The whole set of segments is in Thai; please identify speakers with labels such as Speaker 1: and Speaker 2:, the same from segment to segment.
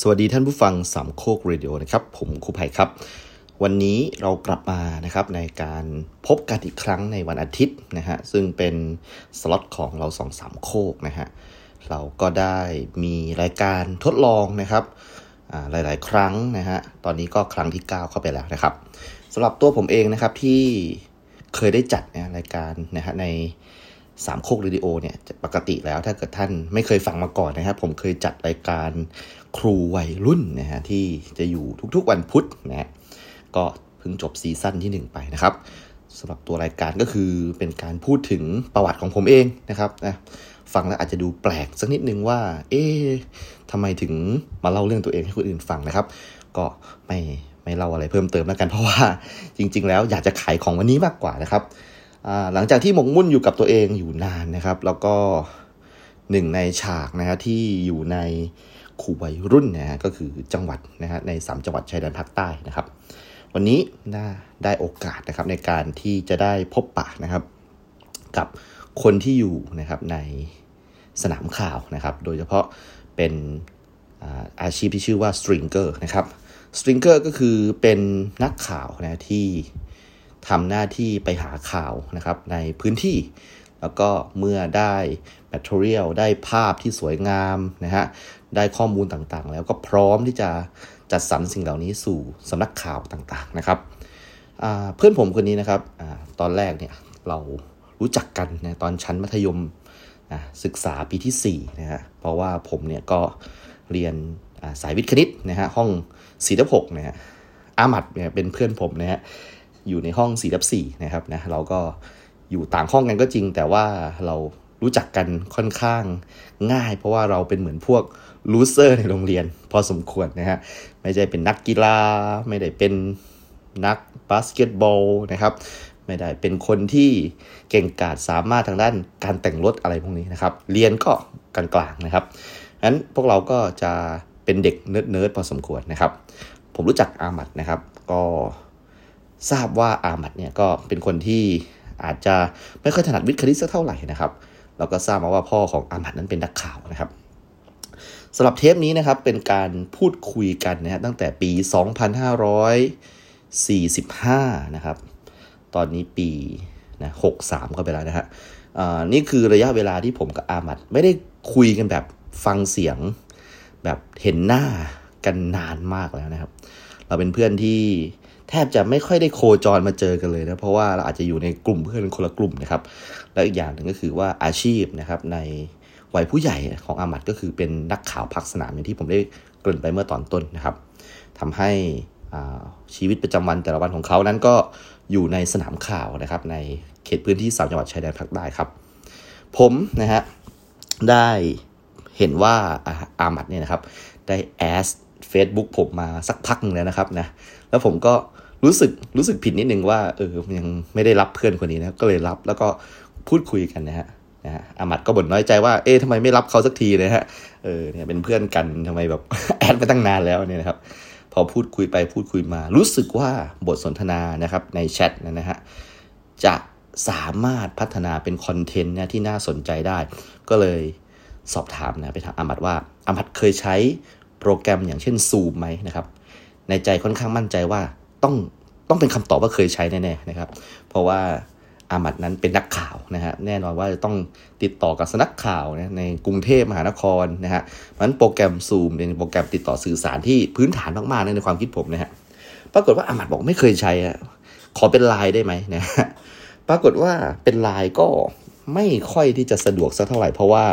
Speaker 1: สวัสดีท่านผู้ฟังสามโคกเรดิโอนะครับ ผมครูไผ่ครับ วันนี้เรากลับมานะครับในการพบกันอีกครั้งในวันอาทิตย์นะฮะซึ่งเป็นสล็อตของเราสองสามโคกนะฮะเราก็ได้มีรายการทดลองนะครับอ่าหลาย ๆ ครั้งนะฮะตอนนี้ก็ครั้งที่ 9 เข้าไปแล้วนะครับสำหรับตัวผมเองนะครับที่เคยได้จัดนะรายการนะฮะใน สามโคกเรดิโอเนี่ยปกติแล้วถ้าเกิดท่านไม่เคยฟังมาก่อนนะครับ ผมเคยจัดรายการครูวัยรุ่นนะฮะที่จะอยู่ทุกๆวันพุธนะฮะก็เพิ่งจบซีซั่นที่ 1 ไปนะครับสำหรับตัวรายการก็คือเป็นการพูดถึงประวัติของผมเองนะครับนะฟังแล้วอาจจะดูแปลกสักนิดนึงว่า เอ๊ะทำไมถึงมาเล่าเรื่องตัวเองให้คนอื่นฟังนะครับ ก็ไม่ไม่เล่าอะไรเพิ่มเติมแล้วกันเพราะว่าจริง ๆ แล้วอยากจะขายของวันนี้มากกว่านะครับ อ่าหลังจากที่หมกมุ่นอยู่กับตัวเองอยู่นานนะครับ แล้วก็หนึ่งในฉากนะฮะที่อยู่ในขู่วัยรุ่นนะฮะก็คือจังหวัดนะฮะในสามจังหวัดชายแดนภาคใต้นะครับ วันนี้น่าได้โอกาสนะครับในการที่จะได้พบปะนะครับ กับคนที่อยู่นะครับในสนามข่าวนะครับ โดยเฉพาะเป็นอ่าอาชีพที่ชื่อว่าสตริงเกอร์นะครับสตริงเกอร์ก็คือเป็นนักข่าวนะที่ ทำหน้าที่ไปหาข่าวนะครับในพื้นที่ แล้วก็เมื่อได้แมทเทอเรียลได้ภาพที่สวยงามนะฮะได้ข้อมูลต่างๆ แล้วก็พร้อมที่จะจัดสรรสิ่งเหล่านี้สู่สำนักข่าวต่างๆนะครับอ่าเพื่อนผมคนนี้นะครับอาตอนแรกเนี่ยเรารู้จักกันนะตอนชั้นมัธยมอ่าศึกษาปีทีสี่4นะฮะเพราะว่าผมเนี่ยก็เรียนอ่าสายวิทย์คณิตนะฮะห้องศิลปกนะฮะอาหมัดเนี่ยเป็นเพื่อนผมนะฮะ อยู่ในห้อง4ทับ4นะครับนะเราก็อยู่ต่างห้องกันก็จริง แต่ว่าเรารู้จักกันค่อนข้างง่าย เพราะว่าเราเป็นเหมือนพวกลูเซอร์ในโรงเรียน พอสมควรนะฮะไม่ใช่เป็นนักกีฬา ไม่ได้เป็นนักบาสเกตบอลนะครับ ไม่ได้เป็นคนที่เก่งกาจสามารถทางด้านการแต่งรถอะไรพวกนี้นะครับ เรียนก็กลางๆนะครับงั้นพวกเราก็จะเป็นเด็กเนิร์ดๆพอสมควรนะครับ ผมรู้จักอาหมัดนะครับก็ ทราบว่าอาหมัดเนี่ยก็เป็นคนที่อาจจะไม่ค่อยถนัดวิทย์คณิตสักเท่าไหร่นะครับ แล้วก็ทราบมาว่าพ่อของอาหมัดนั้นเป็นนักข่าวนะครับสำหรับเทปนี้นะครับเป็นการพูดคุยกันนะฮะตั้งแต่ปี 2545 นะครับ ตอนนี้ปีนะ63เข้าไปแล้วนะฮะอ่านี่คือระยะเวลาที่ผมกับอาหมัดไม่ได้คุยกันแบบฟังเสียง แบบเห็นหน้ากันนานมากแล้วนะครับ เราเป็นเพื่อนที่แทบจะไม่ค่อยได้โคจรมาเจอกันเลยนะเพราะว่าเราอาจจะอยู่ในกลุ่มเพื่อนคนละกลุ่มนะครับ และอีกอย่างหนึ่งก็คือว่าอาชีพนะครับในวัยผู้ใหญ่ของอามัดก็คือเป็นนักข่าวพักสนามอย่างที่ผมได้เกริ่นไปเมื่อตอนต้นนะครับทำให้อ่าชีวิตประจำวันแต่ละวันของเขานั้นก็อยู่ในสนามข่าวนะครับ ในเขตพื้นที่สามจังหวัดชายแดนภาคใต้ครับ ผมนะฮะได้เห็นว่าอาอามัดเนี่ยนะครับ ได้แอส Facebook ผมมาสักพักหนึ่งแล้วนะครับนะ แล้วผมก็รู้สึกรู้สึกผิดนิดนึงว่าเออมันยังไม่ได้รับเพื่อนคนนี้นะก็เลยรับแล้วก็พูดคุยกันนะฮะนะฮะอามัดก็บ่นน้อยใจว่าเอ๊ะทำไมไม่รับเขาสักทีนะฮะเออเนี่ยเป็นเพื่อนกันทำไมแบบ แอดมาตั้งนานแล้วเนี่ยนะครับ พอพูดคุยไปพูดคุยมา รู้สึกว่าบทสนทนานะครับในแชทนะนะฮะ จะสามารถพัฒนาเป็นคอนเทนต์เนี่ยที่น่าสนใจได้ ก็เลยสอบถามนะไปถามอามัดว่าอามัดเคยใช้โปรแกรมอย่างเช่น Zoom ไหมนะครับ ในใจค่อนข้างมั่นใจว่าต้องต้องเป็นคำตอบว่าเคยใช้แน่ๆนะครับ เพราะว่าอามัดนั้นเป็นนักข่าวนะฮะแน่นอนว่าจะต้องติดต่อกับสำนักข่าวนะในกรุงเทพมหานครนะฮะเพราะฉะนั้นโปรแกรม Zoom เป็นโปรแกรมติดต่อสื่อสารที่พื้นฐานมากๆนะในความคิดผมนะฮะปรากฏว่าอามัดบอกไม่เคยใช้อะ ขอเป็นไลน์ได้ไหมนะ ปรากฏว่าเป็นไลน์ก็ไม่ค่อยที่จะสะดวกสักเท่าไหร่ เพราะว่า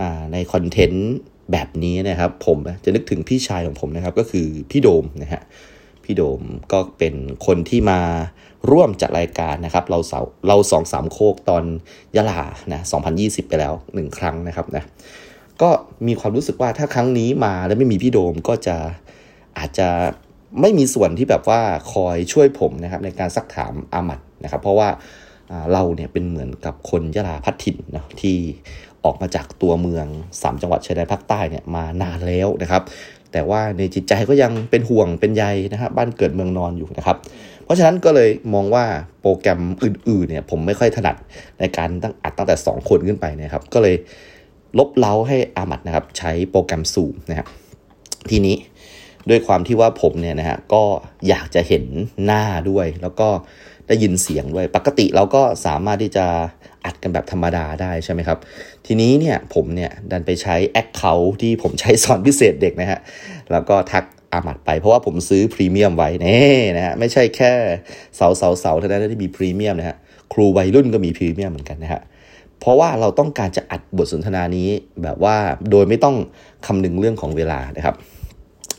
Speaker 1: อ่าในคอนเทนต์แบบนี้นะครับ ผมจะนึกถึงพี่ชายของผมนะครับ ก็คือพี่โดมนะฮะพี่โดมก็เป็นคนที่มาร่วมจัดรายการนะครับ เราเสาเราสองสามโคกตอนยะลานะ2020 ไปแล้วหนึ่งครั้งนะครับนะ ก็มีความรู้สึกว่าถ้าครั้งนี้มาแล้วไม่มีพี่โดมก็จะอาจจะไม่มีส่วนที่แบบว่าคอยช่วยผมนะครับในการซักถามอามัดนะครับ เพราะว่าอ่าเราเนี่ยเป็นเหมือนกับคนยะลาพัดถิ่นเนาะที่ออกมาจากตัวเมืองสามจังหวัดชายแดนภาคใต้เนี่ยมานานแล้วนะครับ แต่ว่าในจิตใจก็ยังเป็นห่วงเป็นใยนะครับบ้านเกิดเมืองนอนอยู่นะครับ เพราะฉะนั้นก็เลยมองว่าโปรแกรมอื่นๆเนี่ยผมไม่ค่อยถนัดในการตั้งอัดตั้งแต่ 2 คนขึ้นไปนะครับ ก็เลย ลบเล้าให้อามัดนะครับ ใช้โปรแกรม Zoom นะครับ ทีนี้ด้วยความที่ว่าผมเนี่ยนะฮะก็อยากจะเห็นหน้าด้วย แล้วก็ได้ยินเสียงด้วย ปกติเราก็สามารถที่จะอัดกันแบบธรรมดาได้ใช่ไหมครับ ทีนี้เนี่ยผมเนี่ยดันไปใช้แอคเคาท์ที่ผมใช้สอนพิเศษเด็กนะฮะแล้วก็ทักอามัดไปเพราะว่าผมซื้อพรีเมียมไว้เน่นะฮะไม่ใช่แค่เสาเสาเสาเท่านั้นที่มีพรีเมียมนะฮะครูวัยรุ่นก็มีพรีเมียมเหมือนกันนะฮะ เพราะว่าเราต้องการจะอัดบทสนทนานี้แบบว่าโดยไม่ต้องคำนึงเรื่องของเวลานะครับ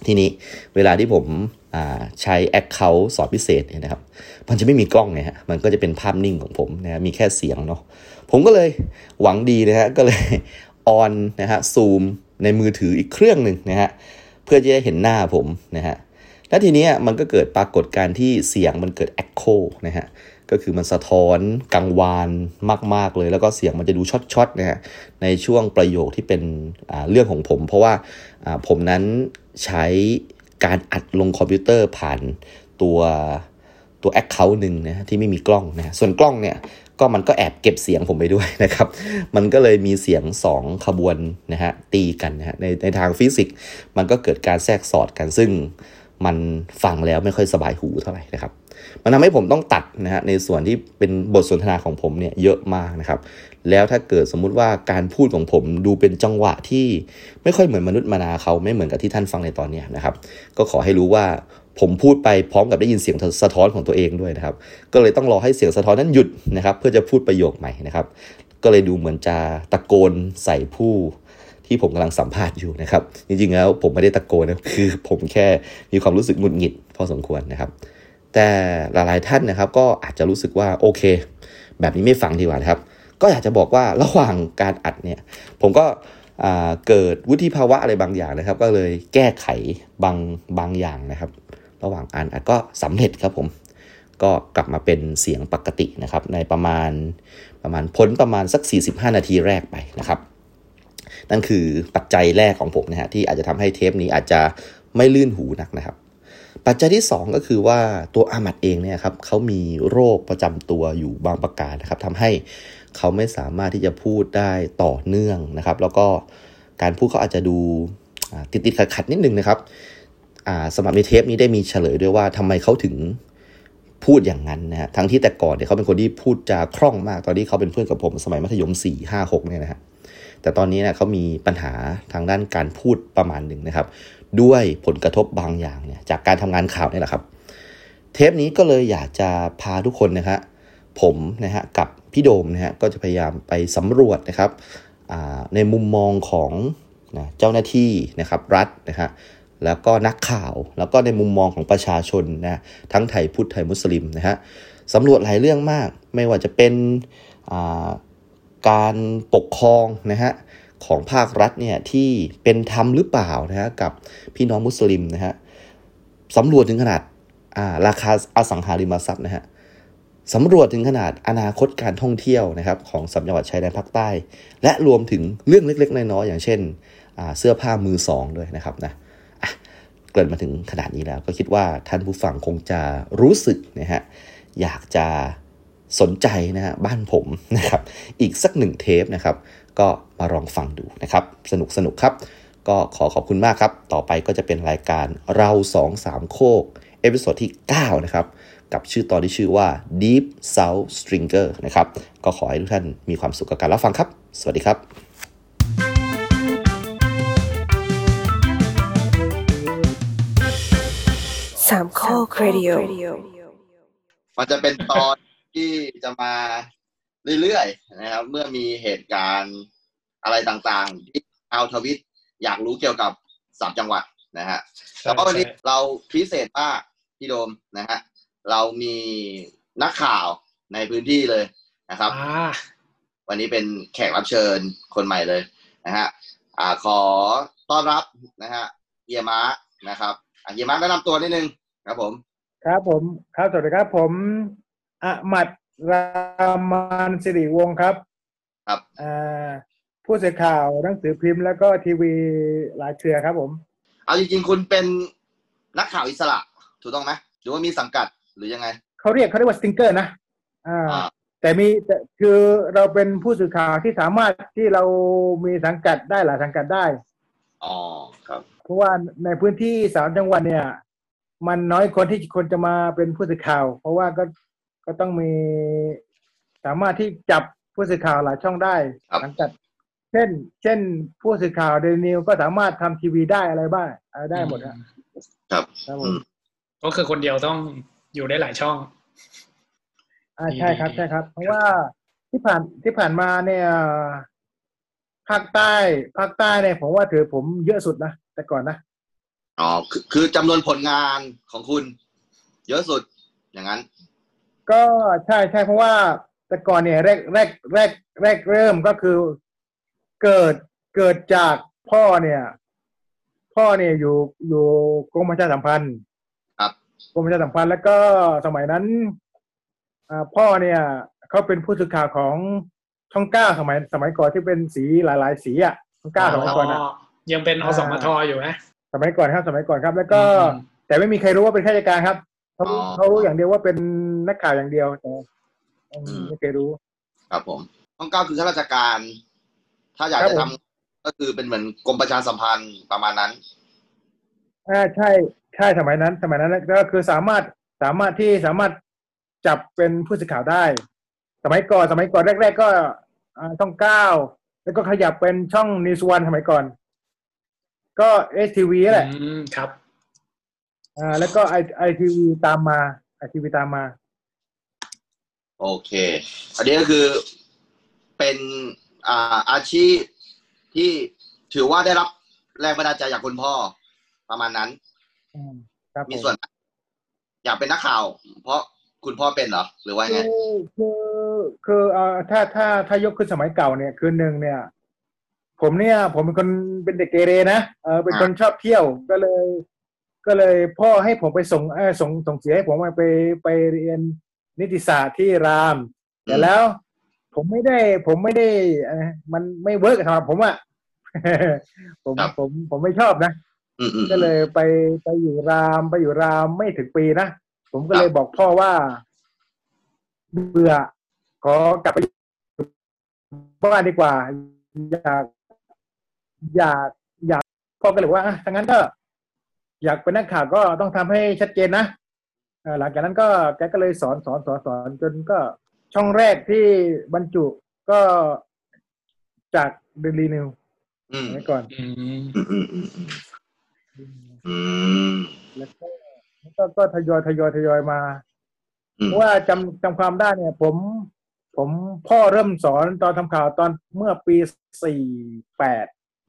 Speaker 1: ทีนี้เวลาที่ผมอ่าใช้ Account สอนพิเศษเนี่ยนะครับ มันจะไม่มีกล้องไงฮะมันก็จะเป็นภาพนิ่งของผมนะฮะมีแค่เสียงเนาะผมก็เลยหวังดีนะฮะก็เลย ออนนะฮะซูมในมือถืออีกเครื่องหนึ่งนะฮะเพื่อจะได้เห็นหน้าผมนะฮะ แล้วทีเนี้ยมันก็เกิดปรากฏการณ์ที่เสียงมันเกิด Echo นะฮะ ก็คือมันสะท้อนกังวานมาก ๆ เลย แล้วก็เสียงมันจะดูช็อตๆนะฮะในช่วงประโยคที่เป็นอ่าเรื่องของผม เพราะว่าอ่าผมนั้นใช้การอัดลงคอมพิวเตอร์ผ่านตัวตัวแอคเคาท์หนึ่งนะฮะที่ไม่มีกล้องนะฮะส่วนกล้องเนี่ย ก็มันก็แอบเก็บเสียงผมไปด้วยนะครับ มันก็เลยมีเสียง 2 ขบวนนะฮะตีกันนะฮะในในทางฟิสิกส์มันก็เกิดการแทรกสอดกันซึ่ง มันฟังแล้วไม่ค่อยสบายหูเท่าไหร่นะครับ มันทำให้ผมต้องตัดนะฮะในส่วนที่เป็นบทสนทนาของผมเนี่ยเยอะมากนะครับ แล้วถ้าเกิดสมมุติว่าการพูดของผมดูเป็นจังหวะที่ไม่ค่อยเหมือนมนุษย์มนาเขาไม่เหมือนกับที่ท่านฟังในตอนเนี้ยนะครับ ก็ขอให้รู้ว่าผมพูดไปพร้อมกับได้ยินเสียงสะท้อนของตัวเองด้วยนะครับ ก็เลยต้องรอให้เสียงสะท้อนนั้นหยุดนะครับ เพื่อจะพูดประโยคใหม่นะครับ ก็เลยดูเหมือนจะตะโกนใส่ผู้ ที่ผมกำลังสัมภาษณ์อยู่นะครับ จริงๆแล้วผมไม่ได้ตะโกนนะ คือผมแค่มีความรู้สึกหงุดหงิดพอสมควรนะครับ แต่หลายๆท่านนะครับ ก็อาจจะรู้สึกว่าโอเค แบบนี้ไม่ฟังดีกว่านะครับ ก็อยากจะบอกว่าระหว่างการอัดเนี่ย ผมก็อ่าเกิดวุฒิภาวะอะไรบางอย่างนะครับ ก็เลยแก้ไขบางบางอย่างนะครับ ระหว่างอันอัดก็สำเร็จครับผม ก็กลับมาเป็นเสียงปกตินะครับ ในประมาณประมาณพ้นประมาณสัก 45 นาทีแรกไปนะครับ นั่นคือปัจจัยแรกของผมนะฮะที่อาจจะทำให้เทปนี้อาจจะไม่ลื่นหูนักนะครับ ปัจจัยที่สองก็คือว่าตัวอามัดเองเนี่ยครับเขามีโรคประจำตัวอยู่บางประการนะครับทำให้เขาไม่สามารถที่จะพูดได้ต่อเนื่องนะครับ แล้วก็การพูดเขาอาจจะดูติดติดๆขัดขัดๆนิดนึงนะครับอ่าสำหรับในเทปนี้ได้มีเฉลยด้วยว่าทำไมเขาถึง พูดอย่างนั้นนะฮะทั้งที่แต่ก่อนเนี่ยเขาเป็นคนที่พูดจาคล่องมากตอนที่เขาเป็นเพื่อนกับผมสมัยมัธยม4 5 6เนี่ยนะฮะแต่ตอนนี้นะเขามีปัญหาทางด้านการพูดประมาณหนึ่งนะครับ ด้วยผลกระทบบางอย่างเนี่ยจากการทำงานข่าวเนี่ยแหละครับ เทปนี้ก็เลยอยากจะพาทุกคนนะฮะผมนะฮะกับพี่โดมนะฮะก็จะพยายามไปสำรวจนะครับอ่าในมุมมองของนะเจ้าหน้าที่นะครับรัฐนะฮะแล้วก็นักข่าวแล้วก็ในมุมมองของประชาชนนะทั้งไทยพุทธไทยมุสลิมนะฮะสำรวจหลายเรื่องมาก ไม่ว่าจะเป็นอ่า การปกครองนะฮะของภาครัฐเนี่ยที่เป็นธรรมหรือเปล่านะฮะกับพี่น้องมุสลิมนะฮะสำรวจถึงขนาดอ่าราคาอสังหาริมทรัพย์นะฮะสำรวจถึงขนาดอนาคตการท่องเที่ยวนะครับของสามจังหวัดชายแดนภาคใต้ และรวมถึงเรื่องเล็ก ๆ น้อยๆอย่างเช่นอ่าเสื้อผ้ามือสองด้วยนะครับนะ เกริดมาถึงขนาดนี้แล้วก็คิดว่าท่านผู้ฟังคงจะรู้สึกนะฮะอยากจะสนใจนะฮะบ้านผมนะครับอีกสักหนึ่งเทปนะครับ ก็มาลองฟังดูนะครับ สนุกสนุกครับ ก็ขอขอบคุณมากครับ ต่อไปก็จะเป็นรายการเราสองสามโคก เอพิโซดที่ 9 นะครับ กับชื่อตอนที่ชื่อว่า Deep South Stringer นะครับ ก็ขอให้ทุกท่านมีความสุขกับการรับฟังครับ สวัสดีครับ
Speaker 2: สามข้อครดิโอ
Speaker 3: มันจะเป็นตอนที่จะมาเรื่อยๆนะครับ เมื่อมีเหตุการณ์อะไรต่างๆ ที่เอาทวิตอยากรู้เกี่ยวกับสามจังหวัดนะฮะ
Speaker 4: ใช่
Speaker 3: แต่ว่าวันนี้
Speaker 4: ใช่
Speaker 3: เราพิเศษมากพี่โดมนะฮะเรามีนักข่าวในพื้นที่เลยนะครับ
Speaker 4: อ่า
Speaker 3: วันนี้เป็นแขกรับเชิญคนใหม่เลยนะฮะอ่าขอต้อนรับนะฮะเฮียม้านะครับอ่ะเฮียม้าแนะนำตัวนิดนึงครับผม
Speaker 5: ครับผมครับสวัสดีครับผมอะหมัดรามานสิริวงศ์ครับ
Speaker 3: ครับ
Speaker 5: อ่าผู้สื่อข่าวหนังสือพิมพ์แล้วก็ทีวีหลายเครือครับผม
Speaker 3: เอาจริงๆ คุณเป็นนักข่าวอิสระ ถูกต้องไหมหรือว่ามีสังกัดหรือยังไง
Speaker 5: เขาเรียกเขาเรียกว่าสติงเกอร์นะอ่า
Speaker 3: อ่า
Speaker 5: แต่มีแต่คือเราเป็นผู้สื่อข่าวที่สามารถที่เรามีสังกัดได้หลายสังกัดได้
Speaker 3: อ๋อครับ
Speaker 5: เพราะว่าในพื้นที่สามจังหวัดเนี่ย มันน้อยคนที่คนจะมาเป็นผู้สื่อข่าว เพราะว่าก็ก็ต้องมีสามารถที่จับผู้สื่อข่าวหลายช่องได้
Speaker 3: ครับ
Speaker 5: สังกัด เช่น เช่น ผู้สื่อข่าวเดนิวก็สามารถทำทีวีได้อะไรบ้างอะไรได้หมดนะครับ ครับผม
Speaker 4: ก็คือคนเดียวต้องอยู่ได้หลายช่อง
Speaker 5: อ่าใช่ครับใช่ครับ เพราะว่าที่ผ่านที่ผ่านมาเนี่ยภาคใต้ภาคใต้เนี่ยผมว่าถือผมเยอะสุดนะแต่ก่อนนะ
Speaker 3: อ๋อคือคือจำนวนผลงานของคุณ เยอะสุดอย่างนั้น
Speaker 5: ก็ใช่ใช่เพราะว่าแต่ก่อนเนี่ยแรกแรกแรกแรกเริ่มก็คือเกิดเกิดจากพ่อเนี่ย พ่อเนี่ยอยู่อยู่กรมประชาสัมพันธ์
Speaker 3: ครับ
Speaker 5: กรมประชาสัมพันธ์แล้วก็สมัยนั้นอ่าพ่อเนี่ยเขาเป็นผู้สื่อข่าวของช่องเก้าสมัยสมัยก่อนที่เป็นสีหลาย ๆ สีอ่ะช่องเก้าสมัยก่อนอะ
Speaker 4: ยังเป็น
Speaker 5: อ่า
Speaker 4: อสมทอยู่นะ
Speaker 5: สมัยก่อนครับสมัยก่อนครับ แล้วก็
Speaker 4: อืม
Speaker 5: แต่ไม่มีใครรู้ว่าเป็นข้าราชการครับเขารู้
Speaker 3: อ๋อ
Speaker 5: เขารู้อย่างเดียวว่าเป็นนักข่าวอย่างเดียวแต่อืม
Speaker 3: อืม
Speaker 5: ไม่เคยรู้
Speaker 3: ครับผมห้องเก้าคือข้าราชการ ถ้าอยาก
Speaker 5: ครับผ
Speaker 3: จะ
Speaker 5: ม
Speaker 3: ทำก็คือเป็นเหมือนกรมประชาสัมพันธ์ประมาณนั้น
Speaker 5: อ่าใช่ใช่สมัยนั้น สมัยนั้นก็คือสามารถสามารถที่สามารถจับเป็นผู้สื่อข่าวได้ สมัยก่อนสมัยก่อนแรก ๆ ก็อ่าช่องเก้าแล้วก็ขยับเป็นช่องนิวส์วันสมัยก่อน ก็เอสทีวีแหละ
Speaker 4: อืมครับ
Speaker 5: อ่าแล้วก็ไอไอทีวีตามมาไอทีวีตามมา
Speaker 3: โอเค อันนี้ก็คือเป็นอ่าอาชีพที่ถือว่าได้รับแรงบันดาลใจจากคุณพ่อ ประมาณนั้น
Speaker 5: อืมครับ
Speaker 3: มี
Speaker 5: ผม
Speaker 3: ส่วน อยากเป็นนักข่าว เพราะคุณพ่อเป็นเหรอ หรือว่าไง
Speaker 5: คือคือคือเอ่อถ้าถ้าถ้ายกขึ้นสมัยเก่าเนี่ยคือหนึ่งเนี่ย ผมเนี่ย ผมเป็นคนเป็นเด็กเกเรนะเออเป็นคนชอบเที่ยวก็เลย ก็เลยพ่อให้ผมไปส่งเออส่งส่งเสียให้ผมไปไปเรียนนิติศาสตร์ที่ราม แต่แล้ว ผมไม่ได้ ผมไม่ได้เอ่อมันไม่เวิร์กสำหรับผมอะ ผม
Speaker 3: ครับ
Speaker 5: ผมผมไม่ชอบนะ
Speaker 3: อืมอืม
Speaker 5: ก็เลยไปไปอยู่รามไปอยู่รามไม่ถึงปีนะ ผมก็เลยบอกพ่อว่าเบื่อขอกลับไปอยู่บ้านดีกว่า อยากอยากอยากพ่อก็เลยบอกว่าอ่ะถ้างั้นก็ อยากเป็นนักข่าวก็ต้องทำให้ชัดเจนนะเอ่อหลังจากนั้นก็แกก็เลยสอนสอนสอนสอนจนก็ช่องแรกที่บรรจุก็จากเดลีนิว
Speaker 3: อืม
Speaker 5: ไว้ก่อน
Speaker 4: อืม
Speaker 3: อืมอืมอืมอืมอืม
Speaker 5: แล้วก็ก็ก็ทยอยทยอยทยอยมา
Speaker 3: อื ม
Speaker 5: เพราะว่าจำจำความได้เนี่ย ผม ผมพ่อเริ่มสอนตอนทำข่าวตอนเมื่อปีสี่แปด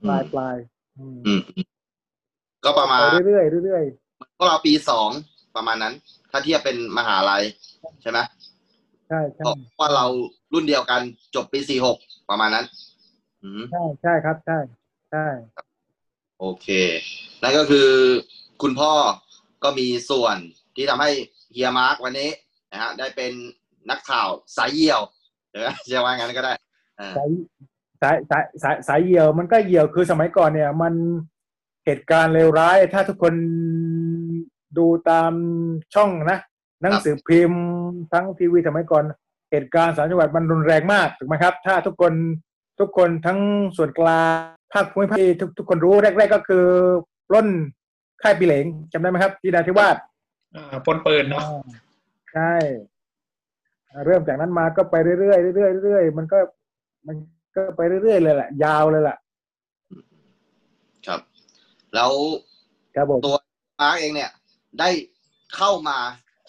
Speaker 5: ปลายปลายอืม
Speaker 3: อืมอืมก็ประมาณ
Speaker 5: ไปเรื่อยๆเรื่อย
Speaker 3: พวกเราปีสองประมาณนั้น ถ้าเทียบเป็นมหาลัยใช่ไหม
Speaker 5: ๆใช่
Speaker 3: เพ
Speaker 5: ใช่
Speaker 3: ราะว่าเรารุ่นเดียวกันจบปีสี่หกประมาณนั้น อืม
Speaker 5: ใช่ใช่ครับ ใช่ใช่
Speaker 3: โอเค นั่นก็คือคุณพ่อก็มีส่วนที่ทำให้เฮียมาร์กวันนี้นะฮะได้เป็นนักข่าวสายเหี่ยวเดี๋ยวจะว่างั้นก็ได้อ่า
Speaker 5: สายสายสายสายสายเหี่ยวมันก็เหี่ยวคือสมัยก่อนเนี่ย มันเหตุการณ์เลวร้าย ถ้าทุกคนดูตามช่องนะหนังสือพิมพ์ทั้งทีวีสมัยก่อน เหตุการณ์สามจังหวัดมันรุนแรงมากถูกไหมครับ ถ้าทุกคนทุกคนทั้งส่วนกลางภาคภูมิภาคที่ทุกทุกคนรู้แรก ๆ ก็คือปล้นค่ายปีเหลงจำได้ไหมครับที่นราธิวาส
Speaker 4: อ่าปนปืนเนาะ
Speaker 5: ใช่อ่าเริ่มจากนั้นมาก็ไปเรื่อยๆเรื่อยๆเรื่อยๆมันก็มันก็ไปเรื่อยๆเลยแหละยาวเลยแหละ
Speaker 3: ครับ แล้ว
Speaker 5: ครับผม
Speaker 3: ตัวมาร์กเองเนี่ย ได้เข้ามา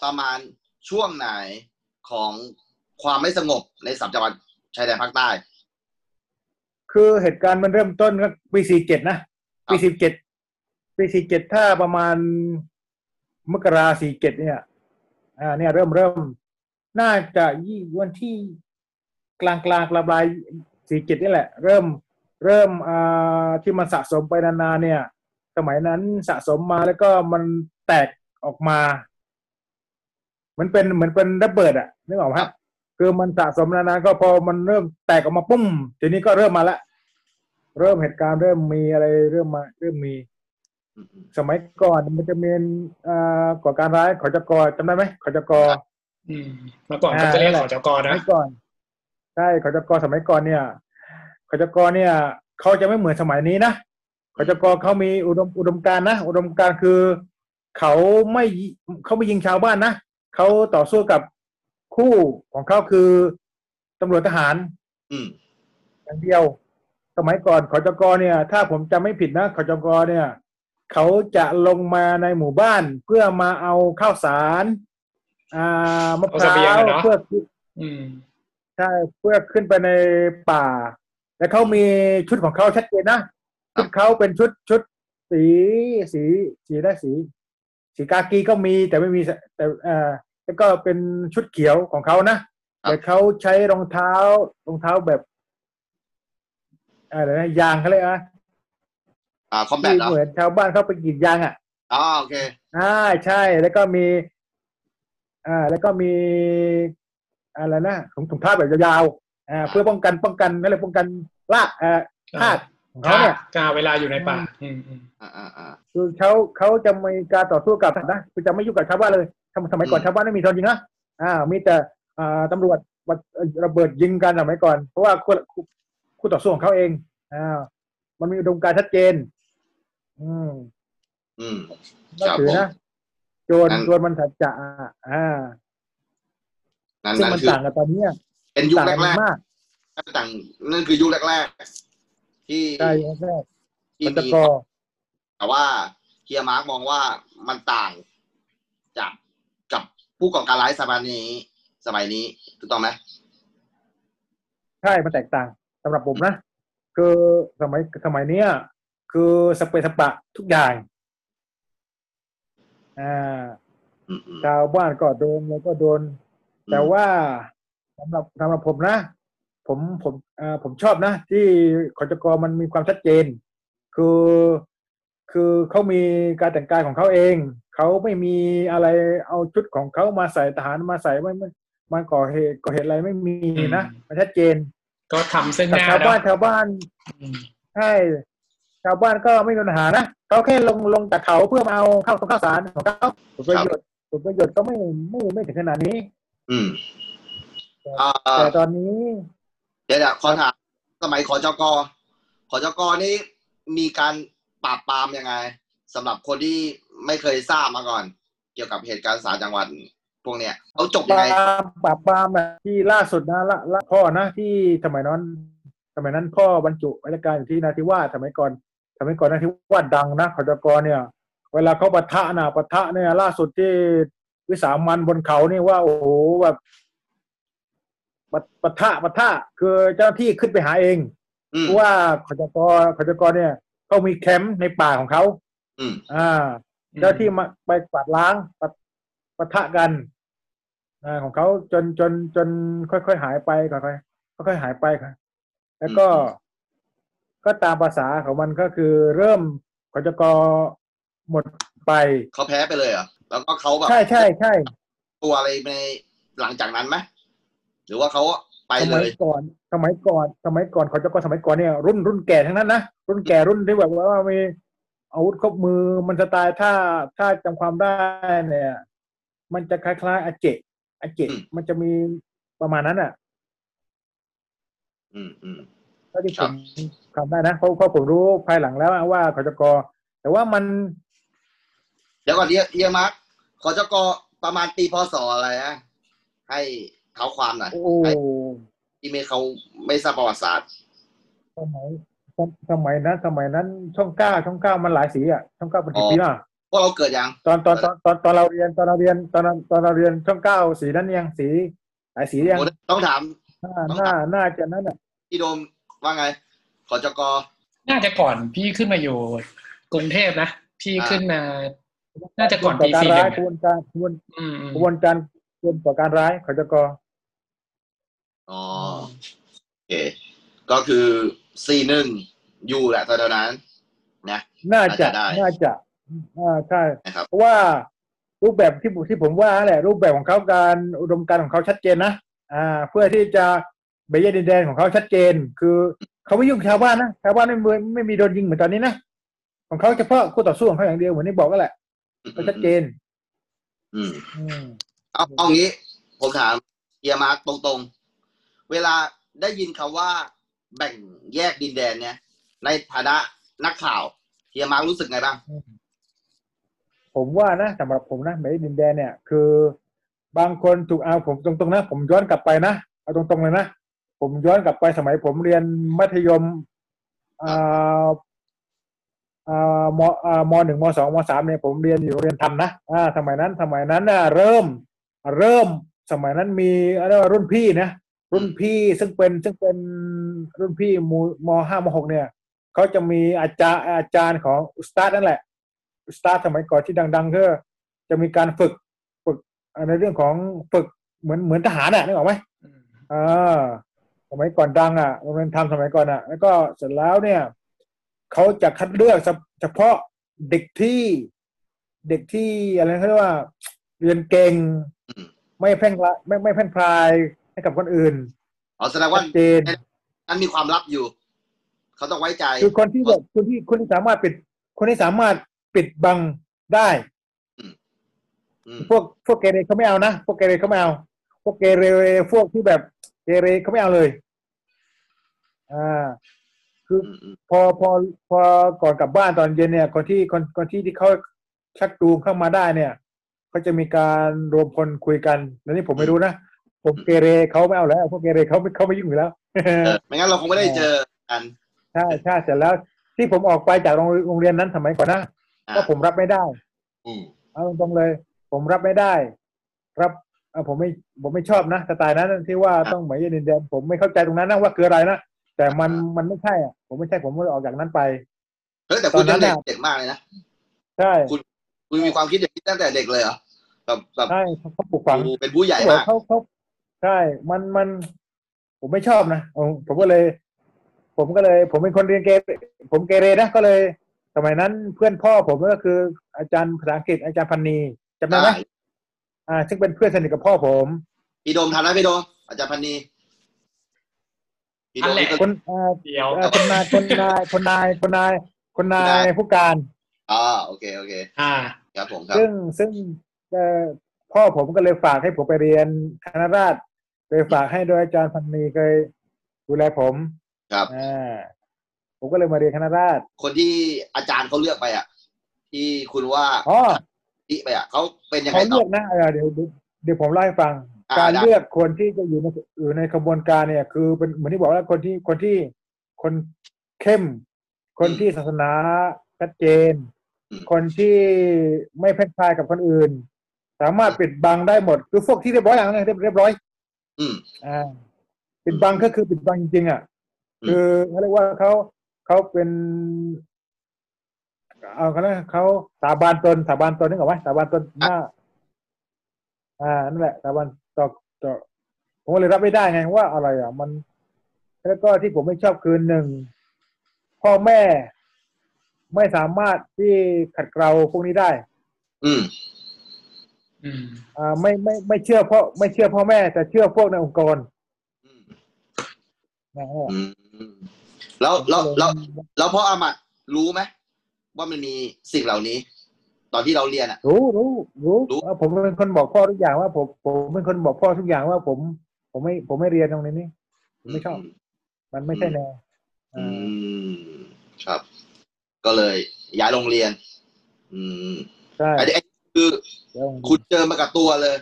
Speaker 3: ประมาณช่วงไหนของความไม่สงบในสามจังหวัดชายแดนภาคใต้
Speaker 5: คือเหตุการณ์มันเริ่มต้นก็ปีสี่เจ็ดนะปีสี่เจ็ดปีสี่เจ็ดถ้าประมาณมกราสี่เจ็ดเนี่ย อ่า เนี่ยเริ่มเริ่ม น่าจะยี่วันที่กลางกลางปลายปลายสี่เจ็ดนี่แหละ เริ่มเริ่มอ่าที่มันสะสมไปนานๆเนี่ย สมัยนั้นสะสมมาแล้วก็มันแตกออกมาเหมันเป็นเหมือนเป็นระเบิดอะนึกออกไหมครับ คือมันสะสมนานๆก็พอมันเริ่มแตกออกมาปุ้มทีนี้ก็เริ่มมาละเริ่มเหตุการณ์เริ่มมีอะไรเริ่มมา เริ่มมี สมัยก่อนมันจะมีเอ่อก่อการร้ายขอจกจำได้ไหมขอจก
Speaker 4: อืมเมื่อก่อนเขาจะเรียกขอจก
Speaker 5: ส
Speaker 4: นะ
Speaker 5: มัยก่อนใช่ขจกสมัยก่อนเนี่ยขจกเนี่ย เขาจะไม่เหมือนสมัยนี้นะ ขจกเขามีอุดมอุดมการณ์นะ อุดมการณ์คือเขาไม่ยิเขาไม่ยิงชาวบ้านนะเขาต่อสู้กับคู่ของเขาคือตำรวจทหาร
Speaker 3: อืม
Speaker 5: อย่างเดียว สมัยก่อนขจกเนี่ย ถ้าผมจำไม่ผิดนะขจกเนี่ย เขาจะลงมาในหมู่บ้าน เพื่อมาเอาข้าวสารอ่ามะพร้า
Speaker 4: เอาเสบียง
Speaker 5: ว
Speaker 4: อะเนาะ
Speaker 5: เพื่อ
Speaker 4: อืม
Speaker 5: ใช่เพื่อขึ้นไปในป่า แล้วเขามีชุดของเขาชัดเจนนะ
Speaker 3: ครั
Speaker 5: ชุ
Speaker 3: บ
Speaker 5: ดเขาเป็นชุดชุดสีสีสีได้สี สีกากีก็มีแต่ไม่มีสแต่เอ่อแล้วก็เป็นชุดเขียวของเขานะแต่เขาใช้รองเท้ารองเท้าแบบอะไรนะยางเขาเลยกอะ
Speaker 3: อ่าคอมแบท
Speaker 5: ที่
Speaker 3: เหรอ
Speaker 5: เหมือนชาวบ้านเขาไปกรีดยางอ่ะ
Speaker 3: อ๋อโอเค
Speaker 5: อ่าใช่แล้วก็มี อ่า แล้วก็มีอะไรนะถุงถุงผ้าแบบยาวๆอ่า เพื่อป้องกันป้องกันนั่นแหละป้องกันลากเอ่อพลาดของเขาเนี่ย
Speaker 4: จ้าเวลาอยู่ในป่า อืมอืม
Speaker 3: อ่าอ่าอ่า
Speaker 5: คือเขาเขาจะมีการต่อสู้กับทหารนะคือจะไม่ยุ่งกับชาวบ้านเลยสมสมัยก่อน
Speaker 3: อืม
Speaker 5: ชาวบ้านไม่มีตอนยิงนะอ่า มีแต่อ่าตำรวจวัดเอ่อระเบิดยิงกันสมัยก่อน เพราะว่าคู่คู่คู่ต่อสู้ของเขาเองอ่ามันมีอุดมการณ์ชัดเจน อืม
Speaker 3: อืม
Speaker 5: ก็
Speaker 3: ครับ
Speaker 5: ถือนะโจร
Speaker 3: งั้น
Speaker 5: โจรมันสัจจะอ่ะอ่า
Speaker 3: นั่น
Speaker 5: ซึ่ง
Speaker 3: นั่น
Speaker 5: มัน
Speaker 3: คือ
Speaker 5: ต่างกับตอนเนี้ย
Speaker 3: เป็นยุค
Speaker 5: ต่าง
Speaker 3: แร
Speaker 5: กั
Speaker 3: ก
Speaker 5: น
Speaker 3: แรก
Speaker 5: มาก
Speaker 3: ต่างนั่นคือยุคแรกๆที่
Speaker 5: ใช่ครับแรก
Speaker 3: ที่
Speaker 5: ปัจจ
Speaker 3: มี
Speaker 5: กร
Speaker 3: แต่ว่าเฮียมาร์กมองว่ามันต่างจากกับผู้ก่อการร้ายสมัยนี้ สมัยนี้ถูกต้องไหม
Speaker 5: ใช่มันแตกต่างสำหรับผมนะ คือสมัยสมัยเนี้ย คือสเปซสปะทุกอย่างอ่า
Speaker 3: อืมอืม
Speaker 5: ชาวบ้านก็โดนแล้วก็โดน แต่ว่าสำหรับสำหรับผมนะ ผมผมเอ่อผมชอบนะ ที่ขจกมันมีความชัดเจน คือคือเขามีการแต่งกายของเขาเอง เขาไม่มีอะไรเอาชุดของเขามาใส่ทหารมาใส่ไม่ไม่มันก่อเหตุก่อเหตุอะไรไม่มีนะมันชัดเจน
Speaker 4: ก็ทำซึ่ง
Speaker 5: แต่
Speaker 4: หน้า
Speaker 5: ชาว
Speaker 4: เน
Speaker 5: บ้าน
Speaker 4: อะ
Speaker 5: ชาวบ้าน
Speaker 4: อืม
Speaker 5: ใช่ชาวบ้านก็ไม่มีปัญหานะเขาแค่ลงลงจากเขาเพื่อมาเอาข้าวของข้าวสารของเขาผลประโยชน์ผลประโยชน์ก็ไม่ไม่ไม่ถึงขนาดนี้
Speaker 3: อืมอ่า
Speaker 5: แต่ตอนนี้
Speaker 3: เดี๋ยวเดี๋ยวขอถามสมัยขอจกขอจกนี่มีการปราบปรามยังไงสำหรับคนที่ไม่เคยทราบมาก่อน เกี่ยวกับเหตุการณ์สารจังหวัดพวกเนี้ยเขาจบ
Speaker 5: ป
Speaker 3: ยัง
Speaker 5: รา
Speaker 3: ไง
Speaker 5: บปราบปรามอะที่ล่าสุดนะละละพ่อนะที่สมัยนั้นสมัยนั้นพ่อบรรจุราชการอยู่ที่นาทิวาสสมัยก่อนสมัยก่อนนาทิวาสดังนะขจกรเนี่ย เวลาเขาปะทะนะปะทะเนี่ย ล่าสุดที่วิสามันบนเขานี่ว่า โอ้โหแบบปะปะทะปะทะคือเจ้าหน้าที่ขึ้นไปหาเอง
Speaker 3: อืม
Speaker 5: เพราะว่าขจกรขจกรเนี่ยเขามีแคมป์ในป่าของเขา
Speaker 3: อืม
Speaker 5: อ่า เจ้าที่มาไปกวาดล้างปะปะทะกันอาของเขาจนจนจนค่อยๆหายไปค่อยๆค่อยๆหายไปครับแล้วก็
Speaker 3: อืม
Speaker 5: ก็ตามภาษาของมันก็คือเริ่มกจกหมดไป
Speaker 3: เขาแพ้ไปเลยเหรอแล้วก็เขาแบบ
Speaker 5: ใช่ใช่ใช่
Speaker 3: ตัวอะไรในหลังจากนั้นไหมหรือว่าเขาไป
Speaker 5: ส
Speaker 3: เล
Speaker 5: มัย
Speaker 3: ย
Speaker 5: ก่อน สมัยก่อน สมัยก่อนกจกสมัยก่อนเนี่ยรุ่นรุ่นแก่ทั้งนั้นนะรุ่นแก่รุ่นที่แบบว่ามีอาวุธครบมือมันสไตล์ถ้าถ้าจำความได้เนี่ย มันจะคล้ายๆอาเจอาเจ
Speaker 3: อืม
Speaker 5: มันจะมีประมาณนั้นอ่ะ
Speaker 3: อืมอืม
Speaker 5: เท่าที่ผ
Speaker 3: ครับ
Speaker 5: มทำได้นะเพราะเพราะผมรู้ภายหลังแล้วว่าขจกแต่ว่ามัน
Speaker 3: เดี๋ยวก่อนเฮียเฮียมาร์คขอจกประมาณปีพศอะไรนะให้เท้าความหน่อย
Speaker 5: โอ้
Speaker 3: ที่ไม่เขาไม่ทราบประวัติศาสตร์
Speaker 5: สมัยสมสมัยนั้นสมัยนั้นช่องเก้าช่องเก้ามันหลายสีอ่ะช่องเก้าเป็น
Speaker 3: อ๋
Speaker 5: กี่
Speaker 3: อ
Speaker 5: ปีล่ะ
Speaker 3: พวกเราเกิดยัง
Speaker 5: ตอนตอนตอนตอนตอนเราเรียนตอนเราเรียนตอนตอนเราเรียนช่องเก้าสีนั้นยังสีหลายสียัง
Speaker 3: ต้องถาม
Speaker 5: น่าน่าน่าจะนั่นอ่ะ
Speaker 3: พี่โดมว่าไง ขอจก
Speaker 4: น่าจะก่อนพี่ขึ้นมาอยู่กรุงเทพนะพี่
Speaker 3: อ่า
Speaker 4: ขึ้นมา น่าจะก่อน
Speaker 5: ก่อ
Speaker 4: ปี
Speaker 5: การ
Speaker 4: สี่ห
Speaker 5: ร้าย
Speaker 4: นึ่ง
Speaker 5: กระบวนการกระบวน
Speaker 4: อืมอืม
Speaker 5: กระบวนการกระบวนก่อการร้ายขจก
Speaker 3: อ๋อโอเค ก็คือซีหนึ่งอยู่แหละตอนนั้น นะ
Speaker 5: น่าจะ
Speaker 3: น่าจะได้
Speaker 5: น่าจะอ่าใช่
Speaker 3: นะครับ
Speaker 5: เพราะว่ารูปแบบที่ผมที่ผมว่าแหละรูปแบบของเขาการอุดมการณ์ของเขาชัดเจนนะอ่า เพื่อที่จะเบยดินแดนของเขาชัดเจน คือเขาไม่ยุ่งชาวบ้านนะชาวบ้านไม่มีไม่มีโดนยิงเหมือนตอนนี้นะของเขาเฉพาะคู่ต่อสู้ของเขาอย่างเดียวเหมือนที่บอกก็แหละก็ชัดเจน
Speaker 3: อืม
Speaker 5: อืม
Speaker 3: เอาเอางี้ ผมถามเอียมาร์กตรงๆ เวลาได้ยินคำว่าแบ่งแยกดินแดนเนี่ย ในฐานะนักข่าว เฮียมาร์ครู้สึกไงบ้าง
Speaker 5: ผมว่านะสำหรับผมนะหมายเลขดินแดนเนี่ย คือบางคนถูกเอาผมตรงๆนะ ผมย้อนกลับไปนะเอาตรงๆเลยนะผมย้อนกลับไปสมัยผมเรียนมัธยมอ่าอ่ามอ่ามหนึ่งมสองมสามเนี่ยผมเรียนอยู่โรงเรียนทำนะอ่าสมัยนั้นสมัยนั้นน่ะเริ่ม เริ่มสมัยนั้นมีเรียกว่ารุ่นพี่นะรุ่นพี่ซึ่งเป็นซึ่งเป็นรุ่นพี่มมห้ามหกเนี่ยเขาจะมีอาจารย์อาจารย์ของอุสตาดนั่นแหละ อุสตาดสมัยก่อนที่ดังๆก็จะมีการฝึกฝึกในเรื่องของฝึกเหมือนเหมือนทหารน่ะนึกออกไหม
Speaker 4: อืม
Speaker 5: อ่าสมัยก่อนดังอ่ะโรงเรียนทำสมัยก่อนอ่ะ แล้วก็เสร็จแล้วเนี่ยเขาจะคัดเลือกเฉเฉพาะเด็กที่เด็กที่อะไรเขาเรียกว่า เรียนเก่ง
Speaker 3: อืม
Speaker 5: ไม่แพร่งละไม่ไม่แพร่งพลายให้กับคนอื่น
Speaker 3: อ๋อแสดง
Speaker 5: ชั
Speaker 3: ว่า
Speaker 5: ดเจน
Speaker 3: นั้นมีความลับอยู่ เขาต้องไว้ใจ
Speaker 5: คือคนที่แบบคนที่คนที่สามารถปิด คนที่สามารถปิดบังได้
Speaker 3: อืม
Speaker 5: พวกพวกเกเรเขาไม่เอานะพวกเกเรเขาไม่เอา พวกเกเรพวกที่แบบเกเรเขาไม่เอาเลย อ่า คือ
Speaker 3: อืมอืม
Speaker 5: พอพอพอก่อนกลับบ้านตอนเย็นเนี่ยคนที่คนคนที่ที่เขาชักจูงเข้ามาได้เนี่ยเขาจะมีการรวมพลคุยกันอันนี้ผมไม่รู้นะผมเกเรเขาไม่เอาแล้วพวกเกเรเขาไม่เขาไม่ยุ่งอยู่แล้ว
Speaker 3: เออไม่งั้นเราคงไม่ได้เจอกัน
Speaker 5: ใช่ใช่เสร็จแล้ว ที่ผมออกไปจากโรงโรงเรียนนั้นสมัยก่อนนะ
Speaker 3: อ่ะ
Speaker 5: ก็ผมรับไม่ได้
Speaker 3: อืม
Speaker 5: เอาตรงๆเลย ผมรับไม่ได้ รับเอ่อผมไม่ผมไม่ชอบนะสไตล์นั้นที่ว่าต้องหมายเลขดินแดนผมไม่เข้าใจตรงนั้นนะว่าคืออะไรนะแต่มันมันไม่ใช่อ่ะผมไม่ใช่ผมก็เลยออกจากนั้นไป
Speaker 3: เฮ้ยแต่คุ
Speaker 5: ตอ
Speaker 3: ณ
Speaker 5: นนั้น
Speaker 3: ตั้งแต่
Speaker 5: น่ะ
Speaker 3: เด็กมากเลยนะ
Speaker 5: ใช่
Speaker 3: คุณมีความคิดอย่างนี้ตั้งแต่เด็กเลยเหรอแบบแบบ
Speaker 5: ใช่เขาปลูกฝัง
Speaker 3: กูเป็นผู้ใหญ่
Speaker 5: เขาบอก
Speaker 3: มาก
Speaker 5: เขาเขาใช่ มันมัน ผมไม่ชอบนะผมผมก็เลย ผมก็เลย ผมเป็นคนเรียนเกเรผมเกเรนะก็เลย สมัยนั้นเพื่อนพ่อผมก็คืออาจารย์ภาษาอังกฤษอาจารย์พันนีจำได้ไหม
Speaker 3: อ่า
Speaker 5: อ่า ซึ่งเป็นเพื่อนสนิทกับพ่อผม
Speaker 3: พี่โดมทันไหมพี่โดมอาจารย์พันนีพี่โดมนี่ก็
Speaker 5: คนอ่า
Speaker 4: เดี๋ยว
Speaker 5: อ่าคนนายคนนายคนนายคนนายคนนายผู้การ
Speaker 3: อ๋อโอเคโอเค
Speaker 4: อ่า
Speaker 3: ครับผมครับ
Speaker 5: ซึ่งซึ่งเอ่อพ่อผมก็เลยฝากให้ผมไปเรียนคณะราษฎรโดยฝากให้โดยอาจารย์พันนีเคยดูแลผม
Speaker 3: ครับ
Speaker 5: อ่าผมก็เลยมาเรียนคณะราษฎร
Speaker 3: คนที่อาจารย์เขาเลือกไปอ่ะ ที่คุณว่า
Speaker 5: อ๋อ
Speaker 3: ที่ไปอ่ะเขาเป็นยังไง
Speaker 5: เขา
Speaker 3: ต่
Speaker 5: เลื
Speaker 3: อ
Speaker 5: อกนะเออเดี๋ยวเดี๋ยวเดี๋ยวผมเล่าให้ฟัง
Speaker 3: อ่า
Speaker 5: การ
Speaker 3: ได้
Speaker 5: เลือกคนที่จะอยู่ในอยู่ในขบวนการเนี่ย คือเป็นเหมือนที่บอกว่าคนที่คนที่คนเข้ม คนที่ศาสนาชัดเจน คนที่ไม่เพ่นพลายกับคนอื่น สามารถปิดบังได้หมด คือพวกที่เรียบร้อยอย่างนั้นเรียบเรียบร้อย
Speaker 3: อืม
Speaker 5: อ่าปิดบังก็คือปิดบังจริงๆอ่ะ
Speaker 3: อืม
Speaker 5: คือเขาเรียกว่าเขาเขาเป็นเอาเขาเรียกเขาสาบานตนสาบานตนนึกออกไหมสาบานตนหน้าอ่านั่นแหละสาบานต่อต่อผมก็เลยรับไม่ได้ไงว่าอะไรอ่ะ มัน แล้วก็ที่ผมไม่ชอบคือหนึ่งพ่อแม่ ไม่สามารถที่ขัดเกลาพวกนี้ได้
Speaker 3: อืม
Speaker 4: อืม
Speaker 5: อ่า ไม่ไม่ไม่เชื่อพ่อไม่เชื่อพ่อแม่แต่เชื่อพวกในองค์กร
Speaker 3: อืม
Speaker 5: นะฮะ
Speaker 3: อืมแล้วแล้วแล้วแล้วพ่ออามัดรู้ไหมว่ามันมีสิ่งเหล่านี้ ตอนที่เราเรียนอ่ะ
Speaker 5: รู้รู้รู้
Speaker 3: รู้
Speaker 5: ว่าผมเป็นคนบอกพ่อทุกอย่างว่าผมผมเป็นคนบอกพ่อทุกอย่างว่าผม ผมไม่ผมไม่เรียนตรงนี้นี่ผมไม่ชอบ มันไม่ใช่แนว
Speaker 3: อื
Speaker 5: อ่าม
Speaker 3: ครับ ก็เลยย้ายโรงเรียน อืม
Speaker 5: ใช่
Speaker 3: อันนี้อันนี้คือ
Speaker 5: เดี๋ยว
Speaker 3: คุณเจอมากับตัวเลย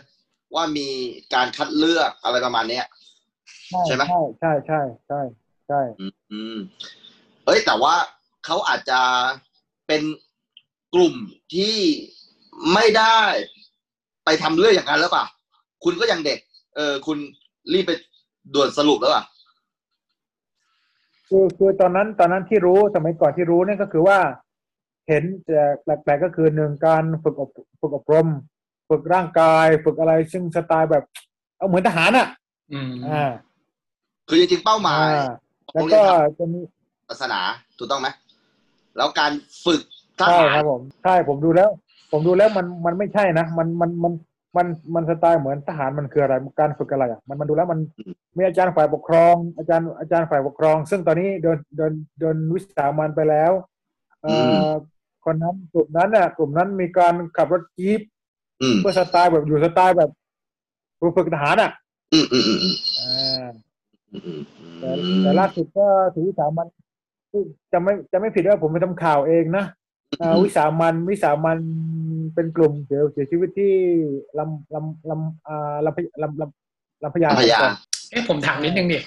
Speaker 3: ว่ามีการคัดเลือกอะไรประมาณเนี้ย ใช่ไหม
Speaker 5: ใช่ใช่ใช่ใช่ใช่
Speaker 3: อืมเอ้ยแต่ว่าเขาอาจจะเป็นกลุ่มที่ไม่ได้ไปทำเรื่องอย่างนั้นแล้วป่ะ คุณก็ยังเด็ก เออ คุณรีบไปด่วนสรุปแล้วป่ะ
Speaker 5: คือคือตอนนั้นตอนนั้นที่รู้สมัยก่อนที่รู้เนี่ยก็คือว่า เห็นแต่แปลกๆก็คือหนึ่งการฝึกอบฝึกอบรม ฝึกร่างกายฝึกอะไรซึ่งสไตล์แบบ เอาเหมือนทหารอ่ะ
Speaker 4: อืม
Speaker 5: อ่า
Speaker 3: คือจริงๆเป้าหมาย
Speaker 5: อ่า
Speaker 3: ข
Speaker 5: แล้ว
Speaker 3: องโรงเรี
Speaker 5: ก็
Speaker 3: ยน
Speaker 5: จะมี
Speaker 3: ศาสนาถูกต้องไหมแล้วการฝึกท
Speaker 5: ใช่ค
Speaker 3: หาร
Speaker 5: รับผมใช่ผมดูแล้ว ผมดูแล้วมันมันไม่ใช่นะมันมันมันมันมันสไตล์เหมือนทหารมันคืออะไรการฝึกอะไรอ่ะมันมันดูแล้วมันมีอาจารย์ฝ่ายปกครอง อาจารย์อาจารย์ฝ่ายปกครอง ซึ่งตอนนี้โดนโดนโดนวิสามันไปแล้วเอ่อคนนั้นกลุ่มนั้นอ่ะ กลุ่มนั้นมีการขับรถจี๊ป
Speaker 3: อืม
Speaker 5: เพื่อสไตล์แบบอยู่สไตล์แบบฝึกทหารอ่ะ
Speaker 3: อืมอืมอืมอืม
Speaker 5: อ่า
Speaker 3: อืมอืม
Speaker 5: แต่แต่ล่าสุดก็ถือวิสามันซึ่งจะไม่จะไม่ผิดว่าผมไปทำข่าวเองนะ อ่าวิสามันวิสามันเป็นกลุ่มเสียเสียชีวิตที่ลำลำลำอ่าลำพะลำลำลำพญา
Speaker 3: ลำพญา
Speaker 4: เอ๊ะผมถามนิดนึงดิ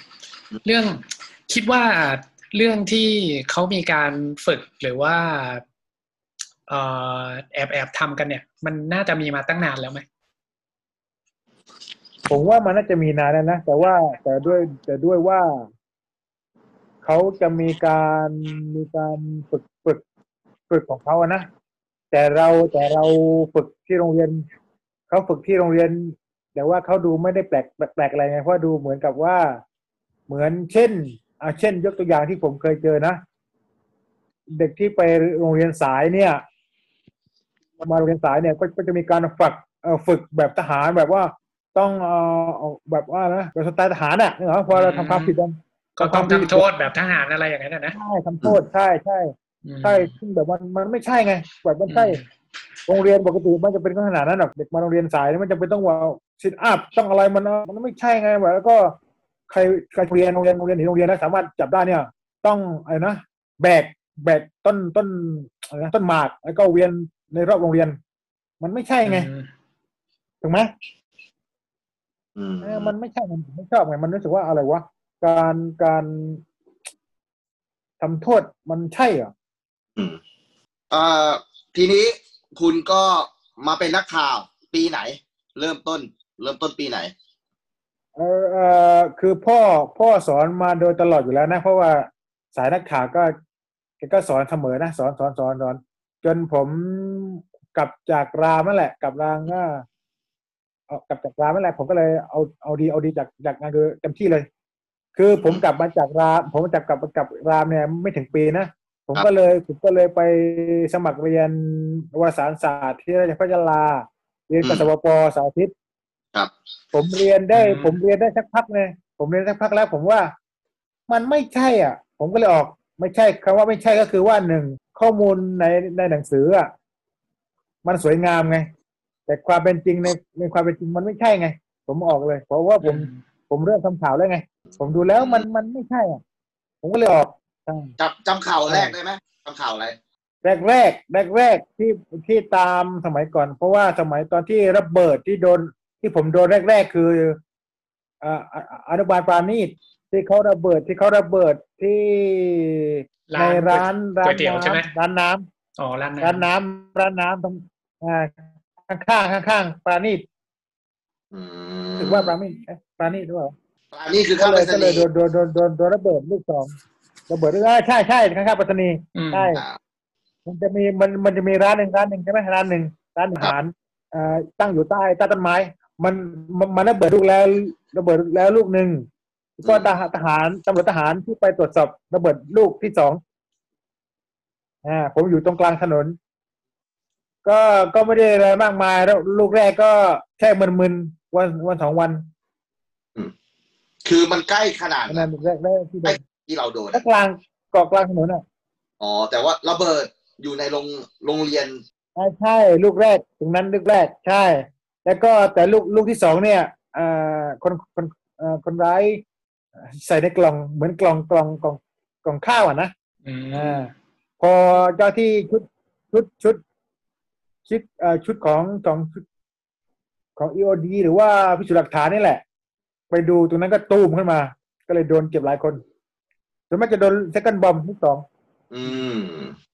Speaker 4: เรื่องคิดว่าเรื่องที่เขามีการฝึกหรือว่าเอ่อแอบแอบทำกันเนี่ย มันน่าจะมีมาตั้งนานแล้วไหม
Speaker 5: ผมว่ามันน่าจะมีนานแล้วนะ แต่ว่าแต่ด้วยแต่ด้วยว่า เขาจะมีการมีการฝึกฝึกฝึกของเขาอะนะแต่เราแต่เราฝึกที่โรงเรียนเขาฝึกที่โรงเรียน แต่ว่าเขาดูไม่ได้แปลกแปลกอะไรไงเพราะดูเหมือนกับว่า เหมือนเช่นเอาเช่น ยกตัวอย่างที่ผมเคยเจอนะ เด็กที่ไปโรงเรียนสายเนี่ย มาโรงเรียนสายเนี่ยก็ก็จะมีการฝึกเอ่อฝึกแบบทหารแบบว่า ต้องเอ่อเอาแบบว่านะแบบสไตล์ทหารอ่ะนึกออกไหมพอเราทำความผิดกัน
Speaker 4: ก็ต้
Speaker 5: ควา
Speaker 4: อง
Speaker 5: มผิด
Speaker 4: ทำโทษแบบทหารอะไรอย่างนั้นนะนะ
Speaker 5: ใช่ทำโทษใช่ใช่
Speaker 4: อืม
Speaker 5: ใช่ซึ่งแบบมันมันไม่ใช่ไงแบบมันใช่โรงเรียนปกติมันจะเป็นขนาดนั้นหรอกเด็กมาโรงเรียนสายนี่มันจะเป็นต้องว่าซิทอัพต้องอะไรมันมันไม่ใช่ไงแบบแล้วก็ใครใครเรียนโรงเรียนโรงเรียนหรือโรงเรียนนะสามารถจับได้เนี่ย ต้องอะไรนะแบกแบกต้นต้นอะไรนะต้นหมากแล้วก็เวียนในรอบโรงเรียน มันไม่ใช่ไง
Speaker 4: อืม
Speaker 5: ถูกไหม
Speaker 3: อืม
Speaker 5: เออมันไม่ใช่มันไม่ชอบไง มันรู้สึกว่าอะไรวะ การการทำโทษมันใช่เหรอ
Speaker 3: อืมเอ่อทีนี้คุณก็มาเป็นนักข่าวปีไหน เริ่มต้น เริ่มต้นปีไหน
Speaker 5: เออเออคือพ่อพ่อสอนมาโดยตลอดอยู่แล้วนะ เพราะว่าสายนักข่าวก็แกก็สอนเสมอนะสอนสอนสอนสอน จนผมกลับจากรามนั่นแหละ กลับรามก็เอากลับจากรามนั่นแหละ ผมก็เลยเอาเอาดีเอาดีจากจากงานคือเต็มที่เลย คือผมกลับมาจากราม ผมจากกลับกลับรามเนี่ยไม่ถึงปีนะผมก็เลยผมก็เลยไปสมัครเรียนวารสารศาสตร์ที่ราชพัฒลาเรียนกสวปสาธิต ผมเรียนได้ ผมเรียนได้สักพักเลยผมเรียนสักพักแล้ว ผมว่า มันไม่ใช่อ่ะ ผมก็เลยออก ไม่ใช่คำว่าไม่ใช่ก็คือว่าหนึ่งข้อมูลในในหนังสืออ่ะมันสวยงามไง แต่ความเป็นจริงในในความเป็นจริงมันไม่ใช่ไง ผมออกเลย เพราะว่าผมผมเริ่มทำข่าวแล้วไง ผมดูแล้วมันมันไม่ใช่อ่ะ ผมก็เลยออกใช่
Speaker 3: จำจำข่าวแรกได้ไหมจำข่าวอะไร
Speaker 5: แรกแรกแรกแรกๆที่ที่ตามสมัยก่อน เพราะว่าสมัยตอนที่ระเบิดที่โดนที่ผมโดนแรก ๆ คืออ่าอ่าอนุบาลปราณีตที่เขาระเบิดที่เขาระเบิดที่ใน
Speaker 4: ร้าน
Speaker 5: ร้านร้า
Speaker 4: ก๋วน ยเตี๋ยวใช่ไหม
Speaker 5: น้ำร้านน้ำ
Speaker 4: อ๋อร้าน
Speaker 5: ร้าน
Speaker 4: น้
Speaker 5: น้ำ
Speaker 4: ำ
Speaker 5: ร้านน้ำตรงอ่าข้างๆข้างๆปราณีต
Speaker 3: อื
Speaker 5: ถือว่าปราณีตเอ๊ะปราณีตหรือเปล่า
Speaker 3: อันนี้คือ
Speaker 5: ก็
Speaker 3: ข้าว
Speaker 5: เลย
Speaker 3: ไปส
Speaker 5: ก็เล
Speaker 3: นี
Speaker 5: ยโดนโดนโดนโดนโดนระเบิดลูกสองระเบิดเออใช่ใช่ข้างๆปัตตานี
Speaker 4: อืม
Speaker 5: ใช่
Speaker 3: อ่า
Speaker 5: มันจะมีมันมันจะมีร้านหนึ่งร้านหนึ่งใช่ไหมร้านหนึ่งร้านอาหารเอ่อตั้งอยู่ใต้ใต้ต้นไม้ มันมันมันระเบิดลูกแล้วระเบิดแล้วลูกหนึ่งก็
Speaker 3: อืม
Speaker 5: ทหารทหารตำรวจทหารที่ไปตรวจสอบระเบิดลูกที่สองอ่าผมอยู่ตรงกลางถนน ก็ก็ไม่ได้อะไรมากมายแล้วลูกแรกก็แค่มึนๆวันวันสองวัน
Speaker 3: คือมันใกล้ขนาด
Speaker 5: นั่นลูกแรกแรกที่โดน
Speaker 3: ที่เราโดน
Speaker 5: ก็
Speaker 3: อะ
Speaker 5: กลางเกาะกลางถนนอ่ะ
Speaker 3: อ๋อ แต่ว่าระเบิดอยู่ในโรงโรงเรียน
Speaker 5: อ่าใช่ ลูกแรกตรงนั้นลูกแรกใช่ แล้วก็แต่ลูกลูกที่สองเนี่ยเอ่อคนคนเอ่อคนร้ายใส่ในกล่องเหมือนกล่องกล่องกล่องกล่องข้าวอ่ะนะ
Speaker 4: อืม
Speaker 5: อ่าพอเจ้าที่ชุดชุดชุดชุดเอ่อชุดของของชุดของ EOD หรือว่าพิสูจน์หลักฐานนี่แหละ ไปดูตรงนั้นก็ตูมขึ้นมา ก็เลยโดนเก็บหลายคนส่วนมากจะโดน second bomb ที่สอง
Speaker 3: อืม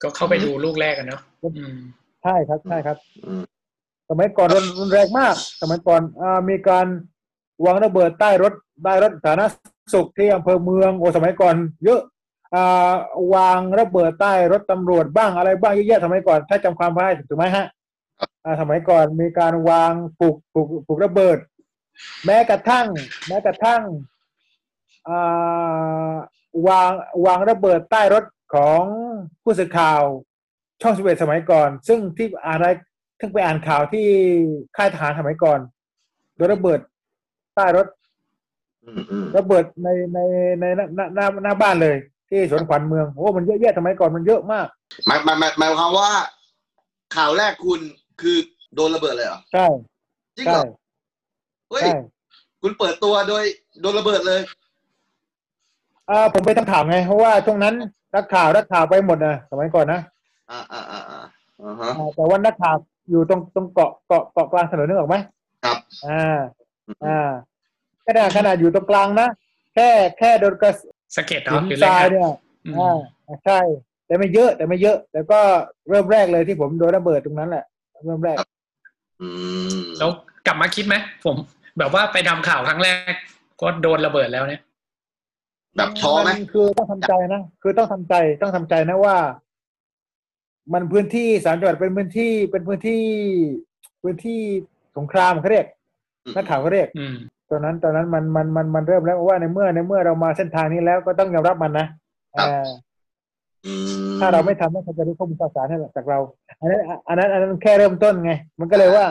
Speaker 4: ก็เข้าไปดูลูกแรกกันเนาะอืม
Speaker 5: ใช่ครับใช่ครับ
Speaker 3: อืม
Speaker 5: สมัยก่อนรุนรุนแรงมาก สมัยก่อนอามีการวางระเบิดใต้รถใต้รถสาธารณสุขที่อำเภอเมืองโอสมัยก่อน เยอะอาวางระเบิดใต้รถตำรวจบ้างอะไรบ้างเยอะแยะสมัยก่อน ถ้าจำความได้ถูกไหมฮะอ่าสมัยก่อนมีการวางปลูกปลูกปลูกระเบิด แม้กระทั่ง แม้กระทั่งอ่าวางวางระเบิดใต้รถของผู้สื่อข่าว ช่องสเวตสมัยก่อน ซึ่งที่อะไร ซึ่งไปอ่านข่าวที่ค่ายทหารสมัยก่อนโดนระเบิดใต้รถ
Speaker 3: อืมอืม
Speaker 5: ระเบิดในในในหน้าหน้าหน้าบ้านเลย ที่สวนขวัญเมืองโอ้มันเยอะแยะสมัยก่อนมันเยอะมาก
Speaker 3: หมายหมายหมายหมายความว่า ข่าวแรกคุณคือโดนระเบิดเลยเหรอ
Speaker 5: ใช่
Speaker 3: จริงเห
Speaker 5: ใช่
Speaker 3: รอเฮ้ย
Speaker 5: ใช่
Speaker 3: คุณเปิดตัวโดยโดนระเบิดเลย
Speaker 5: อ่าผมไปทำข่าวไงเพราะว่าช่วงนั้นนักข่าวนักข่าวไปหมดนะสมัยก่อนนะ
Speaker 3: อ่าอ่าอ่าอ่าอ่าฮะ
Speaker 5: อ่าแต่ว่านักข่าวอยู่ตรงตรงเกาะเกาะเกาะกลางถนนนึกออกไหม
Speaker 3: ครับ
Speaker 5: อ่าอ่าขนาดขนาดอยู่ตรงกลางนะแค่แค่โดนกระส
Speaker 4: สะเก็ติ เนาะหรื
Speaker 5: นท
Speaker 4: อเล่น
Speaker 5: ราย
Speaker 4: กัน
Speaker 5: เนี่ย
Speaker 4: อืม
Speaker 5: อ่าใช่ แต่ไม่เยอะแต่ไม่เยอะ แล้วก็เริ่มแรกเลยที่ผมโดนระเบิดตรงนั้นแหละเริ่มแรก
Speaker 3: อืม
Speaker 4: แล้วกลับมาคิดไหมผม แบบว่าไปทำข่าวครั้งแรก ก็โดนระเบิดแล้วเนี่ย
Speaker 3: แบบท้อไหม
Speaker 5: นคือต้องทำใจนะคือต้องทำใจต้องทำใจนะว่า มันพื้นที่สามจังหวัดเป็นพื้นที่เป็นพื้นที่ พื้นที่สงครามเขาเรียก
Speaker 3: อืม
Speaker 5: นักข่าวเขาเรียก
Speaker 4: อืม
Speaker 5: ตอนนั้นตอนนั้นมันมันมันมันเริ่มแล้วว่าในเมื่อในเมื่อเรามาเส้นทางนี้แล้วก็ต้องยอมรับมันนะเอ่อ
Speaker 3: อื
Speaker 5: ถ้าเราไม่ทำแล้วเขาจะรู้ข้อมูลข่าวสารให้จากเรา อันนั้นอันนั้นอันนั้นแค่เริ่มต้นไง มันก็เลยว่า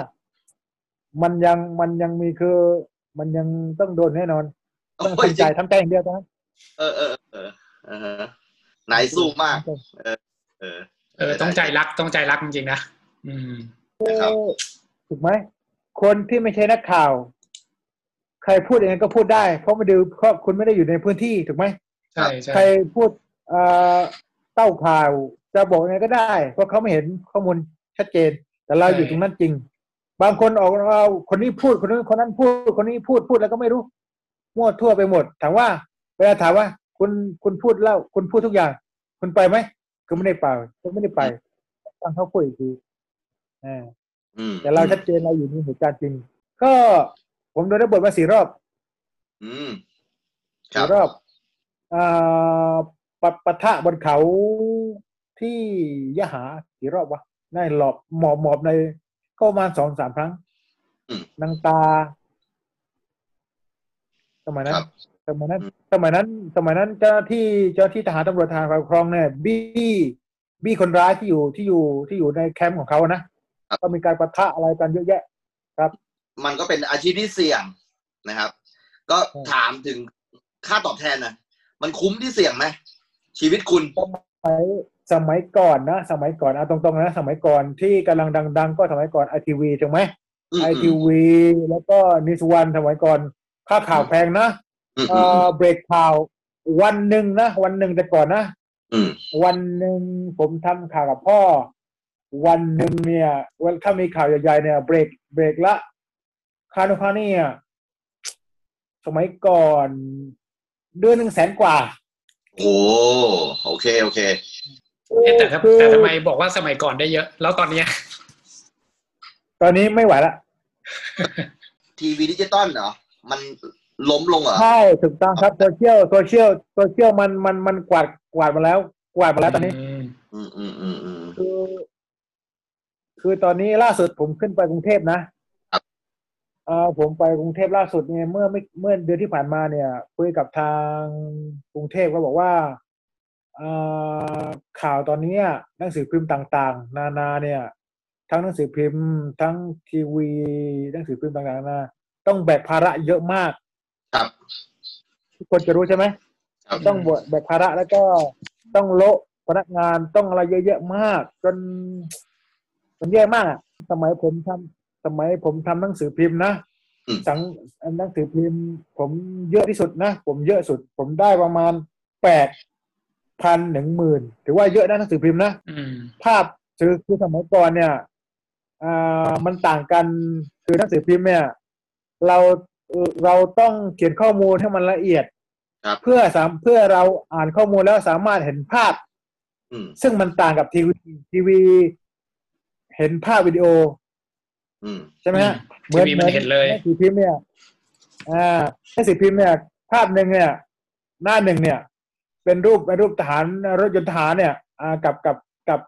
Speaker 5: มันยังมันยังมีคือ มันยังต้องโดนแน่นอนต้อง
Speaker 3: โอ้ย
Speaker 5: ทำใจทำใจอย่างเดียวนะ
Speaker 3: เออเออเออเออเออไหนสู้มาก เออ
Speaker 4: เออต้องใจรักต้องใจรักจริงๆนะอืม
Speaker 3: นะครับ
Speaker 5: ถูกไหมคนที่ไม่ใช่นักข่าว ใครพูดอย่างนั้นก็พูดได้ เพราะไม่ดูเพราะคุณไม่ได้อยู่ในพื้นที่ถูกไหม
Speaker 4: ใช่ใช่
Speaker 5: ใครพูดเอ่อเต้าข่าว จะบอกยังไงก็ได้ เพราะเขาไม่เห็นข้อมูลชัดเจน แต่เราอยู่ตรงนั้นจริง บางคนออกเอาคนนี้พูดคนนั้นคนนั้นพูดคนนี้พูดพูดแล้วก็ไม่รู้มั่วทั่วไปหมด ถามว่าเวลาถามว่า คุณคุณพูดเล่าคุณพูดทุกอย่าง คุณไปไหมก็ไม่ได้ไปก็ไม่ได้ไปฟังเขาพูดอีกทีอ่า
Speaker 3: อืม
Speaker 5: แต่เราชัดเจนเราอยู่ในเหตุการณ์จริง ก็ผมโดนระเบิดมาสี่รอบ
Speaker 3: อืมครั
Speaker 5: สี่
Speaker 3: บ
Speaker 5: รอบอ่าปะปะทะบนเขาที่ยะหากี่รอบวะในหลอบหมอบหมอบใน ก็ประมาณสองสามครั้งนางตาสมัยนั้น
Speaker 3: ครับ
Speaker 5: สมัยนั้น
Speaker 3: อืม
Speaker 5: สมัยนั้นสมัยนั้นเจ้าหน้าที่เจ้าหน้าที่ทหารตำรวจทหารฝ่ายปกครองเนี่ยบี้บี้คนร้ายที่อยู่ที่อยู่ที่อยู่ในแคมป์ของเขาอะนะก็มีการปะทะอะไรกันเยอะแยะ
Speaker 3: มันก็เป็นอาชีพที่เสี่ยงนะครับ ก็ถามถึงค่าตอบแทนนะมันคุ้มที่เสี่ยงไหมชีวิตคุณ
Speaker 5: สมัยสมัยก่อนนะ สมัยก่อนเอาตรงๆนะสมัยก่อนที่กำลังดัง ๆ ก็สมัยก่อนไอทีวีถูกไหม
Speaker 3: อืม
Speaker 5: ไอทีวีแล้วก็นิสวันสมัยก่อนค่าข่าวแพงนะ
Speaker 3: อืม
Speaker 5: เอ่อเบรกข่าววันหนึ่งนะวันหนึ่งแต่ก่อนนะ
Speaker 3: อืม
Speaker 5: วันหนึ่งผมทำข่าวกับพ่อ วันหนึ่งเนี่ยวันถ้ามีข่าวใหญ่ๆเนี่ยเบรกเบรกละคาโนพาเนี่ยสมัยก่อนเดือนหนึ่งแสนกว่า
Speaker 3: โอ้โอเคโอเค
Speaker 4: เอ๊ะแต่ถ้าแต่ทำไมบอกว่าสมัยก่อนได้เยอะ แล้วตอนเนี้ย
Speaker 5: ตอนนี้ไม่ไหวละ
Speaker 3: ทีวีดิจิตอลเหรอ มันล้มลงเหรอ
Speaker 5: ใช่ถูกต้องครับโซเชียลโซเชียลโซเชียลมันมันมันกวาดกวาดมาแล้ว กวาดมาแล้วตอนนี้
Speaker 4: อืม
Speaker 3: อืมอืมอืมอืม
Speaker 5: คือ คือตอนนี้ล่าสุดผมขึ้นไปกรุงเทพนะครับ เออผมไปกรุงเทพล่าสุดเนี่ยเมื่อไม่เมื่อเดือนที่ผ่านมาเนี่ยคุยกับทางกรุงเทพก็บอกว่าเอ่อข่าวตอนเนี้ยหนังสือพิมพ์ต่างๆ นานาเนี่ย ทั้งหนังสือพิมพ์ ทั้งทีวี หนังสือพิมพ์ต่างๆนานาต้องแบกภาระเยอะมาก
Speaker 3: ครับ
Speaker 5: ทุกคนจะรู้ใช่ไหม
Speaker 3: ครับ
Speaker 5: ต้องบวแบกภาระแล้วก็ต้องโละพนักงานต้องอะไรเยอะแยะมาก จนมันแย่มากอะสมัยผมทำสมัยผมทำหนังสือพิมพ์นะ
Speaker 3: อืม
Speaker 5: สังหนังสือพิมพ์ ผมเยอะที่สุดนะผมเยอะสุด ผมได้ประมาณแปดพันหนึ่งหมื่นถือว่าเยอะนะหนังสือพิมพ์นะ
Speaker 4: อืม
Speaker 5: ภาพคือคือสมัยก่อนเนี่ยอ่ามันต่างกันคือหนังสือพิมพ์เนี่ย เราเอ่อเราต้องเขียนข้อมูลให้มันละเอียด
Speaker 3: ครับ
Speaker 5: เพื่อสามเพื่อเราอ่านข้อมูลแล้วสามารถเห็นภาพ
Speaker 3: อืม
Speaker 5: ซึ่งมันต่างกับทีวีทีวี เห็นภาพวิดีโอ
Speaker 3: อืม
Speaker 5: ใช่ไหมฮะ
Speaker 4: ทีวีมันเห็นเลย
Speaker 5: หมือหนังสือพิมพ์เนี่ย อ่าหนังสือพิมพ์เนี่ย ภาพหนึ่งเนี่ย หน้าหนึ่งเนี่ย เป็นรูปเป็นรูปทหารรถยนต์ทหารเนี่ย อ่า กับกับกับ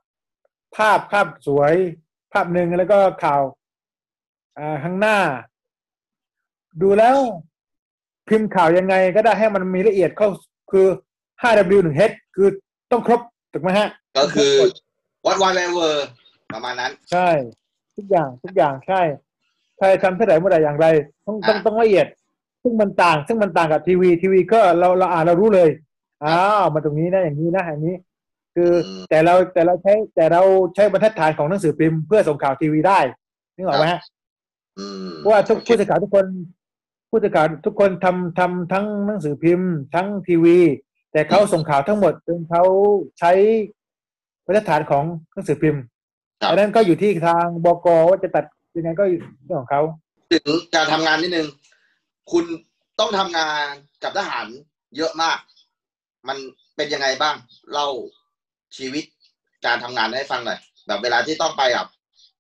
Speaker 5: ภาพภาพสวย ภาพหนึ่งแล้วก็ข่าว อ่าข้างหน้า ดูแล้วพิมพ์ข่าวยังไงก็ได้ให้มันมีละเอียดเข้าคือ 5W 1 H คือต้องครบถูกไหมฮะ
Speaker 3: ก็คือวัดวันแวเวอร์ประมาณนั้น
Speaker 5: ใช่ ทุกอย่างทุกอย่างใช่ใครทำเท่าไหร่เมื่อไหร่อย่างไร ต้องต้อง
Speaker 3: อ่ะ
Speaker 5: ต้องละเอียด ซึ่งมันต่าง ซึ่งมันต่างกับทีวี ทีวีก็เราเราอ่านเรารู้เลยอ้าวมาตรงนี้นะอย่างนี้นะอย่างนี้ คืออ
Speaker 3: ม
Speaker 5: แต่เราแต่เราใช้แต่เราใช้บรรทัดฐานของหนังสือพิมพ์เพื่อส่งข่าวทีวีได้นึกออกไหมฮะ
Speaker 3: อืม
Speaker 5: เพราะว่าทุกผู้สื่อข่าวทุกคนผู้สื่อข่าวทุกคนทำทำทั้งหนังสือพิมพ์ ทั้งทีวี แต่เขาส่งข่าวทั้งหมดจนเขาใช้ มาตรฐานของหนังสือพิมพ์
Speaker 3: ครับ
Speaker 5: อันนั้นก็อยู่ที่ทางบกว่าจะตัดยังไงก็เรื่องของเขา
Speaker 3: ถึงการทำงานนิดนึง คุณต้องทำงานกับทหารเยอะมาก มันเป็นยังไงบ้าง เล่าชีวิตการทำงานให้ฟังหน่อย แบบเวลาที่ต้องไปกับ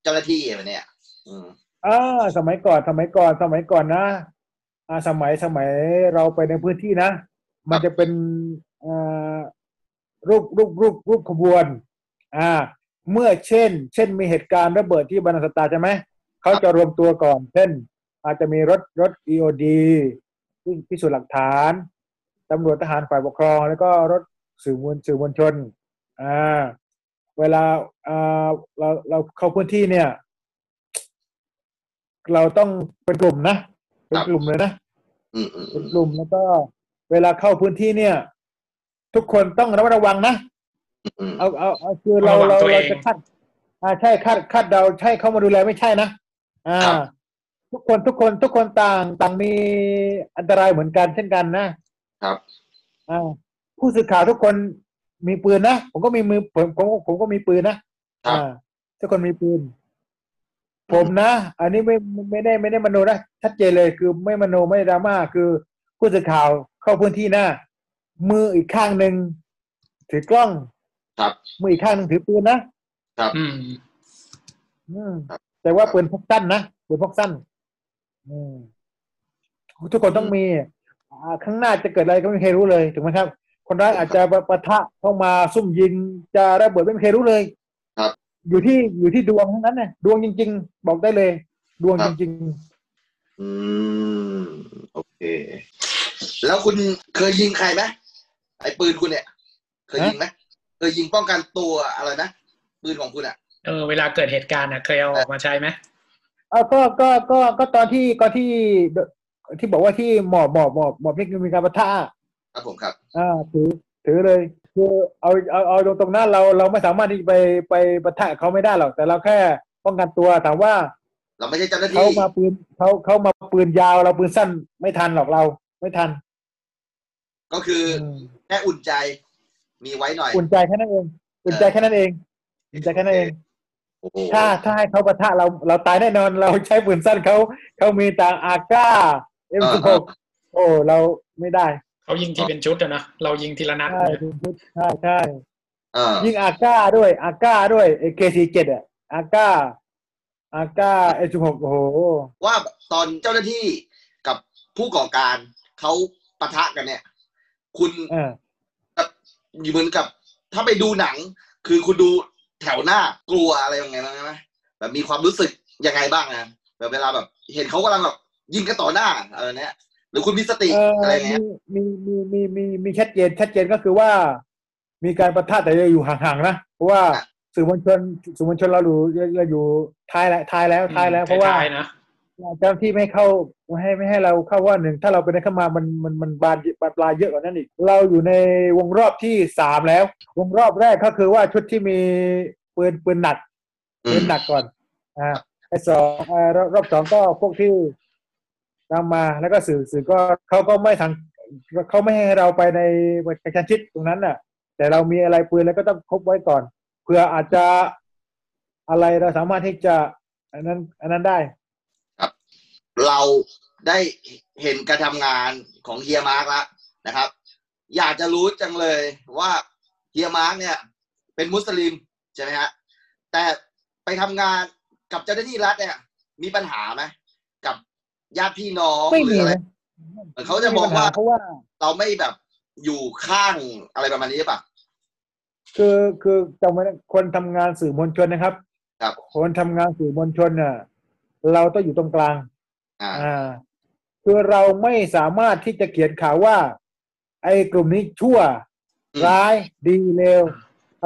Speaker 3: เจ้าหน้าที่แบบเนี้ยอืม
Speaker 5: อ่าสมัยก่อนสมัยก่อนสมัยก่อนนะอ่าสมัยสมัยเราไปในพื้นที่นะ มันจะเป็นอ่ารูปรูปรูปรูปขบวน อ่า เมื่อเช่น เช่นมีเหตุการณ์ระเบิดที่บรรณสตาใช่ไหมเขาจะรวมตัวก่อน เช่น อาจจะมีรถรถ EOD ซึ่งพิสูจน์หลักฐานตำรวจทหารฝ่ายปกครอง แล้วก็รถสื่อมวลสื่อมวลชนอ่าเวลาอ่าเราเราเข้าพื้นที่เนี่ย เราต้องเป็นกลุ่มนะ เป็น
Speaker 3: ครับ
Speaker 5: กลุ่มเลยนะ
Speaker 3: อืมอืมอื
Speaker 5: เป็น
Speaker 3: ม
Speaker 5: กลุ่มแล้วก็เวลาเข้าพื้นที่เนี่ย ทุกคนต้องระมัดระวังนะ
Speaker 3: อืม
Speaker 5: เอาเอาเอาคือเรา
Speaker 4: ระวั
Speaker 5: เรา
Speaker 4: งตัวเอ
Speaker 5: เรา
Speaker 4: ง
Speaker 5: จะคาดอ่าใช่คาดคาดเดาใช่เขามาดูแลไม่ใช่นะอ่า ทุกคนทุกคนทุกคนต่างต่างมีอันตรายเหมือนกันเช่นกันนะครับ อ่าผู้สื่อข่าวทุกคนมีปืนนะผมก็มีมือผมผมผมก็มีปืนนะครับ อ่าทุกคนมีปืน ผมนะ อันนี้ไม่ไม่ไม่ได้ไม่ได้มโนนะชัดเจนเลยคือไม่มโนไม่ดราม่าคือผู้สื่อข่าวเข้าพื้นที่หน้า มืออีกข้างหนึ่งถือกล้อง
Speaker 3: ครับ
Speaker 5: มืออีกข้างหนึ่งถือปืนนะ
Speaker 4: อืม
Speaker 5: อืม
Speaker 3: ครับ
Speaker 5: แต่ว่าปืนพกสั้นนะปืนพกสั้น อืมทุกคนต้อง
Speaker 3: อืม
Speaker 5: มี อ่าข้างหน้าจะเกิดอะไรก็ไม่มีใครรู้เลยถูกไหมครับ คนร้ายอาจจะปะปะทะเข้ามาซุ่มยิงจะระเบิดไม่มีใครรู้เลยอยู่ที่อยู่ที่ดวงทั้งนั้นนะดวงจริง ๆ บอกได้เลย ดวงจริง ๆ
Speaker 3: อืมโอเค แล้วคุณเคยยิงใครไหมไอ้ปืนคุณเนี่ย เคยยิงไหมเคยยิงป้องกันตัวอะไรนะปืนของคุณอ่ะ
Speaker 4: เออเวลาเกิดเหตุการณ์น่ะเคยเอาออกมาใช้ไหม
Speaker 5: เออก็ก็ก็ก็ตอนที่ก็ที่ที่บอกว่าที่หมอบหมอบหมอบหมอบนี่คือมีการปะทะ
Speaker 3: ครับผมครับ
Speaker 5: อ่าถือ ถือเลย คือเอาเอาเอาตรงๆนั้นเราเราไม่สามารถที่จะไปไปปะทะเขาไม่ได้หรอก แต่เราแค่ป้องกันตัวถามว่า
Speaker 3: เราไม่ใช่เจ้าหน้า
Speaker 5: เขา
Speaker 3: ที่
Speaker 5: มาปืนเขาเขามาปืนยาวเราปืนสั้นไม่ทันหรอกเรา ไม่ทัน
Speaker 3: ก็คือ
Speaker 5: อืม
Speaker 3: แค่อุ่นใจ มีไว้หน่อย
Speaker 5: อุ่นใจแค่นั้นเองอุ่นใจแค่นั้นเองอุ่นใจแค่นั้นเอง
Speaker 3: โอ้โห
Speaker 5: ถ้าถ้าให้เขาปะทะเราเราตายแน่นอนเราใช้ปืนสั้นเขาเขามีต่างอาก้าเอ็มสิบหกโอ้เราไม่ได้
Speaker 4: เขายิงทีเป็นชุดอะนะเรายิงทีละนัด
Speaker 5: ใช่
Speaker 4: นะ
Speaker 5: ใช่ใช่
Speaker 3: เออ
Speaker 5: ยิงอาก้าด้วย อาก้าด้วยเอเคซีเจ็ดอะอาก้า อาก้าเอจุหกโอ้โห
Speaker 3: ว่าตอนเจ้าหน้าที่กับผู้ก่อการเขาปะทะกันเนี่ย คุณ
Speaker 5: เออ
Speaker 3: อยู่เหมือนกับ ถ้าไปดูหนัง คือคุณดูแถวหน้ากลัวอะไรยังไงบ้างไหมแบบมีความรู้สึกยังไงบ้างนะแบบเวลาแบบ เห็นเขากำลังแบบยิงกันต่อหน้าอะไรเนี้ยหรือคุณมีสติ
Speaker 5: เออ
Speaker 3: อะไร
Speaker 5: อ
Speaker 3: เงี้ย
Speaker 5: มีมีมีมีมีชัดเจนชัดเจนก็คือว่า มีการประทะแต่จะอยู่ห่างๆนะเพราะว่าสื่อมวลชนสื่อมวลชนเราอยู่เราอยู่ท้ายแล้วท้ายแล้วท้ายแล้วเพราะว่า
Speaker 4: ท้ยๆนะ
Speaker 5: เจ้าหน้าที่ไม่ให้เข้าไม่ให้ไม่ให้เราเข้าว่าหนึ่งถ้าเราเป็นได้เข้ามามันมันมันบานบานปลายเยอะกว่านั้นอีก เราอยู่ในวงรอบที่สามแล้ว วงรอบแรกก็คือว่าชุดที่มีปืนปืนหนัก
Speaker 3: อื
Speaker 5: ปื
Speaker 3: ม
Speaker 5: นหนักก่อนอ่าไอ้สองอ่ารอบรอบสองก็พวกที่นำมาแล้วก็สื่อสื่อก็เขาก็ไม่ทางเขาไม่ให้เราไปในประชันชิดตรงนั้นน่ะ แต่เรามีอะไรปืนแล้วก็ต้องพกไว้ก่อนเผื่ออาจจะอะไรเราสามารถที่จะอันนั้น อันนั้นได้
Speaker 3: เราได้เห็นการทำงานของเฮียมาร์กแล้วนะครับ อยากจะรู้จังเลยว่าเฮียมาร์กเนี่ย เป็นมุสลิมใช่ไหมฮะแต่ไปทำงานกับเจ้าหน้าที่รัฐเนี่ย มีปัญหาไหมกับญาติพี่น้อง
Speaker 5: ไม่
Speaker 3: ห
Speaker 5: มี
Speaker 3: รืออะไร
Speaker 5: นะ
Speaker 3: เหมือนเขาจะมองว่า
Speaker 5: เพราะว่า
Speaker 3: เราไม่แบบอยู่ข้างอะไรประมาณนี้หรือเปล่ะ
Speaker 5: คือคือจำไว้นะคนทำงานสื่อมวลชนนะครับ
Speaker 3: ครับ
Speaker 5: คนทำงานสื่อมวลชนน่ะ เราต้องอยู่ตรงกลาง
Speaker 3: อ่า
Speaker 5: อ่า คือเราไม่สามารถที่จะเขียนข่าวว่า ไอ้กลุ่มนี้ชั่ว
Speaker 3: อืม
Speaker 5: ร้ายดีเลว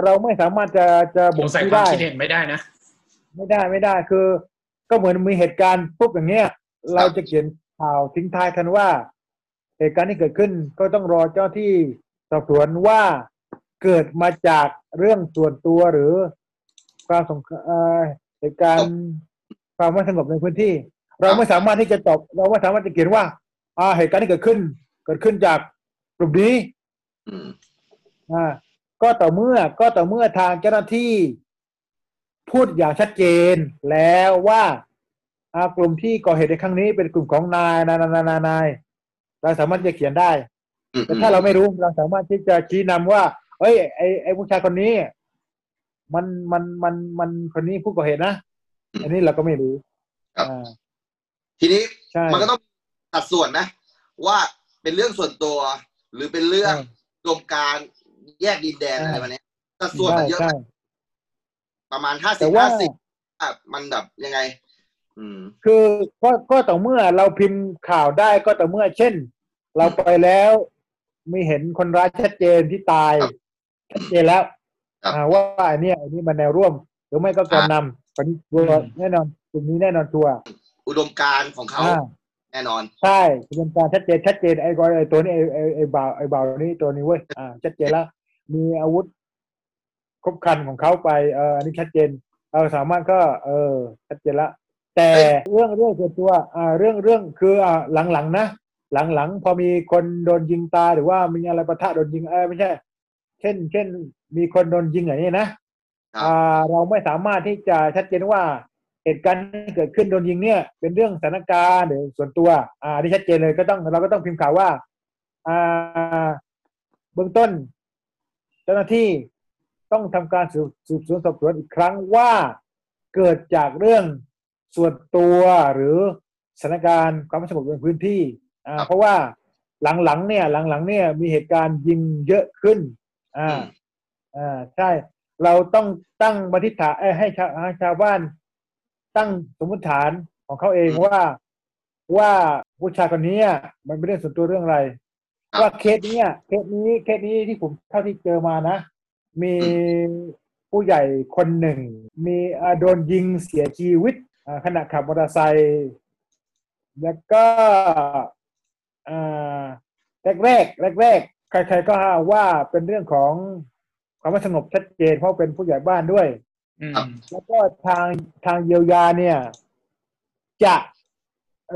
Speaker 5: เราไม่สามารถจะจะ
Speaker 4: ผ
Speaker 5: บ่ง
Speaker 4: มใส่
Speaker 5: ชี้
Speaker 4: ความ
Speaker 5: ได้
Speaker 4: คิดเห็นไม่ได้นะ
Speaker 5: ไม่ได้ไม่ได้คือ ก็เหมือนมีเหตุการณ์ปุ๊บอย่างเงี้ย เราจะเขียนข่าวทิ้งท้ายกันว่า เหตุการณ์ที่เกิดขึ้นก็ต้องรอเจ้าที่สอบสวนว่าเกิดมาจากเรื่องส่วนตัวหรือความสงเอ่อเหตุการณ์ความไม่สงบในพื้นที่ เราไม่สามารถที่จะตอบเราไม่สามารถจะเขียนว่า อ่าเหตุการณ์ที่เกิดขึ้น เกิดขึ้นจากกลุ่มนี้
Speaker 3: อืม
Speaker 5: อ่า ก็ต่อเมื่อก็ต่อเมื่อทางเจ้าหน้าที่ พูดอย่างชัดเจนแล้วว่าอ่ากลุ่มที่ก่อเหตุในครั้งนี้เป็นกลุ่มของนายนายนายนายนายนายเราสามารถจะเขียนได้
Speaker 3: อืม
Speaker 5: แต่ถ้าเราไม่รู้เราสามารถที่จะชี้นำว่า เอ้ยไอไอผู้ชายคนนี้ มันมันมันมันคนนี้ผู้ก่อเหตุนะอันนี้เราก็ไม่รู้
Speaker 3: ครับ
Speaker 5: อ่า
Speaker 3: ทีนี้
Speaker 5: ใช่
Speaker 3: มันก็ต้องตัดส่วนนะ ว่าเป็นเรื่องส่วนตัว หรือเป็นเรื่อง
Speaker 5: ใช่
Speaker 3: รวมการแยกดินแดน
Speaker 5: ใช่
Speaker 3: อะไรแบบนี้สัดส่วนมันเยอะ
Speaker 5: ใช่
Speaker 3: ประมาณห้าสิ
Speaker 5: แต่
Speaker 3: บ
Speaker 5: ว่า
Speaker 3: ห้าสิบมันแบบยังไง อืม
Speaker 5: คือก็ก็ต่อเมื่อเราพิมพ์ข่าวได้ก็ต่อเมื่อ เช่น เราไปแล้ว มีเห็นคนร้ายชัดเจนที่ตาย
Speaker 3: ครับ
Speaker 5: ชัดเจนแล้ว
Speaker 3: ครับ
Speaker 5: อ่าว่าไอ้เนี่ยไอ้นี่มันแนวร่วม หรือไม่ก็แกน
Speaker 3: อ่า
Speaker 5: นำคนตัวร์แน่นอนกลุ่มนี้แน่นอนตัวร์
Speaker 3: อุดมการณ์ของเขา
Speaker 5: อ่า
Speaker 3: แน่นอน
Speaker 5: ใช่เป็นการชัดเจนชัดเจนไอ้กอไอ้ตัวนี้ไอ้ไอ้ไอ้บ่าวไอ้บ่าวนี่ตัวนี้เว้ยอ่าชัดเจนแล้วมีอาวุธครบครันของเขาไปเอออันนี้ชัดเจนเราสามารถก็ เออชัดเจนละแต่
Speaker 3: เอ้ย
Speaker 5: เรื่องเรื่องส่วนตัว อ่า เรื่องเรื่องคืออ่าหลังๆนะหลังๆพอมีคนโดนยิงตายหรือว่ามีอะไรประทะโดนยิงเออไม่ใช่ เช่น เช่น มีคนโดนยิงอย่างนี้นะอ่า เราไม่สามารถที่จะชัดเจนว่า เหตุการณ์ที่เกิดขึ้นโดนยิงเนี่ย เป็นเรื่องสถานการณ์หรือส่วนตัว อ่าอันนี่ชัดเจนเลยก็ต้องเราก็ต้องพิมพ์ข่าวว่า อ่า เบื้องต้น เจ้าหน้าที่ต้องทำการสืบสืบสวนสอบสวนอีกครั้งว่าเกิดจากเรื่องส่วนตัวหรือสถานการณ์ความไม่สงบในพื้นที่ อ่า
Speaker 3: ครับ
Speaker 5: เพราะว่าหลังๆเนี่ย หลังๆเนี่ยมีเหตุการณ์ยิงเยอะขึ้น อ่า
Speaker 3: อืม
Speaker 5: อ่าใช่ เราต้องตั้งบรรทิฐานเอ้ยให้ชาวให้ชาวบ้าน ตั้งสมมติฐานของเขาเอง
Speaker 3: อืม
Speaker 5: ว่าว่าผู้ชายคนนี้อะมันเป็นเรื่องส่วนตัวเรื่องอะไร
Speaker 3: ครับ
Speaker 5: ว่าเคสเนี้ยเคสนี้เคสนี้ที่ผมเท่าที่เจอมานะ มีผู้ใหญ่คนหนึ่ง มีอ่าโดนยิงเสียชีวิตอ่าขณะขับมอเตอร์ไซค์แล้วก็อ่าแรกๆแรกๆใครๆก็ว่าเป็นเรื่องของความไม่สงบชัดเจนเพราะเป็นผู้ใหญ่บ้านด้วย
Speaker 4: อืม
Speaker 3: ครับ
Speaker 5: แล้วก็ทางทางเยียวยาเนี่ย จะ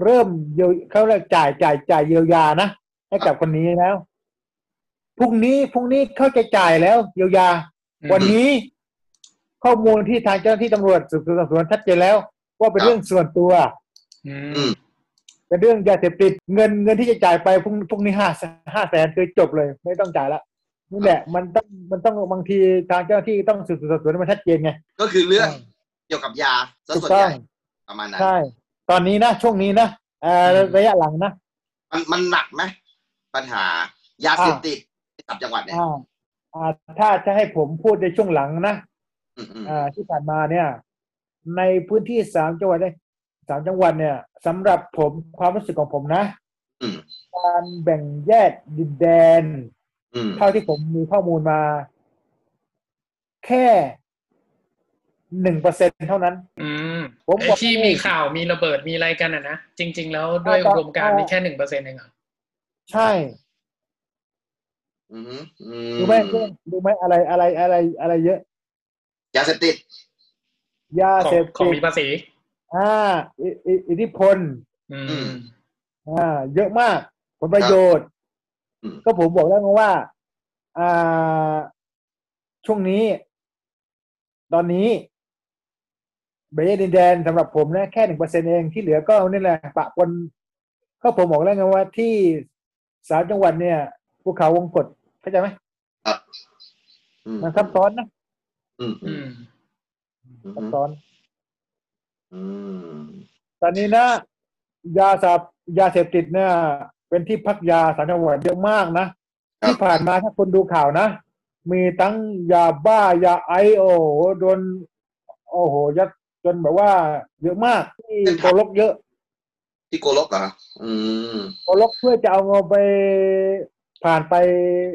Speaker 5: เริ่มเยียวเขาเรียกจ่ายจ่ายจ่ายเยียวยานะให้กับคนนี้แล้วพรุ่งนี้พรุ่งนี้เขาจะจ่ายแล้ว เยียวยา วันนี้ข้อมูลที่ทางเจ้าหน้าที่ตำรวจสืบสวนสอบสวนชัดเจนแล้ว ว่าเป็น
Speaker 3: ครับ
Speaker 5: เรื่องส่วนตัว
Speaker 4: อืม
Speaker 3: อืม
Speaker 5: เป็นเรื่องยาเสพติดเงินเงินที่จะจ่ายไปพรุ่งพรุ่งนี้ห้าห้าแสนคือจบเลย ไม่ต้องจ่ายละนี่แหละ มันต้องมันต้องบางทีทางเจ้าหน้าที่ต้องสืบสวนสอบสวนให้มันชัดเจนไง
Speaker 3: ก็คือเรื่องเกี่ยวกับยาซะ
Speaker 5: ถูก
Speaker 3: ส่วน
Speaker 5: ต้อง
Speaker 3: ใหญ่ประมาณนั้น
Speaker 5: ใช่ ตอนนี้นะ ช่วงนี้นะเอ่ออ
Speaker 3: ม
Speaker 5: ระยะหลังนะ
Speaker 3: มันมันหนักไหมปัญหายาเสพติดในต่างจังหวัดเนี่ย
Speaker 5: อ่าอ่าถ้าจะให้ผมพูดในช่วงหลังนะ
Speaker 3: อืมอืม
Speaker 5: อ่าที่ผ่านมาเนี่ย ในพื้นที่สามจังหวัดเนี่ยสามจังหวัดเนี่ยสำหรับผมความรู้สึกของผมนะ
Speaker 3: อืม
Speaker 5: การแบ่งแยกดินแดน
Speaker 3: อืม
Speaker 5: เท่าที่ผมมีข้อมูลมา แค่หนึ่งเปอร์เซ็นเท่านั้น
Speaker 4: อืม
Speaker 5: ผม
Speaker 4: ไอ้
Speaker 5: บอก
Speaker 4: ที่มีข่าวมีระเบิดมีอะไรกันอะนะจริง ๆ แล้วด้วย
Speaker 5: อ่าต่อ
Speaker 4: รวมการณ์
Speaker 5: อ่ามี
Speaker 4: มีแค่หนึ่งเปอร์เซ็นต์เองเหรอ
Speaker 5: ใช่
Speaker 3: อืมอื
Speaker 5: รู้ไหมเรื่องรู้ไหมอะไรอะไรอะไรอะไรเยอะ
Speaker 3: ยาเสพติด
Speaker 5: ยา
Speaker 4: ของ
Speaker 5: เสพ
Speaker 4: ของ
Speaker 5: ติด
Speaker 4: มีภาษี
Speaker 5: อ่าอิอิอิทธิพล
Speaker 4: อื
Speaker 3: อื
Speaker 4: ม
Speaker 3: ม
Speaker 5: อ่าเยอะมากผลประโยชน์
Speaker 3: อืม
Speaker 5: ก็ผมบอกแล้วไงว่าอ่าช่วงนี้ ตอนนี้เบรดินแดนสำหรับผมนะแค่หนึ่งเปอร์เซ็นเองที่เหลือก็นี่แหละปะปนก็ผมบอกแล้วไงว่าที่สามจังหวัดเนี่ยภูเขาวงกฏเข้าใจไหม
Speaker 3: อืม
Speaker 5: มันซับซ้อนนะ
Speaker 3: อืมอื
Speaker 4: อื
Speaker 3: ม
Speaker 4: ม
Speaker 3: อืม
Speaker 5: ซับซ้อน
Speaker 3: อืม
Speaker 5: ตอนนี้นะ ยาสาบยาเสพติดเนี่ย เป็นที่พักยาสารจังหวัดเยอะมากนะ ที่ผ่านมาถ้าคนดูข่าวนะ มีทั้งยาบ้ายาไอซ์โอโหโดนโอ้โหยัดจนแบบว่า เยอะมากที่โกลกเยอะ
Speaker 3: ที่โกลกเหรออืม
Speaker 5: โกลกเพื่อจะเอาเงินไปผ่านไป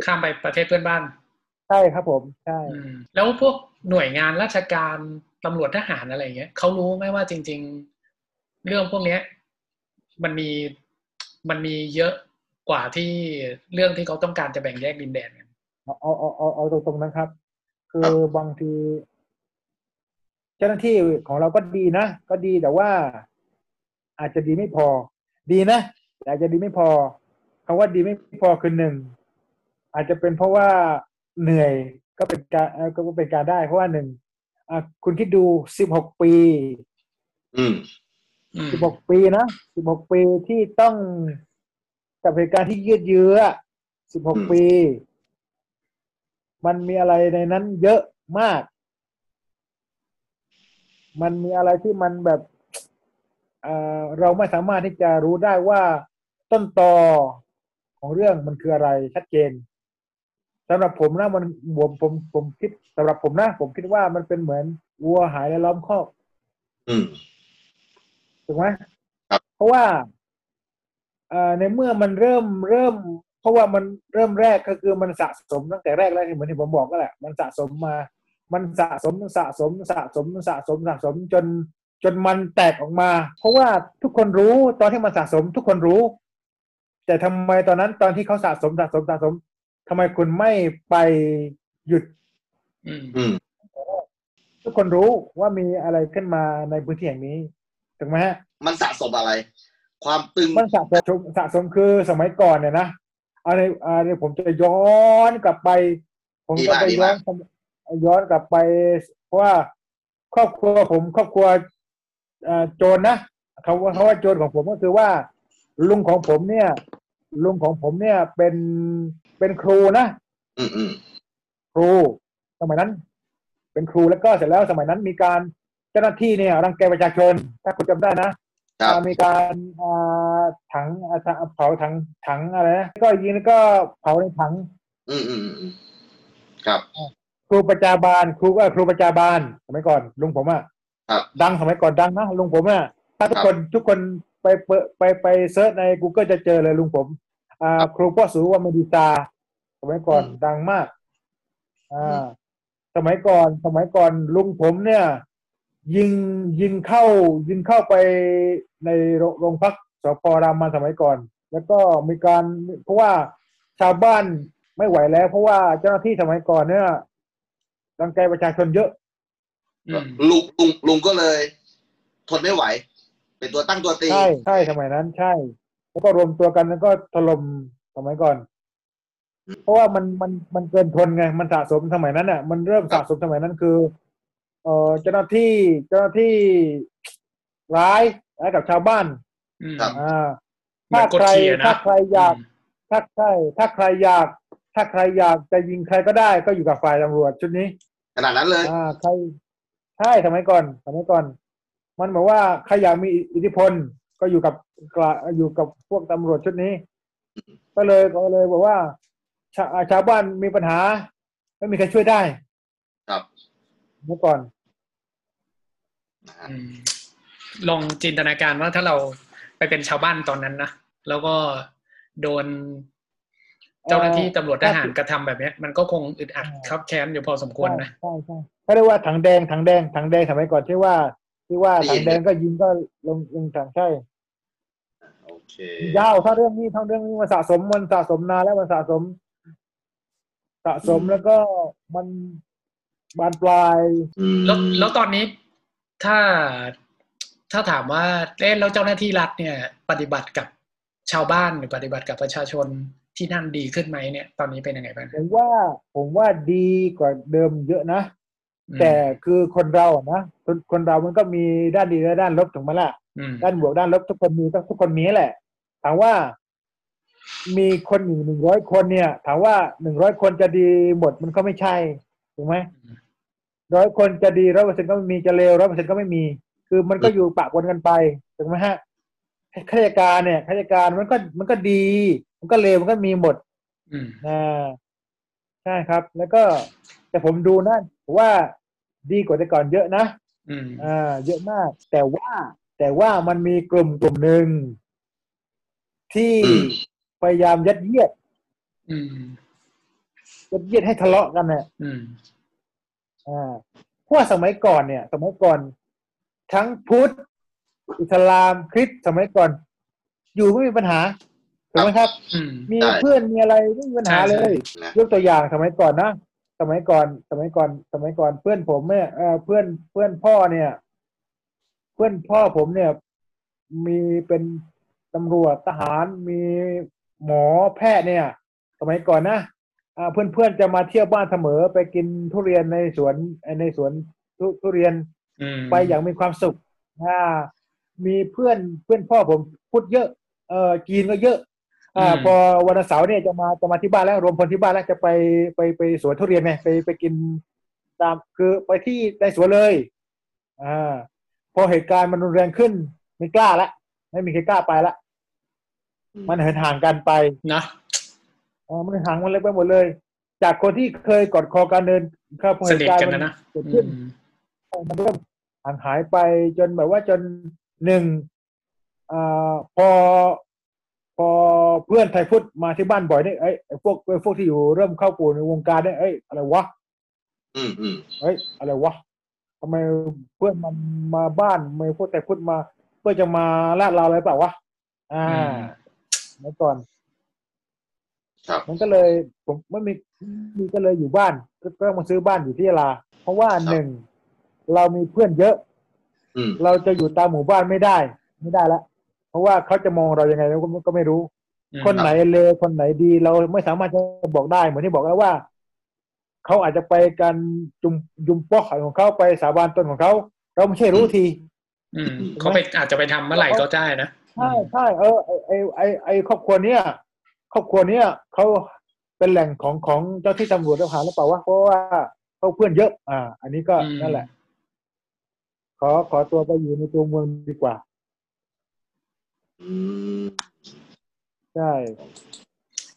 Speaker 4: ข้ามไปประเทศเพื่อนบ้าน
Speaker 5: ใช่ครับผมใช่
Speaker 4: อืมแล้วพวกหน่วยงานราชการตำรวจทหารอะไรอย่างเงี้ยเขารู้ไหมว่าจริง ๆ เรื่องพวกเนี้ย มันมีมันมีเยอะกว่าที่เรื่องที่เขาต้องการจะแบ่งแยกดินแดนกัน
Speaker 5: เอาเอาเอาเอาเอาตรงๆนะครับ คือบางที เจ้าหน้าที่ของเราก็ดีนะก็ดีแต่ว่า อาจจะดีไม่พอ ดีนะแต่อาจจะดีไม่พอคำว่าดีไม่พอคือหนึ่งอาจจะเป็นเพราะว่าเหนื่อย ก็เป็นการเอ่อก็เป็นการได้เพราะว่าหนึ่งอ่ะคุณคิดดูสิบหกปี
Speaker 3: อืม
Speaker 4: อืม
Speaker 5: สิบหกปีนะสิบหกปีที่ต้องกับเหตุการณ์ที่ยืดเยื้อสิบหก
Speaker 3: อืม
Speaker 5: ปี มันมีอะไรในนั้นเยอะมาก มันมีอะไรที่มันแบบเอ่อเราไม่สามารถที่จะรู้ได้ว่าต้นตอของเรื่องมันคืออะไรชัดเจนสำหรับผมนะมันบวมผมผมคิดสำหรับผมนะ ผมคิดว่ามันเป็นเหมือนวัวหายและล้อมคอก
Speaker 3: อืม
Speaker 5: ถูกไหม
Speaker 3: ครับ
Speaker 5: เพราะว่าเอ่อในเมื่อมันเริ่มเริ่ม เพราะว่ามันเริ่มแรกก็คือมันสะสมตั้งแต่แรกแล้วที่เหมือนที่ผมบอกก็แหละ มันสะสมมา มันสะสมสะสมสะสมสะสมสะสมจนจนมันแตกออกมา เพราะว่าทุกคนรู้ตอนที่มันสะสม ทุกคนรู้ แต่ทำไมตอนนั้นตอนที่เขาสะสมสะสมสะสมทำไมคุณไม่ไปหยุด
Speaker 4: อืม
Speaker 3: อืม
Speaker 5: ทุกคนรู้ว่ามีอะไรขึ้นมาในพื้นที่แห่งนี้ถูกไหมฮะ
Speaker 3: มันสะสมอะไร ความตึง
Speaker 5: มันสะสมสะสมคือสมัยก่อนเนี่ยนะเอาในเอาในผมจะย้อนกลับไป ผมจะไป
Speaker 3: ดี
Speaker 5: ย้อ
Speaker 3: มาน ก
Speaker 5: ย้อนกลับไปเพราะว่าครอบครัวผมครอบครัวเอ่อโจรนะเขาว่าเขาว่าโจรของผมก็คือว่า ลุงของผมเนี่ย ลุงของผมเนี่ยเป็นเป็นครูนะ
Speaker 3: อืมอืม
Speaker 5: ครูสมัยนั้น เป็นครูแล้วก็เสร็จแล้วสมัยนั้นมีการเจ้าหน้าที่เนี่ยรังแกประชาชน ถ้าคุณจำได้นะ
Speaker 3: ครับ
Speaker 5: อ่ามีการอ่าถังอ่าถังเผาถังถังอะไรนะก็ยิงแล้วก็เผาในถัง
Speaker 3: อืมอืมอืมอืมครับ
Speaker 5: ครูประจาบาลครูว่าครูประจาบาลสมัยก่อนลุงผมอะ
Speaker 3: ครับ
Speaker 5: ดังสมัยก่อนดังนะลุงผมอะถ้าทุกคนทุกคนไปเปิดไปไปเซิร์ชใน Google จะเจอเลยลุงผมอ่าครูพ่อสูว่าเมดิตา สมัยก่อน
Speaker 3: อืม
Speaker 5: ดังมากอ่
Speaker 3: อื
Speaker 5: าม สมัยก่อนสมัยก่อนลุงผมเนี่ย ยิงยิงเข้ายิงเข้าไปในโรโรงพักสพรามมาสมัยก่อน แล้วก็มีการเพราะว่าชาวบ้านไม่ไหวแล้ว เพราะว่าเจ้าหน้าที่สมัยก่อนเนี่ยรังแกประชาชนเยอะ
Speaker 4: อืม
Speaker 3: ลุงลุงลุงก็เลย ทนไม่ไหว เป็นตัวตั้งตัวตี
Speaker 5: ใช่ใช่สมัยนั้นใช่ แล้วก็รวมตัวกันแล้วก็ถล่มสมัยก่อน เพราะว่ามันมันมันเกินทนไง มันสะสมสมัยนั้นอ่ะ มันเริ่มสะสมสมัยนั้นคือ เออเจ้าหน้าที่เจ้าหน้าที่ร้ายร้ายกับชาวบ้าน
Speaker 4: อืม
Speaker 5: อ่า
Speaker 4: เหมื
Speaker 5: ถ้า
Speaker 4: อนกด
Speaker 5: ใคร
Speaker 4: ขี่อะนะ
Speaker 5: ถ้าใครอยาก ถ้าใช่ถ้าใครอยาก ถ้าใครอยากจะยิงใครก็ได้ก็อยู่กับฝ่ายตำรวจชุดนี้
Speaker 3: ขนาดนั้นเลย
Speaker 5: อ่าใครใช่สมัยก่อนสมัยก่อน มันบอกว่าใครอยากมีอิทธิพลก็อยู่กับกระอยู่กับพวกตำรวจชุดนี้ ก็เลยก็เลยบอกว่าชาอ่าชาวบ้านมีปัญหา ไม่มีใครช่วยได้
Speaker 3: ครับ
Speaker 5: เมื่อก่อน
Speaker 3: นะฮะ
Speaker 4: อืมลองจินตนาการว่าถ้าเราไปเป็นชาวบ้านตอนนั้นนะแล้วก็โดนเจ้าหน้าที่ตำรวจทหารกระทำแบบเนี้ย มันก็คงอึดอัดครับแค้นอยู่พอสมควรนะ
Speaker 5: ใช่ใช่ใช่เขาเรียกว่าถังแดงถังแดงถังแดงสมัยก่อนที่ว่า ที่ว่าถังแดงก็ยิงก็ลงลงถังใช่
Speaker 3: โอเค
Speaker 5: ยาวถ้าเรื่องนี้ทั้งเรื่องนี้มันสะสมมันสะสมนานแล้วมันสะสม สะสมแล้วก็มันบานปลาย
Speaker 3: อืม
Speaker 4: แล้วแล้วตอนนี้ถ้าถ้าถามว่าเอ๊ะแล้วเจ้าหน้าที่รัฐเนี่ย ปฏิบัติกับชาวบ้านหรือปฏิบัติกับประชาชนที่นั่นดีขึ้นไหมเนี่ย ตอนนี้เป็นยังไงบ้าง
Speaker 5: ผมว่าผมว่าดีกว่าเดิมเยอะนะ
Speaker 4: อืม
Speaker 5: แต่คือคนเราอะนะคนคนเรามันก็มีด้านดีและด้านลบถูกไหมล่ะ
Speaker 4: อืม
Speaker 5: ด้านบวกด้านลบทุกคนมีต้องทุกคนมีแหละ ถามว่ามีคนอยู่หนึ่งร้อยคนเนี่ย ถามว่าหนึ่งร้อยคนจะดีหมดมันก็ไม่ใช่ถูกไหม ร้อยคนจะดีร้อยเปอร์เซ็นต์ก็ไม่มีจะเลวร้อยเปอร์เซ็นต์ก็ไม่มี คือมันก็อยู่ปะปนกันไปถูกไหมฮะข้าราชการเนี่ยข้าราชการมันก็มันก็ดี มันก็เลวมันก็มีหมด
Speaker 4: อืม
Speaker 5: นะใช่ครับ แล้วก็แต่ผมดูนะผมว่าดีกว่าแต่ก่อนเยอะนะ
Speaker 4: อืม
Speaker 5: อ่าเยอะมาก แต่ว่าแต่ว่ามันมีกลุ่มกลุ่มหนึ่งที่
Speaker 3: อืม
Speaker 5: พยายามยัดเยียด
Speaker 4: อืม
Speaker 5: ยัดเยียดให้ทะเลาะกันเนี่ย
Speaker 4: อืม
Speaker 5: อ่าเพราะว่าสมัยก่อนเนี่ย สมัยก่อน ทั้งพุทธอิสลามคริสต์สมัยก่อน อยู่ไม่มีปัญหาถูกไหมครับ
Speaker 4: อืม
Speaker 5: มีเพื่อนมีอะไรไม่มีปัญหาเลย
Speaker 3: นะ
Speaker 5: ยกตัวอย่างสมัยก่อนนะสมัยก่อน สมัยก่อน สมัยก่อนเพื่อนผมเนี่ยเอ่อเพื่อนเพื่อนพ่อเนี่ย เพื่อนพ่อผมเนี่ย มีเป็นตำรวจทหารมีหมอแพทย์เนี่ย สมัยก่อนนะ อ่าเพื่อนๆจะมาเที่ยวบ้านเสมอไปกินทุเรียนในสวนในสวนทุทุเรียน
Speaker 4: อืม
Speaker 5: ไปอย่างมีความสุขอ่ามีเพื่อนเพื่อนพ่อผมพูดเยอะ เออจีนก็เยอะ อ่า พอวันเสาร์เนี่ยจะมาจะมาที่บ้านแล้วรวมพลที่บ้านแล้วจะไปไปไปสวนทุเรียนไงไปไปกินตามคือไปที่ในสวนเลย อ่า พอเหตุการณ์มันรุนแรงขึ้น ไม่กล้าละไม่มีใครกล้าไปละมันเหินห่างกันไป
Speaker 4: เนาะ
Speaker 5: อ๋อมันห่างมันเลยไปหมดเลย จากคนที่เคยกอดคอการเดินข้าวพอ
Speaker 4: สนิทกัน
Speaker 5: มั
Speaker 4: นะนะ
Speaker 5: เกิด
Speaker 4: อื
Speaker 5: ขึ้น
Speaker 4: ม
Speaker 5: มันเริ่มห่างหายไปจนแบบว่าจนหนึ่งอ่าพอ พอเพื่อนไทยพุทธมาที่บ้านบ่อยเนี่ยเอ้ยไอ้พวกไอ้พวกที่อยู่เริ่มเข้าปู่ในวงการเนี่ยเอ้ยอะไรวะ
Speaker 3: อืมอืม
Speaker 5: เอ้ยอะไรวะทำไมเพื่อนมันมาบ้านทำไมพวกไทยพุทธมา เพื่อจะมาลาดเราอะไรเปล่าวะอ่า
Speaker 4: อืม
Speaker 5: เมื่อก่อน
Speaker 3: ครับ
Speaker 5: มันก็เลยผมไม่มีมีก็เลยอยู่บ้านก็ก็มาซื้อบ้านอยู่ที่ยะลา เพราะว่าหนึ่งเรามีเพื่อนเยอะ
Speaker 3: อืม
Speaker 5: เราจะอยู่ตามหมู่บ้านไม่ได้ ไม่ได้ละเพราะว่าเขาจะมองเรายังไงเราก็ก็ไม่รู้
Speaker 4: อืม
Speaker 5: คนไหนเลวคนไหนดีเราไม่สามารถจะบอกได้เหมือนที่บอกแล้วว่าเขาอาจจะไปกันจุมยุมปอกของเขาไปสาบานตนของเขาเราไม่ใช่รู้ที
Speaker 4: อืมเขาไปอาจจะไปทำเมื่อไหร่ก็ได้นะ
Speaker 5: ใช่ใช่เออไอไอไอไอครอบครัวเนี้ยครอบครัวเนี้ยเขาเป็นแหล่งของของเจ้าที่ตำรวจทหารหรือเปล่าวะเพราะว่าเขาเพื่อนเยอะ อ่า อันนี้ก็
Speaker 4: อืม
Speaker 5: นั่นแหละ ขอขอตัวไปอยู่ในตัวเมืองดีกว่า
Speaker 3: อืม
Speaker 5: ใช่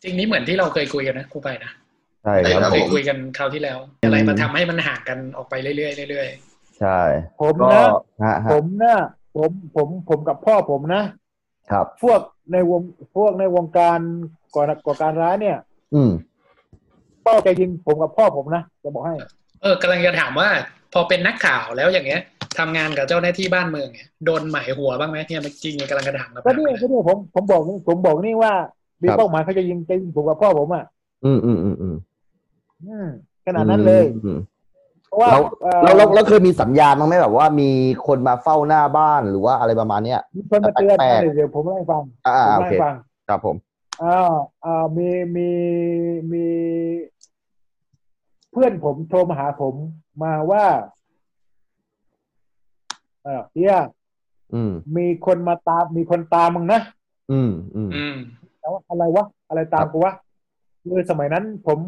Speaker 4: จริงนี้เหมือนที่เราเคยคุยกันนะครูไปนะ
Speaker 6: ใช่ครับ
Speaker 4: เรา
Speaker 6: ผ
Speaker 4: เคย
Speaker 6: ม
Speaker 4: คุยกันคราวที่แล้ว อะไรมาทำให้มันห่างกันออกไปเรื่อยๆเรื่อย
Speaker 6: ใช่
Speaker 5: ผม
Speaker 6: ก็
Speaker 5: นะ
Speaker 6: ฮะฮะ
Speaker 5: ผมนะผมผมผมกับพ่อผมนะครับ พวกในวงพวกในวงการก่อนก่อการร้ายเนี่ย
Speaker 6: อืม
Speaker 5: เป้าจะยิงผมกับพ่อผมนะจะบอกให้
Speaker 4: ๆเออกำลังจะถามว่า พอเป็นนักข่าวแล้วอย่างเงี้ยทำงานกับเจ้าหน้าที่บ้านเมืองเนี่ยโดนหมายหัวบ้างไหมเนี่ยจริงๆกำลังกระถางเรา
Speaker 5: ก็เนี่ยก็เนี่ยผมผมบอกนี่ผมบอกนี่ว่ามี
Speaker 6: ครับ
Speaker 5: เป้าหมายเขาจะยิงจะยิงผมกับพ่อผมอ่ะ
Speaker 6: อืมอืมอืมอืม
Speaker 5: อืมขนาดนั้นเลย
Speaker 6: อืม
Speaker 5: เพราะว่า
Speaker 6: เรา
Speaker 5: อ่อ
Speaker 6: เราเราเราเคยมีสัญญาณมั้างไหมแบบว่ามีคนมาเฝ้าหน้าบ้านหรือว่าอะไรประมาณเนี้ย
Speaker 5: มีคนมาเตือน
Speaker 6: แปลกๆ
Speaker 5: เดี๋ยวเดี๋ยวผมเล่าให้ฟัง
Speaker 6: อ่า
Speaker 5: ผม
Speaker 6: อ่าโอ
Speaker 5: เล่า
Speaker 6: เค
Speaker 5: ให้ฟัง
Speaker 6: ครับผม
Speaker 5: อ่าอ่ามีมีมี เพื่อนผมโทรมาหาผมมาว่าเออเฮีย
Speaker 6: อืม
Speaker 5: มีคนมาตามมีคนตามมึงนะ
Speaker 6: อืมอืม
Speaker 4: อืม
Speaker 5: แล้วาอะไรวะอะไรตาม
Speaker 6: ครับ
Speaker 5: กูวะคือสมัยนั้น ผม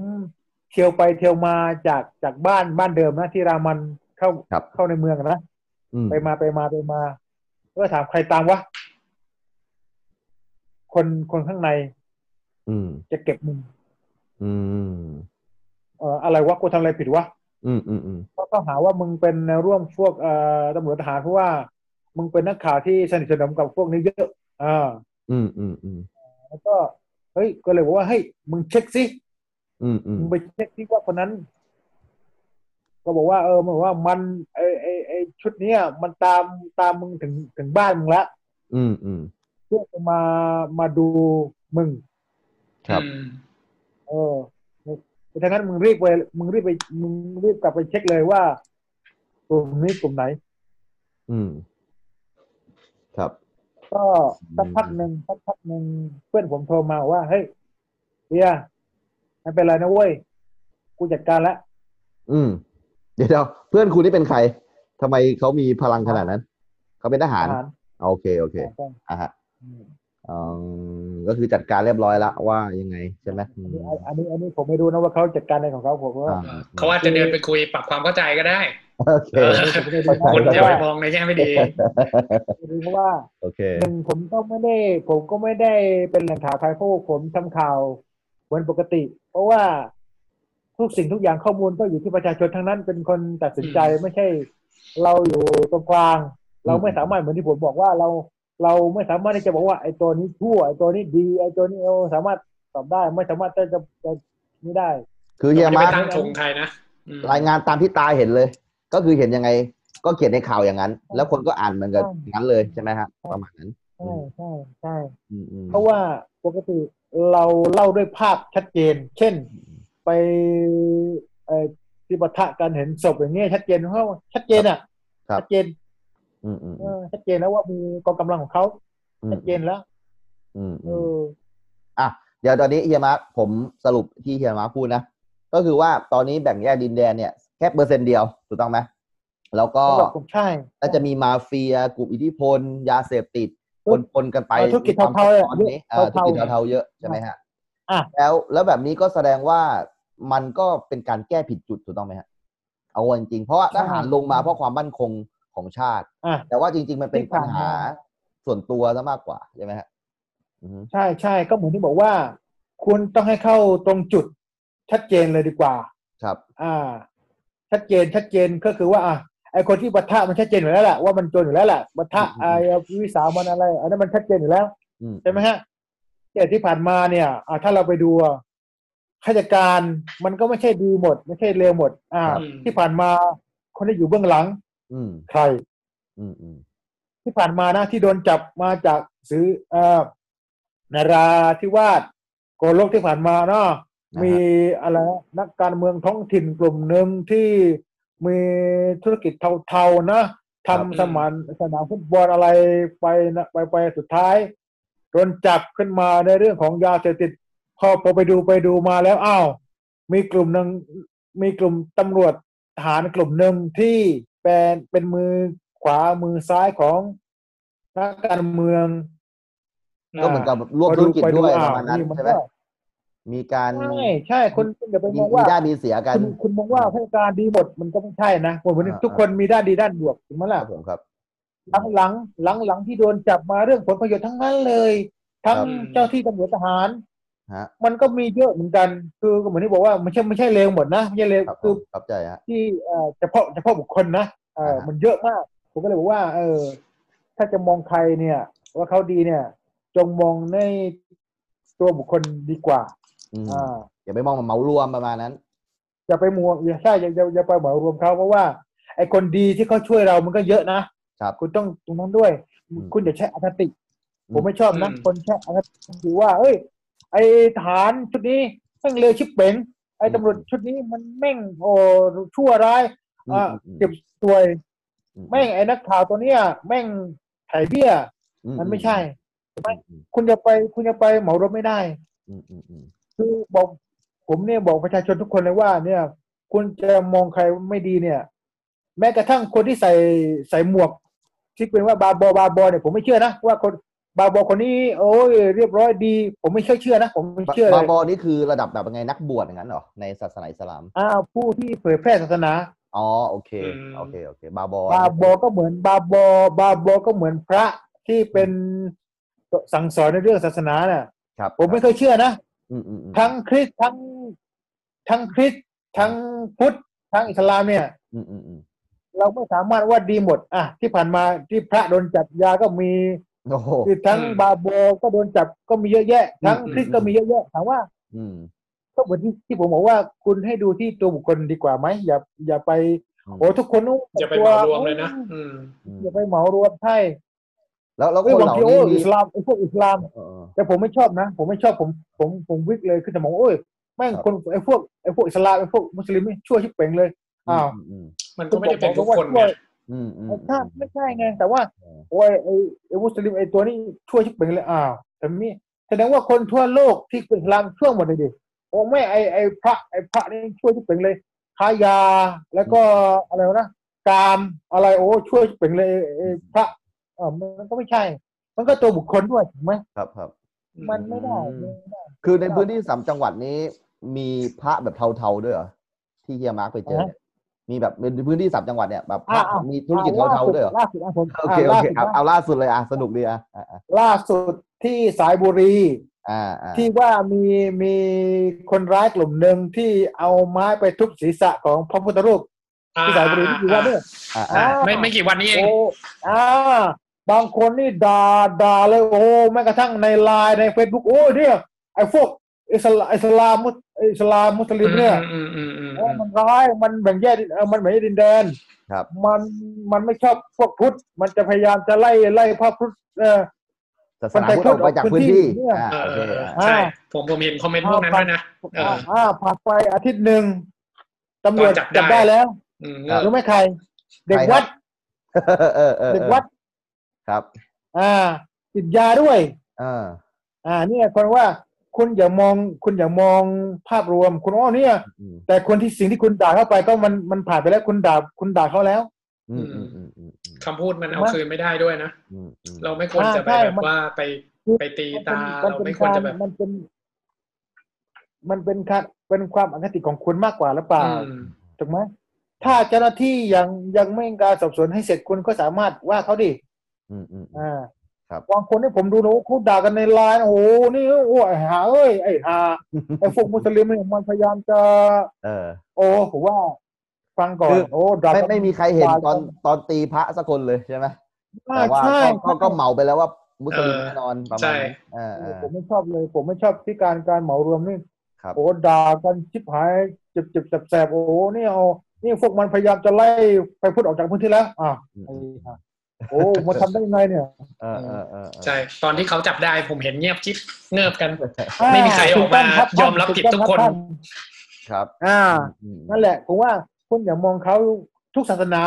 Speaker 5: เที่ยวไปเที่ยวมาจากจากบ้านบ้านเดิมนะที่รามันเข้า
Speaker 6: ครับ
Speaker 5: เข้าในเมืองนะ
Speaker 6: อืม
Speaker 5: ไปมาไปมาไปมาก็ถามใครตามวะ คนคนข้างใน
Speaker 6: อืม
Speaker 5: จะเก็บมึง
Speaker 6: อืม
Speaker 5: เอ่ออะไรวะกูทำอะไรผิดวะ
Speaker 6: อืมอืมอืม
Speaker 5: เขาก็หาว่ามึงเป็นร่วมพวกเอ่อตำรวจทหารเพราะว่า มึงเป็นนักข่าวที่สนิทสนมกับพวกนี้เยอะอ่า
Speaker 6: อืมอืมอืม
Speaker 5: แล้วก็เฮ้ยก็เลยบอกว่าเฮ้ยมึงเช็คสิ
Speaker 6: อืมอืม
Speaker 5: มึงไปเช็คที่ว่าคนนั้น ก็บอกว่า เออมันบอกว่ามันไอไอไอชุดเนี้ยมันตามตามมึงถึงถึงบ้านมึงละ
Speaker 6: อืมอืม
Speaker 5: เพื่อจะมามาดูมึง
Speaker 6: ครับ
Speaker 4: อืม
Speaker 5: เออดังนั้นมึงรีบไป มึงรีบไป มึงรีบกลับไปเช็คเลยว่ากลุ่มนี้กลุ่มไหน
Speaker 6: อืมครับ
Speaker 5: ก็สักพักหนึ่งสักพักหนึ่งเพื่อนผมโทรมาว่า เฮ้ยเฮียไม่เป็นไรนะเว้ย กูจัดการละ
Speaker 6: อืมเดี๋ยวเดี๋ยวเพื่อนคุณนี่เป็นใครทำไมเขามีพลังขนาดนั้นเขาเป็นทหาร
Speaker 5: หาร
Speaker 6: โอเคโอเค
Speaker 5: ใช่
Speaker 6: อ่ะฮะ
Speaker 5: อืม
Speaker 6: อืมก็คือจัดการเรียบร้อยละว่ายังไงใช่ไหมอื
Speaker 5: อัน
Speaker 6: ม
Speaker 5: นี้อันนี้อันนี้ผมไม่รู้นะว่าเขาจัดการอะไรของเขาผมว่า
Speaker 6: อ่า
Speaker 4: เขาอาจจะเดินไปคุยปรับความเข้าใจก็ได้
Speaker 6: โอเค
Speaker 5: ผมไม่รู้นะ
Speaker 4: คน
Speaker 5: แต่
Speaker 4: อย่าไป
Speaker 5: ว่าม
Speaker 4: องในแง่ไม่ดี
Speaker 5: ไม่รู้เพราะว่า
Speaker 6: โอเค
Speaker 5: หนึ่งผมก็ไม่ได้ ผมก็ไม่ได้เป็นแหล่งข่าวใครเพราะว่าผมทำข่าวเหมือนปกติ เพราะว่า ทุกสิ่งทุกอย่างข้อมูลก็อยู่ที่ประชาชนทั้งนั้นเป็นคนตัดสินใจไม่ใช่ เราอยู่ตรงกลาง เราไม่สามารถเหมือนที่ผมบอกว่าเราเราไม่สามารถที่จะบอกว่าไอ้ตัวนี้ชั่วไอ้ตัวนี้ดีไอ้ตัวนี้เราสามารถตอบได้ ไม่สามารถจะจะจะไม่ได้
Speaker 6: คือเฮีย
Speaker 4: ไม่
Speaker 6: มา
Speaker 4: ไป
Speaker 6: ร์ค
Speaker 4: ตั้งธงใครนะอืม
Speaker 6: รายงานตามที่ตาเห็นเลย ก็คือเห็นยังไง ก็เขียนในข่าวอย่างนั้น แล้วคนก็อ่านเหมือนกัน
Speaker 5: ใช่
Speaker 6: อย่างนั้นเลยใช่ไหมฮะประมาณนั้น
Speaker 5: ใช่ใช่ใช่
Speaker 6: อืมอืม
Speaker 5: เพราะว่าปกติเราเล่าด้วยภาพชัดเจน เช่น ไปเอ่อที่ปะทะกันเห็นศพอย่างเงี้ยชัดเจนเพราะว่าชัดเจนอ่ะชัดเจน
Speaker 6: อืมอืม
Speaker 5: เออชัดเจนแล้วว่ามีกองกำลังของเขา
Speaker 6: อืม
Speaker 5: ชัดเจนแล้ว
Speaker 6: อืม
Speaker 5: เอ
Speaker 6: อืม
Speaker 5: อ
Speaker 6: อ่ะ
Speaker 3: เดี๋ยวตอนนี้เฮียมาร์คผมสรุปที่เฮียมาร์คพูดนะ ก็คือว่าตอนนี้แบ่งแยกดินแดนเนี่ยแค่เปอร์เซ็นต์เดียวถูกต้องไหมแล้วก็
Speaker 5: สำหรับกลุ่มใช่
Speaker 3: น่าจะมีมาเฟียกลุ่มอิทธิพล ยาเสพติด
Speaker 5: ธุ
Speaker 3: ปนปนๆกันไป
Speaker 5: เออธุรกิจ
Speaker 3: มีความ
Speaker 5: เทาๆ
Speaker 3: ซับซ้อนนี้เออธุร
Speaker 5: เทาๆ
Speaker 3: กิจเทาๆเยอะใช่ไหมฮะ
Speaker 5: อ่ะ
Speaker 3: แล้วแล้วแบบนี้ก็แสดงว่ามันก็เป็นการแก้ผิดจุดถูกต้องไหมฮะเอาจริงๆเพราะว่าทหารลงมาเพราะความมั่นคงของชาติ
Speaker 5: อ่ะ
Speaker 3: แต่ว่าจริง ๆ มันเป็น
Speaker 5: ที่
Speaker 3: ปั
Speaker 5: ผ่า
Speaker 3: ญ
Speaker 5: นมา
Speaker 3: หาส่วนตัวซะมากกว่าใช่ไหมฮะอือฮึ
Speaker 5: ใช่ใช่ก็เหมือนที่บอกว่า คุณต้องให้เข้าตรงจุดชัดเจนเลยดีกว่า
Speaker 3: ครับ
Speaker 5: อ่า ชัดเจนชัดเจนก็คือว่า อ่ะไอคนที่ปะทะมันชัดเจนอยู่แล้วแหละว่ามันโจรอยู่แล้วแหละปะทะ
Speaker 3: อื
Speaker 5: ไอ้
Speaker 3: ม
Speaker 5: วิสามันอะไรอันนั้นมันชัดเจนอยู่แล้ว
Speaker 3: อืม
Speaker 5: ใช่ไหมฮะแต่ที่ผ่านมาเนี่ยอ่าถ้าเราไปดูอ่ะข้าราชการมันก็ไม่ใช่ดีหมด ไม่ใช่เลวหมด อ่า
Speaker 4: ครับ
Speaker 5: ที่ผ่านมาคนที่อยู่เบื้องหลัง
Speaker 3: อืม
Speaker 5: ใคร
Speaker 3: อืมอืม
Speaker 5: ที่ผ่านมานะที่โดนจับมาจากซื้อเอ่อนราธิวาสโกลกที่ผ่านมาเนาะมีอะไรนะนักการเมืองท้องถิ่นกลุ่มหนึ่งที่มีธุรกิจเทาๆนะทำสมานสนามฟุตบอลอะไรไปนะไปไปสุดท้ายโดนจับขึ้นมาในเรื่องของยาเสพติดพอพอไปดูไปดูมาแล้วอ้าวมีกลุ่มหนึ่งมีกลุ่มตำรวจ ทหารกลุ่มหนึ่งที่เป็นเป็นมือขวามือซ้ายของนักการเมือง
Speaker 3: ก็เหมือนกับร่วมธุรกิจด้วยประมาณนั้น
Speaker 5: มั
Speaker 3: ใช่ไหม
Speaker 5: ก็
Speaker 3: มีการ
Speaker 5: ใช่ใช่คนคนอย่าไป
Speaker 3: มี
Speaker 5: มอง
Speaker 3: มี
Speaker 5: ว่า
Speaker 3: ได้มีเสียกัน
Speaker 5: คุณคุณมองว่าผู้การดีหมดมันก็ไม่ใช่นะผมว่า
Speaker 3: อ่า
Speaker 5: ทุกคนมีด้านดีด้านบวกถูกไหม
Speaker 3: ค
Speaker 5: ล่ะ
Speaker 3: รับผมครับ
Speaker 5: หลังหลังหลังหลังที่โดนจับมาเรื่องผลประโยชน์ทั้งนั้นเลย ทั้ง
Speaker 4: ครับ
Speaker 5: เจ้าที่ตำรวจทหาร
Speaker 3: ฮะ
Speaker 5: มันก็มีเยอะเหมือนกัน คือเหมือนที่บอกว่าไม่ใช่ไม่ใช่เลวหมดนะไม่ใช่เลว
Speaker 3: ครับผ
Speaker 5: คือ
Speaker 3: มครับใจฮะ
Speaker 5: ที่เอ่อเฉพาะเฉพาะบุคคลนะเอ่อ
Speaker 3: อ่าฮะ
Speaker 5: มันเยอะมาก ผมก็เลยบอกว่า เออ ถ้าจะมองใครเนี่ย ว่าเขาดีเนี่ย จงมองในตัวบุคคลดีกว่า
Speaker 3: อืม
Speaker 5: อ่า
Speaker 3: อย่าไปมองมันเหมารวมประมาณนั้น
Speaker 5: อย่าไปมัวอย่าใช่อย่าอย่าอย่าไปเหมารวมเขาเพราะว่าไอ้คนดีที่เขาช่วยเรามันก็เยอะนะครับ คุณต้องตรงนั้นด้วย
Speaker 3: อืม
Speaker 5: คุณอย่าใช้อคติ
Speaker 3: อืม
Speaker 5: ผมไม่ชอบนะ
Speaker 4: อืม
Speaker 5: คนใช้อคติคือว่า เอ้ย ไอ้ทหารชุดนี้แม่งเลวชิบเป๋งไอ้ตำรวจชุดนี้มันแม่งโอ้ชั่วร้าย
Speaker 3: อืม
Speaker 5: อ่า
Speaker 3: อืม
Speaker 5: เจ็บตัวย
Speaker 3: อื
Speaker 5: แม่งไอ้นักข่าวตัวเนี้ยแม่งไถ่เบี้ย
Speaker 3: อื
Speaker 5: มันไม่ใช่
Speaker 3: อืมอืม
Speaker 5: คุณจะไปคุณจะไปเหมารถไม่ได้
Speaker 3: อืมอืมอืม
Speaker 5: คือบอกผมเนี่ยบอกประชาชนทุกคนเลยว่า เนี่ย คุณจะมองใครไม่ดีเนี่ย แม้กระทั่งคนที่ใส่ใส่หมวกที่เป็นว่าบาบอบาบอเนี่ยผมไม่เชื่อนะว่าคนบาบอคนนี้ โอ้ยเรียบร้อยดี ผมไม่เชื่อเชื่อนะผมไม่เชื่อบ
Speaker 3: า
Speaker 5: เลย
Speaker 3: บอนี่คือระดับแบบไงนักบวชอย่างนั้นเหรอในศาสนาอิสลาม
Speaker 5: อ้าวผู้ที่เผยแพร่ศาสนา
Speaker 3: อ๋อโอเค
Speaker 4: อืม
Speaker 3: โอเคโอเคบาบอบ
Speaker 5: าบอก็เหมือนบาบอบาบอก็เหมือนพระที่เป็นสั่งสอนในเรื่องศาสนาน่ะ
Speaker 3: ครับ
Speaker 5: ผมไม่เคยเชื่อนะ
Speaker 3: อืมอืมอืม
Speaker 5: ทั้งคริสต์ทั้งทั้งคริสต์ทั้งพุทธทั้งอิสลามเนี่ย
Speaker 3: อืมอืมอืม
Speaker 5: เราไม่สามารถว่าดีหมด อ่ะ ที่ผ่านมาที่พระโดนจับยาก็มี
Speaker 3: โอ้โห
Speaker 5: คือทั้ง
Speaker 4: อืม
Speaker 5: บาโบก็โดนจับก็มีเยอะแยะ ทั้ง
Speaker 3: อืม
Speaker 5: คริสต์ก็มีเยอะแยะถามว่า
Speaker 3: อืม
Speaker 5: ก็เหมือนที่ที่ผมบอกว่าคุณให้ดูที่ตัวบุคคลดีกว่าไหมอย่าอย่าไป
Speaker 3: อืม
Speaker 5: โอ้ทุกคนนู้
Speaker 4: อย่าไปเหมารวมเลยนะอืม
Speaker 3: อืม
Speaker 5: อย่าไปเหมารวมใช่
Speaker 3: แล้วแล้วค
Speaker 5: เอ้ย
Speaker 3: น
Speaker 5: บาง
Speaker 3: เหล่า
Speaker 5: ทีโอ้
Speaker 3: นี้
Speaker 5: อิสลามไอ้พวกอิสลาม
Speaker 3: เออ
Speaker 5: แต่ผมไม่ชอบนะ ผมไม่ชอบผมผมผมวิกเลยคือแต่มองโอ้ยแม่ง
Speaker 3: ครับ
Speaker 5: คนไอ้พวกไอ้พวกอิสลามไอ้พวกมุสลิมนี่ชั่วชิบเป่งเลยอ้าว
Speaker 3: อืม
Speaker 4: มันก็ไม่ได้เป็นทุกคน
Speaker 5: ช่
Speaker 4: ไง
Speaker 5: วย
Speaker 3: อืมอืม
Speaker 5: ไอ้
Speaker 3: อื
Speaker 5: ชาม ติไม่ใช่ไง แต่ว่า
Speaker 3: เออ
Speaker 5: โอ้ยไอ้ไอ้มุสลิมไอ้ตัวนี้ชั่วชิบเป่งเลยอ้าวแต่มีแสดงว่าคนทั่วโลกที่เป็นอิสลามชั่วหมดเลยดิโอ้ไม่ไอ้ไอ้พระไอ้พระนี่ชั่วชิบเป่งเลยค้ายาแล้วก็อะไรวะนะกามอะไรโอ้ชั่วชิบเป่งเลยไอ้ไอ้พระเออมันก็ไม่ใช่ มันก็ตัวบุคคลด้วยถูกไหม
Speaker 3: ครับครับ
Speaker 5: มันไม่ได้
Speaker 3: อืม คือในพื้นที่สามจังหวัดนี้ มีพระแบบเทาๆด้วยเหรอที่เฮียมาร์กไปเจอเนี่ยมีแบบในพื้นที่สามจังหวัดเนี่ยแบบพระ
Speaker 5: อ่าๆ
Speaker 3: มีธุรกิจเทาๆด้วยเหรอ
Speaker 5: ล่าสุดอ่ะผม
Speaker 3: โอเคโอ
Speaker 5: ล่า
Speaker 3: เค
Speaker 5: สุด
Speaker 3: เอา
Speaker 5: นะ
Speaker 3: เอาล่าสุดเลยอ่ะสนุกดีอ่ะอ่ะอ่ะ
Speaker 5: ล่าสุดที่สายบุรี
Speaker 3: อ่าอ่า
Speaker 5: ที่ว่ามีมีคนร้ายกลุ่มหนึ่งที่เอาไม้ไปทุบศีรษะของพระพุทธรูป
Speaker 4: อ่
Speaker 5: ที่สายบุรีที่อยู่ว่าเนี่ย
Speaker 3: อ่า
Speaker 4: อ่า
Speaker 3: อ่า
Speaker 4: ไม่ไม่กี่วันนี้เอง
Speaker 5: โอ้อ่าบางคนนี่ด่าด่าเลยโอ้แม้กระทั่งในไลน์ในเฟซบุ๊กโอ้เนี่ยไอ้พวกอิสลามอิสลามมุสอิสลามมุสลิมเนี่ย
Speaker 4: อืมอืมอืม
Speaker 5: โอ้
Speaker 4: อืม
Speaker 5: มันร้าย มันแบ่งแยกดินเอ่อมันแบ่งแยกดินแดน
Speaker 3: ครับ
Speaker 5: มันมันไม่ชอบพวกพุทธ มันจะพยายามจะไล่ไล่พระพุทธเอ่อ
Speaker 3: ศาสนาพุทธออกไปจากพื้นที่อ่า
Speaker 4: เออ
Speaker 3: โอเค
Speaker 4: เออเออ
Speaker 3: อ่า
Speaker 4: ใช่ผมผมเห็นคอมเมนต์พวกนั้นด้วยนะ เออ
Speaker 5: อ่าผ่านไปอาทิตย์หนึ่งตำรวจ
Speaker 4: จั
Speaker 5: จั
Speaker 4: บบ ได้
Speaker 5: ได้แล้ว
Speaker 4: อืม
Speaker 5: รู้ไหมใคร เด็กวัด
Speaker 3: เออเออ
Speaker 5: เด็ก
Speaker 3: เออ
Speaker 5: วัด
Speaker 3: ครับ
Speaker 5: อ่าติดยาด้วย
Speaker 3: เออ
Speaker 5: อ่า เนี่ยคนว่า ค คุณอย่ามองคุณอย่ามองภาพรวม คุณอ๋อเนี่ย
Speaker 3: อืม
Speaker 5: แต่คนที่สิ่งที่คุณด่าเข้าไปก็มันมันผ่านไปแล้วคุณด่าคุณด่าเขาแล้ว
Speaker 3: อืมอืมอืมอืม
Speaker 4: คำพูดมันเอาคืนไม่ได้ด้วยนะ
Speaker 3: อืมอืม
Speaker 4: เราไม่ควรจะไป
Speaker 5: ใช่
Speaker 4: แบบ
Speaker 5: มัน
Speaker 4: ว่าไปไปตีตา
Speaker 5: มัน
Speaker 4: เรา
Speaker 5: เป็น
Speaker 4: ไม่ควรจะแบบ
Speaker 5: มันเป็น มันเป็นการเป็นความอคติของคุณมากกว่าหรือเปล่า
Speaker 4: อืม
Speaker 5: ถูกไหมถ้าเจ้าหน้าที่ยังยังไม่มีการสอบสวนให้เสร็จคุณก็สามารถว่าเขาดิ
Speaker 3: อืมอืมอืม
Speaker 5: อ่า
Speaker 3: ครับ
Speaker 5: บางคนที่ผมดูนะโอ้โหเขาด่ากันในไลน์โอ้โหนี่โอ้ยไอ้หาเอ้ยไอ้ หาไอ้พวกมุสลิมเนี่ยมันพยายามจะ
Speaker 3: เออ
Speaker 5: โอ้ผมว่า ฟังก่อ
Speaker 3: คื
Speaker 5: น
Speaker 3: อ
Speaker 5: โอ้ด่า
Speaker 3: ไม่
Speaker 5: กัน
Speaker 3: ไม่มีใครเห็นตอนตอนตีพระสักคนเลยใช่ไหม
Speaker 5: อ่
Speaker 3: แต่ว่า
Speaker 5: ใช่
Speaker 3: เขาเขาก็เหมาไปแล้วว่ามุสลิม
Speaker 4: เออ
Speaker 3: แน่นอนประมาณนั้นเออ
Speaker 5: โอ้
Speaker 3: เอ
Speaker 5: โห
Speaker 3: อ
Speaker 5: ผมไม่ชอบเลย ผมไม่ชอบที่การการเหมารวมนี่
Speaker 3: ครับ
Speaker 5: โอ้ด่ากันชิบหายเจ็บเจ็บๆแสบๆโอ้โหนี่เอานี่พวกมันพยายามจะไล่ไปพูดออกจากพื้นที่แล้วอ่ะไอ้ห่าโอ้มาทำได้ยังไงเนี่ย
Speaker 3: เออเออเออเออ
Speaker 4: ใช่ตอนที่เขาจับได้ผมเห็นเงียบจิ๊บเงียบกัน ไม่มีใครออกมา
Speaker 5: ถูต้งค
Speaker 4: ยอมรับผิดทุกคน
Speaker 5: รับท่า
Speaker 3: ครับ
Speaker 5: อ่า
Speaker 3: อืม
Speaker 5: นั่นแหละผมว่าคุณอย่ามองเขาทุกศาสนา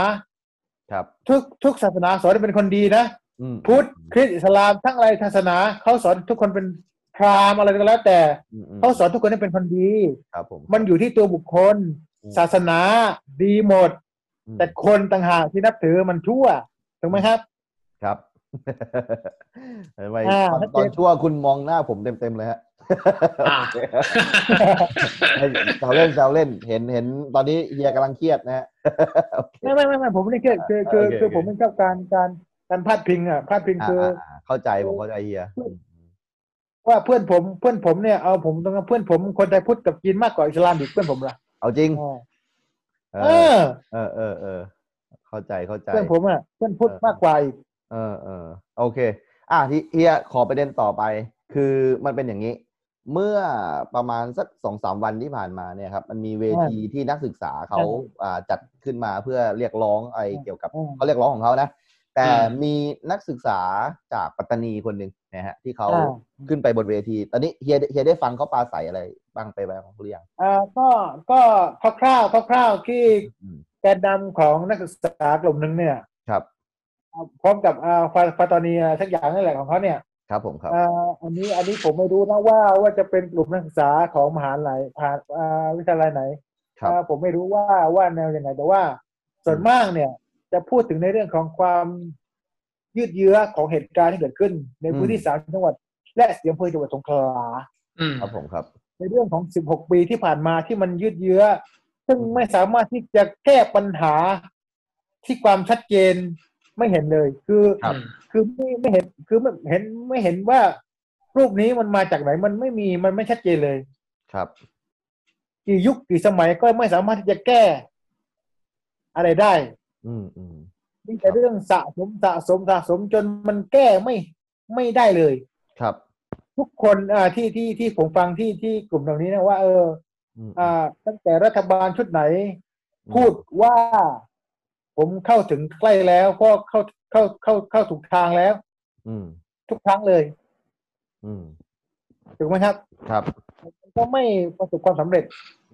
Speaker 3: ครับ
Speaker 5: ทุกทุกศาสนาสอนให้เป็นคนดีนะ
Speaker 3: อืม
Speaker 5: พุทธคริสต์อิสลามทั้งอะไรศาสนาเขาสอนทุกคนเป็นพราหมณ์อะไรก็แล้ว แต่
Speaker 3: อืมอืม
Speaker 5: เขาสอนทุกคนให้เป็นคนดี
Speaker 3: ครับผม
Speaker 5: มันอยู่ที่ตัวบุคคล ศาสนาดีหมด
Speaker 3: อืม
Speaker 5: แต่คนต่างหากที่นับถือมันชั่วถูกไหมครับ
Speaker 3: ครับเห็นไหม
Speaker 5: อ่า
Speaker 3: ตอน
Speaker 5: ชัดเจน
Speaker 3: ตอนชั่วคุณมองหน้าผมเต็มเต็มๆเลยฮะ
Speaker 4: อ่า
Speaker 3: แซวเล่นแซวเล่นเห็นเห็นตอนนี้เฮียกำลังเครียดนะฮะโอเค
Speaker 5: ไม่ไม่ไม่ไม่ผมไม่ได้เกลียดคือคือ
Speaker 3: โอเค
Speaker 5: คือ
Speaker 3: โอเค
Speaker 5: ผมไม่ชอบการการการพาดพิงอ่ะพาดพิง
Speaker 3: อ่า
Speaker 5: คืออ
Speaker 3: อ่าอ่าเข้าใจผมเข้าใจเฮียอืม
Speaker 5: ว่าเพื่อนผมเพื่อนผมเนี่ยเอาผมตรงนั้นเพื่อนผมคนไทยพุทธกับจีนมากกว่าอิสลามอีกเพื่อนผมละ
Speaker 3: เอาจริง
Speaker 5: อ่า
Speaker 3: เอ
Speaker 5: เอ
Speaker 3: อ
Speaker 5: อ
Speaker 3: เออเออเออเข้าใจเข้าใจ
Speaker 5: เพื่อนผมอ่ะเพื่อนพุทธ
Speaker 3: เออ
Speaker 5: มากกว่าอีก
Speaker 3: เออเออโอเค อ่ะทีเฮียขอประเด็นต่อไป คือมันเป็นอย่างนี้ เมื่อประมาณสักสองสามวันที่ผ่านมาเนี่ยครับ มันมีเวทีที่นักศึกษาเขา
Speaker 5: ใช่
Speaker 3: อ่าจัดขึ้นมาเพื่อเรียกร้องอะไรเกี่ยวกับ
Speaker 5: อืม
Speaker 3: เขาเรียกร้องของเขานะ แต่
Speaker 4: อืม
Speaker 3: มีนักศึกษาจากปัตตานีคนหนึ่งนะฮะที่เขา
Speaker 5: อ่า
Speaker 3: ขึ้นไปบนเวที ตอนนี้เฮียเฮียได้ฟังเขาปราใสอะไรบ้างไปบ้างหรือยัง
Speaker 5: อ่าก็ก็คร่าวๆคร่าวๆที่
Speaker 3: อืม
Speaker 5: แกนนำของนักศึกษากลุ่มหนึ่งเนี่ย
Speaker 3: ครับ
Speaker 5: อ่าพร้อมกับอ่าฟาฟาตอนีอ่ะทักอย่างนั่นแหละของเขาเนี่ย
Speaker 3: ครับผมครับ
Speaker 5: อ่าอันนี้อันนี้ผมไม่รู้นะว่าว่าจะเป็นกลุ่มนักศึกษาของมหาลัยผ่านอ่าวิทยาลัยไหน
Speaker 3: ครับ
Speaker 5: อ่าผมไม่รู้ว่าว่าแนวยังไงแต่ว่า ส่วนมากเนี่ย จะพูดถึงในเรื่องของความยืดเยื้อของเหตุการณ์ที่เกิดขึ้น ในพื้นที่สามจังหวัด และเสียงพื้นจังหวัดสงขลา
Speaker 4: อืม
Speaker 3: ครับผมครับ
Speaker 5: ในเรื่องของ 16 ปีที่ผ่านมาที่มันยืดเยื้อ ซึ่งไม่สามารถที่จะแก้ปัญหาที่ความชัดเจนไม่เห็นเลย คือ
Speaker 3: ครับ
Speaker 5: คือไม่ไม่เห็นคือไม่เห็นไม่เห็นว่ารูปนี้มันมาจากไหนมันไม่มีมันไม่ชัดเจนเลย
Speaker 3: ครับ
Speaker 5: กี่ยุคกี่สมัยก็ไม่สามารถที่จะแก้อะไรได้
Speaker 3: อืมอืม
Speaker 5: มีแต่เรื่องสะสมสะสมสะสมจนมันแก้ไม่ไม่ได้เลย
Speaker 3: ครับ
Speaker 5: ทุกคนอ่าที่ที่ที่ผมฟังที่ที่กลุ่มเหล่านี้นะว่า เออ
Speaker 3: อืม
Speaker 5: อ่าตั้งแต่รัฐบาลชุดไหน
Speaker 3: อืม
Speaker 5: พูดว่าผมเข้าถึงใกล้แล้วเพราะเข้าเข้าเข้าเข้าถูกทางแล้ว
Speaker 3: อืม
Speaker 5: ทุกครั้งเลย
Speaker 3: อืม
Speaker 5: ถูกไหมครับ
Speaker 3: ครับ
Speaker 5: ก็ไม่ประสบความสำเร็จ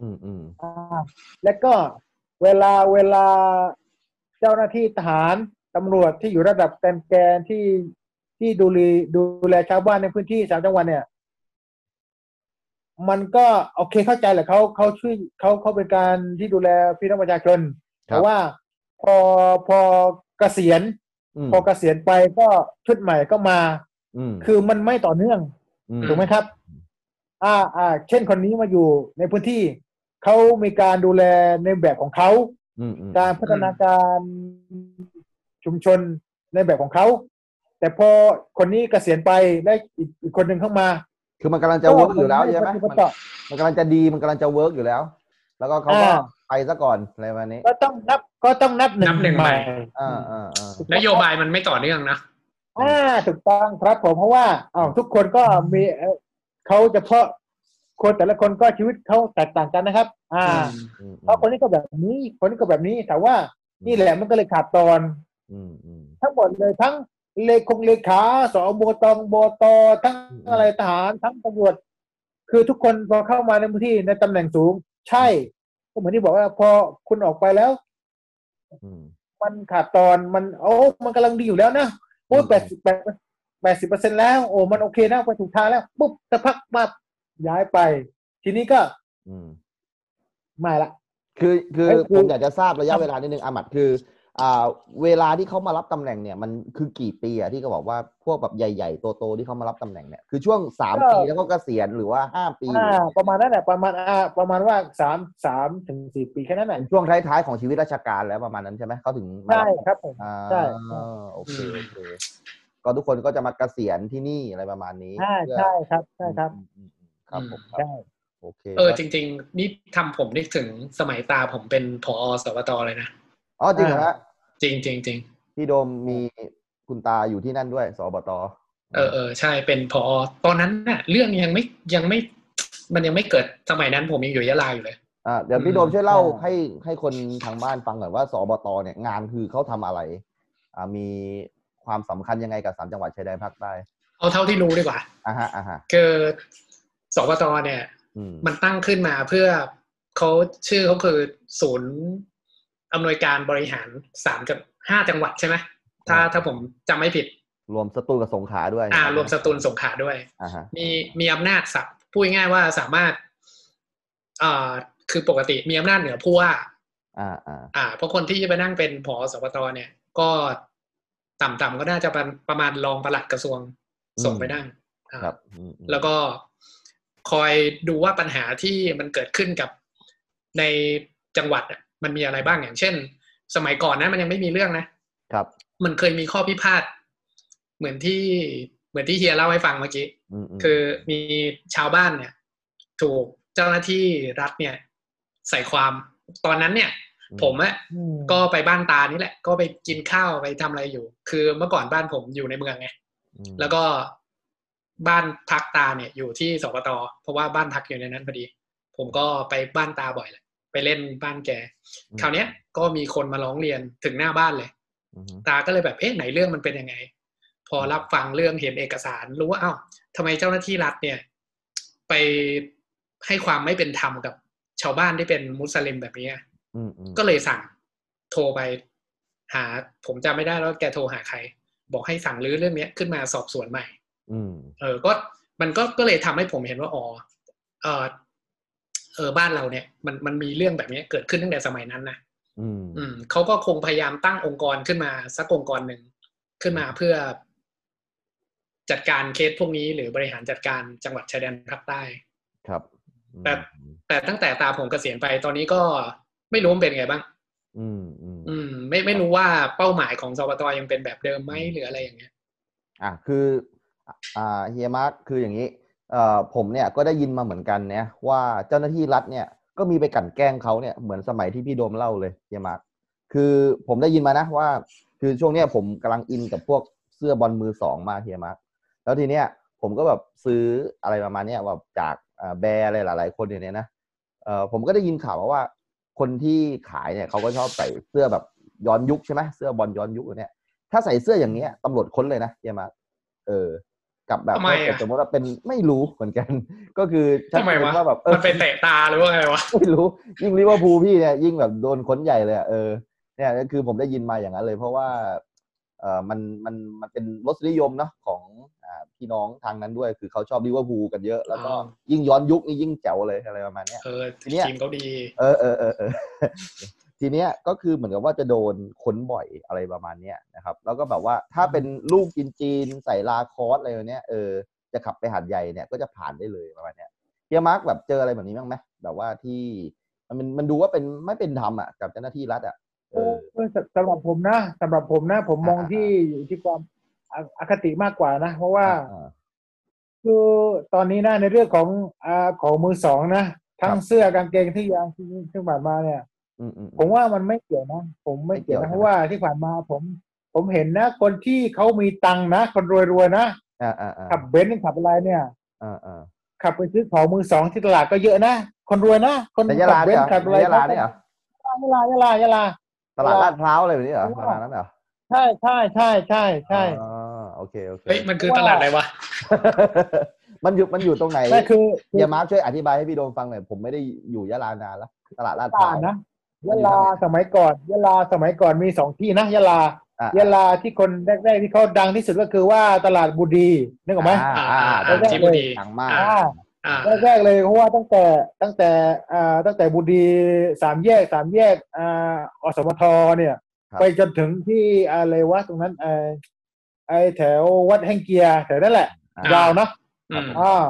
Speaker 3: อืมอืม
Speaker 5: อ่าและก็เวลาเวลาเจ้าหน้าที่ทหารตำรวจที่อยู่ระดับแกนแกนๆที่ที่ดูแลดูแลชาวบ้านในพื้นที่สามจังหวัดเนี่ย มันก็โอเคเข้าใจแหละเขาเขาช่วยเขาเขาเป็นการที่ดูแลพี่น้องประชาชน
Speaker 3: ครั
Speaker 5: แต่
Speaker 3: บ
Speaker 5: ว่าพอพอเกษียณ
Speaker 3: อืม
Speaker 5: พอเกษียณไปก็ชุดใหม่ก็มา
Speaker 3: อืม
Speaker 5: คือมันไม่ต่อเนื่อง
Speaker 3: ม
Speaker 5: ถูกไหมครับ อ่าอ่า เช่นคนนี้มาอยู่ในพื้นที่เขามีการดูแลในแบบของเขา
Speaker 3: อืมอืม
Speaker 5: การพัฒนาการชุมชนในแบบของเขาแต่พอคนนี้เกษียณไปและอีกอีกคนหนึ่งเข้ามา
Speaker 3: คือมันกำลังจะเวิร์กอยู่แล้วใช่ไหม
Speaker 5: ก็
Speaker 3: มัน
Speaker 5: ต้อง
Speaker 3: มันกำลังจะดีมันกำลังจะเวิร์กอยู่แล้ว แล้วก็เขาก็
Speaker 5: อ่า
Speaker 3: ไปซะก่อนอะไรประมาณนี้
Speaker 5: ก็ต้องนับก็ต้องนับหนึ่
Speaker 4: นับหนึ่ง
Speaker 5: ง
Speaker 4: ใหม่
Speaker 3: อ่าอ่าอ่า
Speaker 4: นโยบายมันไม่ต่อเนื่องนะ
Speaker 5: อ่าถูกต้องครับผมเพราะว่าอ้าวทุกคนก็มีเอ่อเขาจะเพาะคนแต่ละคนก็ชีวิตเขาแตกต่างกันนะครับ อ่า
Speaker 3: อืม
Speaker 5: เพราะคนนี้ก็แบบนี้ คนนี้ก็แบบนี้ แต่ว่านี่แหละมันก็เลยขาดตอน
Speaker 3: อืมอืม
Speaker 5: ทั้งหมดเลยทั้งเลขคงเลขาสอบตองบตทั้ง
Speaker 3: อืม
Speaker 5: อะไรทหารทั้งตำรวจ คือทุกคนพอเข้ามาในพื้นที่ในตำแหน่งสูง ใช่ก็เหมือนที่บอกว่าพอคุณออกไปแล้ว
Speaker 3: อืม
Speaker 5: มันขาดตอนมันโอ้มันกำลังดีอยู่แล้วนะโอ้
Speaker 3: อืม
Speaker 5: แปดสิบแปดแปดสิบเปอร์เซ็นแล้ว โอ้มันโอเคนะไปถูกทางแล้วปุ๊บสักพักมา ย้ายไป ทีนี้ก็
Speaker 3: อืม
Speaker 5: ไม่ละ
Speaker 3: คือคือ
Speaker 5: เอ้ยคือ
Speaker 3: ผมอยากจะทราบระ
Speaker 5: ค
Speaker 3: ยะ
Speaker 5: รับ
Speaker 3: เวลานิดนึงอามัดคือ อ่า เวลาที่เขามารับตำแหน่งเนี่ย มันคือกี่ปีอะที่เขาบอกว่าพวกแบบใหญ่ๆโตๆที่เขามารับตำแหน่งเนี่ยคือช่วงสามปีแล้วก็เกษียณหรือว่าห้าปี
Speaker 5: อ่าประมาณนั้นแหละประมาณอ่าประมาณว่าสามสามถึงสี่ปีแค่นั้นแหละ
Speaker 3: เป็นช่วงท้ายๆของชีวิตราชการแล้วประมาณนั้นใช่ไหมเขาถึงมา
Speaker 5: ใช่
Speaker 3: รับ
Speaker 5: ครับผม
Speaker 3: อ่า
Speaker 5: ใช่
Speaker 3: โอเคโอเคก็ทุกคนก็จะมาเกษียณที่นี่อะไรประมาณนี้
Speaker 5: ใช่
Speaker 3: เพื่อ
Speaker 5: ใช่ครับใช่ครับ
Speaker 3: อืมอืมอืมครับผมครับ
Speaker 5: ใช่
Speaker 3: โอเค
Speaker 4: เออจริง ๆ นี่ทำผมนึกถึงสมัยตาผมเป็นผอสวตเลยนะ
Speaker 3: อ๋อจริงเหรอฮะ
Speaker 4: จริงจริงจริง
Speaker 3: พี่โดมมีคุณตาอยู่ที่นั่นด้วยสบต
Speaker 4: เออเออใช่เป็นผอตอนนั้นน่ะ เรื่องยังไม่ยังไม่ มันยังไม่เกิดสมัยนั้นผมยังอยู่ยะลาอยู่เลย
Speaker 3: อ่าเดี๋ยวพี่
Speaker 4: อืม
Speaker 3: โดมช่วยเล่าให้ให้คนทางบ้านฟังหน่อยว่าสบตเนี่ยงานคือเขาทำอะไรอ่ามีความสำคัญยังไงกับสามจังหวัดชายแดนภาคใต้
Speaker 4: เอาเท่าที่รู้ดีกว่า
Speaker 3: อ่าฮะอ่าฮะ
Speaker 4: คือสวตเนี่ย
Speaker 3: อืม
Speaker 4: มันตั้งขึ้นมาเพื่อเขาชื่อเขาคือศูนย์อำนวยการบริหารสามจังห้าจังหวัดใช่ไหมถ้าถ้าผมจำไม่ผิด
Speaker 3: รวมสตูลกับสงขลาด้วย
Speaker 4: อ่ารวมสตูลสงขลาด้วย
Speaker 3: อ่าฮะ
Speaker 4: มีมีอำนาจสับพูดง่ายๆว่าสามารถเอ่อคือปกติมีอำนาจเหนือผู้ว่า
Speaker 3: อ่าอ่า
Speaker 4: อ่าเพราะคนที่จะไปนั่งเป็นผอสปตเนี่ย ก็ต่ำๆก็น่าจะประประมาณรองปลัดกระทรวงส่งไปนั่งอ่า
Speaker 3: ครับอืมอืม
Speaker 4: แล้วก็คอยดูว่าปัญหาที่มันเกิดขึ้นกับในจังหวัดอะมันมีอะไรบ้างอย่างเช่น สมัยก่อนนะ มันยังไม่มีเรื่องนะ
Speaker 3: ครับ
Speaker 4: มันเคยมีข้อพิพาทเหมือนที่เหมือนที่เฮียเล่าให้ฟังเมื่อกี้
Speaker 3: มม
Speaker 4: คือมีชาวบ้านเนี่ย ถูกเจ้าหน้าที่รัฐเนี่ย ใส่ความตอนนั้นเนี่ย
Speaker 3: อื
Speaker 4: ผมอะ
Speaker 5: อืม
Speaker 4: ก็ไปบ้านตานี่แหละ ก็ไปกินข้าวไปทำอะไรอยู่ คือเมื่อก่อนบ้านผมอยู่ในเมืองไง
Speaker 3: อืม
Speaker 4: แล้วก็บ้านพักตาเนี่ยอยู่ที่สปตเพราะว่าบ้านพักอยู่ในนั้นพอดี ผมก็ไปบ้านตาบ่อยแหละไปเล่นบ้านแก คราวเนี้ยก็มีคนมาร้องเรียนถึงหน้าบ้านเลย
Speaker 3: อืม
Speaker 4: ตาก็เลยแบบเอ๊ะไหนเรื่องมันเป็นยังไง พอรับฟังเรื่องเห็นเอกสาร รู้ว่าอ้าวทำไมเจ้าหน้าที่รัฐเนี่ย ไปให้ความไม่เป็นธรรมกับชาวบ้านที่เป็นมุสลิมแบบนี้อะ
Speaker 3: อืมอืม
Speaker 4: ก็เลยสั่งโทรไปหา ผมจำไม่ได้แล้วแกโทรหาใคร บอกให้สั่งรื้อเรื่องเนี้ยขึ้นมาสอบสวนใหม่
Speaker 3: อืม
Speaker 4: เออ ก็มันก็ก็เลยทำให้ผมเห็นว่าอ๋อเออเออบ้านเราเนี่ย มันมันมีเรื่องแบบเนี้ยเกิดขึ้นตั้งแต่สมัยนั้นนะ
Speaker 3: อืม
Speaker 4: อืมเขาก็คงพยายามตั้งองค์กรขึ้นมาสักองค์กรหนึ่งขึ้นมาเพื่อ จัดการเคสพวกนี้ หรือบริหารจัดการจังหวัดชายแดนภาคใต้
Speaker 3: ครับ
Speaker 4: แต่ แต่ตั้งแต่ตาผมเกษียณไปตอนนี้ก็ไม่รู้มันเป็นไงบ้าง
Speaker 3: อืมอืม
Speaker 4: อืมไม่ไม่รู้ว่าเป้าหมายของสวตยังเป็นแบบเดิมไหมหรืออะไรอย่างเงี้ย
Speaker 3: อ่ะคืออ่าเฮียมาร์คคืออย่างนี้เอ่อผมเนี่ยก็ได้ยินมาเหมือนกันนะว่าเจ้าหน้าที่รัฐเนี่ยก็มีไปกลั่นแกล้งเขาเนี่ยเหมือนสมัยที่พี่โดมเล่าเลยเฮียมาร์คคือผมได้ยินมานะว่า คือช่วงเนี้ยผมกำลังอินกับพวกเสื้อบอลมือสองมากเฮียมาร์คแล้วทีเนี้ยผมก็แบบซื้ออะไรประมาณเนี้ยแบบจากอ่าแบรนด์อะไรหลาย ๆ คนอย่างเนี้ยนะเอ่อผมก็ได้ยินข่าวมาว่า คนที่ขายเนี่ยเขาก็ชอบใส่เสื้อแบบย้อนยุคใช่ไหมเสื้อบอลย้อนยุคเนี่ย ถ้าใส่เสื้ออย่างเงี้ยตำรวจค้นเลยนะเฮียมาร์คเออ กับแบบ
Speaker 4: ทำไม
Speaker 3: ถ้า
Speaker 4: อะ
Speaker 3: เกิดสมมติว่าเป็นไม่รู้เหมือนกัน ก็คือชัด
Speaker 4: ทำไม
Speaker 3: เจน
Speaker 4: วะ
Speaker 3: ว่าแบบเออ
Speaker 4: มันเป็นเตะตาหรือว่าไงวะ
Speaker 3: ไม่รู้ยิ่งลิเวอร์พูลพี่เนี่ยยิ่งแบบโดนค้นใหญ่เลยอะเออเนี่ยก็คือผมได้ยินมาอย่างนั้นเลย เพราะว่าเออมันมันมันเป็นรสนิยมเนาะของอ่าพี่น้องทางนั้นด้วย คือเขาชอบลิเวอร์พูลกันเยอะ แล้วก็
Speaker 4: อ๋อ
Speaker 3: ยิ่งย้อนยุคนี่ยิ่งแจ๋วเลยอะไรประมาณเนี้ย
Speaker 4: เออ
Speaker 3: ทีเนี้ย
Speaker 4: ทีมเขาดี
Speaker 3: เออเออเออเออ ทีเนี้ยก็คือเหมือนกับว่าจะโดนค้นบ่อยอะไรประมาณเนี้ยนะครับ แล้วก็แบบว่าถ้าเป็นลูกจีนๆใส่ลาคอสอะไรแบบเนี้ยเออจะขับไปหาดใหญ่เนี่ยก็จะผ่านได้เลยประมาณเนี้ยเฮียมาร์กแบบเจออะไรแบบนี้บ้างไหมแบบว่าที่มันมันมันดูว่าเป็นไม่เป็นธรรมอ่ะกับเจ้าหน้าที่รัฐอ่ะเออ
Speaker 5: เออสสำหรับผมนะสำหรับผมนะ ผมมอง
Speaker 3: อ่า
Speaker 5: ที่อยู่ที่ความออคติมากกว่านะ เพราะว่า
Speaker 3: อ่า
Speaker 5: คือตอนนี้นะในเรื่องของอาของมือสองนะทั้
Speaker 3: ค
Speaker 5: ง
Speaker 3: รับ
Speaker 5: เสื้อกางเกงที่ยางที่ที่ผ่านมาเนี่ย
Speaker 3: อืมอืม
Speaker 5: ผมว่ามันไม่เกี่ยวนะ ผมไม่เกี่ยว
Speaker 3: ไม่
Speaker 5: นะเพ
Speaker 3: เกี่ยว
Speaker 5: ราะว่าที่ผ่านมาผม ผมเห็นนะ คนที่เขามีตังค์นะ คนรวยๆนะ
Speaker 3: อ่าอ่าอ่า
Speaker 5: ขับเบนซ์ขับอะไรเนี่ย
Speaker 3: อ่าอ่า
Speaker 5: ขับไปซื้อของมือสองที่ตลาดก็เยอะนะ คนรวยนะ คน
Speaker 3: แต่ยะลา
Speaker 5: ขับเบ
Speaker 3: เนี่ย
Speaker 5: น
Speaker 3: เหรอ
Speaker 5: ซ์ขับอะไร
Speaker 3: ยะลาเนี่ย
Speaker 5: ะลายะลายะ
Speaker 3: เหรอย
Speaker 5: ลา
Speaker 3: ตลาดลาดพร้าวอะไรแบบนี้เหรอ
Speaker 5: ไม่
Speaker 3: ป
Speaker 5: ว่า
Speaker 3: ระมาณนั้นเหรอ
Speaker 5: ใช่ใช่ใช่ใช่ใช่
Speaker 3: อ๋อโอเคโอเค
Speaker 4: เฮ้ยมันคือตลาดอะไรวะ
Speaker 3: มันอยู่มันอยู่ตรงไหน
Speaker 5: นั่นคือ
Speaker 3: เฮียมาร์คช่วยอธิบายให้พี่โดมฟังหน่อยผมไม่ได้อยู่ยะลานานแล้วตลาดลาดพ
Speaker 5: ตา
Speaker 3: ร้าว
Speaker 5: ดนะ
Speaker 3: มัน
Speaker 5: ยะ
Speaker 3: อยู่
Speaker 5: ลา
Speaker 3: ทาง
Speaker 5: ส
Speaker 3: ไหน
Speaker 5: มัยก่อนยะลาสมัยก่อนมีสองที่นะยะลา
Speaker 3: อ่ะ
Speaker 5: ยะลาที่คนแรกๆที่เขาดังที่สุดก็คือว่าตลาดบุดีนึกออกไหม
Speaker 3: อ่าอ่า
Speaker 4: อ่า
Speaker 3: อ่า
Speaker 4: อ่า
Speaker 5: ได้
Speaker 4: อ่า
Speaker 5: ได้
Speaker 4: จิบุดี
Speaker 3: ดังมาก
Speaker 4: อ่า
Speaker 5: อ่า
Speaker 4: อ่า
Speaker 5: แรกๆเลยเพราะว่าตั้งแต่ตั้งแต่อ่าตั้งแต่บุรีสามแยกสามแยกอ่าอสมทเนี่ย
Speaker 6: ครับ
Speaker 5: ไปจนถึงที่อะไรวะตรงนั้นไออไอแถววัดแห้งเกียร์แถวนั่นแหละ
Speaker 6: อ่าย
Speaker 5: ยาวเนาะ
Speaker 4: อืม
Speaker 5: อ่า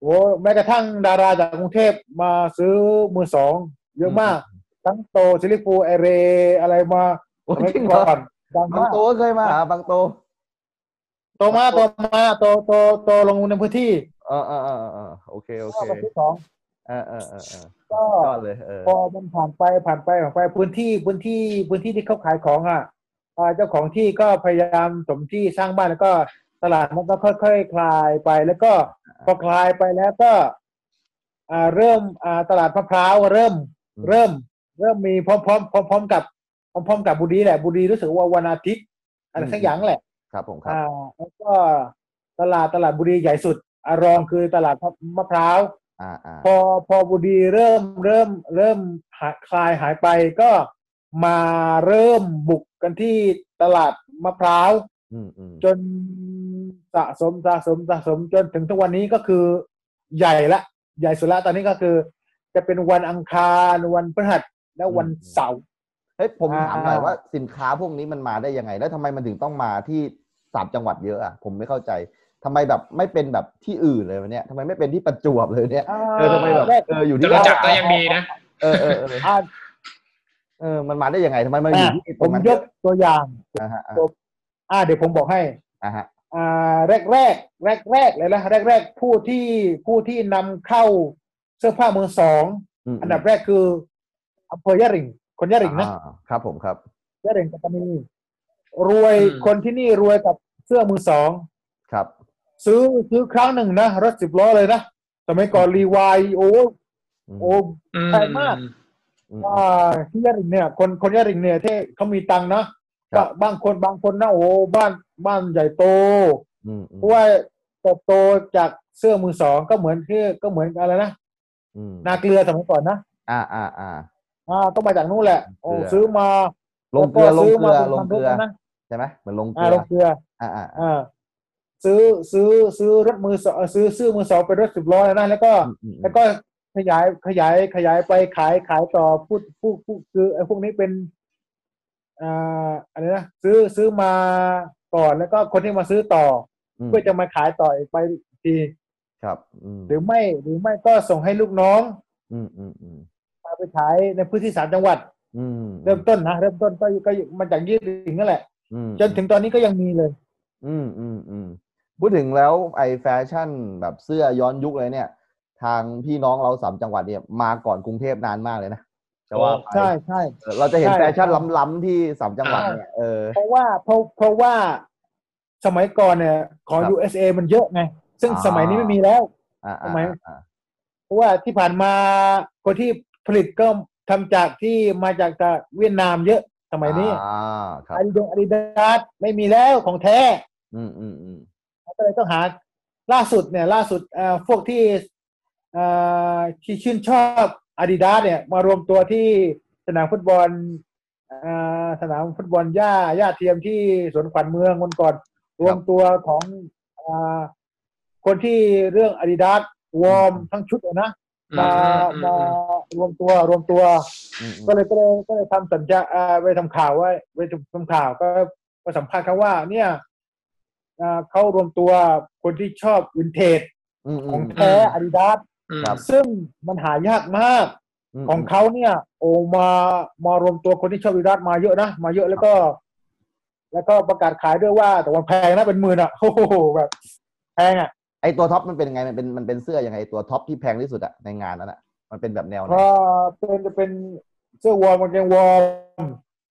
Speaker 5: โอ้แม้กระทั่งดาราจากกรุงเทพมาซื้อมือสองเยอะมาก ทั้งโตซิลิฟูเอเรอะไรมา
Speaker 6: โอ้ย
Speaker 5: สมัย
Speaker 6: จริงเหร
Speaker 5: ก่
Speaker 6: อ
Speaker 5: อนดัง
Speaker 6: บาง
Speaker 5: มาก
Speaker 6: โตก็เคยมาหาบางโต
Speaker 5: โตมาโตมาโตโตโตลงในพื้นที่
Speaker 6: เออเออเออเออโอเคโอ
Speaker 5: ก็
Speaker 6: เค
Speaker 5: มาซื้อของ
Speaker 6: เออเออเออเออ
Speaker 5: ก็
Speaker 6: ยอดเลยเออ
Speaker 5: พอมันผ่านไปผ่านไปผ่านไปพื้นที่พื้นที่พื้นที่ที่เขาขายของอ่ะอ่าเจ้าของที่ก็พยายามสมที่สร้างบ้านแล้วก็ตลาดมันก็ค่อยๆคลายไปแล้วก็พอคลายไปแล้วก็ อ่าเริ่มอ่าตลาดมะพร้าวเริ่ม เริ่ม เริ่มมีพร้อมๆพร้อมๆกับพร้อมๆกับบุรีแหละบุรีรู้สึกว่าวันอาทิตย์อะไรสักอย่างแหละ
Speaker 6: ครับผมครับ
Speaker 5: อ่าแล้วก็ตลาดตลาดบุรีใหญ่สุดอารองคือตลาดมะพร้าว
Speaker 6: อ่าอ่า
Speaker 5: พอพอบุรีเริ่มเริ่มเริ่มหายคลายหายไปก็มาเริ่มบุกกันที่ตลาดมะพร้าว
Speaker 6: อืมอืม
Speaker 5: จนสะสมสะสมสะสมจนถึงทุกวันนี้ก็คือใหญ่ละ ใหญ่สุดละตอนนี้ก็คือ จะเป็นวันอังคารวันพฤหัสและวันเสาร์
Speaker 6: เฮ้ยผม
Speaker 5: อ่า
Speaker 6: ถามหน่อยว่าสินค้าพวกนี้มันมาได้ยังไง แล้วทำไมมันถึงต้องมาที่สามจังหวัดเยอะอ่ะผมไม่เข้าใจทำไมแบบไม่เป็นแบบที่อื่นเลยวะเนี่ยทำไมไม่เป็นที่ประจวบเลยเนี่ยเออทำไมแบบ
Speaker 5: แรก
Speaker 6: เอออยู่
Speaker 4: จ
Speaker 6: ที่
Speaker 4: ตุจักรก็ยังมีนะ
Speaker 6: เออเออเออ
Speaker 5: อ่า
Speaker 6: เออมันมาได้ยังไงทำไมมาอยู่ที่ต
Speaker 5: ผ
Speaker 6: รง
Speaker 5: ม
Speaker 6: นั้น
Speaker 5: ยกตัวอย่าง
Speaker 6: อ่าฮะอ่า
Speaker 5: อ่าเดี๋ยวผมบอกให้
Speaker 6: อ่าฮะ
Speaker 5: อ่าแรกแรกแรกแรกๆเลยนะแรกแรกๆผู้ที่ผู้ที่นำเข้าเสื้อผ้ามือสอง
Speaker 6: ม
Speaker 5: อันดับแรกคืออำเภอยะริง คนยะริงนะ
Speaker 6: อ่าครับผมครับ
Speaker 5: ยะริงปัตตานีรวย
Speaker 4: อืม
Speaker 5: คนที่นี่รวยกับเสื้อมือสอง
Speaker 6: ครับ
Speaker 5: ซื้อซื้อครั้งหนึ่งนะ รถสิบล้อเลยนะ สมัยก่อนรีวายโอ้โห
Speaker 6: อืม
Speaker 5: โอ้
Speaker 4: อืม
Speaker 5: แพงมาก
Speaker 6: อืม
Speaker 5: อ่าที่ยะริงเนี่ย คนคนยะริงเนี่ยที่เขามีตังค์นะ
Speaker 6: ครับ
Speaker 5: บางคนบางคนนะโอ้โหบ้านบ้านใหญ่โต
Speaker 6: อืมอืม
Speaker 5: เพราะว่าเติบโตจากเสื้อมือสองก็เหมือนที่ก็เหมือนอะไรนะ
Speaker 6: อืม
Speaker 5: นาเกลือสมัยก่อนนะ
Speaker 6: อ่าอ่าอ่า
Speaker 5: อ่าก็มาจากนู่นแหละ โอ้
Speaker 6: เกลือ
Speaker 5: ซื้อมา
Speaker 6: ลงเกลือ
Speaker 5: แว
Speaker 6: ลง
Speaker 5: ซื้
Speaker 6: เกลือ
Speaker 5: ป็น
Speaker 6: ล
Speaker 5: พั
Speaker 6: ง
Speaker 5: น
Speaker 6: เกลื
Speaker 5: ร
Speaker 6: อ
Speaker 5: ถนะ
Speaker 6: ใช่ไหมเหมือนลงเก
Speaker 5: อ่า
Speaker 6: ลือ
Speaker 5: ลงเกลือ
Speaker 6: อ่าอ่าอ่า
Speaker 5: อ่าซื้อซื้อซื้อรถมือสองเอ่อซื้อซื้อมือสองเป็นรถสิบล้อนะแล้วก็
Speaker 6: อืมอืม
Speaker 5: แล้วก็ขยายขยายขยายไปขายขายต่อพูดผู้ผู้คือไอ้พวกนี้เป็นอ่าอะไรนะซื้อซื้อมาก่อนแล้วก็คนที่มาซื้อต่ออ
Speaker 6: อืม
Speaker 5: เพื่อจะมาขายต่ออีกไปอีกที
Speaker 6: ครับอืม
Speaker 5: หรือไม่หรือไม่ก็ส่งให้ลูกน้อง
Speaker 6: อืมอืมอืม
Speaker 5: มาไปขายในพื้นที่สามจังหวัด
Speaker 6: อืม
Speaker 5: เริ่มต้นนะเริ่มต้นก็ก็มาจากยี่สิงนั่นแหละ
Speaker 6: อืม
Speaker 5: จนถึงตอนนี้ก็ยังมีเลย
Speaker 6: อืมอืมอืมพูดถึงแล้วไอ้แฟชั่นแบบเสื้อย้อนยุคเลยเนี่ย ทางพี่น้องเราสามจังหวัดเนี่ยมาก่อนกรุงเทพนานมากเลยนะแต่ว่าไป
Speaker 5: ใช่ใช่
Speaker 6: เออเราจะเห็น
Speaker 5: ใช่
Speaker 6: แฟชั่นล้ำๆที่สามจังหวัดเนี่ยเออ
Speaker 5: เพราะว่าเพราะเพราะว่าสมัยก่อนเนี่ยของ
Speaker 6: ครับ
Speaker 5: USA มันเยอะไง ซึ่ง
Speaker 6: อ่า
Speaker 5: สมัยนี้ไม่มีแล้ว
Speaker 6: อ่าอ่า
Speaker 5: ทำไม
Speaker 6: อ่า
Speaker 5: เพราะว่าที่ผ่านมาคนที่ผลิตก็ทำจากที่มาจากจากเวียดนามเยอะสมัยนี้
Speaker 6: อ่าครับ
Speaker 5: อาดิดงอาดิดาสไม่มีแล้วของแท้
Speaker 6: อืมอืมอืม
Speaker 5: ก็เลยต้องหาล่าสุดเนี่ยล่าสุดเอ่อพวกที่เอ่อที่ชื่นชอบอาดิดาสเนี่ยมารวมตัวที่สนามฟุตบอลเอ่อสนามฟุตบอลย่าย่าเทียมที่สวนขวัญเมืองวันก่อนรวมตัวของเอ่อคนที่เรื่องอาดิดาสวอร์มทั้งชุดเลยนะ
Speaker 4: อื
Speaker 5: มา
Speaker 4: อื
Speaker 5: มาม รวมตัวรวมตัว
Speaker 6: อืมอืม
Speaker 5: ก็เลยก็เลยก็เลยทำสัญญาเอ่อไปทำข่าวไว่าไปทำข่าวก็ก็สัมภาษณ์เขาว่า เนี่ยเอ่อเขารวมตัวคนที่ชอบวินเทจ
Speaker 6: อืมอื
Speaker 5: ขอ
Speaker 6: ม
Speaker 5: งแท้อาดิดาส
Speaker 4: อืม
Speaker 6: ครับ
Speaker 5: ซึ่งมันหายากมาก
Speaker 6: ม
Speaker 5: ของเขาเนี่ย โอมามารวมตัวคนที่ชอบอาดิดาสมาเยอะนะมาเยอะแล้วก็ แล้วก็ประกาศขายด้วยว่า แต่วันแพงนะเป็นหมื่นอ่ะโอ้ โหแบบแพงอ่ะ
Speaker 6: ไอตัวท็อปมันเป็นยังไงมันเป็นมันเป็นเสื้อยังไงตัวท็อปที่แพงที่สุดอะในงานนั้นอะมันเป็นแบบแนวไหน
Speaker 5: เพราะเป็นจะเป็นเสื้อวอร์มกางเกงวอร์ม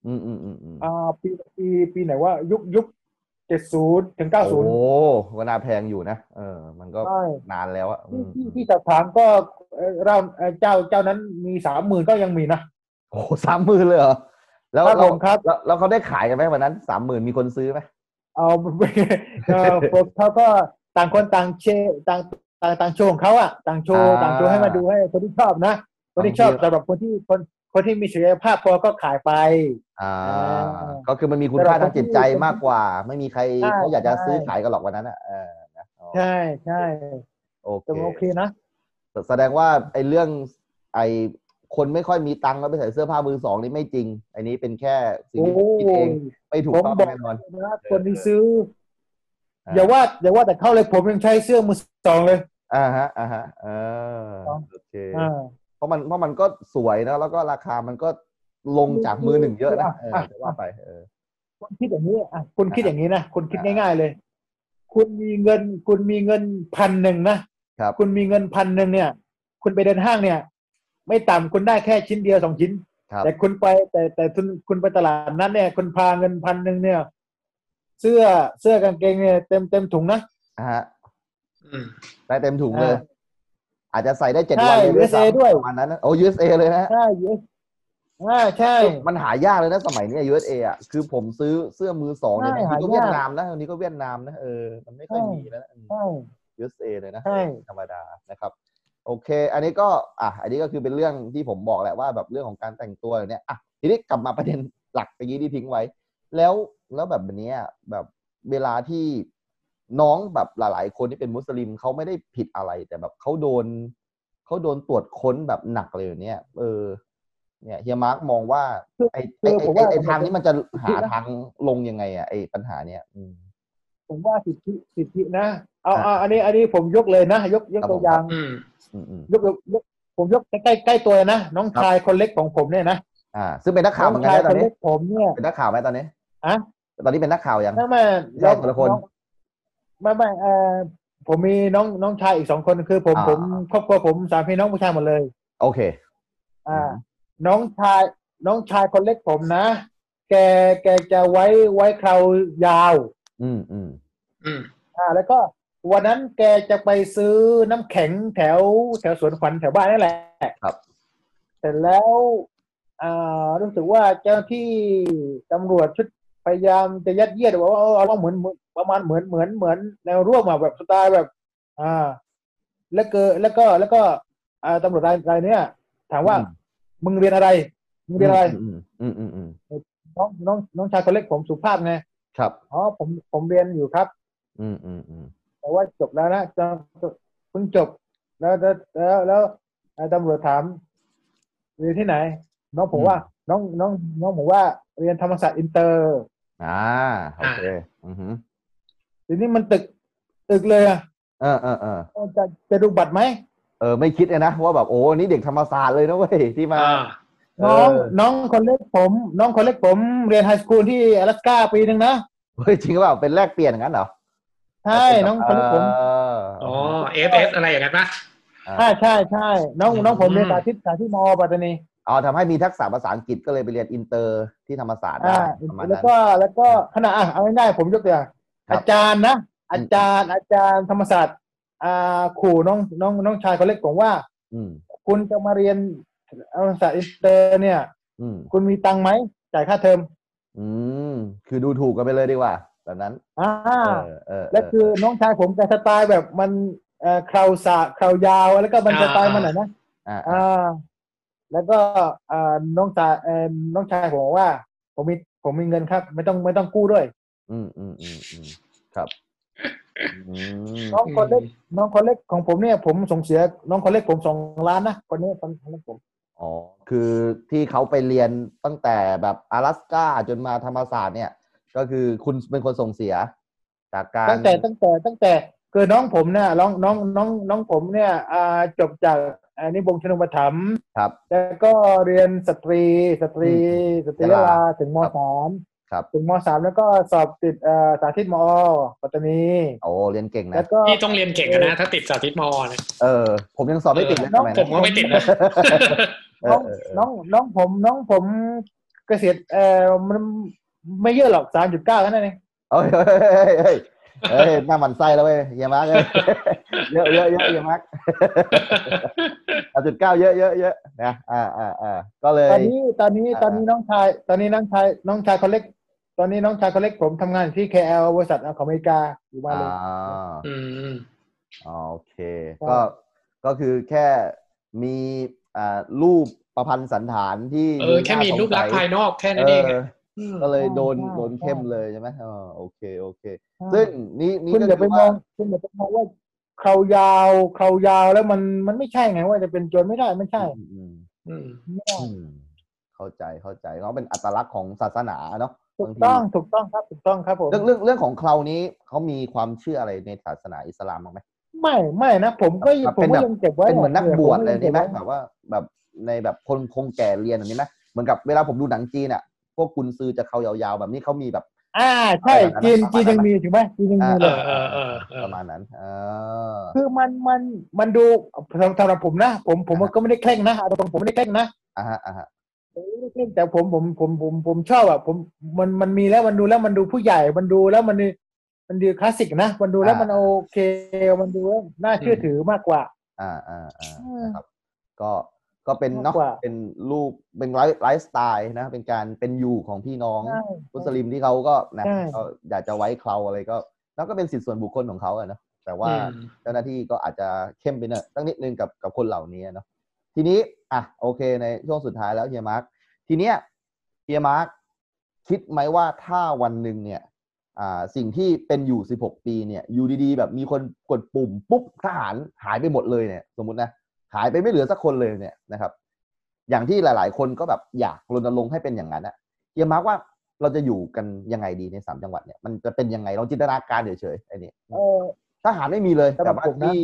Speaker 6: อืมอืมอืมอืม
Speaker 5: อ่าปีปีปีไหนว่ายุคยุคเจ็ดศูนย์ถึงเก้า
Speaker 6: โอ้
Speaker 5: ศูนย์
Speaker 6: โหก็น่าแพงอยู่นะเออ มันก็
Speaker 5: ใช่
Speaker 6: นานแล้วอะอื
Speaker 5: ที่
Speaker 6: ม
Speaker 5: ที่ที่สอบถามก็เอ่อเราเอ่อเจ้าเจ้านั้นมีสามหมื่นก็ยังมีนะ
Speaker 6: โอ้สามหมื่นเลยเหรอแล้ว
Speaker 5: ครับผ
Speaker 6: เรา
Speaker 5: มครับ
Speaker 6: แล้วแล้วเขาได้ขายกันไหมวันนั้นสามหมื่นมีคนซื้อไหม
Speaker 5: เอา ไปเอ่อผมเขาก็ต่างคนต่างเชต่างต่างต่างโชว์ของเขาอ่ะต่างโชว์ต่างโชว์ให้มาดูให้คนที่ชอบนะคนที่ชอบสำหรับคนที่คนคนที่มีศักยภาพพอก็ขายไป
Speaker 6: อ่า
Speaker 5: อ่า
Speaker 6: ก็คือมันมีคุณค่าทางจิตใจมากกว่า ไม่มีใคร
Speaker 5: ใช่
Speaker 6: เขาอยากจะ
Speaker 5: ใช่
Speaker 6: ซื้อขายกันหรอกวันนั้นอะเออนะอ๋อ
Speaker 5: ใช่ใช่
Speaker 6: โอเค
Speaker 5: แต่ว่าโอเคนะ
Speaker 6: แสดงว่าไอ้เรื่องไอ้คนไม่ค่อยมีตังค์แล้วไปใส่เสื้อผ้ามือสองนี่ไม่จริง อันนี้เป็นแค่สิ่ง
Speaker 5: โอ้
Speaker 6: ที่ผมคิดเองไม่ถูก
Speaker 5: ผม
Speaker 6: ต้อง
Speaker 5: บอก
Speaker 6: แน่นอน
Speaker 5: นะคนที่ซื้อ
Speaker 6: เออ
Speaker 5: อ
Speaker 6: อ
Speaker 5: ย่าว่าอย่าว่าแต่เข้าเลยผมยังใช้เสื้อมือสองเลย
Speaker 6: อ่าฮะอ่าฮะเออโอเค
Speaker 5: อ่า
Speaker 6: เพราะมันเพราะมันก็สวยนะแล้วก็ราคามันก็ลงจากมือหนึ่งเยอะนะเออ
Speaker 5: อ่ะ
Speaker 6: จะว่าไปเออ
Speaker 5: คุณคิดอย่างนี้อ่ะคุณคิด
Speaker 6: อ่า
Speaker 5: อย่างนี้นะคุณคิด
Speaker 6: อ่า
Speaker 5: ง่ายๆเลย คุณมีเงิน คุณมีเงินพันหนึ่งนะครับ คุณมีเงินพันหนึ่งเนี่ย คุณไปเดินห้างเนี่ย ไม่ต่ำคุณได้แค่ชิ้นเดียวสองชิ้น
Speaker 6: ครับ
Speaker 5: แต่คุณไปแต่แต่คุณคุณไปตลาดนั้นเนี่ยคุณพาเงินพันหนึ่งเนี่ย เสื้อเสื้อกางเกงเนี่ยเต็มเต็มถุงนะ
Speaker 6: อ่าฮะ
Speaker 4: อืม
Speaker 6: ได้เต็มถุงเลย
Speaker 5: อ่า
Speaker 6: อาจจะใส่ได้เจ็ด
Speaker 5: ใช่
Speaker 6: วันเลยด้วยซ้
Speaker 5: USA ด้วย
Speaker 6: ำประมาณนั้นนะโอ้ USA เลยนะฮะ
Speaker 5: ใช่เยอะอ่าใช่
Speaker 6: มันหายากเลยนะสมัยเนี้ย USA อ่ะคือผมซื้อเสื้อมือสองเนี่ย
Speaker 5: ใช่
Speaker 6: บางที
Speaker 5: หายา
Speaker 6: ก็
Speaker 5: ก
Speaker 6: เวียดนามนะบางทีก็เวียดนามนะเออมันไม่ค่อย
Speaker 5: ใช่
Speaker 6: มีแล้วนะ
Speaker 5: ใช่
Speaker 6: USA เลยนะ
Speaker 5: ใช่
Speaker 6: ธรรมดานะครับ โอเค อันนี้ก็อ่ะอันนี้ก็คือเป็นเรื่องที่ผมบอกแหละว่าแบบเรื่องของการแต่งตัวเนี่ยอ่ะทีนี้กลับมาประเด็นหลักตะกี้ที่ทิ้งไว้ แล้วแล้วแบบเนี้ยแบบเวลาที่น้องแบบหลาย ๆ คนที่เป็นมุสลิมเขาไม่ได้ผิดอะไร แต่แบบเขาโดนเขาโดนตรวจค้นแบบหนักเลยเนี่ยเออ เนี่ยเฮียมาร์กมองว่าไอ้ไอ้
Speaker 5: คือผม
Speaker 6: ไอ้
Speaker 5: ว่า
Speaker 6: ไอ้ทางนี้มันจะหาทางลงยังไงอ่ะไอ้ปัญหาเนี้ยอืม
Speaker 5: ผมว่าสิทธิสิทธินะเอา
Speaker 6: อ่า
Speaker 5: เอาอันนี้อันนี้ผมยกเลยนะ ยกยก
Speaker 6: ครับ
Speaker 5: ตัว
Speaker 6: ผม
Speaker 5: อย่าง
Speaker 4: อืม
Speaker 6: อืมอืม
Speaker 5: ยกยกยกผมยกใกล้ใกล้ตัวนะน้องชายคนเล็กของผมเนี่ยนะ
Speaker 6: อ่า ซึ่งเป็นนักข่าวเหมื
Speaker 5: น้
Speaker 6: อ
Speaker 5: อนง
Speaker 6: กัน
Speaker 5: ชายคน
Speaker 6: นะตอนนี้
Speaker 5: เล็กผมเนี่ย
Speaker 6: เป็นนักข่าวไหมตอนนี้
Speaker 5: อะ
Speaker 6: ตอนนี้เป็นนักข่าวยัง
Speaker 5: นั่นแม่
Speaker 6: ได้คนละคน
Speaker 5: องไม่ไม่เออผมมีน้องน้องชายอีกสองคนคือผม
Speaker 6: อ่า
Speaker 5: ผมครอบครัวผมสามพี่น้องผู้ชายหมดเลย
Speaker 6: โอเค
Speaker 5: อ่า
Speaker 6: อืม
Speaker 5: น้องชายน้องชายคนเล็กผมนะ แกแกจะไว้ไว้เคราวยาว
Speaker 6: อืมอืม
Speaker 4: อืม
Speaker 5: อ่า แล้วก็วันนั้นแกจะไปซื้อน้ำแข็งแถวแถวสวนขวัญแถวบ้านนั่นแหละ
Speaker 6: ครับ
Speaker 5: เสร็จแล้วอ่ารู้สึกว่าเจ้าหน้าที่ตำรวจชุดพยายามจะยัดเยียดว่าว่าว่าว่าเหมือนเหมือนประมาณเหมือนเหมือนเหมือนแนวร่วมอะแบบสไตล์แบบ อ่า แล้วเกอแล้วก็แล้วก็อ่าตำรวจรายรายเนี้ยถามว่า มึงเรียนอะไร มึงเรียนอะไร
Speaker 6: อืมอืมอืมอืม
Speaker 5: น้องน้องน้องชายคนเล็กผมสุภาพไง
Speaker 6: ครับ
Speaker 5: อ๋อผมผมเรียนอยู่ครับ
Speaker 6: อืมอืมอืม
Speaker 5: แต่ว่าจบแล้วนะจะเพิ่งจบแล้วแล้วแล้วแล้วตำรวจถามเรียนที่ไหน น้องผมว่า น้องน้อง น้องผมว่าเรียนธรรมศาสตร์อินเตอร์
Speaker 6: อ่าโอเคอือหือ
Speaker 5: ทีนี้มันตึกตึกเลยอะ
Speaker 6: เออเออเออ
Speaker 5: จะจะดูบัตรไหม
Speaker 6: เออ ไม่คิดเลยนะว่าแบบโอ้นี่เด็กธรรมศาสตร์เลยนะเว้ยที่มา
Speaker 4: อ่า
Speaker 6: เอ
Speaker 5: น้อ
Speaker 6: อง
Speaker 5: น้องคนเล็กผม น้องคนเล็กผม เรียนไฮสคูลที่阿拉斯ก้าปีหนึ่งนะ
Speaker 6: เฮ้ยจริงหรือเปล่าเป็นแลกเปลี่ยนงั้นเหรอ
Speaker 5: ใช่น้องคนเล็กผม
Speaker 6: เออ
Speaker 4: อ๋อ F S อะไรอย่างนั้นปะ
Speaker 5: ใช่ใช่ใช่น้อง
Speaker 4: อืม
Speaker 5: น้องผมเรียนสาธิตสาธิตมอปัตตานี
Speaker 6: เอาทำให้มีทักษะภาษาอังกฤษก็เลยไปเรียนอินเตอร์ที่ธรรมศาสตร์ได้
Speaker 5: อ่า
Speaker 6: ประมาณ
Speaker 5: แล้
Speaker 6: นั้
Speaker 5: วน ก็แล้วก็ขณะอ่ะเอาง่ายๆผมยกตัวอย่าง
Speaker 6: ครับ
Speaker 5: อาจารย์นะ อาจารย์อาจารย์ธรรมศาสตร์อ่าขู่น้องน้องน้องชายคนเล็กผมว่า
Speaker 6: อืม
Speaker 5: คุณจะมาเรียนธรรมศาสตร์อินเตอร์เนี่ย
Speaker 6: อืม
Speaker 5: คุณมีตังค์ไหมจ่ายค่าเทอม
Speaker 6: อืมคือดูถูกกันไปเลยดีกว่า แบบนั้น
Speaker 5: อ่า
Speaker 6: เออเออ
Speaker 5: และคือน้องชายผมจะสไตล์แบบมันเอ่อเคราวสาเคราวยาวแล้วก็มัน
Speaker 4: อ่า
Speaker 5: สไตล์มันหน่อยนะ
Speaker 6: อ่า
Speaker 5: อ่า แล้วก็อ่าน้องชายเอ่อน้องชายผมบอกว่า ผมมีผมมีเงินครับ ไม่ต้องไม่ต้องกู้ด้วย
Speaker 6: อืมอืมอืมอืมครับอืม
Speaker 5: น้องคนเล็กน้องคนเล็กของผมเนี่ย ผมส่งเสียน้องคนเล็กผมสองล้านนะคนนี้คนคนเล็กผม
Speaker 6: อ๋อ คือที่เขาไปเรียนตั้งแต่แบบ阿拉斯ก้าจนมาธรรมศาสตร์เนี่ย ก็คือคุณเป็นคนส่งเสีย จากการ
Speaker 5: ตั้งแต่ตั้งแต่ตั้งแต่คือน้องผมเนี่ยน้องน้องน้องน้องผมเนี่ยอ่าจบจากอันนี้บงชนุปถัมภ์
Speaker 6: ครับ
Speaker 5: แล้วก็เรียนสตรีสตรีสต
Speaker 6: ยะลาย
Speaker 5: รีะลาถึงม
Speaker 6: ครับ
Speaker 5: สาม
Speaker 6: ครับ
Speaker 5: ถึงมสามแล้วก็สอบติดเอ่อสาธิตมอปัตตานี
Speaker 6: โอ้เรียนเก่ง
Speaker 5: แล้
Speaker 6: นะ
Speaker 5: วก็
Speaker 4: ที่ต้องเรียนเก่งอะนะถ้าติดสาธิตมอเนี่ย
Speaker 6: เออ ผมยังสอบไม่ติดเลย
Speaker 5: เออ
Speaker 6: ทำไม
Speaker 4: ผ
Speaker 6: นะ
Speaker 4: มก็ไม่ติดนะ
Speaker 6: เอ
Speaker 5: น้อ
Speaker 6: อง เออเออ
Speaker 5: น้องน้องผมน้องผมเกษียณเอ่อมันไม่เยอะหรอกสามจุดเก้าแค่นั้นเอง
Speaker 6: เอ้ยเฮ้ยเฮ้ยเฮ้ยเฮ้ยหน้าหมันไส้แล้วเว้ยเฮียมาร์กเอ้ยเยอะเยอะเยอะเฮียมาร์กเอาจุดเก้าเยอะเยอะเยอะนะอ่าอ่าอ่าก็เล
Speaker 5: ตอย นนี้ตอนนี้
Speaker 6: อ่า
Speaker 5: ตอนนี้น้องชาย ตอนนี้น้องชายน้องชายคนเล็ก ตอนนี้น้องชายคนเล็กผมทำงานอยู่ที่ KL บริษัทของอเมริกาอยู่มาเลย
Speaker 6: อ่า
Speaker 4: อืม
Speaker 6: อ๋อโอเค
Speaker 5: ครับ
Speaker 6: ก็ก็คือแค่มีอ่ารูปประพันธ์สันฐานที่
Speaker 4: เออ แค่มีรูปลักษณ์ภายนอกแค่นั้น
Speaker 6: เอ
Speaker 4: เอง
Speaker 6: อ
Speaker 4: อะ
Speaker 6: ก็เลยโดน
Speaker 5: ใช่ใช่
Speaker 6: โดนเข้มเลยใช่ไหมอ๋อโอเคโอเค
Speaker 5: ใช่
Speaker 6: ซึ่งนี่นี่
Speaker 5: คุณ
Speaker 6: ก็
Speaker 5: อย่าไปม
Speaker 6: คื
Speaker 5: อ
Speaker 6: ว่าง
Speaker 5: คุณอย่าไปมองว่า เขายาวเขายาวแล้วมันมันไม่ใช่ไงว่าจะเป็นโจรไม่ได้ไม่ใช่
Speaker 6: อืมอืม
Speaker 4: อืม
Speaker 5: ไม่ได้
Speaker 6: อืมเข้าใจเข้าใจเขาเป็นอัตลักษณ์ของศาสนาเนาะ
Speaker 5: ถู
Speaker 6: บาก งที
Speaker 5: ต้องถูกต้องครับถูกต้องครับผม
Speaker 6: เรื่องเรื่องเรื่องของเคราวนี้เขามีความเชื่ออะไรในศาสนาอิสลามบ้างไหม
Speaker 5: ไม่ไม่นะ ผมก็ยัง
Speaker 6: แบบ
Speaker 5: ผม
Speaker 6: เป็น
Speaker 5: ก็
Speaker 6: แบบ
Speaker 5: ยังเก็บไว้
Speaker 6: เป็นเหมือนนักบวช
Speaker 5: ผมก็
Speaker 6: อะไร
Speaker 5: งก็
Speaker 6: นี่ไหม
Speaker 5: ว้
Speaker 6: แบบว่าแบบในแบบคนคงแก่เรียนแบบนี้ไหมเหมือนกับเวลาผมดูหนังจีนอ่ะพวกกุนซือจะเขายาวๆ แบบนี้เขามีแบบ
Speaker 5: อ่าใช่
Speaker 6: อะไรแบบนั้น
Speaker 5: จีน
Speaker 6: ประมาณ
Speaker 5: จีนยัง
Speaker 6: นั้นไหม
Speaker 5: มีถูกไหมจีนยังมี
Speaker 4: เอ
Speaker 5: เล
Speaker 4: อย เออเออเออ
Speaker 6: ประมาณนั้นเออ
Speaker 5: คือมันมันมันดูสำสำหรับผมนะ ผมผม
Speaker 6: อ่า
Speaker 5: ก็ไม่ได้เคร่งนะตรงผมไม่ได้เคร่งนะ
Speaker 6: อ่ะฮะอ่ะฮะ
Speaker 5: ผมไม่ได้เคร่งแต่ผมผมผมผมผมชอบอ่ะผมมันมันมีแล้วมันดูแล้วมันดูผู้ใหญ่มันดูแล้วมันมันดูคลาสสิกนะมันดูแล้วมันโอเค มันดูแล้วน่าเชื่อถือมากกว่า
Speaker 6: อ่าอ่าอ่า
Speaker 5: อืม
Speaker 6: นะครับ ก็ก็เป็นเนาะ
Speaker 5: มากกว่า
Speaker 6: เป็นรูปเป็นไลฟ์ไลฟ์สไตล์นะ เป็นการเป็นอยู่ของพี่น้อง
Speaker 5: ใช่
Speaker 6: มุสลิมที่เขาก็นะ
Speaker 5: ใช่
Speaker 6: เขาอยากจะไว้เคราอะไรก็แล้วก็เป็นสิทธิส่วนบุคคลของเขาอะเนอะแต่ว่า
Speaker 4: อืม
Speaker 6: เจ้าหน้าที่ก็อาจจะเข้มไปเนอะตั้งนิดนึงกับกับคนเหล่านี้อะเนอะทีนี้อ่ะโอเคในช่วงสุดท้ายแล้วเฮียมาร์คทีเนี้ยเฮียมาร์คคิดไหมว่าถ้าวันหนึ่งเนี่ยอ่าสิ่งที่เป็นอยู่ 16 ปีเนี่ยอยู่ดีๆ แบบมีคนกดปุ่มปุ๊บทหารหายไปหมดเลยเนี่ย สมมตินะหายไปไม่เหลือสักคนเลยเนี่ยนะครับ อย่างที่หลาย ๆ คนก็แบบอยากรณรงค์ให้เป็นอย่างนั้นอะเฮียมาร์คว่า เราจะอยู่กันยังไงดีในสามจังหวัดเนี่ยมันจะเป็นยังไงลองจินตนาการเฉยๆไอ้นี่
Speaker 5: เออ
Speaker 6: ทหารไม่มีเลย
Speaker 5: สำหรั
Speaker 6: แต่
Speaker 5: บ
Speaker 6: ว่า
Speaker 5: ผมนะ
Speaker 6: ที่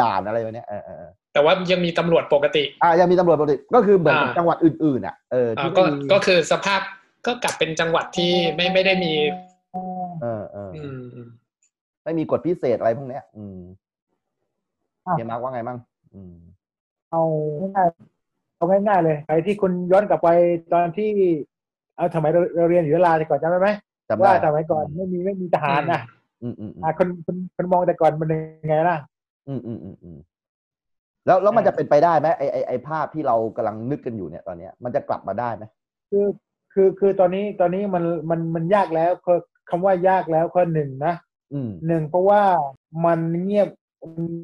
Speaker 6: ด่านอะไรวะเนี่ยเออเออเออ
Speaker 4: แต่ว่ายังมีตำรวจปกติ
Speaker 6: อ่ะยังมีตำรวจปกติก็คือเหมือนกับ
Speaker 4: อ่า
Speaker 6: จังหวัดอื่นๆอ่ะเออ
Speaker 4: อ่า
Speaker 6: ที่
Speaker 4: ก็
Speaker 6: ไม่มี
Speaker 4: ก็คือสภาพก็กลับเป็นจังหวัดที่ไม่ไม่ได้มี
Speaker 6: เออเออ
Speaker 4: อืมอืม
Speaker 6: ไม่มีกฎพิเศษอะไรพวกเนี้ย อืม
Speaker 5: อ่ะ
Speaker 6: เฮียมาร์กว่าไงมั่งอืม
Speaker 5: เอาง่ายๆเอาง่ายๆเลยไปที่คุณย้อนกลับไปตอนที่ เอาสมัยเราเราเรียนอยู่ยะลาดีกว่อนจำได้ไหม
Speaker 6: จำได้
Speaker 5: ว่าสมัยก่อนไม่มีไม่มีทหารนะ
Speaker 6: อืมอืมอืม
Speaker 5: อ่ะคนคนคนมองแต่ก่อนมันยังไงล่ะ
Speaker 6: อืมอืมอืมอืมแล้วแล้วมัน
Speaker 5: เออ
Speaker 6: จะเป็นไปได้ไหมไอไอไอภาพที่เรากำลังนึกกันอยู่เนี่ยตอนเนี้ยมันจะกลับมาได้ไหม
Speaker 5: คือคือคือตอนนี้ตอนนี้มันมันมันยากแล้วคือคำว่ายากแล้วข้อหนึ่งนะ
Speaker 6: อืม
Speaker 5: หนึ่งเพราะว่ามันเงียบ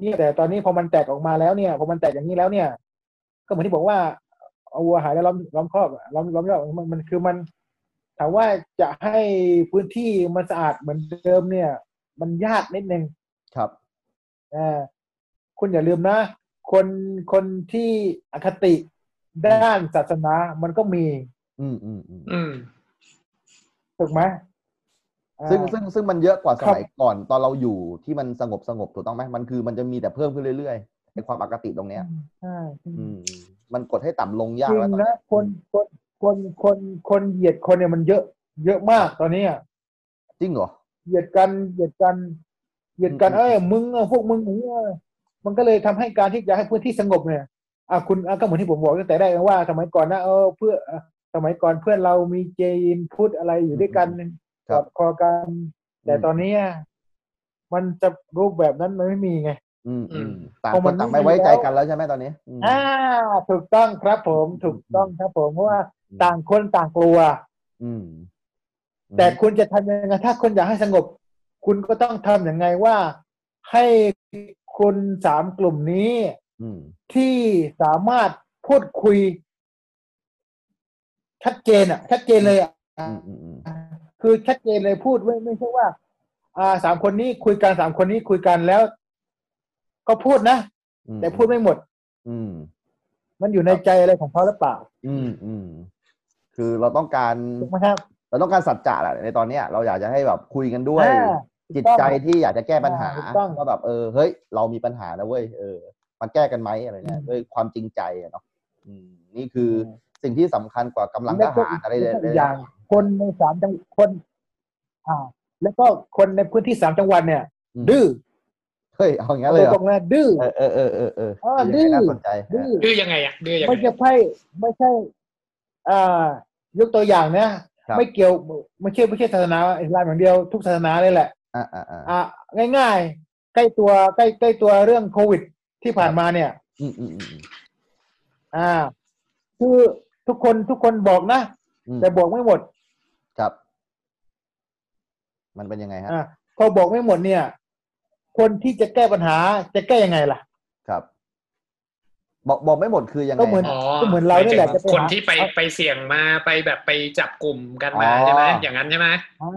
Speaker 5: เงียบแต่ตอนนี้พอมันแตกออกมาแล้วเนี่ยพอมันแตกอย่างนี้แล้วเนี่ย ก็เหมือนที่บอกว่าเอาวัวหายแล้วล้อมล้อมคอกล้อมล้อมยอกมันมันคือมันถามว่าจะให้พื้นที่มันสะอาดเหมือนเดิมเนี่ย มันยากนิดนึง
Speaker 6: ครับ
Speaker 5: เอ่อคุณอย่าลืมนะ คนคนที่อคติด้านศาสนามันก็มี
Speaker 6: อืมอืมอืม
Speaker 4: อืม
Speaker 5: ถูกไหม
Speaker 6: ซึ่ง
Speaker 5: เอ่อ
Speaker 6: ซึ่งซึ่งมันเยอะกว่าส
Speaker 5: ครับ
Speaker 6: มัยก่อนตอนเราอยู่ที่มันสงบสงบถูกต้องไหมมันคือมันจะมีแต่เพิ่มขึ้นเรื่อยๆในความปกติตรงเนี้ย
Speaker 5: ใช่
Speaker 6: อืม มันกดให้ต่ำลง
Speaker 5: จ
Speaker 6: ยาก
Speaker 5: ริ
Speaker 6: แล้ว
Speaker 5: ง
Speaker 6: ตอน
Speaker 5: นะ
Speaker 6: เนี้ย
Speaker 5: คนคนคนคนคนเหยียดคนเนี่ยมันเยอะ เยอะมากตอนนี้อะ
Speaker 6: จริงเหรอ
Speaker 5: เหยียดกันเหยียดกันเหยียดกัน
Speaker 6: อืม
Speaker 5: เอ้ยมึงอะพวกมึงอย่างเงี้ยมันก็เลยทำให้การที่จะให้พื้นที่สงบเนี่ยอ่ะคุณอ่ะก็เหมือนที่ผมบอกตั้งแต่แรกว่าสมัยก่อนนะเออเพื่อเอ่อสมัยก่อนเพื่อนเรามีเจนพูดอะไรอยู่ด้วยกัน ก
Speaker 6: ครั
Speaker 5: อบ ดคอกัน แต่
Speaker 6: อืม
Speaker 5: ตอนนี้อะมันจะรูปแบบนั้นมันไม่มีไง
Speaker 6: อืมอืม
Speaker 4: อืม
Speaker 6: ต่าง
Speaker 5: เพราะ
Speaker 6: ค
Speaker 5: มัน น
Speaker 6: ต่าง
Speaker 5: ไม่
Speaker 6: ไม่
Speaker 5: มี
Speaker 6: ไว้ใจ
Speaker 5: แล้ว
Speaker 6: กันแล้วใช่ไหมตอนนี้อืม
Speaker 5: อ่าถูกต้องครับผม
Speaker 6: อืม
Speaker 5: ถูกต้องครับผมเพราะว่า
Speaker 6: อืม
Speaker 5: ต่างคนต่างกลัว
Speaker 6: อืม
Speaker 5: แต่คุณจะทำยังไงถ้าคุณอยากให้สงบ คุณก็ต้องทำยังไงว่า ให้คนสามกลุ่มนี้
Speaker 6: อืม
Speaker 5: ที่สามารถพูดคุย ชัดเจนอ่ะชัดเจนเลยอ่ะ
Speaker 6: อืมอืมอืม
Speaker 5: คือชัดเจนเลยพูดไม่ไม่ใช่ว่า อ่าสามคนนี้คุยกันสามคนนี้คุยกันแล้ว ก็พูดนะ
Speaker 6: อื
Speaker 5: แต่พูดไม่หมด
Speaker 6: อืม
Speaker 5: มันอยู่ในใจอะไรของเขาหรือเปล่า
Speaker 6: อืมอืมคือเราต้องการ
Speaker 5: ถูกไหมครับ
Speaker 6: เราต้องการสัจจะแหละในตอนเนี้ยเราอยากจะให้แบบคุยกันด้วย
Speaker 5: อ่าถู
Speaker 6: จิ
Speaker 5: ก
Speaker 6: ต
Speaker 5: ต้อง
Speaker 6: ใจที่อยากจะแก้ปัญหา
Speaker 5: อ่าถูกต้อง
Speaker 6: ว่าแบบเออเฮ้ย เรามีปัญหานะเว้ยเออมาแก้กันไหมอะไรเนี่ย
Speaker 5: อืม
Speaker 6: ด้วยความจริงใจอะเนาะอืมนี่คืออ
Speaker 5: ม
Speaker 6: สิ่งที่สำคัญกว่ากำลังท
Speaker 5: แล้วก็
Speaker 6: หารอะไรเล
Speaker 5: แล้ว
Speaker 6: ย
Speaker 5: ก็อีก
Speaker 6: ๆ
Speaker 5: อย่าง คนในสามจังคน อ่า แล้วก็คนในพื้นที่สามจังหวัดเนี่ย
Speaker 6: ม
Speaker 5: ดื้อ
Speaker 6: เฮ้ยเอาอย่างนั้นเลยเหร
Speaker 5: ตร
Speaker 6: อ
Speaker 5: งๆนะดื้อ
Speaker 6: เออเออเออเออเอ
Speaker 5: เออ
Speaker 6: อ
Speaker 5: ดื้
Speaker 6: ดื้
Speaker 5: อ
Speaker 6: น่าสนใจเอ
Speaker 5: ดื้
Speaker 6: อ
Speaker 5: อ
Speaker 4: ดื้อยังไงอ่ะดื้อยัง
Speaker 5: ไม่
Speaker 4: ไง
Speaker 5: ใช่ไพ่ไม่ใช่ อ่า ยกตัวอย่างนะไม่เกี่ยวไม่ใช่ไม่ใช่ศาสนาอิสลามอย่างเดียวทุกศาสนาเลยแหละ
Speaker 6: อ่าอ่าอ่า
Speaker 5: อ่ะง่ายๆ ใกล้ตัวใกล้ใกล้ตัวเรื่องโควิดที่ผ่านมาเนี่ย
Speaker 6: อืมอืมอืมอืม
Speaker 5: อ่า คือทุกคนทุกคนบอกนะ
Speaker 6: อืม
Speaker 5: แต่บอกไม่หมด
Speaker 6: ครับ มันเป็นยังไงฮะ
Speaker 5: อ่าพอบอกไม่หมดเนี่ย คนที่จะแก้ปัญหาจะแก้ยังไงล่ะ
Speaker 6: ครับ บอกบอกไม่หมดคือยังไง
Speaker 5: ก็เหมือน
Speaker 6: ฮะ
Speaker 4: อ๋อ
Speaker 5: ก็เหมือนเราเนี่ยแหละจะไปหา
Speaker 4: คนที่ไป
Speaker 5: เอา
Speaker 4: ไปเสี่ยงมาไปแบบไปจับกลุ่มกันมา
Speaker 6: อ๋อ
Speaker 4: ใช่ไหมอย่างนั้นใช่ไหม
Speaker 5: อ่า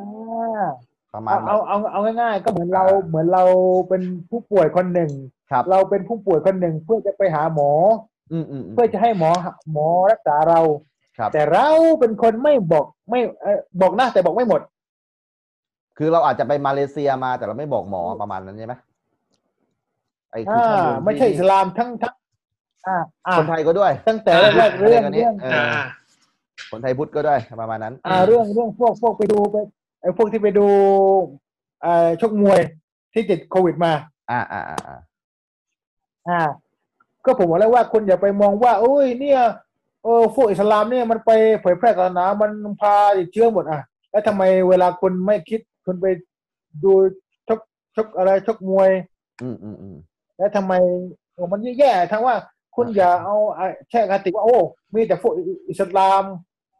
Speaker 6: ประมาณ
Speaker 5: เอา
Speaker 6: นั้น
Speaker 5: เอาเอาเอาง่ายๆก็เหมือนเราเหมือนเราเป็นผู้ป่วยคนหนึ่ง
Speaker 6: ครับ
Speaker 5: เราเป็นผู้ป่วยคนหนึ่งเพื่อจะไปหาหมอ
Speaker 6: อืมอืมอืม
Speaker 5: เพื่อจะให้หมอหมอรักษาเรา
Speaker 6: ครับ
Speaker 5: แต่เราเป็นคนไม่บอกไม่เอ่อบอกนะแต่บอกไม่หมด
Speaker 6: คือเราอาจจะไปมาเลเซียมาแต่เราไม่บอกหมอประมาณนั้นใช่ไหมไอ้คือ
Speaker 5: อ่า
Speaker 6: ข้อมูลที่
Speaker 5: ไม่ใช่อิสลามทั้งทั้งอ่าอ่า
Speaker 6: คนไทยก็ด้วย
Speaker 5: ตั้งแต่แรกๆเรื่อง
Speaker 6: ะไกันนี่
Speaker 5: เรื่อง
Speaker 6: เออ
Speaker 4: อ่า
Speaker 6: คนไทยพุทธก็ด้วยประมาณนั้น
Speaker 5: อ่าเรื่องเรื่องพวกพวกไปดูไปไอ้พวกที่ไปดูเอ่อชกมวยที่ติดโควิดมา
Speaker 6: อ่าอ่าอ่าอ่า
Speaker 5: อ่า ก็ผมบอกแล้วว่าคนอย่าไปมองว่าโอ้ยเนี่ยเออพวกอิสลามเนี่ยมันไปเผยแพร่ศาสนามันพาติดเชื้อหมดอ่ะแล้วทำไมเวลาคนไม่คิดคนไปดูชกชกอะไรชกมวย
Speaker 6: อืมอืมอืม
Speaker 5: แล้วทำไมโอ้มันแย่ๆทั้งว่าคุณอย่าเอาอ่ะแช่กติว่าโอ้มีแต่พวกอิสลาม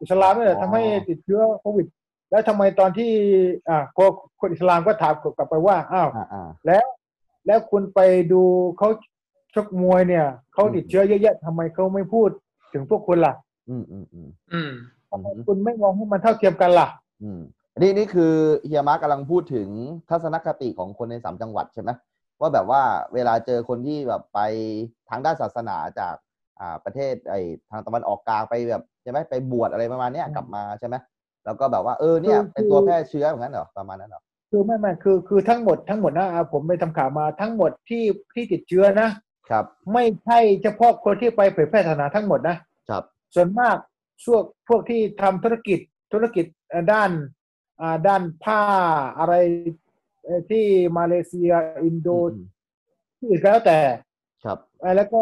Speaker 5: อิสลามนี่แหละ
Speaker 6: อ๋อ
Speaker 5: ทำให้ติดเชื้อโควิด แล้วทำไมตอนที่ อ่าคนคนอิสลามก็ถามกลับไปว่าอ้าว
Speaker 6: อ่าอ่า
Speaker 5: แล้วคุณไปดูเขาชกมวยเนี่ยเขา
Speaker 6: อืม
Speaker 5: ติดเชื้อเยอะแยะทำไมเขาไม่พูดถึงพวกคุณล่ะ
Speaker 6: อืมอืมอืม
Speaker 4: อืม
Speaker 6: อืม
Speaker 5: คุณไม่มองให้มันเท่าเทียมกันล่ะ
Speaker 6: อืมอันนี้นี่คือเฮียมาร์กกำลังพูดถึงทัศนคติของคนในสามจังหวัดใช่ไหมว่าแบบว่าเวลาเจอคนที่แบบไปทางด้านศาสนาจากอ่าประเทศไอทางตะวันออกกลางไปแบบใช่ไหมไปบวชอะไรประมาณเนี้ยกลับมาใช่ไหมแล้วก็แบบว่าเออเนี่ย
Speaker 5: คือ
Speaker 6: เป็นตัวแพร่เชื้อเหมือนกันเหรอประมาณนั้นเหรอ
Speaker 5: คือไม่ไม่คือคือทั้งหมดทั้งหมดนะอ่าผมไปทำข่าวมาทั้งหมดที่ที่ติดเชื้อนะ
Speaker 6: ครับ
Speaker 5: ไม่ใช่เฉพาะคนที่ไปเผยแพร่ศาสนาทั้งหมดนะ
Speaker 6: ครับ
Speaker 5: ส่วนมากช่วงพวกที่ทำธุรกิจธุรกิจเอ่อด้านอ่าด้านผ้าอะไรเอ่อที่มาเลเซีย อินโด
Speaker 6: อืม
Speaker 5: ที่อื่นก็แล้วแต่
Speaker 6: ครับ
Speaker 5: เอ่อแล้วก็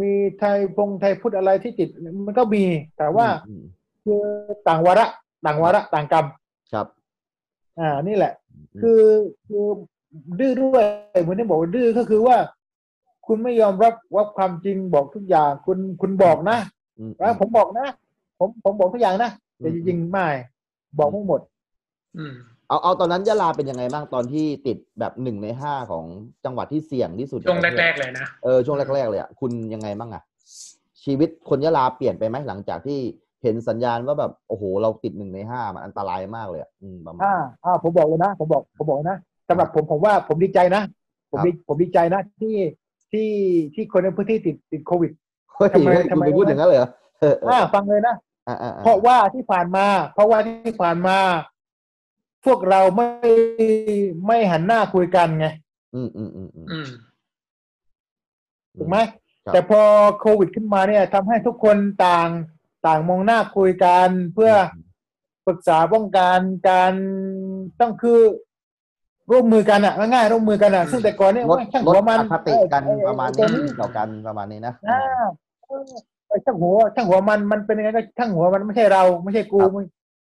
Speaker 5: มีไทยพงไทยพุทธอะไรที่ติดมันก็มีแต่ว่า
Speaker 6: อืม
Speaker 5: คือต่างวาระต่างวาระต่างกรรม
Speaker 6: ครับ
Speaker 5: อ่านี่แหละ
Speaker 6: อืม
Speaker 5: คือคือดื้อด้วยเหมือนที่บอกว่าดื้อก็คือว่า คุณไม่ยอมรับว่าความจริงบอกทุกอย่าง คุณคุณบอกนะ
Speaker 6: อืม
Speaker 5: ว่าผมบอกนะ ผมผมบอกทุกอย่างนะแต่
Speaker 6: อื
Speaker 5: จ
Speaker 6: ม
Speaker 5: ริงๆไม่บอกไม่หมด
Speaker 4: อืม
Speaker 6: เอาเอาตอนนั้นยะลาเป็นยังไงบ้างตอนที่ติดแบบหนึ่งในห้าของจังหวัดที่เสี่ยงที่สุด
Speaker 4: ช่วง
Speaker 6: ในประเทศ
Speaker 4: แรก ๆ เลยนะ
Speaker 6: เออช่วงแรก ๆ เลยอ่ะคุณยังไงบ้างอ่ะ ชีวิตคนยะลาเปลี่ยนไปไหมหลังจากที่เห็นสัญญาณว่าแบบโอ้โห เราติดหนึ่งในห้ามันอันตรายมากเลยอ่ะอืมประมาณ
Speaker 5: อ่าอ่าผมบอกเลยนะ ผมบอกผมบอกเลยนะสำหรับผมผมว่าผมดีใจนะ ผมดีผมดีใจนะที่ที่ที่คนในพื้นที่ติดติดโควิด
Speaker 6: เฮ้ย
Speaker 5: ทำไม
Speaker 6: เฮ้ย
Speaker 5: ทำ
Speaker 6: คุณ
Speaker 5: ไม
Speaker 6: ไปพูดถึงนั้นเลยเหรอเออเออ
Speaker 5: อ่าฟังเลยนะ
Speaker 6: อ่าอ่า
Speaker 5: เพราะว่าที่ผ่านมา เพราะว่าที่ผ่านมา พวกเราไม่ไม่หันหน้าคุยกันไง
Speaker 6: อืมอืมอืมอืม
Speaker 4: อืม
Speaker 5: ถูกไหม
Speaker 6: ครับ
Speaker 5: แต่พอโควิดขึ้นมาเนี่ยทำให้ทุกคนต่างต่างมองหน้าคุยกันเพื่อ ปรึกษาป้องกันการต้องคือร่วมมือกันอ่ะง่ายๆร่วมมือกันอ่ะ ซึ่งแต่ก่อนเนี่ย
Speaker 6: ลด
Speaker 5: ว่าช่าง
Speaker 6: ลด
Speaker 5: หัวมัน
Speaker 6: อคติกันประมาณ
Speaker 5: เอ
Speaker 6: นี้
Speaker 5: อ
Speaker 4: นี้
Speaker 6: ต่อกันประมาณนี้นะ
Speaker 5: เออเออเออช่างหัวช่างหัวมันมันเป็นยังไงก็ช่างหัวมันไม่ใช่เราไม่ใช่กู
Speaker 6: ครับ
Speaker 5: มึง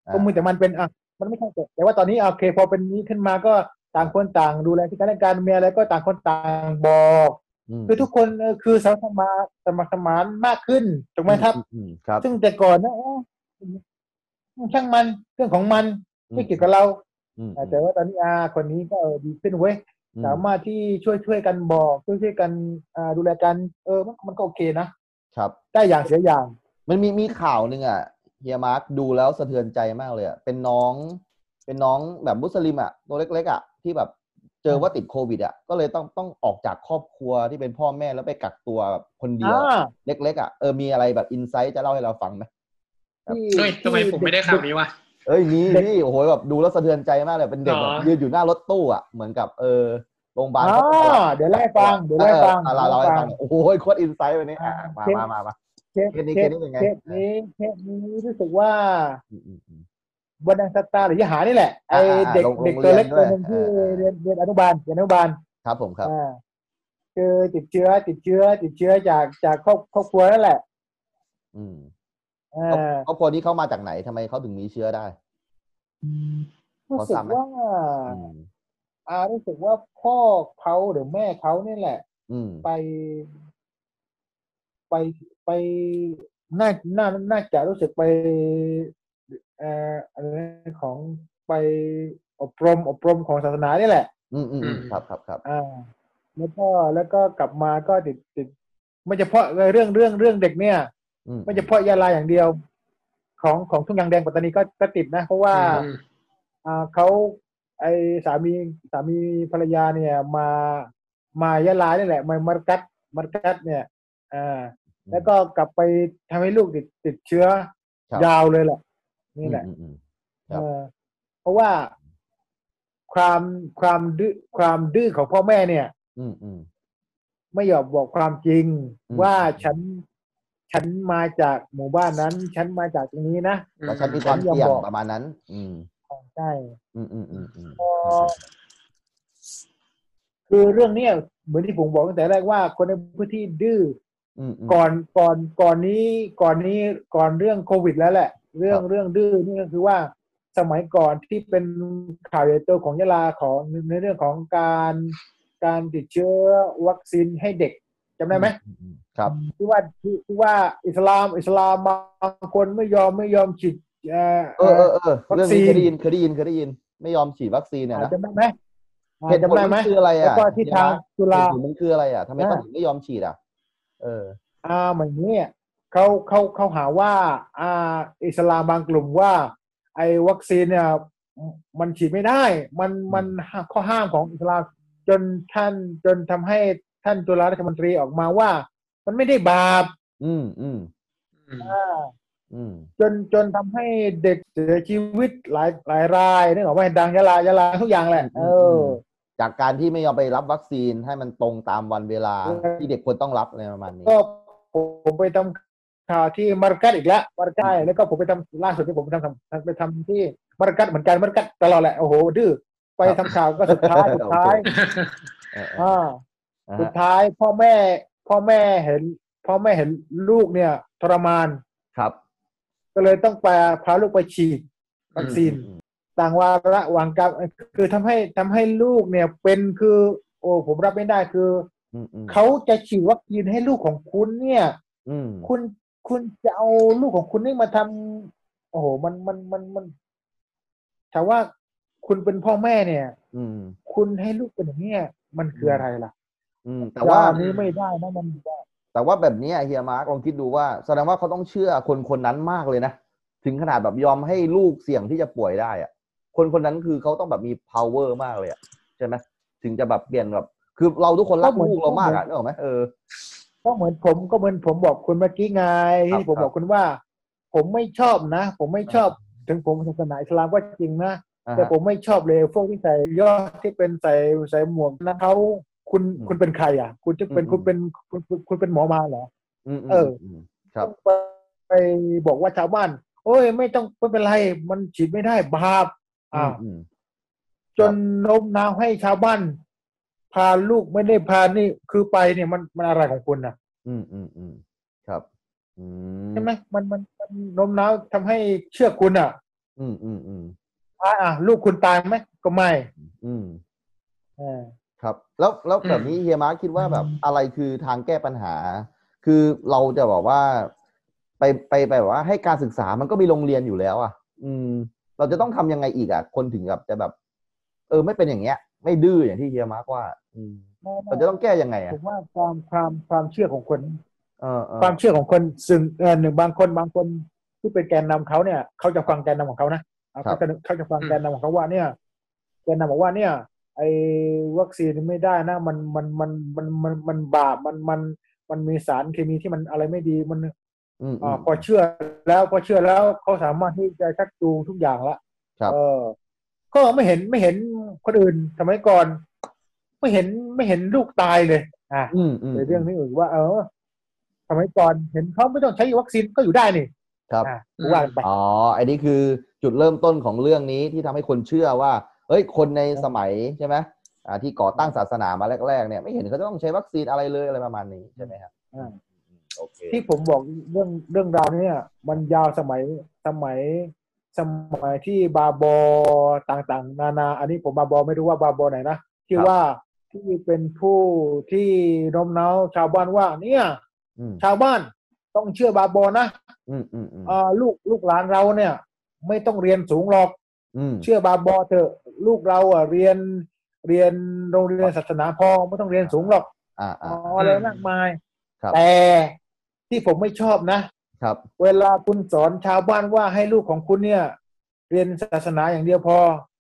Speaker 6: อ่า
Speaker 5: กูมึงแต่มันเป็นอ่ะมันไม่ใช่แต่แต่ว่าตอนนี้โอเคพอเป็นนี้ขึ้นมาก็ต่างคนต่างดูแลที่งกันและกันมีอะไรก็ต่างคนต่างบอก
Speaker 6: ม
Speaker 5: คือทุกคนเออคือสามัคคีสมาสมัครสมานมากขึ้นถูกไหมครับ
Speaker 6: อือืมครับ
Speaker 5: ซึ่งแต่ก่อนนะโอ้ช่างมันเรื่องของมันไม่เกี่ยวกับเรา
Speaker 6: อืม
Speaker 5: อ่าแต่ว่าตอนนี้อาคนนี้ก็เออดีขึ้นเว้ย
Speaker 6: อืม
Speaker 5: สามารถที่ช่วยช่วยกันบอกช่วยช่วยกันอ่าดูแลกันเออมันมันก็โอเคนะครับ ได้อย่างเสียอย่าง
Speaker 6: มันมีมีข่าวหนึ่งอ่ะเฮียมาร์คดูแล้วสะเทือนใจมากเลยอ่ะเป็นน้อง เป็นน้องแบบมุสลิมอ่ะตัวเล็ก ๆ อ่ะ ที่แบบเจอว่าติดโควิดอ่ะก็เลยต้องต้องออกจากครอบครัวที่เป็นพ่อแม่แล้วไปกักตัวแบบคนเดียว
Speaker 5: อ่า
Speaker 6: เล็ก ๆ อ่ะเออมีอะไรแบบอินไซต์จะเล่าให้เราฟังไหม ครับ
Speaker 5: ที่
Speaker 4: เฮ้ยทำไม
Speaker 5: ที่
Speaker 4: ผมไม่ได้
Speaker 5: เก
Speaker 4: ข่าวนี้วะ
Speaker 6: เอ้ยมีนี่โอ้โหแบบดูแล้วสะเทือนใจมากเลยเป็นเด็ก
Speaker 4: อ๋อ
Speaker 6: แบบยืนอยู่หน้ารถตู้อ่ะเหมือนกับเออโรงพยาบาล
Speaker 5: อ่า
Speaker 6: เขาจะรับ
Speaker 5: เดี๋ยวไล่าให้ฟังเดี๋ยวไล่าให้ฟัง
Speaker 6: เออเราเราให้ฟังโอ้โหโคตรอินไซต์วันนี้อ่ะมามามามา
Speaker 5: เคส
Speaker 6: เคสนี้
Speaker 5: เค
Speaker 6: เค
Speaker 5: ส
Speaker 6: สนี้เป็นไง
Speaker 5: เคสนี้เคสนี้รู้สึกว่า
Speaker 6: อืมอืมอืม
Speaker 5: บรรดาสตาร์หรือยหานี่แหละไอ
Speaker 6: อ่าอ่า
Speaker 5: เด็ก
Speaker 6: โรง
Speaker 5: เด็ก
Speaker 6: โรง
Speaker 5: ตัว
Speaker 6: เรี
Speaker 5: เล็
Speaker 6: ย
Speaker 5: ก
Speaker 6: น
Speaker 5: ตัวหนึ่ง
Speaker 6: ด้
Speaker 5: ที่
Speaker 6: วยอ่า
Speaker 5: เรียนเรียนอนุบาลเรียนอนุบาล
Speaker 6: ครับผมครับ
Speaker 5: อ่าคือติดเชื้อติดเชื้อติดเชื้อจากจากครอบครอบครัวนั่นแหละ
Speaker 6: อืม
Speaker 5: อ่า
Speaker 6: ครอบครัวนี้เขามาจากไหนทำไมเขาถึงมีเชื้อได้
Speaker 5: รู้
Speaker 6: พอ
Speaker 5: สึก
Speaker 6: ทราบไหม
Speaker 5: ว่า
Speaker 6: อืม
Speaker 5: อารู้สึกว่าพ่อเขาหรือแม่เขาเนี่ยแหละ
Speaker 6: อืม
Speaker 5: ไป ไปไปน่าน่าน่าจะรู้สึกไปเอ่ออะไรนะของไปอบรมอบรมของศาสนานี่แหละ
Speaker 6: อืมอืมอืมครับครับครับ
Speaker 5: อ่า แล้วก็แล้วก็กลับมาก็ติดติดไม่เฉพาะเรื่องเรื่องเรื่องเด็กเนี่ย
Speaker 6: อืม
Speaker 5: ไม่เฉพาะยาลาอย่างเดียว ของของทุ่งยางแดงปัตตานีก็ก็ติดนะเพราะว่า
Speaker 4: อืม
Speaker 5: อ่าเขา ไอสามีสามีภรรยาเนี่ย มามายะลานี่แหละมามากัดมากัดเนี่ยอ่าแล้วก็กลับไปทำให้ลูกติดติดเชื้อ
Speaker 6: ครับ
Speaker 5: ยาวเลยแหละนี่แหละ
Speaker 6: อืมอืม ค
Speaker 5: เอ
Speaker 6: รับ
Speaker 5: อเพราะว่าความความดื้อความดื้อของพ่อแม่เนี่ย
Speaker 6: อืมอืม
Speaker 5: ไม่ยอมบอกความจริง
Speaker 6: อืม
Speaker 5: ว่าฉันฉันมาจากหมู่บ้านนั้น ฉันมาจากตรงนี้นะ
Speaker 4: อืม
Speaker 6: แต่ฉันมีความ
Speaker 5: ฉันยอม
Speaker 6: เสี่ยง
Speaker 5: บอก
Speaker 6: ประมาณนั้น อืม
Speaker 5: ใช่
Speaker 6: อืมอืมอืมอืม
Speaker 5: พอคือเรื่องเนี้ยเหมือนที่ผมบอกตั้งแต่แรกว่าคนในพื้นที่ดื้อ
Speaker 6: อืมอื
Speaker 5: อ
Speaker 6: ม
Speaker 5: ก่อนก่อนก่อนนี้ก่อนนี้ก่อนเรื่องโควิดแล้วแหละ เรื่อง
Speaker 6: ครับ
Speaker 5: เรื่องดื้อนี่ก็คือว่าสมัยก่อนที่เป็นข่าวใหญ่โตของยะลาของในเรื่องของการการติดเชื้อวัคซีนให้เด็กจำได้ไหม
Speaker 6: อือืมครับ
Speaker 5: ที่ว่าที่ที่ว่าอิสลามอิสลามบางคนไม่ยอมไม่ยอมฉีดเอ่อ
Speaker 6: เออเออเออ
Speaker 5: วัค
Speaker 6: เรื่อง
Speaker 5: ซี
Speaker 6: นี้
Speaker 5: น
Speaker 6: เคยได้ยินเคยได้ยินเคยได้ยิน ไม่ยอมฉีดวัคซีนเนี่ย
Speaker 5: อ่า
Speaker 6: นะ
Speaker 5: จำได้ไหมอ่า
Speaker 6: เหตุผ
Speaker 5: จำ
Speaker 6: ล
Speaker 5: ได้ไหม
Speaker 6: มันคืออะไร
Speaker 5: แล้ว
Speaker 6: อ่ะ
Speaker 5: ก็ที่ทางจุฬา
Speaker 6: เหตุผลมันคืออะไรอ่ะทำไม
Speaker 5: อ่า
Speaker 6: เขาถึงไม่ยอมฉีดอ่ะ เออ
Speaker 5: อ่าเหมือนเนี้ยเขาเขาเขาหาว่าอ่าอิสลามบางกลุ่มว่า ไอ้วัคซีนเนี่ยมันฉีดไม่ได้ มันมันข้อห้ามของอิสลามจนท่านจนทำให้ท่านจุฬาราชมนตรีออกมาว่า มันไม่ได้บาป
Speaker 6: อืมอืม
Speaker 4: อืม
Speaker 5: อ่า
Speaker 6: อืม
Speaker 5: จนจนทำให้เด็กเสียชีวิตหลายหลายรายนึกออกไหมดังยะลายะลาทุกอย่างแหละ เออ
Speaker 6: จากการที่ไม่ยอมไปรับวัคซีนให้มันตรงตามวันเวลา
Speaker 5: ใช่
Speaker 6: ที่เด็กควรต้องรับอะไรประมาณนี้
Speaker 5: ก็ผมไปทำข่าวที่มาร์กัดอีกแล้วมาร์กัดแล้วก็ผมไปทำล่าสุดที่ผมไปทำทำไปทำที่มาร์กัดเหมือนกันมาร์กัดตลอดแหละโอ้โหดื้อไปทำข่าวก็สุด ท้ายสุดท้าย
Speaker 6: เออเออ
Speaker 5: อ่า
Speaker 6: อ่า
Speaker 5: สุด
Speaker 6: ฮะ
Speaker 5: ท้ายพ่อแม่พ่อแม่เห็น พ่อแม่เห็นลูกเนี่ยทรมาน
Speaker 6: ครับ
Speaker 5: ก็เลยต้องไปพาลูกไปฉีดวัคซีน
Speaker 6: อืม
Speaker 5: ต่างวาระหวังกับคือทำให้ทำให้ลูกเนี่ยเป็นคือ โอ้ผมรับไม่ได้คือ
Speaker 6: อืมอืม
Speaker 5: เขาจะฉีดวัคซีนให้ลูกของคุณเนี่ย
Speaker 6: อืม
Speaker 5: คุณคุณจะเอาลูกของคุณนี่มาทำโอ้โหมันมันมันมันถามว่าคุณเป็นพ่อแม่เนี่ย
Speaker 6: อืม
Speaker 5: คุณให้ลูกเป็นอย่างเนี้ยมันคืออะไรล่ะ
Speaker 6: อืมแต่ว่า
Speaker 5: อย่งนี้ไม่ได้นะมันไม่ได้
Speaker 6: แต่ว่าแบบเนี้ยเฮียมาร์กลองคิดดูว่าแสดงว่าเขาต้องเชื่อคนคนนั้นมากเลยนะ ถึงขนาดแบบยอมให้ลูกเสี่ยงที่จะป่วยได้อะคนคนนั้นคือเขาต้องแบบมี power มากเลยอะใช่ไหมถึงจะแบบเปลี่ยนแบบ คือเราทุกคนรัก
Speaker 5: ก็เหมือน
Speaker 6: ลูกเรามากอะนึกออกไหมเออ
Speaker 5: ก็เหมือนผมก็เหมือนผมบอกคุณเมื่อกี้ไง
Speaker 6: ครับ
Speaker 5: ที่ผม
Speaker 6: ครับ
Speaker 5: บอกคุณว่า ผมไม่ชอบนะ ผมไม่ชอบถึงผมศาสนาอิสลามก็จริงนะ
Speaker 6: าฮะ
Speaker 5: แต่ผมไม่ชอบเลยพวกที่ใส่ยอดที่เป็นใส่ใส่หมวกนะเขาคุณ
Speaker 6: อืม
Speaker 5: คุณเป็นใครอ่ะ คุณจะเป็น
Speaker 6: อืม
Speaker 5: คุณเป็นคุณคุณคุณเป็นหมอมาเหรอ
Speaker 6: อืมอืม
Speaker 5: เออ
Speaker 6: มครับ
Speaker 5: ไปไปบอกว่าชาวบ้านโอ้ยไม่ต้องไม่เป็นไรมันฉีดไม่ได้บาปอ่า
Speaker 6: อืม
Speaker 5: จนโน้มน้าวให้ชาวบ้าน พาลูกไม่ได้พานี่คือไปเนี่ยมันมันอะไรของคุณอ่ะ
Speaker 6: อืมอืมอืมครับ อืม
Speaker 5: ใช่ไหมมันมันมันโน้มน้าวทำให้เชื่อคุณอ่ะ
Speaker 6: อืมอืมอืม
Speaker 5: อ่ะอ่ะลูกคุณตายไหมก็ไม่
Speaker 6: อืม
Speaker 5: เออ
Speaker 6: ครับ แล้วแล้ว
Speaker 4: อืม
Speaker 6: แบบนี้เฮียมาร์คคิดว่าแบบอะไรคือทางแก้ปัญหา คือเราจะบอกว่า ไปไปไปแบบว่าให้การศึกษามันก็มีโรงเรียนอยู่แล้ว อ่ะ อืม เราจะต้องทำยังไงอีกอ่ะ คนถึงแบบจะแบบ เออ ไม่เป็นอย่างเงี้ย ไม่ดื้ออย่างที่เฮียมาร์คว่า อืม
Speaker 5: ไม่
Speaker 6: เรา
Speaker 5: ไม่
Speaker 6: จะต้องแก้ยังไงอ่ะ
Speaker 5: ผมว่าความความความเชื่อของคน
Speaker 6: เออเออ
Speaker 5: ความเชื่อของคนซึ่งเออหนึ่งบางคนบางคนที่เป็นแกนนำเขาเนี่ย เขาจะฟังแกนนำของเขานะอ่ะเขาจะเขาจะฟังแกนนำของเขาว่าเนี่ยแกนนำบอกว่าเนี่ย ไอ้วัคซีนไม่ได้นะมันมันมันมันมันมันบาปมันมันมันมีสารเคมีที่มันอะไรไม่ดีมัน
Speaker 6: อืมอื
Speaker 5: อ่าม พอเชื่อแล้วพอเชื่อแล้วเขาสามารถที่จะชักจูงทุกอย่างละ
Speaker 6: ครับ
Speaker 5: เออ ก็ไม่เห็นไม่เห็นคนอื่นสมัยก่อน ไม่เห็นไม่เห็นลูกตายเลย อ่ะ
Speaker 6: อืมอืม
Speaker 5: ในเรื่องนี้อื่นว่า เออสมัยก่อนเห็นเขาไม่ต้องใช้วัคซีนก็อยู่ได้นี่
Speaker 6: ครับ
Speaker 5: อ่ะว่ากันไป
Speaker 6: อ๋อ อันนี้คือจุดเริ่มต้นของเรื่องนี้ที่ทำให้คนเชื่อว่า เฮ้ย คนในสมัยใช่ไหมอ่า ที่ก่อตั้งศาสนามาแรกๆเนี่ย ไม่เห็นเขาจะต้องใช้วัคซีนอะไรเลยอะไรประมาณนี้ใช่ไหมครับ
Speaker 5: อ่า
Speaker 6: โอเค
Speaker 5: ที่ผมบอกเรื่องเรื่องราวเนี่ย มันยาวสมัยสมัย สมัยที่บาบอต่างๆ นานา อันนี้ผมบาบอไม่รู้ว่าบาบอไหนนะที่
Speaker 6: ครับ
Speaker 5: ว่าที่เป็นผู้ที่โน้มน้าวชาวบ้านว่า เนี่ย
Speaker 6: อืม
Speaker 5: ชาวบ้านต้องเชื่อบาบอนะ
Speaker 6: อืมอืมอืม
Speaker 5: เอ่อลูกลูกหลานเราเนี่ย ไม่ต้องเรียนสูงหรอก
Speaker 6: อืม
Speaker 5: เชื่อบาบอเถอะลูกเราอ่ะเรียนเรียนโรงเรียนศาสนาพอไม่ต้องเรียนสูงหรอก
Speaker 6: อ่า
Speaker 5: อ๋
Speaker 6: อ่า
Speaker 5: ออะไรมากมาย
Speaker 6: ครับ
Speaker 5: แต่ที่ผมไม่ชอบนะ
Speaker 6: ครับ
Speaker 5: เวลาคุณสอนชาวบ้านว่าให้ลูกของคุณเนี่ย เรียนศาสนาอย่างเดียวพอ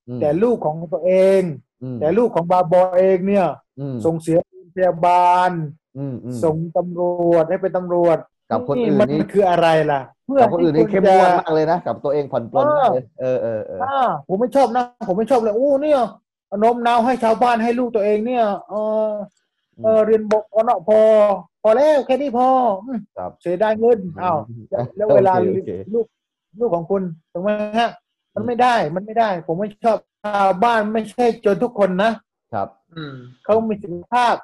Speaker 6: อืม
Speaker 5: แต่ลูกของตัวเอง
Speaker 6: อืม
Speaker 5: แต่ลูกของบาบอเองเนี่ย
Speaker 6: อืม
Speaker 5: ส่งเสียโรงพยาบาล
Speaker 6: อืมอืม
Speaker 5: ส่งตำรวจให้เป็นตำรวจ
Speaker 6: กับคนอื่น
Speaker 5: มัน
Speaker 6: นี่
Speaker 5: คืออะไรล่ะ เพื่อ
Speaker 6: กับคนอื่นนี่
Speaker 5: ให้
Speaker 6: เข้ม
Speaker 5: จะ
Speaker 6: งวดมากเลยนะกับตัวเองผ่อนปลนมากเลยเออเออเออ
Speaker 5: อ่าผมไม่ชอบนะ ผมไม่ชอบเลยอู้เนี่ยโน้มน้าวให้ชาวบ้านให้ลูกตัวเองเนี่ยเออเออเรียนบอกอนอพอ พอแล้วแค่นี้พออืม
Speaker 6: ครับ
Speaker 5: เสียดายเงินอ้าวแล้วแล้วเวลา
Speaker 6: โอคโอเค
Speaker 5: ลูกลูกของคุณถูกไหมฮะมันไม่ได้มันไม่ได้ ผมไม่ชอบชาวบ้านไม่ใช่จนทุกคนนะครับ
Speaker 4: อืม
Speaker 5: เขามีสิทธิภาพ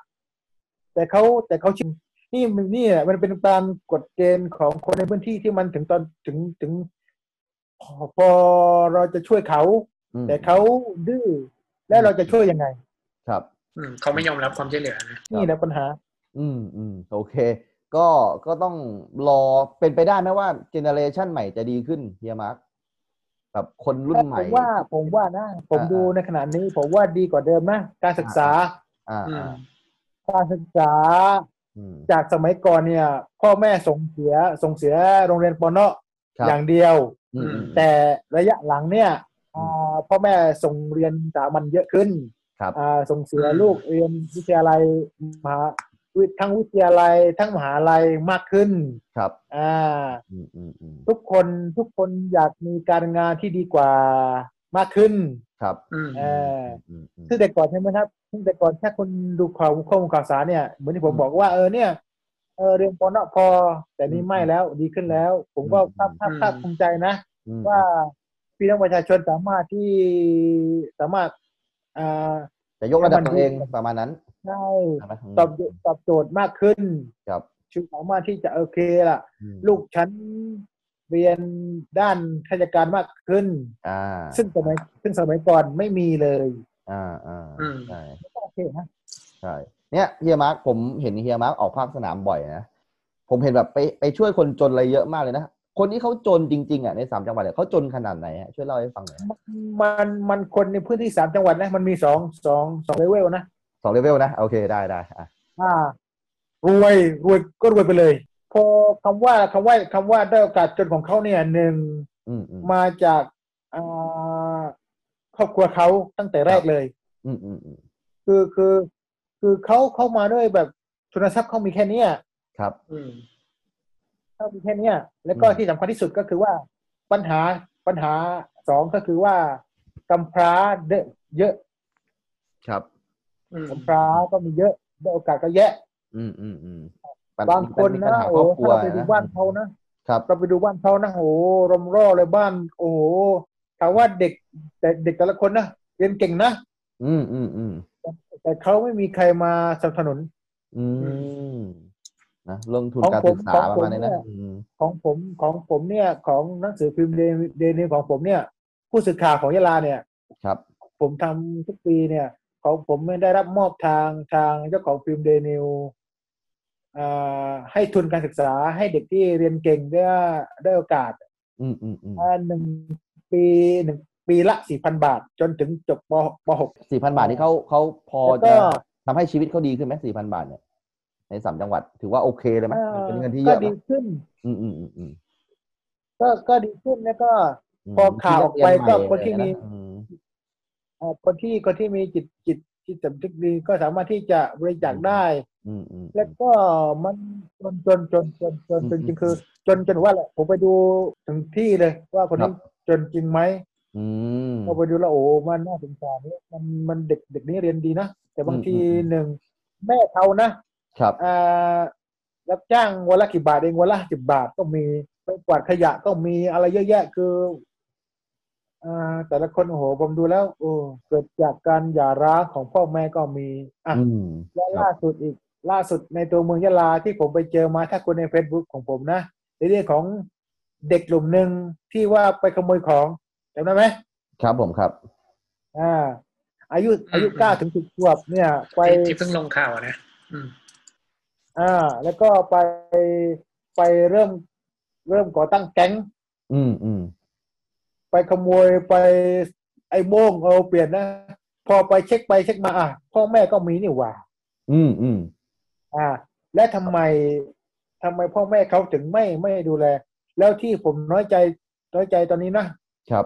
Speaker 5: แต่เขาแต่เขาชิมนี่มันนี่แหละมันเป็นการกฎเกณฑ์ของคนในพื้นที่ที่มันถึงตอนถึงถึงพอพอเราจะช่วยเขา
Speaker 6: อืม
Speaker 5: แต่เขาดื้อแล้วเราจะช่วยยังไง
Speaker 6: ครับ
Speaker 4: อืมเขาไม่ยอมรับความช่วยเหลือนะ
Speaker 5: นี่แหละปัญหา
Speaker 6: อืมอืมโอเค ก็ก็ต้องรอเป็นไปได้ไหมว่าเจเนอเรชันใหม่จะดีขึ้นเฮียมาร์คแบบคนรุ่นให
Speaker 5: ผ
Speaker 6: ม่
Speaker 5: มว่าผมว่านะ ผม
Speaker 6: อ่า
Speaker 5: ดูในขณะนี้ ผมว่าดีกว่าเดิมนะ การศึกษา
Speaker 6: อ่า
Speaker 4: อืม
Speaker 6: อ่า
Speaker 5: การศึกษา
Speaker 6: อืม
Speaker 5: จากสมัยก่อนเนี่ย พ่อแม่ส่งเสียส่งเสียโรงเรียนปอนอ
Speaker 6: ครับ
Speaker 5: อย่างเดียว
Speaker 6: อืมอืม
Speaker 5: แต่ระยะหลังเนี่ยอ่าพ่อแม่ส่งเรียนสามัญเยอะขึ้น
Speaker 6: ครับ
Speaker 5: อ่าส่งเสีย
Speaker 4: อืม
Speaker 5: ลูกเรียนวิทยาลัยมหาวิทย์ทั้งวิทยาลัยทั้งมหาลัยมากขึ้น
Speaker 6: ครับ
Speaker 5: อ่า
Speaker 6: อืมอืมอืม
Speaker 5: ทุกคนทุกคนอยากมีการงานที่ดีกว่ามากขึ้น
Speaker 6: ครับ
Speaker 4: อืม
Speaker 5: เออ
Speaker 6: อืมอืม
Speaker 5: ซึ่งแต่ก่อนใช่ไหมครับซึ่งแต่ก่อนแค่คนดูข่าวข้อมูลข่าวสารเนี่ยเหมือนที่ผม
Speaker 6: อืม
Speaker 5: บอกว่าเออเนี่ยเออเรียนปอนอพอ แต่นี่
Speaker 6: อืม
Speaker 5: ไม่แล้วดีขึ้นแล้ว ผมก็
Speaker 6: อืม
Speaker 5: ภาคภาค
Speaker 4: อืม
Speaker 5: ภาคภูมิใจนะ
Speaker 6: อืม
Speaker 5: ว่าพี่น้องประชาชนสามารถที่สามารถอ่า
Speaker 6: จะยกระดับตัวเอง
Speaker 5: ให้มันดี
Speaker 6: ประมาณนั้น
Speaker 5: ได้
Speaker 6: ใช่ไหม
Speaker 5: ตอบโจทย์ตอบโจทย์มากขึ้น
Speaker 6: ครับ
Speaker 5: ชื่อสามารถที่จะโอเคล่ะ
Speaker 6: อืม
Speaker 5: ลูกฉันเรียนด้านข้าราชการมากขึ้น
Speaker 6: อ่า
Speaker 5: ซึ่งสมัยซึ่งสมัยก่อนไม่มีเลย
Speaker 6: อ่าอ่า
Speaker 4: อืม
Speaker 6: ใช่
Speaker 5: โอเคนะ
Speaker 6: ใช่เนี่ยเฮียมาร์คผมเห็นเฮียมาร์คออกภาคสนามบ่อยนะ ผมเห็นแบบไปไปช่วยคนจนอะไรเยอะมากเลยนะ คนที่เขาจนจริงๆอ่ะในสามจังหวัดเนี่ยเขาจนขนาดไหนฮะช่วยเล่าให้ฟังหน่อยฮะ
Speaker 5: มันมันคนในพื้นที่สามจังหวัดนะมันมีสองสองสองเลเวลนะ
Speaker 6: สองเลเวลนะโอเคได้ได้อ่ะ
Speaker 5: อ่ารวยรวยก็รวยไปเลย พอคำว่าคำว่าคำว่าได้โอกาสจนของเขาเนี่ยหนึ่ง
Speaker 6: อืมอืม
Speaker 5: มาจากอ่าครอบครัวเขาตั้งแต่แรกเลย
Speaker 6: อืมอืมอืม
Speaker 5: คือคือคือเขาเข้ามาด้วยแบบทุนทรัพย์เขามีแค่เนี้ย
Speaker 6: ครับ
Speaker 4: อืม
Speaker 5: เท่าที่แค่เนี้ยแล้วก็
Speaker 6: อืม
Speaker 5: ที่สำคัญที่สุดก็คือว่าปัญหาปัญหาสองก็คือว่ากำพร้าเดอะเยอะ
Speaker 6: ครับ
Speaker 4: อืม
Speaker 5: กำพร้าก็มีเยอะได้โอกาสก็แยะ
Speaker 6: อืมอืมอืม
Speaker 5: บางคน
Speaker 6: มีปัญ
Speaker 5: นะ
Speaker 6: หา
Speaker 5: โอ้
Speaker 6: ครอบค
Speaker 5: ถ้า
Speaker 6: รัว
Speaker 5: เราไปดูบ้านเขานะ
Speaker 6: ครับ
Speaker 5: เราไปดูบ้านเขานะโอ้รมร่อเลยบ้าน โอ้โหถามว่าเด็กแต่เด็กแต่ละคนนะเรียนเก่งนะ
Speaker 6: อืมอืมอืม
Speaker 5: แต่เขาไม่มีใครมาสนับสนุน
Speaker 6: อืมนะลงทุน
Speaker 5: ของ
Speaker 6: การ
Speaker 5: ผม
Speaker 6: ศึกษา
Speaker 5: ของ
Speaker 6: ประ
Speaker 5: ผม
Speaker 6: มาณนี้นะ
Speaker 5: เนี่ย
Speaker 6: อืม
Speaker 5: ของผมของผมเนี่ยของหนังสือพิมพ์เดนิวของผมเนี่ย ผู้สื่อข่าวของยะลาเนี่ย
Speaker 6: ครับ
Speaker 5: ผมทำทุกปีเนี่ย ของผมไม่ได้รับมอบทางทางเจ้าของฟิล์มเดนิวให้ทุนการศึกษาให้เด็กที่เรียนเก่งได้ได้โอกาส
Speaker 6: อืมอืมอืม
Speaker 5: อ่าหนึ่งปีหนึ่งปีละสี่พันบาท จนถึงจบปปหก
Speaker 6: สี่พันบาทนี่เขาเขาพอ
Speaker 5: แล้ว
Speaker 6: จะ
Speaker 5: ก็
Speaker 6: ทำให้ชีวิตเขาดีขึ้นไหมสี่พันบาทเนี่ยในสามจังหวัด ถือว่าโอเคเลยไหม
Speaker 5: อ่า
Speaker 6: มันเป็นเงินที่เย
Speaker 5: ก็
Speaker 6: อะไหม
Speaker 5: ดีขึ้น
Speaker 6: อืมอืมอืมอืม
Speaker 5: ก็ก็ดีขึ้นแล้วก็
Speaker 6: ม
Speaker 5: พอข่าวออกไปก็คนที่มี
Speaker 6: เรียนใหม่อะไรนะ
Speaker 5: เอ่อคนที่คนที่มีจิตจิตจิตสำนึกดีก็สามารถที่จะบริจาคได้
Speaker 6: อืมอืม
Speaker 5: แล้วก็มันจนจนจนจนจนจนจริง
Speaker 6: อืม
Speaker 5: คือ จนจนว่าแหละผมไปดูถึงที่เลย ว่าคนนี้
Speaker 6: ครับ
Speaker 5: จนจริงไหม
Speaker 6: อืม
Speaker 5: พอไปดูแล้วโอ้มันน่าสงสารเนี่ยมันมันเด็กเด็กนี้เรียนดีนะ แต่บางที
Speaker 6: อืมอืม
Speaker 5: หนึ่งแม่เขานะครับ อ่ารับจ้างวันละกี่บาทเองวันละสิบบาทก็มีไปกวาดขยะก็มีอะไรเยอะแยะคืออ่าแต่ละคนโอ้โหผมดูแล้ว โอ้เกิดจากการหย่าร้างของพ่อแม่ก็มีอ่ะ
Speaker 6: อืม
Speaker 5: และ
Speaker 6: ครับ
Speaker 5: ล่าสุดอีกล่าสุดในตัวเมืองยะลาที่ผมไปเจอมาถ้าคุณใน Facebook ของผมนะในเรื่องของเด็กกลุ่มหนึ่งที่ว่าไปขโมยของจำได้ไหม
Speaker 6: ครับผมครับ
Speaker 5: อ่า อายุอายุ
Speaker 4: อืม
Speaker 5: เก้าถึงสิบขวบเนี่ย ไป
Speaker 4: ที่ที่เพิ่งลงข่าวนะ อืม
Speaker 5: อ่า แล้วก็ไปไปเริ่มเริ่มก่อตั้งแก๊ง
Speaker 6: อืมอืม
Speaker 5: ไปขโมยไปไอ้โม่งเอาเปลี่ยนนะ พอไปเช็คไปเช็คมาอ่ะพ่อแม่ก็มีนี่หว่า
Speaker 6: อืมอืม
Speaker 5: อ่า และทำไมทำไมพ่อแม่เขาถึงไม่ไม่ดูแล แล้วที่ผมน้อยใจน้อยใจตอนนี้นะครับ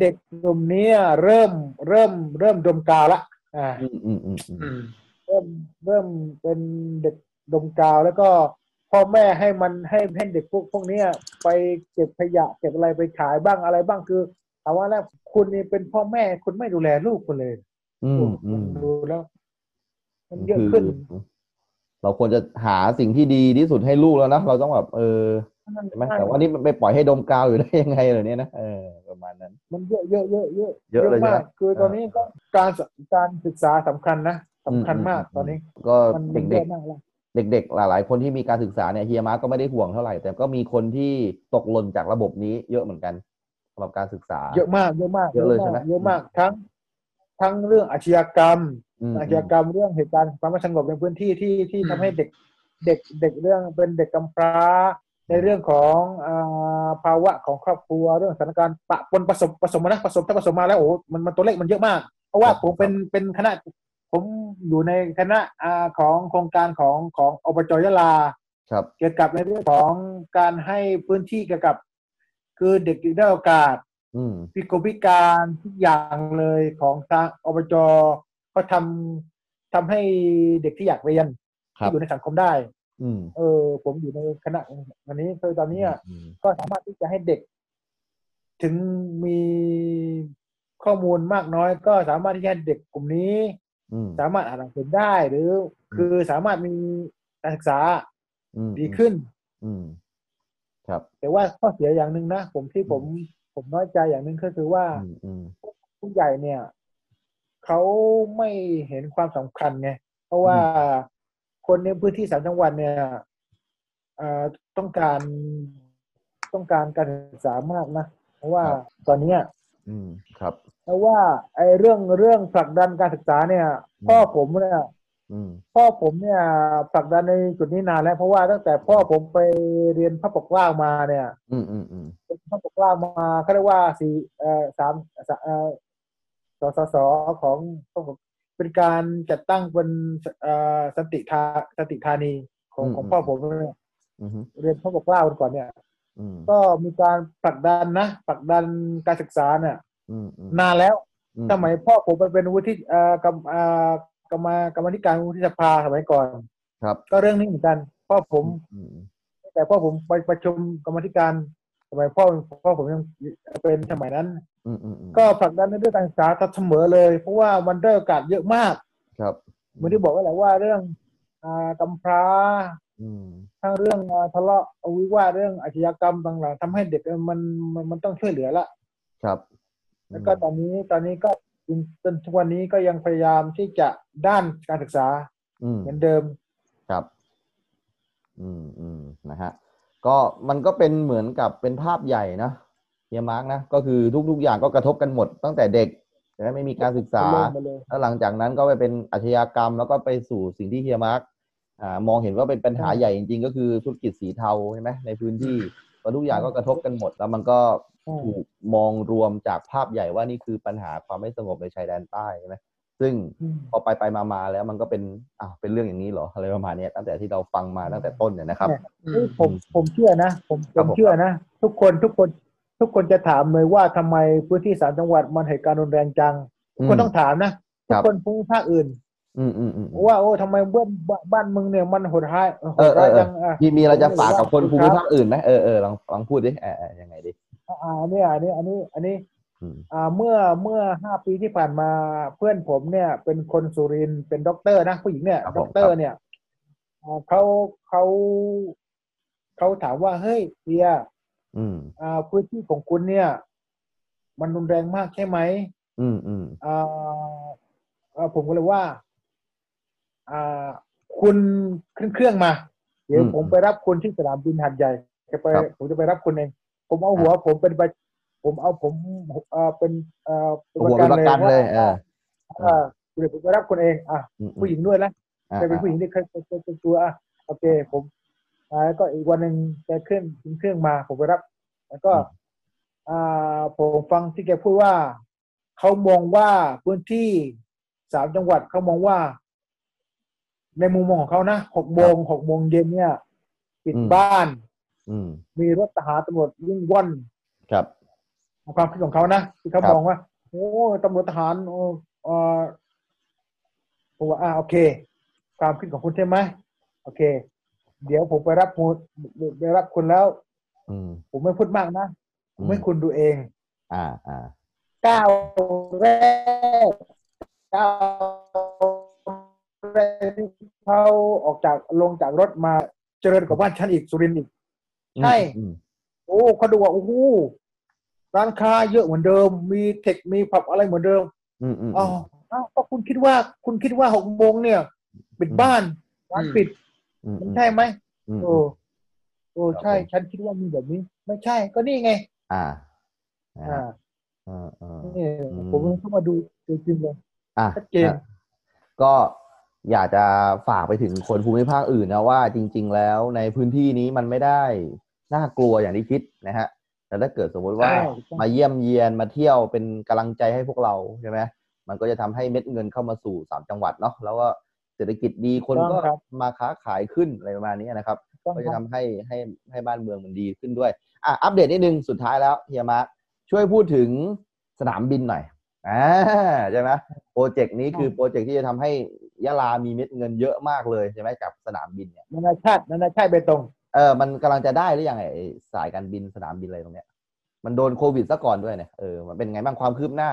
Speaker 5: เด็กกลุ่มเนี้ยเริ่มเริ่มเริ่มดมกาวละอ่า
Speaker 6: อืมอืมอืมอืม
Speaker 4: อืม
Speaker 5: เริ่มเริ่มเป็นเด็กดมกาวแล้วก็พ่อแม่ให้มันให้ให้เด็กพวกพวกเนี้ยไปเก็บขยะเก็บอะไรไปขายบ้างอะไรบ้างคือถามว่าแล้วคุณนี่เป็นพ่อแม่คุณไม่ดูแลลูกคุณเลย
Speaker 6: อืมอืม
Speaker 5: ดูแล้ว มันเยอะขึ้น
Speaker 6: คือเราควรจะหาสิ่งที่ดีที่สุดให้ลูกแล้วนะ เราต้องแบบเออใช่ไหมแต่ว่านี่ไปปล่อยให้ดมกาวอยู่ได้ยังไงเหรอเนี่ยนะเออประมาณนั้น
Speaker 5: มันเยอะเยอะเยอะเยอะ
Speaker 6: เยอะเลยใช่ไหม
Speaker 5: มากคือตอนนี้ก็การสการศึกษาสำคัญนะสำคัญมากตอนนี้
Speaker 6: ก็
Speaker 5: มัน
Speaker 6: เด็ก
Speaker 5: เย
Speaker 6: เด็ก
Speaker 5: อะมากแล้ว
Speaker 6: เด็กๆหลาย ๆ คนที่มีการศึกษาเนี่ยเฮียมาร์คก็ไม่ได้ห่วงเท่าไหร่ แต่ก็มีคนที่ตกหล่นจากระบบนี้เยอะเหมือนกันสำหรับการศึกษา
Speaker 5: เยอะมากเยอะมาก
Speaker 6: เยอะเลยใช่ไหม
Speaker 5: เยอะมากทั้ง ทั้งเรื่องอาชญากรรม
Speaker 6: ม
Speaker 5: อาชญากรรมเรื่องเหตุการณ์ความไม่สงบในพื้นที่ที่ที่
Speaker 4: อืม
Speaker 5: ทำให้เด็กเด็กเด็กเรื่องเป็นเด็กกำพร้า ในเรื่องของอาภาวะของครอบครัวเรื่องสถานการณ์ปะปนผสมผสมมานะผสมถ้าผสมมาแล้วโอ้โหมันมันตัวเลขมันเยอะมาก เพราะว่าผมเป็นเป็นคณะผมอยู่ในคณะอาของโครงการของของอบจยะลา
Speaker 6: ครับ
Speaker 5: เกี่ยวกับในเรื่องของการให้พื้นที่เกี่ยวกับ คือเด็กด้อยโอกาส
Speaker 6: อืม
Speaker 5: พิกลพิการทุกอย่างเลยของทางอบจก็ทำทำให้เด็กที่อยากเรียน
Speaker 6: ครับ
Speaker 5: ที่อยู่ในสังคมได้
Speaker 6: อืม
Speaker 5: เออ ผมอยู่ในคณะวันนี้คือตอนเนี้ย
Speaker 6: อืม
Speaker 5: ก็สามารถที่จะให้เด็ก ถึงมีข้อมูลมากน้อย ก็สามารถที่จะให้เด็กกลุ่มนี้
Speaker 6: อืม
Speaker 5: สามารถอ่านหนังสือได้หรือ คือสามารถมีการศึกษา
Speaker 6: อืม
Speaker 5: ดีขึ้น
Speaker 6: อืมครับ
Speaker 5: แต่ว่าข้อเสียอย่างหนึ่งนะผมที่ผมผมน้อยใจอย่างหนึ่งก็คือว่า
Speaker 6: อืมอืม
Speaker 5: ผู้ใหญ่เนี่ยเขาไม่เห็นความสำคัญไงเพราะว่าคนในพื้นที่สามจังหวัดเนี่ยเอ่อต้องการต้องการการศึกษามากนะเพราะว่าตอนเนี้ย
Speaker 6: อืมครับ
Speaker 5: เพราะว่าไอ้เรื่องเรื่องผลักดันการศึกษาเนี่ย
Speaker 6: อืม
Speaker 5: พ่อผมเนี่ย
Speaker 6: อืม
Speaker 5: พ่อผมเนี่ยผลักดันในจุดนี้นานแล้ว เพราะว่าตั้งแต่พ่อผมไปเรียนพระปกเกล้ามาเนี่ย
Speaker 6: อืมอืมอืม
Speaker 5: เป็นข้าปกล่ามาเขาเรียกว่าสี่เอ่อสามสะเอ่อสสสของเป็นการจัดตั้งเป็นเอ่อสนติธาสนติธานีของของพ่อผมเนี่ย
Speaker 6: อืมอืม
Speaker 5: เรียนพระปกเกล้าวันก่อนเนี่ย
Speaker 6: อืม
Speaker 5: ก็มีการผลักดันนะผลักดันการศึกษาเนี่ย
Speaker 6: อืมอืม
Speaker 5: นานแล้ว
Speaker 6: อื
Speaker 5: สมัยพ่อผมไปเป็นวุฒิเอ่อกรรมเอ่อกรรมากรรมาธิการวุฒิสภาสมัยก่อน
Speaker 6: ครับ
Speaker 5: ก็เรื่องนี้เหมือนกันพ่อผม
Speaker 6: อืม
Speaker 5: แต่พ่อผมไปประชุมกรรมาธิการสมัยพ่อพ่อผมยังเป็นสมัยนั้น
Speaker 6: อืมอืมอืม
Speaker 5: ก็ผลักดันในเรื่องการศึกษาเสมอเลย เพราะว่ามันได้โอกาสเยอะมาก
Speaker 6: ครับ
Speaker 5: เหมือนที่บอกไว้แหละว่าเรื่องอากำพร้า
Speaker 6: อืม
Speaker 5: ทั้งเรื่องอ่าทะเลาะวิวาทเรื่องอาชญากรรมต่างๆทำให้เด็กเออมันมันมันต้องช่วยเหลือละ
Speaker 6: ครับ
Speaker 5: แล้วก็ตอนนี้ตอนนี้ก็จนจนทุกวันนี้ก็ยังพยายามที่จะด้านการศึกษา
Speaker 6: อืม
Speaker 5: เหมือนเดิม
Speaker 6: ครับ อืมอืมนะฮะก็มันก็เป็นเหมือนกับเป็นภาพใหญ่นะเฮียมาร์กนะก็คือทุก ๆ อย่างก็กระทบกันหมดตั้งแต่เด็กใช่ไหมไม่มีการศึกษา
Speaker 5: มาเลยมาเลย
Speaker 6: แล้วหลังจากนั้นก็ไปเป็นอาชญากรรม แล้วก็ไปสู่สิ่งที่เฮียมาร์กอ่ามองเห็นว่าเป็นปัญหาใหญ่จริงๆ ก็คือธุรกิจสีเทาใช่ไหมในพื้นที่ก็ทุกอย่างก็กระทบกันหมด แล้วมันก็
Speaker 5: อืม
Speaker 6: ถูกมองรวมจากภาพใหญ่ว่านี่คือปัญหาความไม่สงบในชายแดนใต้ใช่ไหมซึ่ง
Speaker 5: อืม
Speaker 6: พอไปไปมามาแล้วมันก็เป็นอ้าวเป็นเรื่องอย่างนี้เหรออะไรประมาณเนี้ยตั้งแต่ที่เราฟังมาตั้งแต่ต้นเนี่ยนะครับ
Speaker 5: เนี่ย
Speaker 4: อืม
Speaker 5: เอ้ยผม
Speaker 6: อืม
Speaker 5: ผมเชื่อนะผม
Speaker 6: ค
Speaker 5: ผ
Speaker 6: รับ
Speaker 5: ม
Speaker 6: ผม
Speaker 5: เชื่อนะ ทุกคนทุกคน ทุกคนจะถามเลยว่าทำไมพื้นที่สามจังหวัดมันเหตุการณ์รุนแรงจัง ทุกคนต้องถามนะทุก
Speaker 6: ครับ
Speaker 5: คนภูมิภาคอื่น
Speaker 6: อืมอืมอืมอืม
Speaker 5: ว่าโอ้ทำไมบ้านบ้านมึงเนี่ยมันโหดร้ายโหดร้าย
Speaker 6: เออเออ
Speaker 5: จังอ่ะ
Speaker 6: มีมีอะไรจะฝากกับคน
Speaker 5: ผม
Speaker 6: ภู
Speaker 5: เห็
Speaker 6: มิ
Speaker 5: นว่า
Speaker 6: ภาคอื่นไหมเออเออลองลองพูดดิเออเออยังไงดิ
Speaker 5: อ่าเนี่ยอันนี้อันนี้อันนี้
Speaker 6: อืม
Speaker 5: อ่าเมื่อเมื่อห้าปีที่ผ่านมาเพื่อนผมเนี่ย เป็นคนสุรินทร์เป็นด็อกเตอร์นะผู้หญิงเนี่ย
Speaker 6: ครับผม
Speaker 5: ด็อกเตอ
Speaker 6: ครั
Speaker 5: ร์
Speaker 6: บ
Speaker 5: เนี่ยอ่าเขาเขาเขาถามว่าเฮ้ยเดีย
Speaker 6: อืม
Speaker 5: อ่าพื้นที่ของคุณเนี่ย มันรุนแรงมากใช่ไหม
Speaker 6: อืมอืม
Speaker 5: อ่าเอ่อผมก็เลยว่า อ่า คุณขึ้นเครื่องมา เดี๋ยวผมไปรับคุณที่สนามบินหัดใหญ่จะไป ผมจะไปรับคุณเอง ผมเอาหัว ผมเป็นไปผมเอาผมเอ่อเป็นเอ่อ
Speaker 6: หัวเป็นประกันเลย เออ
Speaker 5: เออเดี๋ยวผมไปรับคุณเอง อ่ะ
Speaker 6: อืมอืม
Speaker 5: ผู้หญิงด้วยนะ
Speaker 6: อ่า
Speaker 5: แต่เป็นผู้หญิงที่เคยเคยเคยเคยตัวอ่ะโอเค ผมอ่าแล้วก็อีกวันหนึ่งแกขึ้นขึ้นเครื่องมา ผมไปรับ แล้วก็ อ่าผมฟังที่แกพูดว่าเขามองว่าพื้นที่สามจังหวัดเขามองว่า ในมุมมองของเขานะหกโมงหกโมงเย็นเนี่ยปิดบ้าน
Speaker 6: อืม
Speaker 5: มีรถทหารตำรวจวิ่งว่อน
Speaker 6: ครับ
Speaker 5: ความคิดของเขานะที่เขา
Speaker 6: ครับ
Speaker 5: มองว่า โอ้ตำรวจทหารโอ้เอ่อผมว่าอ่าโอเค ความคิดของคุณใช่ไหมโอเค เดี๋ยวผมไปรับคุณไปรับคุณแล้ว
Speaker 6: อืม
Speaker 5: ผมไม่พูดมากนะผ
Speaker 6: อื
Speaker 5: ม
Speaker 6: ม
Speaker 5: ให้คุณดูเอง
Speaker 6: อ่าอ่า
Speaker 5: ก้าวแรกก้าวแรกที่เขาออกจากลงจากรถมาเจริญกว่าบ้านฉันอีกสุรินทร์อีก ใช่
Speaker 6: อืม
Speaker 5: โอ้เขาดูว่าโอ้โหร้านค้าเยอะเหมือนเดิม มีเทคมีผับอะไรเหมือนเดิม
Speaker 6: อืมอืม
Speaker 5: อ๋ออ้าวก็คุณคิดว่าคุณคิดว่าหกโมงเนี่ย ปิดบ้านร้านปิด
Speaker 6: อืม
Speaker 5: มันใช่ไหม
Speaker 6: อืม
Speaker 5: โอ้
Speaker 6: อืม
Speaker 5: โอ้
Speaker 6: ครับ
Speaker 5: ใช่
Speaker 6: ผม
Speaker 5: ฉันคิดว่ามีแบบนี้ ไม่ใช่ก็นี่ไง
Speaker 6: อ่า
Speaker 5: อ่า
Speaker 6: อ่าเออเออ
Speaker 5: นี่
Speaker 6: อืม
Speaker 5: ผมเข้ามาดูตัวจริงเลย
Speaker 6: อ่ะ
Speaker 5: ชัดเจน
Speaker 6: อ่ะก็อยากจะฝากไปถึงคนภูมิภาคอื่นนะว่าจริง ๆ แล้วในพื้นที่นี้มันไม่ได้น่ากลัวอย่างที่คิดนะฮะ แต่ถ้าเกิดสมมติว่า
Speaker 4: ใช่
Speaker 6: มาเยี่ยมเยียนมาเที่ยวเป็นกำลังใจให้พวกเราใช่ไหมมันก็จะทำให้เม็ดเงินเข้ามาสู่สามจังหวัดเนาะแล้วก็เศรษฐกิจดีคนก็
Speaker 5: ต้องครับ
Speaker 6: มาค้าขายขึ้นอะไรประมาณนี้นะครับ
Speaker 5: ต้อง
Speaker 6: ก็จะ
Speaker 5: ค
Speaker 6: ทำ
Speaker 5: รับ
Speaker 6: ให้ให้ให้บ้านเมืองมันดีขึ้นด้วย อ่ะอัปเดตนิดนึงสุดท้ายแล้วเฮียมาร์คช่วยพูดถึงสนามบินหน่อยอ่าใช่ไหมโปรเจกต์นี้คือโปรเจกต์ที่จะทำให้ยะลามีเม็ดเงินเยอะมากเลยใช่ไหมกับสนามบินเนี่ย
Speaker 5: นานาชาตินานาชาติเบตง
Speaker 6: เออมันกำลังจะได้หรือยังไงไอ้สายการบินสนามบินอะไรตรงเนี้ย มันโดนโควิดซะก่อนด้วยเนี่ยเออมันเป็นไงบ้างความคืบหน้า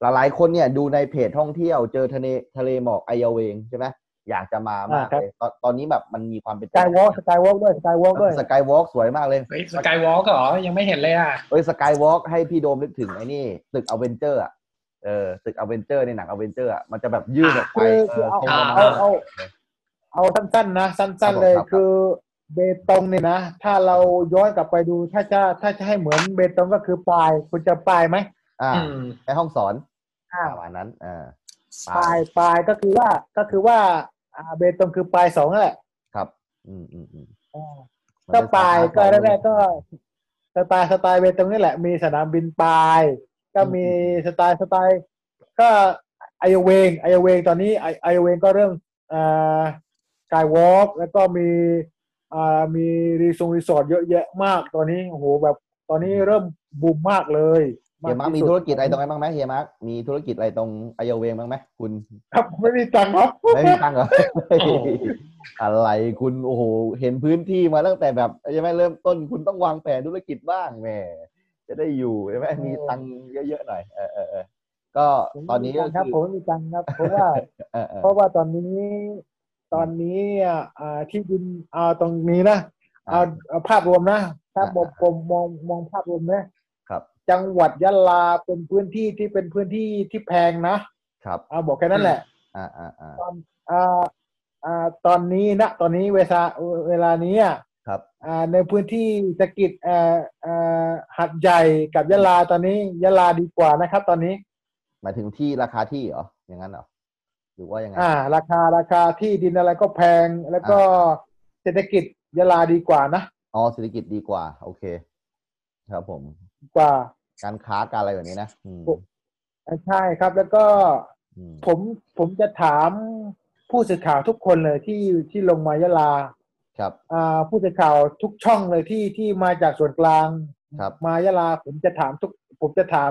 Speaker 6: หลายๆคนเนี่ยดูในเพจท่องเที่ยวเจอทะเลทะเลหมอกไอเยาเวงใช่ไหมอยากจะมามากเลยตอนตอนนี้แบบมันมีความเป็น
Speaker 5: สกายวอล์กสกายวอล์กด้วยสกายวอล์กด้วย
Speaker 6: สกายวอล์กสวยมากเลย
Speaker 4: เฮ้ยสกายวอล์กเหรอ ยังไม่เห็นเลยอ่ะ
Speaker 6: เอ้ยสกายวอล์กให้พี่โดมนึกถึงไอ้นี่ตึกอเวนเจอร์อ่ะเออตึกอเวนเจอร์ในหนังอเวนเจอร์อ่ะมันจะแบบยืดออกไป
Speaker 5: คือ
Speaker 6: เอ
Speaker 5: คือ
Speaker 6: อ
Speaker 5: เอาเอา
Speaker 6: ทรงประมาณ
Speaker 5: เอา
Speaker 6: นั้น
Speaker 5: เอาเอาสั้นๆนะสั้น
Speaker 6: ครับผม
Speaker 5: ๆเลย
Speaker 6: ครับ
Speaker 5: คือเบตงเนี่ยนะถ้าเราย้อนกลับไปดูถ้าจะถ้าจะให้เหมือนเบตงก็คือปลายคุณจะปลายไหม
Speaker 6: อ่า
Speaker 4: อืม
Speaker 6: ในห้องสอน
Speaker 5: อ่า
Speaker 6: ประมาณนั้นเออ
Speaker 5: ปลายปลายก็คือว่าก็คือว่าอ่าเบตงคือปลายสองนั่นแหละ
Speaker 6: ครับ อืมอืมอืม
Speaker 5: อ่า
Speaker 6: มั
Speaker 5: ก็
Speaker 6: นเป็น
Speaker 5: ปลายก็
Speaker 6: สาขา
Speaker 5: แรกๆก็สไตล์สไตล์เบตงนี่แหละ มีสนามบินปลาย ก็มีสไตล์สไตล์ก็ไอเวงไอเวงตอนนี้ไอไอเวงก็เริ่มอ่ากายวอล์กแล้วก็มีอ่ามีรีสอร์ทรีสอร์ทเยอะแยะมากตอนนี้โอ้โหแบบตอนนี้เริ่มบูมมากเลย
Speaker 6: เฮียมาร์กมี
Speaker 5: ที่สุด
Speaker 6: ธุรกิจอะไรตรงนั้นบ้างไหมเฮียมาร์กมีธุรกิจอะไรตรงไอเยาเวงบ้างไหมคุณ
Speaker 5: ครับไม่มีตังค์ครับ
Speaker 6: ไม่มีตังค์เห รอ
Speaker 4: โอ้โห
Speaker 6: อะไรคุณโอ้โห เห็นพื้นที่มาตั้งแต่แบบใช่ไหมเริ่มต้นคุณต้องวางแผนธุรกิจบ้างแหมจะได้อยู่ใช่ไหมมีตังค์เยอะๆหน่อยเออเออเออก็
Speaker 5: ผม
Speaker 6: ตอนนี้ก็
Speaker 5: ไม่มีตังค์ครับ
Speaker 6: คือ
Speaker 5: ผมไม่มีตังค์ครับเพราะว่า
Speaker 6: เออเออ
Speaker 5: เพราะว่าตอนนี้ตอนนี้อ่ะอ่าที่ดินเอาตรงนี้นะเอาเอาภาพรวมนะถ้ามองผมมองมองภาพรวมนะครับจังหวัดยะลาเป็นพื้นที่ที่เป็นพื้นที่ที่แพงนะครับเอาบอกแค่นั้นแหละ
Speaker 6: อ่าอ่าอ่า
Speaker 5: อ่าอ่าตอนนี้นะตอนนี้เวลาเวลานี้อ่ะ
Speaker 6: ครับ
Speaker 5: อ่าในพื้นที่เศรษฐกิจอ่าอ่าหัดใหญ่กับยะลาตอนนี้ยะลาดีกว่านะครับ ตอนนี้
Speaker 6: หมายถึงที่ราคาที่เหรออย่างนั้นเหรอหรือว่ายังไง
Speaker 5: อ่า ราคาราคาที่ดินอะไรก็แพง แล้วก็เศรษฐกิจยะลาดีกว่านะ
Speaker 6: อ๋อเศรษฐกิจดีกว่า โอเค ครับผม
Speaker 5: ดีกว่า
Speaker 6: การค้าการอะไรแบบนี้นะอืม
Speaker 5: ใช่ครับ แล้วก็
Speaker 6: อืม
Speaker 5: ผมผมจะถามผู้สื่อข่าวทุกคนเลยที่ที่ลงมายะลา
Speaker 6: ครับ
Speaker 5: อ่าผู้สื่อข่าวทุกช่องเลยที่ที่มาจากส่วนกลาง
Speaker 6: ครับ
Speaker 5: มายะลาผมจะถามทุก ผมจะถาม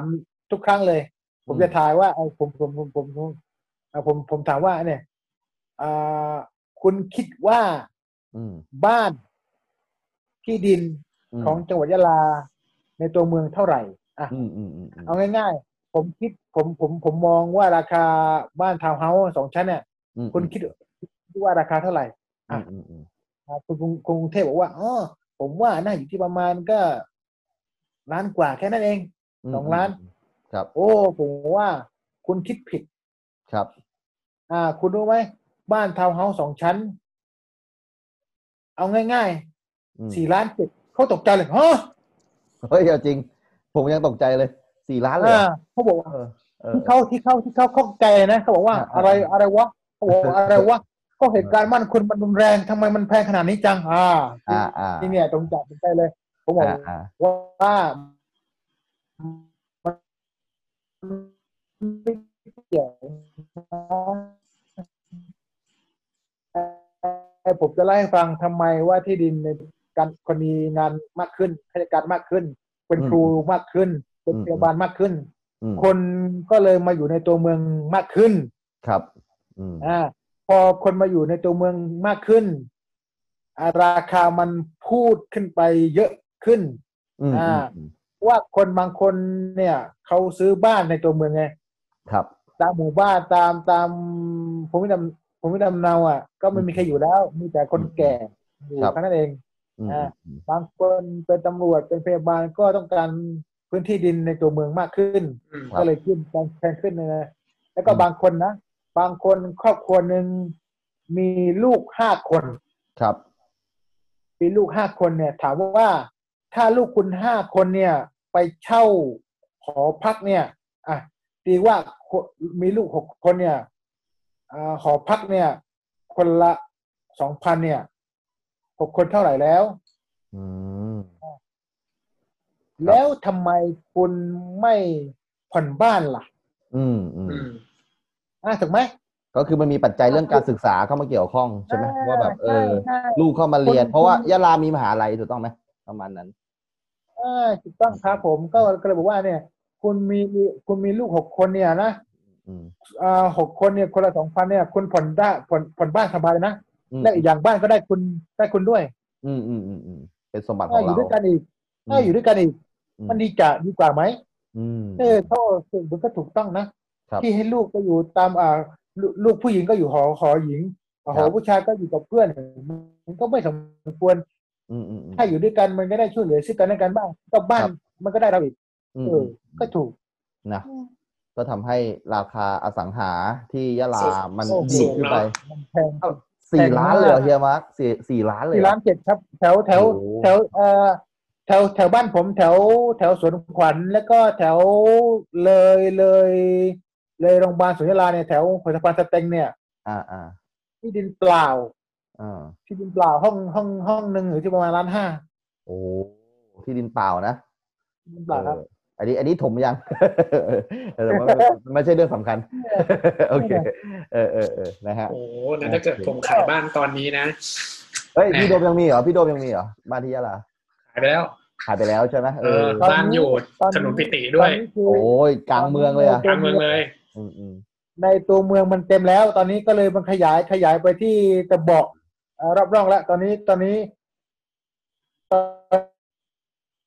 Speaker 5: ทุกครั้งเลย ผมจะทายว่าเอาผมผมผมผมผมเอาผมผมถามว่าเนี่ยอ่าคุณคิดว่า
Speaker 6: อืม
Speaker 5: บ้านที่ดิน
Speaker 6: ม
Speaker 5: ของจังหวัดยะลาในตัวเมืองเท่าไหร่อ่ะ
Speaker 6: อืมอืมอืมอืม
Speaker 5: เอาง่าย ๆ ผมคิดผมผมผมมองว่าราคาบ้านทาวน์เฮาส์สองชั้นเนี่ย
Speaker 6: อืม
Speaker 5: คุณคิดคิดว่าราคาเท่าไหร่
Speaker 6: อืมอืมอืม
Speaker 5: อ่ะคุณคุณคุณกรุงเทพบอกว่าอ๋อผมว่าน่าอยู่ที่ประมาณก็ล้านกว่าแค่นั้นเอง สองล้าน
Speaker 6: ครับ
Speaker 5: โอ้ผมว่า คุณคิดผิด
Speaker 6: ครับ
Speaker 5: อ่า คุณรู้ไหมบ้านทาวน์เฮาส์สองชั้น เอาง่าย
Speaker 6: อืม
Speaker 5: ๆสี่ล้านเจ็ดเขาตกใจเลยฮะ
Speaker 6: เฮ้ยเอาจริง ผมยังตกใจเลยสี่ล้านเลยเหรอ
Speaker 5: อ่าเขาบอกว่า
Speaker 6: เออเออ
Speaker 5: ที่เขาที่เขาที่เขาเข้าใจนะเขาบอกว่า
Speaker 6: อ่า
Speaker 5: อะไรอะไรวะเขาบอกว่า
Speaker 6: เออ
Speaker 5: อะไรวะก็เหตุการณ์บ้านคุณมันรุนแรงทำไมมันแพงขนาดนี้จังอ่า
Speaker 6: อ่าอ่า
Speaker 5: ที่เนี่ยตรงจับตรงใจเลยผมบอก
Speaker 6: อ่าอ่า
Speaker 5: ว่ามันไม่เกี่ยวนะเอ่อผมจะเล่าให้ฟังทำไมว่าที่ดินในการคนมีงานมากขึ้นข้าราชการมากขึ้น เป็นครูมากขึ้น เป็นพยาบาลมากขึ้น
Speaker 6: อืม
Speaker 5: คนก็เลยมาอยู่ในตัวเมืองมากขึ้น
Speaker 6: ครับ อืม
Speaker 5: อ่าพอคนมาอยู่ในตัวเมืองมากขึ้นอ่าราคามันพูดขึ้นไปเยอะขึ้น
Speaker 6: อืม
Speaker 5: อ่า
Speaker 6: อืม
Speaker 5: ว่าคนบางคนเนี่ยเขาซื้อบ้านในตัวเมืองไง
Speaker 6: ครับ
Speaker 5: ตามหมู่บ้านตามตามผมไม่ดำผมไม่ดำเนาอ่ะ ก็ไม่มีใครอยู่แล้ว มีแต่คนแก่อยู่
Speaker 6: ครับ
Speaker 5: แค่นั้นเอง
Speaker 6: อืม
Speaker 5: อ่า
Speaker 6: อืม
Speaker 5: บางคนเป็นตำรวจเป็นพยาบาลก็ต้องการพื้นที่ดินในตัวเมืองมากขึ้น
Speaker 4: อืม
Speaker 5: ก็เลยขึ้นการแพงขึ้นนะแล้วก็บางคนนะ บางคนครอบครัวหนึ่งมีลูกห้าคน
Speaker 6: ครับ
Speaker 5: มีลูกห้าคนเนี่ย ถามว่าถ้าลูกคุณห้าคนเนี่ย ไปเช่าหอพักเนี่ย อ่ะตีว่าคนมีลูกหกคนเนี่ยอาหอพักเนี่ย คนละสองพันเนี่ยหกคนเท่าไหร่แล้ว
Speaker 6: อืม ครับ
Speaker 5: แล้วทำไมคุณไม่ผ่อนบ้านล่ะ
Speaker 6: อืมอืม
Speaker 4: อืม
Speaker 5: อ่ะถูกไหม
Speaker 6: ก็คือมันมีปัจจัยเรื่องการศึกษาเข้ามาเกี่ยวข้องใช่ไหม
Speaker 5: อ่า
Speaker 6: ว่าแบบเออ
Speaker 5: ใช่ใช่
Speaker 6: ลูกเข้ามาเรียน
Speaker 5: คน
Speaker 6: เพราะว่ายะลามีมหาลัยถูกต้องไหมประมาณนั้น
Speaker 5: เออถูกต้องครับผมก็ก็เลยบอกว่าเนี่ย คุณมีคุณมีลูกหกคนเนี่ยนะ
Speaker 6: อืม
Speaker 5: อ่าหกคนเนี่ยคนละสองพันเนี่ยคุณผ่อนได้ผ่อนผ่อนบ้านสบายนะ
Speaker 6: อืม
Speaker 5: และอีกอย่างบ้านก็ได้คุณได้คุณด้วย
Speaker 6: อืมอืมอืมอืมเป็นสมบัติข
Speaker 5: ก็
Speaker 6: อง
Speaker 5: อ
Speaker 6: เรา
Speaker 5: ยู่ด้วยกันอีกก็อยู่ด้วยกันอีก
Speaker 6: อื
Speaker 5: มันดีกว่าดีกว่าไหม
Speaker 6: อืม
Speaker 5: เออเขาสึกมันก็ถูกต้องนะครับ ที่ให้ลูกไปอยู่ตามอ่าลูลูกผู้หญิงก็อยู่หอหอหญิงห
Speaker 6: ครั
Speaker 5: อบ ผู้ชายก็อยู่กับเพื่อนมันก็ไม่สมควร
Speaker 6: อืมอืมอืม
Speaker 5: ถ้าอยู่ด้วยกันมันก็ได้ช่วยเหลือซึ่งกันและกันบ้างก็บ้าน
Speaker 6: ครับ
Speaker 5: มันก็ได้เราอีก
Speaker 6: อืม
Speaker 5: เอ
Speaker 6: อื
Speaker 5: อ
Speaker 6: ม
Speaker 5: ก็ถูก
Speaker 6: นะก็ทำให้ราคาอสังหาที่ยะลา มัน
Speaker 5: โอ้โห
Speaker 6: ดีดขึ้นไป
Speaker 5: มันแพง แพ
Speaker 6: สี่
Speaker 5: ง
Speaker 6: ล้านเลยเหร
Speaker 5: มา
Speaker 6: อ
Speaker 5: ก
Speaker 6: เฮียมาร์คสี่สี่ล้านเลย
Speaker 5: สี่
Speaker 6: เหรอ
Speaker 5: ล้านเจ็ดครับ แถวแถว
Speaker 6: โอ้โห
Speaker 5: แถวเอ่อแถวแถวบ้านผมแถวแถวสวนขวัญแล้วก็แถวเลยเลย เลยโรงพยาบาลสุนยาลาเนี่ยแถวผลิตภัณฑ์สเต็งเนี่ย
Speaker 6: อ่าอ่า
Speaker 5: ที่ดินเปล่า
Speaker 6: อ่า
Speaker 5: ที่ดินเปล่าห้องห้องห้องหนึ่งหรือที่ประมาณล้านห้า
Speaker 6: โอ้โหที่ดินเปล่านะ
Speaker 5: ที่ดินเปล่าครับ
Speaker 6: เอออันนี้อันนี้ถมยัง เออแต่ว่ามันมันไม่ใช่เรื่องสำคัญ โอเค เออเออเออนะฮะ
Speaker 4: โอ้โหแล้วถ้าเกิดผมขายบ้านตอนนี้นะ
Speaker 6: เฮ้ย
Speaker 4: แหม่
Speaker 6: พี่โดมยังมีเหรอพี่โดมยังมีเหรอบ้านที่ยะลา
Speaker 4: ขายไปแล้ว
Speaker 6: หายไปแล้วใช่ไหม
Speaker 4: เออ
Speaker 5: ตอนนี้
Speaker 4: บ้านอยู่
Speaker 5: ตอน
Speaker 4: ถนนปิติ
Speaker 5: ต
Speaker 4: ด้
Speaker 5: อ
Speaker 4: วน ย
Speaker 5: นี้คือ
Speaker 6: โอ้ยกลางเมืองเลยอ่ะ
Speaker 4: กลางเมืองเลย
Speaker 6: อืมอืม
Speaker 5: ในตัวเมืองมันเต็มแล้ว ตอนนี้ก็เลยมันขยายขยายไปที่ตะเบอกเอ่อรอบร่องแล้ว ตอนนี้ตอนนี้ตอ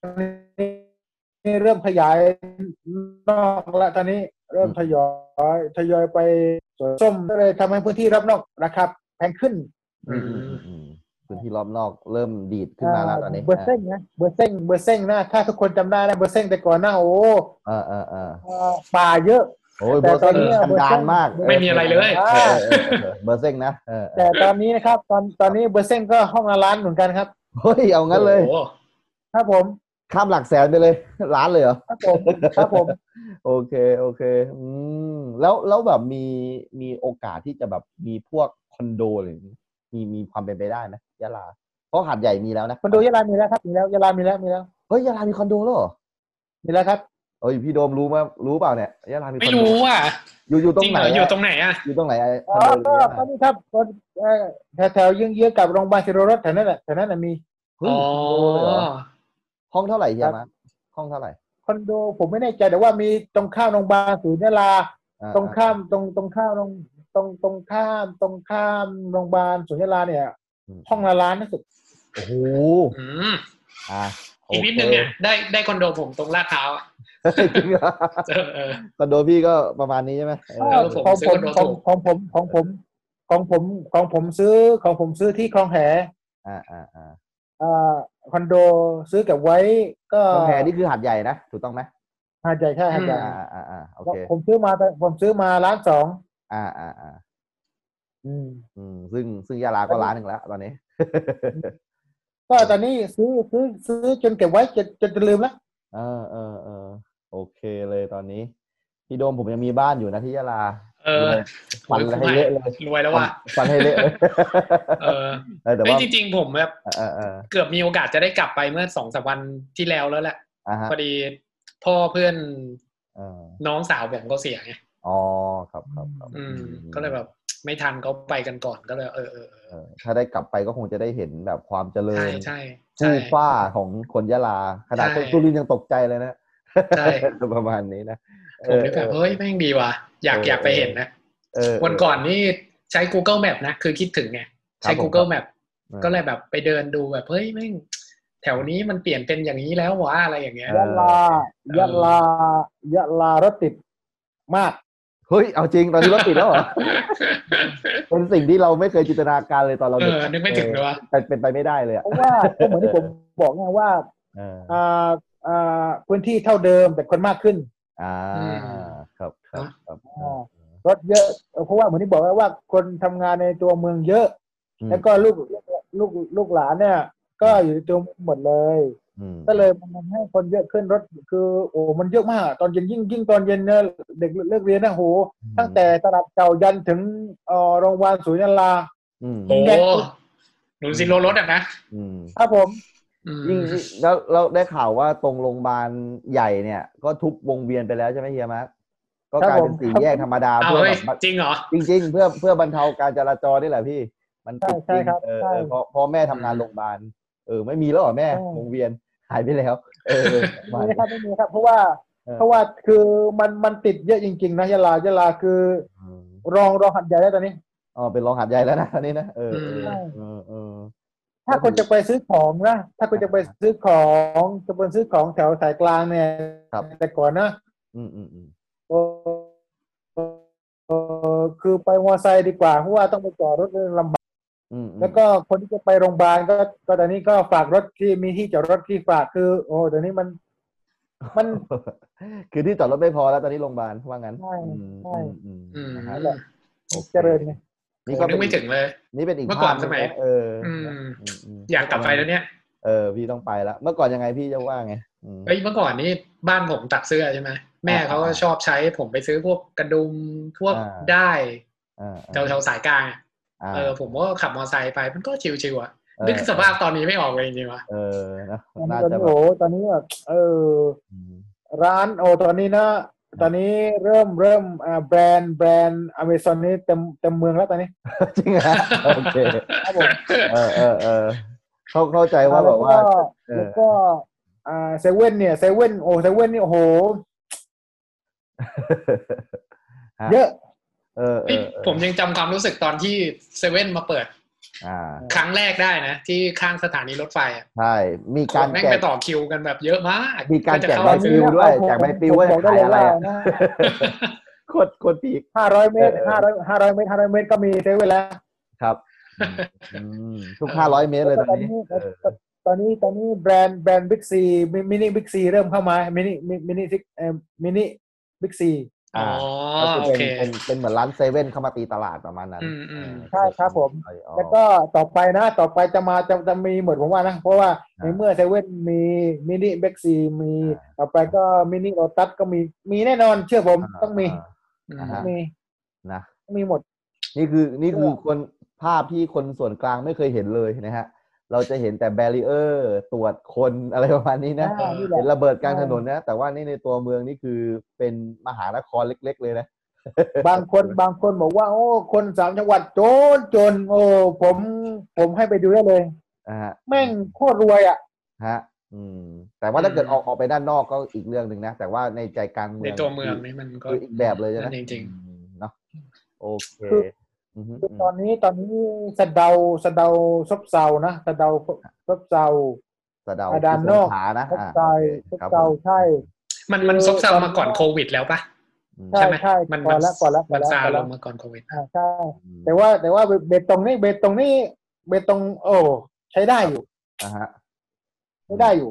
Speaker 5: นนี้เริ่มขยายนอกแล้วตอนนี้เริ่มทยอยทยอยไปสวนส้มก็เลยทำให้พื้นที่รอบนอกราคาแพงขึ้น
Speaker 6: อืมอืมอืมอืมพื้นที่รอบนอกเริ่มดีดขึ้นมาแล้วตอนนี้
Speaker 5: เบอร์เซ้งนะเบอร์เซ้งเบอร์เซ้งนะถ้าทุกคนจำได้นะเบอร์เซ้งแต่ก่อนหน้าโอ้
Speaker 6: เออเออเออ
Speaker 5: เอ่อป่าเยอะ
Speaker 6: โอ้ย
Speaker 5: แต่
Speaker 6: เบอร์
Speaker 5: ตอ
Speaker 6: เซ็
Speaker 5: น
Speaker 6: ง
Speaker 5: นี้อะ
Speaker 6: กันดานมาก
Speaker 4: ไม่มีอะไรเลย
Speaker 6: เออเออเออเออเบอร์เซ็งนะเออเอ
Speaker 5: แต่
Speaker 6: อ
Speaker 5: ตอนนี้นะครับ ตอนตอนนี้เบอร์เซ้งก็ห้องละล้านเหมือนกันครับ
Speaker 6: เฮ้ยเอางั้นเลย
Speaker 4: โอ้โห
Speaker 5: ครับผม
Speaker 6: ข้ามหลักแสนไปเลย ล้านเลยเหรอ
Speaker 5: ครับผม ครับผม
Speaker 6: โอเค โอเค อืม แล้ว แล้วแบบมี มีโอกาสที่จะแบบมีพวกคอนโดหรือมี มีความเป็นไปได้ไหมยะลา เพราะหาดใหญ่มีแล้วนะ
Speaker 5: คอนโดยะลามีแล้วครับมีแล้วยะลามีแล้วมีแล้ว
Speaker 6: เฮ้ยยะลามีคอนโดแล้วเหรอ
Speaker 5: มีแล้วครับ
Speaker 6: เอ้ยพี่โดมรู้มั้ยรู้เปล่าเนี่ยยะลามีคอนโด
Speaker 4: ไม่รู้อ่ะ
Speaker 6: อยู่อยู่ตร
Speaker 4: จ
Speaker 6: ง
Speaker 4: ริง
Speaker 6: ไห
Speaker 4: เห
Speaker 6: น
Speaker 4: รอ
Speaker 6: อะ
Speaker 4: อยู่ตรงไหนอ่ะ
Speaker 6: อยู่ตรงไหนอะค
Speaker 5: อ๋
Speaker 6: อ
Speaker 5: อน
Speaker 6: โด
Speaker 5: ก็ต
Speaker 6: ยะลา
Speaker 5: อนนี้ครับก็เอ่อแถวแถวเยื้องๆกับโรงพยาบาลศิโรรสแถวนั้นแหละแถวนั้นนะมี
Speaker 6: เฮ้ย
Speaker 4: อ๋อ
Speaker 6: คอนโดเลยเหรอห้องเท่าไหร่เฮีย
Speaker 5: ครับ
Speaker 6: มาห้องเท่าไหร่
Speaker 5: คอนโดผมไม่แน่ใจแต่ว่ามีตรงข้ามโรงพยาบาลศูนย์ยะลา
Speaker 6: อ่
Speaker 5: ตรงข้ามตรงตรงข้ามตรงตรงตรงข้ามตรงข้ามโรงพยาบาลศูนย์ยะลาเนี่ย ห้องละล้านนะสุด
Speaker 6: โอ้โห
Speaker 4: อืม
Speaker 6: อ่ะโ
Speaker 4: อีกนิดนึงเนี่ยได้ได้คอนโดผมตรงลาดพร้าวอะ
Speaker 6: เฮ้ยจริงเหรอ
Speaker 4: เออเออ
Speaker 6: คอนโดพี่ก็ประมาณนี้ใช่ไหมเออ
Speaker 4: ครับ
Speaker 5: ข
Speaker 4: ผม
Speaker 5: องผ
Speaker 4: ซื้
Speaker 5: ม
Speaker 4: อคอ
Speaker 5: ของ
Speaker 4: นโดถูก
Speaker 5: ของผมของผมของผมของผมซื้อของผมซื้อที่คลองแห
Speaker 6: อ่าอ่าอ่า
Speaker 5: อ่าคอนโดซื้อเก็บไว้ก็
Speaker 6: ตรงแพรนี่คือหาดใหญ่นะถูกต้องไหม
Speaker 5: หาดใหญ่ใช่หาดใหญ่
Speaker 6: อ่าอ่าอ่าโอเค
Speaker 5: ผมซื้อมาแต่ผมซื้อมาล้านสอง
Speaker 6: อ่าอ่าอ่า
Speaker 5: อืม
Speaker 6: อืมซึ่งซึ่งยาลาก็ร้านหนึ่งแล้วตอนนี้
Speaker 5: ก็ตอนนี้ซื้อซื้อซื้อจนเก็บไว้จนจนจะลืมแล้ว
Speaker 6: เออเออเออโอเคเลยตอนนี้ พี่โดมผมยังมีบ้านอยู่นะที่ยาลา
Speaker 4: เออ
Speaker 6: ฝันให้เละเลย
Speaker 4: รวยแล้วว่ะ
Speaker 6: ฝันให้เละเลย
Speaker 4: เออ
Speaker 6: เออแต่
Speaker 4: เฮ้ย
Speaker 6: ว่า
Speaker 4: จริงๆผมแบบ
Speaker 6: เออเออ
Speaker 4: เกือบมีโอกาสจะได้กลับไปเมื่อสองสามวันที่แล้วแล้วแหละ
Speaker 6: อ่าฮะ
Speaker 4: พอดีพ่อเพื่อน
Speaker 6: เออ
Speaker 4: น้องสาวผมเขาเสียไง
Speaker 6: อ๋อครับครับครับ
Speaker 4: อืม ก็เลยแบบ ไม่ทันเขาไปกันก่อนก็เลยเออเออเออ
Speaker 6: เออถ้าได้กลับไปก็คงจะได้เห็นแบบความเจริ
Speaker 4: ใช่
Speaker 6: ญ
Speaker 4: ใช่ใช่
Speaker 6: คู่ฟ้าของคนยะลาขนาด
Speaker 4: ใช่
Speaker 6: คนสุรินทร์ยังตกใจเลยนะ
Speaker 4: ใช่
Speaker 6: ประมาณนี้นะ
Speaker 4: ผ
Speaker 6: เอ
Speaker 4: ม
Speaker 6: อ
Speaker 4: นึกแบบ
Speaker 6: เออ
Speaker 4: เฮ้ยแม่งดีว่ะอยาก
Speaker 6: เออ
Speaker 4: อ
Speaker 6: อ
Speaker 4: ยากไปเห็นนะ
Speaker 6: เออ
Speaker 4: วันก่อนนี่ใช้ Google Map นะ คือคิดถึงไงใช้
Speaker 6: ครับผม
Speaker 4: Google Map
Speaker 6: ออ
Speaker 4: ก็เลยแบบไปเดินดูแบบเฮ้ยแม่งแถวนี้มันเปลี่ยนเป็นอย่างนี้แล้ววะอะไรอย่างเงี้ย
Speaker 6: เออ
Speaker 5: ยะลายะลายะลารถติดมาก
Speaker 6: เฮ้ยเอาจริงตอนนี้รถติดแล้ว เหรอ เป็นสิ่งที่เราไม่เคยจินตนาการเลยตอนเรา
Speaker 4: เอ
Speaker 6: เด็ก
Speaker 4: อนึกไม่ถึงเลยว่า
Speaker 6: แต่เป็นไปไม่ได้เลยอะ
Speaker 5: เพราะ ว่าก็เหมือนที่ผมบอกไงว่า
Speaker 6: เออ
Speaker 5: อ่าอ่าพื้นที่เท่าเดิมแต่คนมากขึ้น
Speaker 6: อ่า
Speaker 4: อืม
Speaker 6: ครับครับ
Speaker 4: นะ
Speaker 6: ครับ
Speaker 5: อ่ารถเยอะเพราะว่าเหมือนที่บอกไว้ว่าคนทำงานในตัวเมืองเยอะ
Speaker 6: อืม
Speaker 5: แล้วก็ลูกลูกลูกหลานเนี่ย ก็อยู่ในตัวเมืองหมดเลย
Speaker 6: อืม
Speaker 5: ก็เลยมันทำให้คนเยอะขึ้นรถคือโอ้มันเยอะมาก ตอนเย็นยิ่งยิ่งตอนเย็นเนี่ยเด็กเลิกเรียนนะโหตั้งแต่ตลาดเก่ายันถึงเอ่อโรงพยาบาลศูนย์ยาลา
Speaker 6: อืม
Speaker 4: โอ้หนูซิโรรถอ่ะนะ
Speaker 6: อืม
Speaker 5: ครับผม
Speaker 4: อืม
Speaker 6: ยิ่งแล้วเราได้ข่าวว่าตรงโรงพยาบาลใหญ่เนี่ย ก็ทุบวงเวียนไปแล้วใช่ไหมเฮียมาร์คก็กลายเป็นสี่แยกธรรมดา
Speaker 4: เอา
Speaker 6: เพื่อ
Speaker 4: เฮ้ย
Speaker 6: แบบ
Speaker 4: จริงเหรอ
Speaker 6: จริงๆ เพื่อเพื่อบรรเทาการจราจรนี่แหละพี่ มันติด
Speaker 5: ใช่
Speaker 6: จริง
Speaker 5: ใช่ครับ
Speaker 6: เออ
Speaker 5: ใช่
Speaker 6: เออเพราะเพราะแม่ทำงานโรงพยาบาลเออไม่มีแล้วเหรอแม่วงเวียนหายไปแล้ว เออมา
Speaker 5: ไม่มีครับไม่มีครับ เพราะว่า
Speaker 6: เออ
Speaker 5: เพราะว่าคือมันมันติดเยอะจริงๆนะยะลายะลาคือ
Speaker 6: อืม
Speaker 5: รองรองหัดใหญ่แล้วตอนนี้
Speaker 6: อ๋อเป็นรองหัดใหญ่แล้วนะตอนนี้นะเออ
Speaker 4: อืม
Speaker 6: เออเออเออ
Speaker 5: ถ้า
Speaker 6: ครับ
Speaker 5: คนจะไปซื้อของนะถ้าคนจะไปซื้อของจะไปซื้อของแถวสายกลางเนี่ย
Speaker 6: ครับ
Speaker 5: แต่ก่อนนะ
Speaker 6: อืมอืมอืม
Speaker 5: โอ้เออคือไปมอไซค์ดีกว่าเพราะว่าต้องไปจอดรถลำบาก
Speaker 6: อืมอืม
Speaker 5: แล้วก็คนที่จะไปโรงพยาบาลก็ก็ตอนนี้ก็ฝากรถที่มีที่จอดรถที่ฝากคือ โอ้เดี๋ยวนี้มัน มัน
Speaker 6: คือที่จอดรถไม่พอแล้วตอนนี้โรงพยาบาลว่างั้น
Speaker 5: ใช่
Speaker 6: อืม
Speaker 5: ใช่
Speaker 6: อืมอืม
Speaker 4: อืม
Speaker 6: นะ
Speaker 4: โ
Speaker 6: ฮะโอค
Speaker 5: เจริญไง
Speaker 4: อ้
Speaker 6: นี่
Speaker 4: โห
Speaker 6: ก็
Speaker 4: นึก
Speaker 6: เป็น
Speaker 4: ไม่ถึงเลย
Speaker 6: นี่เป็นอีก
Speaker 4: เมื่อก่อน
Speaker 6: ภาพ
Speaker 4: สมัย
Speaker 6: เอออ
Speaker 4: อืม
Speaker 6: อืมอืม
Speaker 4: อยากกลับไปแล้วเนี่ย
Speaker 6: เออพี่ต้องไปละเมื่อก่อนยังไงพี่จะว่าไงอืม
Speaker 4: เฮ้ยเมื่อก่อนนี่บ้านผมตักเสื้อใช่ไหมแม่เขาก็ชอบใช้ผมไปซื้อพวกกระดุมพวก
Speaker 6: อ่า
Speaker 4: ได้
Speaker 6: อ่า
Speaker 4: แถวๆสายกลางอะ
Speaker 6: อ่า
Speaker 4: เออผมก็ขับมอเตอร์ไซค์ไปมันก็ชิวๆอ่ะ
Speaker 6: เออ
Speaker 4: นึกสภาพตอนนี้ไม่ออกเลยจริงๆว่ะ
Speaker 6: เออนะ
Speaker 5: ตอน
Speaker 6: น่า
Speaker 5: นี้ตอน
Speaker 6: จะ
Speaker 5: นี้
Speaker 6: แบ
Speaker 5: โอ้
Speaker 6: บ
Speaker 5: ตอนนี้แบบเออ
Speaker 6: อืม
Speaker 5: ร้านโอตอนนี้นะ ตอนนี้เริ่มเริ่มอ่าแบรนด์แบรนด์อเมซอนนี่เต็มเต็มเมืองแล้วตอนนี้
Speaker 6: จริงฮะโอเค
Speaker 5: ครับผม
Speaker 6: เออเออเออเขาเข้าใจว่าแบบว่า
Speaker 5: แล้วก็
Speaker 6: เออ
Speaker 5: แล้วก็อ่าเซเว่นเนี่ยเซเว่นโอเซเว่นนี่โอ้โห
Speaker 6: ฮะ
Speaker 5: เยอะ
Speaker 6: เออเอ
Speaker 4: เอ้ย
Speaker 6: อเออ
Speaker 4: ผมยังจำความรู้สึกตอนที่เซเว่นมาเปิด
Speaker 6: อ่า
Speaker 4: ครั้งแรกได้นะ ที่ข้างสถานีรถไฟอ่ะ
Speaker 6: ใช่มี
Speaker 4: ค
Speaker 6: การ
Speaker 4: นแม่ง
Speaker 6: แจ
Speaker 4: ไป
Speaker 6: ก
Speaker 4: ต่อคิวกันแบบเยอะมาก
Speaker 6: มีการแจก
Speaker 4: เพื่อจะ
Speaker 6: ใบปลิ
Speaker 4: เข้าว ไป
Speaker 6: ด้วย
Speaker 5: ผม
Speaker 6: แจกใบปลิว
Speaker 5: ผมบ
Speaker 6: ว่า
Speaker 5: อกได้เลย
Speaker 6: ขายอะไรอะ
Speaker 5: ว่านะ
Speaker 6: โคตรโคตรพีค
Speaker 5: ห้าร้อยเมตร
Speaker 6: เออ
Speaker 5: ห้าร้อยห้าร้อยเมตรห้าร้อยเมตรก็มีเซเว่นแล้ว
Speaker 6: ครับอืมทุกห้าร้อยเมตรเลยตอนนี้เออ
Speaker 5: ตอนนี้ตอนนี้แบรนด์แบรนด์บิ๊กซีมินิบิ๊กซีเริ่มเข้ามามินิมินิซิกเอ่อมินิบิ๊กซี
Speaker 4: อ๋อ
Speaker 6: ก็คือ
Speaker 4: โอ
Speaker 6: เป็น
Speaker 4: เค
Speaker 6: เป็นเป็นเหมือนร้านเซเว่นเข้ามาตีตลาดประมาณนั้น
Speaker 4: อืมอืม
Speaker 5: ใช่ครับผม
Speaker 6: เออ
Speaker 5: แล้วก็ต่อไปนะ ต่อไปจะมาจะจะมีหมดผมว่านะ เพราะว่า
Speaker 6: อ่า
Speaker 5: ในเมื่อเซเว่นมีมินิเบ็กซีมี
Speaker 6: อ่า
Speaker 5: ต่อไปก็มินิโรตัสก็มีมีแน่นอนเชื่อผมต้องมี
Speaker 6: า
Speaker 5: ต้
Speaker 6: อ่าฮะ
Speaker 5: องมี
Speaker 6: นะ
Speaker 5: มีหมด
Speaker 6: นี่คือนี่คือคนภาพที่คนส่วนกลางไม่เคยเห็นเลยนะฮะ เราจะเห็นแต่แบรีเออร์ ตรวจคนอะไรประมาณนี้นะ
Speaker 5: อ่านี่แหละ
Speaker 6: เห็นระเบิดกลางถนนนะ แต่ว่านี่ในตัวเมืองนี่คือเป็นมหานครเล็ก ๆ เลยนะ
Speaker 5: บางคนบางคนบอกว่า โอ้ คนสามจังหวัดโจนจน โอ้ผมผมให้ไปดูได้เลย
Speaker 6: อ่าฮะ
Speaker 5: แม่งโคตรรวยอ่ะ
Speaker 6: ฮะ อืม แต่ว่าถ้าเกิด
Speaker 4: อืม
Speaker 6: ออกออกไปด้านนอกก็อีกเรื่องหนึ่งนะ แต่ว่าในใจกลางเมื
Speaker 4: ใน
Speaker 6: อง
Speaker 4: ตัวเมือง
Speaker 6: คือ
Speaker 4: นี่มันก็
Speaker 6: คืออีกแบบเลย
Speaker 4: นั่
Speaker 6: นะ
Speaker 4: นจริง
Speaker 6: อืมเนาะโอเค
Speaker 5: คือ
Speaker 6: อือฮึ
Speaker 5: คือตอนนี้ตอนนี้สะเดาสะเดาซบเซานะสะเดาซบเซา
Speaker 6: สะเดา
Speaker 5: อ่าด้านนอก
Speaker 6: สงขลานะ
Speaker 5: ซบ
Speaker 6: อ่า
Speaker 5: เซา
Speaker 6: โ
Speaker 5: ซ
Speaker 6: อค
Speaker 5: บ
Speaker 6: ครับ
Speaker 5: เซาใช่
Speaker 4: ๆ มันมัน
Speaker 5: คือ
Speaker 4: ซบเซา
Speaker 5: ตอน
Speaker 4: มาก่อนโควิดแล้วปะ
Speaker 6: อืม
Speaker 5: ใช่
Speaker 4: ใช่ไหม
Speaker 5: ใช่
Speaker 4: มัน
Speaker 5: พ
Speaker 4: มั
Speaker 5: อแล้วพอแล้วพอ
Speaker 4: มัน
Speaker 5: แล้ว
Speaker 4: ซา
Speaker 5: พอ
Speaker 4: ล
Speaker 5: แล้ว
Speaker 4: งมาก่อนโควิด
Speaker 5: อ่าใช่ แต่ว่าแต่ว่าเบตงนี่เบตงนี่เบตงโอ้ใช้ได้อยู่
Speaker 6: อ่าฮะ
Speaker 5: ใช้ได้อยู่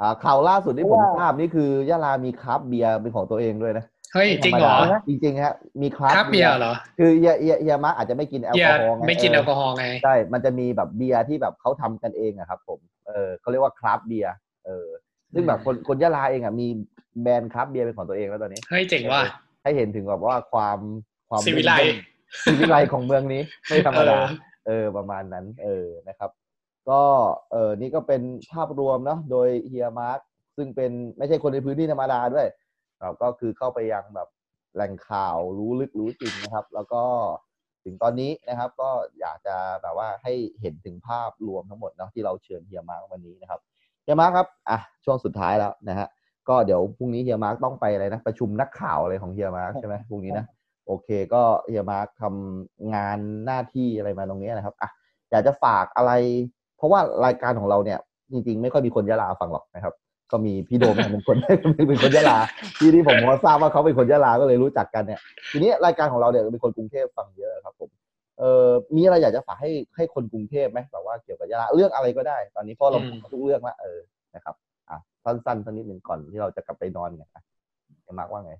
Speaker 6: อ่าข่าวล่าสุดที่
Speaker 5: เพ
Speaker 6: ผ
Speaker 5: ราะ
Speaker 6: ม
Speaker 5: ว่า
Speaker 6: ทราบนี่คือยะลามีคราฟต์เบียร์เป็นของตัวเองด้วยนะ
Speaker 4: เฮ้ยจริงเหรอ
Speaker 6: ไม่ธมดานะจริงๆฮะมีคราฟ
Speaker 4: ค
Speaker 6: ต์
Speaker 4: รับเบียร์เหรอ
Speaker 6: คือเฮียเฮียเฮียมาร์คอาจจะไม่กินแอล
Speaker 4: เบีย
Speaker 6: กอ
Speaker 4: ร์
Speaker 6: ฮอล์ง
Speaker 4: ไม่กิน
Speaker 6: เ
Speaker 4: แอลกอฮอล์ไง
Speaker 6: ใช่มันจะมีแบบเบียร์ที่แบบเขาทำกันเองอะครับผมเออเขาเรียกว่าคราฟต์เบียร์เออซึ่งแบบคนคนยะลาเองอะมีแบรนด์คราฟต์เบียร์เป็นของตัวเองแล้วตอนนี้
Speaker 4: เฮ้ยเจ๋งว่ะ
Speaker 6: ให้เห็นถึงแบบว่าความความ
Speaker 4: สิวิไล
Speaker 6: รุ่งเรืองสิวิไลของเมืองนี้ไม่ธรรมดา
Speaker 4: เออ
Speaker 6: เออประมาณนั้น เออนะครับ ก็เออนี่ก็เป็นภาพรวมเนาะโดยเฮียมาร์คซึ่งเป็นไม่ใช่คนในพื้นที่ธรรมดาด้วยครับก็คือเข้าไปยังแบบแหล่งข่าวรู้ลึกรู้จริงนะครับ แล้วก็ถึงตอนนี้นะครับ ก็อยากจะแบบว่าให้เห็นถึงภาพรวมทั้งหมดเนาะที่เราเชิญเฮียมาร์ควันนี้นะครับเฮียมาร์คครับอ่ะช่วงสุดท้ายแล้วนะฮะ ก็เดี๋ยวพรุ่งนี้เฮียมาร์กต้องไปอะไรนะ ประชุมนักข่าวอะไรของเฮียมาร์กใช่ไหมพรุ่งนี้นะ โอเค ก็เฮียมาร์กทำงานหน้าที่อะไรมาตรงนี้นะครับอ่ะอยากจะฝากอะไร เพราะว่ารายการของเราเนี่ย จริงๆ ไม่ค่อยมีคนยะลาฟังหรอกนะครับ ก็มีพี่โดมเนี่ยเป็นคน เป็นคนยะลาที่ที่ผมพอทราบว่าเขาเป็นคนยะลาก็เลยรู้จักกันเนี่ย ทีนี้รายการของเราเนี่ยเป็นคนกรุงเทพฟังเยอะครับ ผมเออมีอะไรอยากจะฝากให้ให้คนกรุงเทพไหมแบบว่าเกี่ยวกับยะลาเรื่องอะไรก็ได้ ตอนนี้เพราะเรา
Speaker 4: อืม
Speaker 6: ทุกเรื่องละเออนะครับอ่ะสั้นๆสักนิดหนึ่งก่อนที่เราจะกลับไปนอนกันนะไอ้มาร์กว่าไง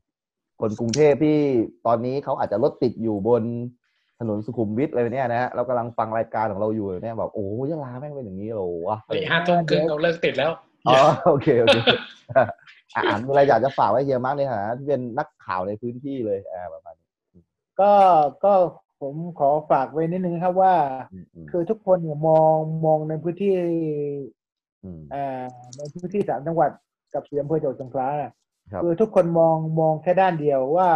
Speaker 6: คนกรุงเทพที่ตอนนี้เขาอาจจะรถติดอยู่บนถนนสุขุมวิทอะไรเนี่ยนะฮะเรากำลังฟังรายการของเราอยู่เนี่ยแบบโอ้ยะลาแม่งเป็นอย่างนี้เหรอวะอะไร
Speaker 4: ตี
Speaker 6: อย่างเงี้ย
Speaker 4: ห้าทุ่มครึ่งเขาเลิกติดแล้ว
Speaker 6: อ๋อโอเคโอเคอ่ะอ่านอะไรอยากจะฝากไว้เฮียมากในฐานะที่เป็นนักข่าวในพื้นที่เลยอ่าประมาณนี้
Speaker 5: ก็ก็ผมขอฝากไว้นิดนึงครับว่า
Speaker 6: อืมอืม
Speaker 5: คือทุกคนเนี่ยมองมองในพื้นที่
Speaker 6: อืม
Speaker 5: เอ่อในพื้นที่สามจังหวัดกับสี่อำเภอจังหวัดสงขลาน่ะ
Speaker 6: ครับ
Speaker 5: คือทุกคนมองมองแค่ด้านเดียวว่า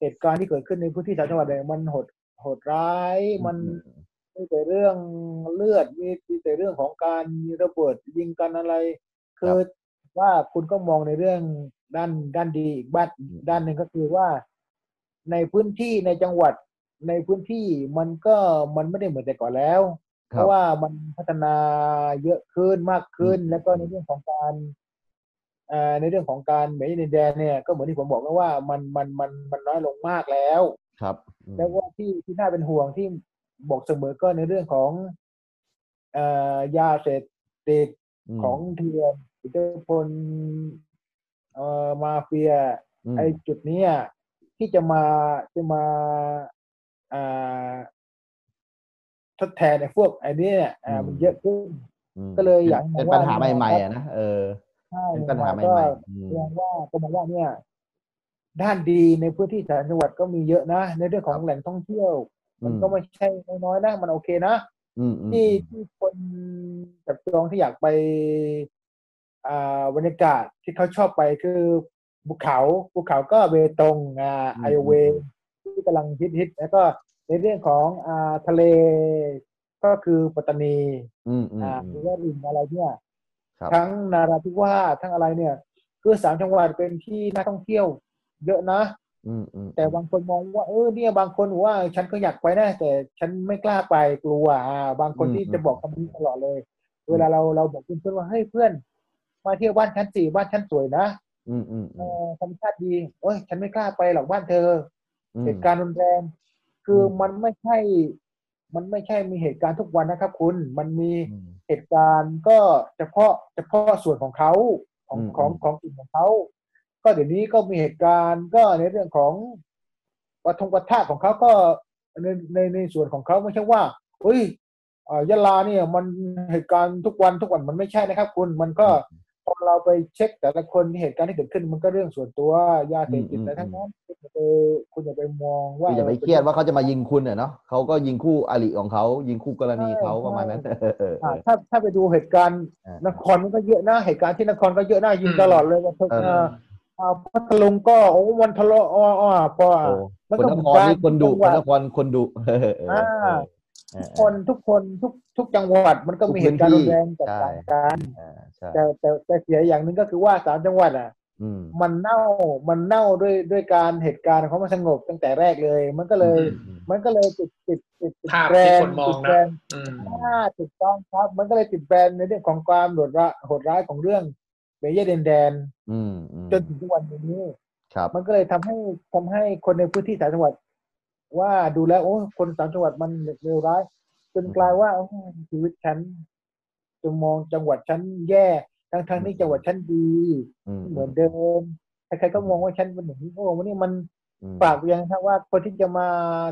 Speaker 5: เหตุการณ์ที่เกิดขึ้นในพื้นที่สามจังหวัดเนี่ยมันโหดโหดร้ายมัน มีแต่เรื่องเลือดมีมีแต่เรื่องของการมีระเบิดยิงกันอะไร คือว่าคุณก็มองในเรื่องด้านด้านดีอีกบ้าน
Speaker 6: อืม
Speaker 5: ด้านหนึ่งก็คือว่า ในพื้นที่ในจังหวัดในพื้นที่มันก็มันไม่ได้เหมือนแต่ก่อนแล้ว
Speaker 6: ค
Speaker 5: เพ
Speaker 6: รับ
Speaker 5: ราะว่ามันพัฒนาเยอะขึ้นมากขึ้น
Speaker 6: อืม
Speaker 5: แล้วก็ในเรื่องของการเอ่อในเรื่องของการเหมยในแดนเนี่ย ก็เหมือนที่ผมบอกแล้วว่ามันมันมันมันน้อยลงมากแล้ว
Speaker 6: ครับอืม
Speaker 5: แล้วก็ที่ที่น่าเป็นห่วงที่บอกเสมอก็ในเรื่องของเอ่อยาเสพติด
Speaker 6: ม
Speaker 5: ของเถื่อนอิทธิพลเอ่อมาเฟีย
Speaker 6: ม
Speaker 5: ไอ้จุดเนี้ยที่จะมาจะมาอ่าทดแทนไอ้พวกไอ้เนี้ยอ่ามันเยอะขึ้น
Speaker 6: ม
Speaker 5: ก็เลยอยาก
Speaker 6: เป็น
Speaker 5: มองว่า
Speaker 6: ปัญหาใหม่ๆอ่ะนะเออ
Speaker 5: ใช่
Speaker 6: เป็นปัญหาให
Speaker 5: ก็
Speaker 6: ม่ๆอืม
Speaker 5: แสดงว่าก็มองว่าเนี่ย ด้านดีในพื้นที่ต่างจังหวัดก็มีเยอะนะ ในเรื่องของแหล่งท่องเที่ยว มันก็ไม่ใช่น้อยๆนะ มันโอเคนะ
Speaker 6: อืมอืม
Speaker 5: ที่ที่คนจับจองที่อยากไป อ่าบรรยากาศที่เขาชอบไปคือภูเขาภูเขาก็เบตงอ่าไอเวย์ที่กำลังฮิตฮิตๆแล้วก็ในเรื่องของอ่าทะเลก็คือปัตตานี
Speaker 6: อืมอืม
Speaker 5: อ่า
Speaker 6: อื
Speaker 5: หรือ
Speaker 6: ม
Speaker 5: ว่าริมอะไรเนี่ย
Speaker 6: ครับ
Speaker 5: ทั้งนาราธิวาสทั้งอะไรเนี่ยคือสามจังหวัดเป็นที่น่าท่องเที่ยว เยอะนะ
Speaker 6: อืมอืม
Speaker 5: แต่บางคนมองว่าเออเนี่ยบางคนบอกว่าฉันก็อยากไปนะแต่ฉันไม่กล้าไปกลัวอ่าบางคนที่จะบอกคำนี้ตลอดเลย เวลาเราเราบอกเพื่อนๆว่าเฮ้ยเพื่อน มาเที่ยวบ้านฉันสี่บ้านฉันสวยนะ
Speaker 6: อืมอืม
Speaker 5: เออธรรมชาติดีเอ้ยฉันไม่กล้าไปหรอกบ้านเธอ
Speaker 6: อืม
Speaker 5: เหตุการณ์รุนแรงคืออ
Speaker 6: ม
Speaker 5: มันไม่ใช่ มันไม่ใช่มีเหตุการณ์ทุกวันนะครับ คุณมันมี
Speaker 6: อืม
Speaker 5: เหตุการณ์ก็เฉพาะเฉพาะส่วนของเขาของ
Speaker 6: อืม
Speaker 5: ของ
Speaker 6: อืม
Speaker 5: ของกลุ่มของเขา ก็เดี๋ยวนี้ก็มีเหตุการณ์ก็ในเรื่องของวัฒนวัฒนของเขาก็ในในในส่วนของเขาไม่ใช่ว่าเฮ้ยเอ่อยะลาเนี่ยมันเหตุการณ์ทุกวันทุกวันมันไม่ใช่นะครับ คุณมันก็พอเราไปเช็คแต่ละคนเหตุการณ์ที่เกิดขึ้นมันก็เรื่องส่วนตัวยาเสพติดอะไรทั้งนั้นคุณอย่าไปคุณอย่าไปมองว่า
Speaker 6: คืออย่าไปเครียดว่าเขาจะมายิงคุณอ่ะเนาะเขาก็ยิงคู่อริของเขายิงคู่กรณีเขาประมาณนั้นเออเออเอ
Speaker 5: อ่า
Speaker 6: อ
Speaker 5: ถ้าถ้าไปดูเหตุการณ์
Speaker 6: อ่าน
Speaker 5: นครมันก็เยอะนะเหตุการณ์ที่นครก็เยอะนะยิงตลอดเลยว่าเธอ
Speaker 6: เออ
Speaker 5: เออ อ่าพัทลุงก็โอ้วันทะเลาะอ้ออ้อพออ่ะ
Speaker 6: โอ้
Speaker 5: มัน
Speaker 6: คน
Speaker 5: ก็
Speaker 6: น
Speaker 5: เหมือ
Speaker 6: คร
Speaker 5: กั
Speaker 6: นี่คนดุค
Speaker 5: จัง
Speaker 6: น
Speaker 5: ห
Speaker 6: น
Speaker 5: วัด
Speaker 6: ครคนดุ เออเออเออ
Speaker 5: อ่าทุก
Speaker 6: เออ
Speaker 5: คนทุกคนทุกทุกจังหวัดมันก็มี
Speaker 6: ทุก
Speaker 5: เหตุการณ์
Speaker 6: พื้
Speaker 5: รุ
Speaker 6: น
Speaker 5: น
Speaker 6: ที่
Speaker 5: แรงแตก
Speaker 6: ใช่
Speaker 5: ต่างกัน
Speaker 6: อ่าใช่
Speaker 5: แต่แต่แต่เสียอย่างหนึ่งก็คือว่าสามจังหวัดอ่ะ
Speaker 6: อืม
Speaker 5: มันเน่ามันเน่าด้วยด้วยการเหตุการณ์เขามนสงบตั้งแต่แรกเลย มันก็เลย มันก็เลยติดติดติดติด
Speaker 4: ภาพ
Speaker 5: แบร
Speaker 4: ที่
Speaker 5: น
Speaker 4: ค
Speaker 5: ด์
Speaker 4: นมอง
Speaker 5: ติด
Speaker 4: นะ
Speaker 5: แบรนด์
Speaker 4: อืม
Speaker 5: อ่าถูกต้องครับ มันก็เลยติดแบรนด์ในเรื่องของความโหดร้ายโหดร้ายของเรื่องเบยเดนแดน
Speaker 6: อืมอืม
Speaker 5: จนถึงทุกวันนี้
Speaker 6: ครับ
Speaker 5: มันก็เลยทำให้ทำให้คนในพื้นที่สามจังหวัด ว่าดูแล้วโอ้คนสามจังหวัดมันเลวร้าย จนกลายว่าโอ้ชีวิตฉันจะมองจังหวัดฉันแย่ทั้งทั้งๆที่จังหวัดฉันดี
Speaker 6: อืม
Speaker 5: เหมือนเดิมใครๆก็มองว่าฉันเป็นอย่างนี้โอ้วันนี้มัน
Speaker 6: อืม
Speaker 5: ฝากไปยังครับว่าคนที่จะมา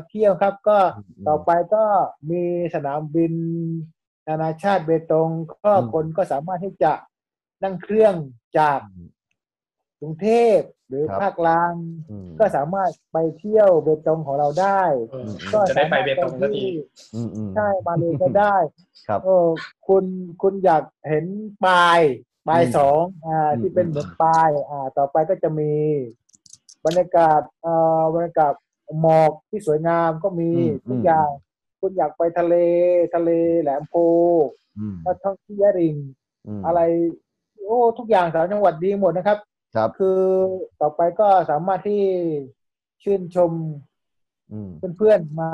Speaker 5: เที่ยวครับ ก็
Speaker 6: ม
Speaker 5: ต่อไปก็มีสนามบิน นานาชาติเบตงก็คนก็สามารถที่จะนั่งเครื่องจาก
Speaker 6: อืม
Speaker 5: กรุงเทพหรือ
Speaker 6: ครับ
Speaker 5: ภาคกลาง
Speaker 6: อืม
Speaker 5: ก็สามารถไปเที่ยวเบตงของเราได้
Speaker 4: เออ
Speaker 6: ม
Speaker 5: ก็
Speaker 4: จะได้ไปเบตงสักที
Speaker 5: ที่
Speaker 6: อืมอืม
Speaker 5: ใช่มาเลยก็ได้
Speaker 6: ครับ
Speaker 5: เออคุณคุณอยากเห็นปลายปลายสองอ่าที่เป็นเหมือนปลายอ่า ต่อไปก็จะมี บรรยากาศเอ่อบรรยากาศหมอกที่สวยงามก็มีทุกอย่าง คุณอยากไปทะเลทะเลแหลมโพ
Speaker 6: อืม
Speaker 5: ก็ท่องที่ยะริง
Speaker 6: ม
Speaker 5: อะไร โอ้ทุกอย่างสามจังหวัดดีหมดนะครับ
Speaker 6: ครับ
Speaker 5: คือต่อไปก็สามารถที่ชื่นชม
Speaker 6: อืม
Speaker 5: เพื่อนๆมา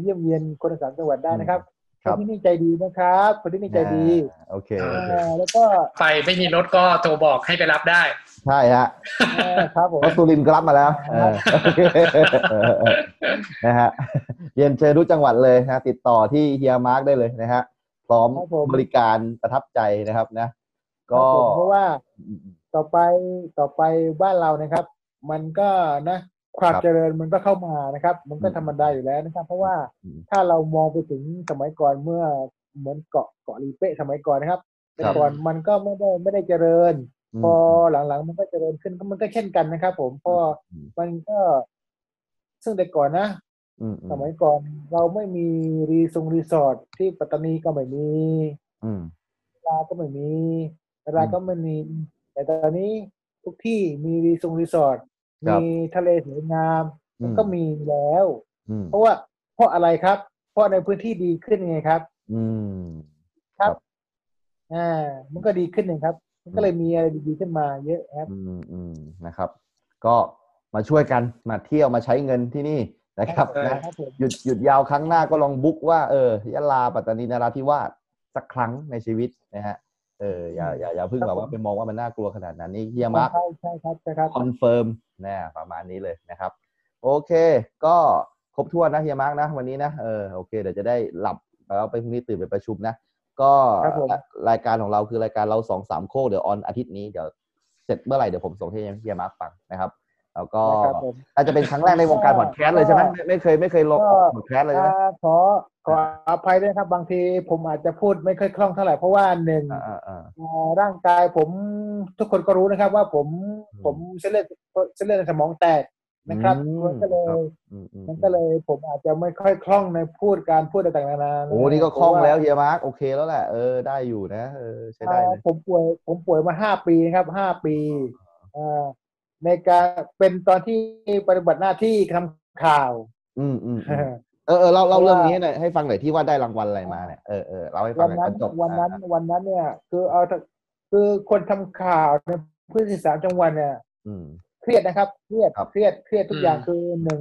Speaker 5: เยี่ยมเยียนคนสามจังหวัดได้นะครับ
Speaker 6: ครับ
Speaker 5: นที่นี่ใจดีนะครับ คนที่นี่ใจดี
Speaker 6: อ่าโอเคโอเค
Speaker 5: เออแล้วก็
Speaker 4: ไปไม่มีรถก็โทรบอกให้ไปรับได้
Speaker 6: ใช่ฮะ
Speaker 5: เออครับผม
Speaker 6: เพราะสุรินทร์กลับมาแล้วเออเออเออนะฮะเรียนเชิญทุกจังหวัดเลยนะติดต่อที่เฮียมาร์กได้เลยนะฮะพร้อมบริการประทับใจนะครับนะ ก็
Speaker 5: ครับผมเพราะว่า ต่อไปต่อไปบ้านเรานะครับ มันก็นะความ
Speaker 6: ครับ
Speaker 5: เจริญมันก็เข้ามานะครับ มันก็
Speaker 6: อืม
Speaker 5: ธรรมดาอยู่แล้วนะครับ เพราะว่า
Speaker 6: อืม
Speaker 5: ถ้าเรามองไปถึงสมัยก่อนเมื่อเหมือนเกาะเกาะลีเปะสมัยก่อนนะครับแต่
Speaker 6: ครับ
Speaker 5: ก่อนมันก็ไม่ได้ไม่ได้เจริญ
Speaker 6: ม
Speaker 5: พอหลังๆ มันก็เจริญขึ้นก็มันก็เช่นกันนะครับ ผมพออ
Speaker 6: ม
Speaker 5: มันก็ ซึ่งแต่ก่อนนะ
Speaker 6: อืมอื
Speaker 5: ส
Speaker 6: ม
Speaker 5: มัยก่อนเราไม่มีรีสงรีสอร์ทที่ปัตตานีก็ไม่มี
Speaker 6: อืม
Speaker 5: เวลาก็ไม่มีเวลาก็ไม่มี แต่ตอนนี้ทุกที่มีรีสอร์ทรีสอร์ท
Speaker 6: ครับ
Speaker 5: มีทะเลสวยงาม
Speaker 6: อื
Speaker 5: ก็มีแล้ว
Speaker 6: อืม
Speaker 5: เพราะว่าเพราะอะไรครับ เพราะในพื้นที่ดีขึ้นไงครับ
Speaker 6: อืม
Speaker 5: อ่ามันก็ดีขึ้นเองครับ มันก็เลยมีอะไรดีๆขึ้นมาเยอะครับ
Speaker 6: อืมอืมนะครับ ก็มาช่วยกันมาเที่ยวมาใช้เงินที่นี่นะครับ
Speaker 4: ครับ
Speaker 6: นะครับ
Speaker 5: ผม
Speaker 6: หยุดหยุดยาวครั้งหน้าก็ลองบุ๊กว่าเออยะลาปัตตานีนราธิวาสสักครั้งในชีวิตนะฮะเอออย่าอย่าอย่าเพิ่งแบบว่าไปมองว่ามันน่ากลัวขนาดนั้นนี่เฮียมาร์ค
Speaker 5: ใช่ใช่ครับใช่ครับ
Speaker 6: คอนเฟิร์มนะประมาณนี้เลยนะครับ โอเค ก็ครบถ้วนนะเฮียมาร์กนะ วันนี้นะเออโอเค เดี๋ยวจะได้หลับแล้วไปพรุ่งนี้ตื่นไปประชุมนะ ก็
Speaker 5: ครับผม
Speaker 6: รายการของเราคือรายการเราสองสามโคกเดี๋ยวออนอาทิตย์นี้เดี๋ยวเสร็จเมื่อไหร่เดี๋ยวผมส่งให้เฮียมาร์กฟังนะครับแล้วก็
Speaker 5: นะครับผม
Speaker 6: อาจจะเป็นครั้งแรกในวงการพอดแคสต์เลยใช่ไหมไม่ไม่เคยไม่เคยลง
Speaker 5: ก็
Speaker 6: พอดแคสต์เลยใช่ไหม
Speaker 5: อ่าขอขออภัยด้วยครับ บางทีผมอาจจะพูดไม่ค่อยคล่องเท่าไหร่เพราะว่าหนึ่ง
Speaker 6: อ่าอ่าอ่า
Speaker 5: เอ่อร่างกายผมทุกคนก็รู้นะครับว่าผม
Speaker 6: อืม
Speaker 5: ผมเส้นเลือดเส้นเลือดในสมองแตกนะครับ
Speaker 6: อืม
Speaker 5: มันก็เล
Speaker 6: ครั
Speaker 5: ย
Speaker 6: บ อืมอืม
Speaker 5: มันก็เลยผมอาจจะไม่ค่อยคล่องในพูดการพูดต่างๆนานา
Speaker 6: โอ้นี่ก็คล่องแล้วเฮียมาร์กโอเคแล้วแหละเออได้อยู่นะเออใช้ได้
Speaker 5: เอ่อ
Speaker 6: เลย
Speaker 5: ผมป่วยผมป่วยมาห้าปีนะครับห้าปีเอ่อในการเป็นตอนที่ปฏิบัติหน้าที่ทำข่าว
Speaker 6: อืมอืมอืม เออเออเราเรา
Speaker 5: เพราะ
Speaker 6: เรื่อง
Speaker 5: ว่า
Speaker 6: นี้หน่อยให้ฟังหน่อยที่ว่าได้รางวัลอะไรมาเนี่ยเออเออเราให้ฟั
Speaker 5: วั
Speaker 6: ง
Speaker 5: น
Speaker 6: หน่อย
Speaker 5: นั้
Speaker 6: ตอน นจบ
Speaker 5: วันนั้น
Speaker 6: อ่ะ
Speaker 5: วันนั้นเนี่ย คือเอาคือคนทำข่าวในพื้นที่สามจังหวัดเนี่ย
Speaker 6: อืม
Speaker 5: เครียดนะครับเครียด
Speaker 6: ครับ
Speaker 5: เครียดเครียดทุกอย่าง
Speaker 4: อืม
Speaker 5: คือหนึ่ง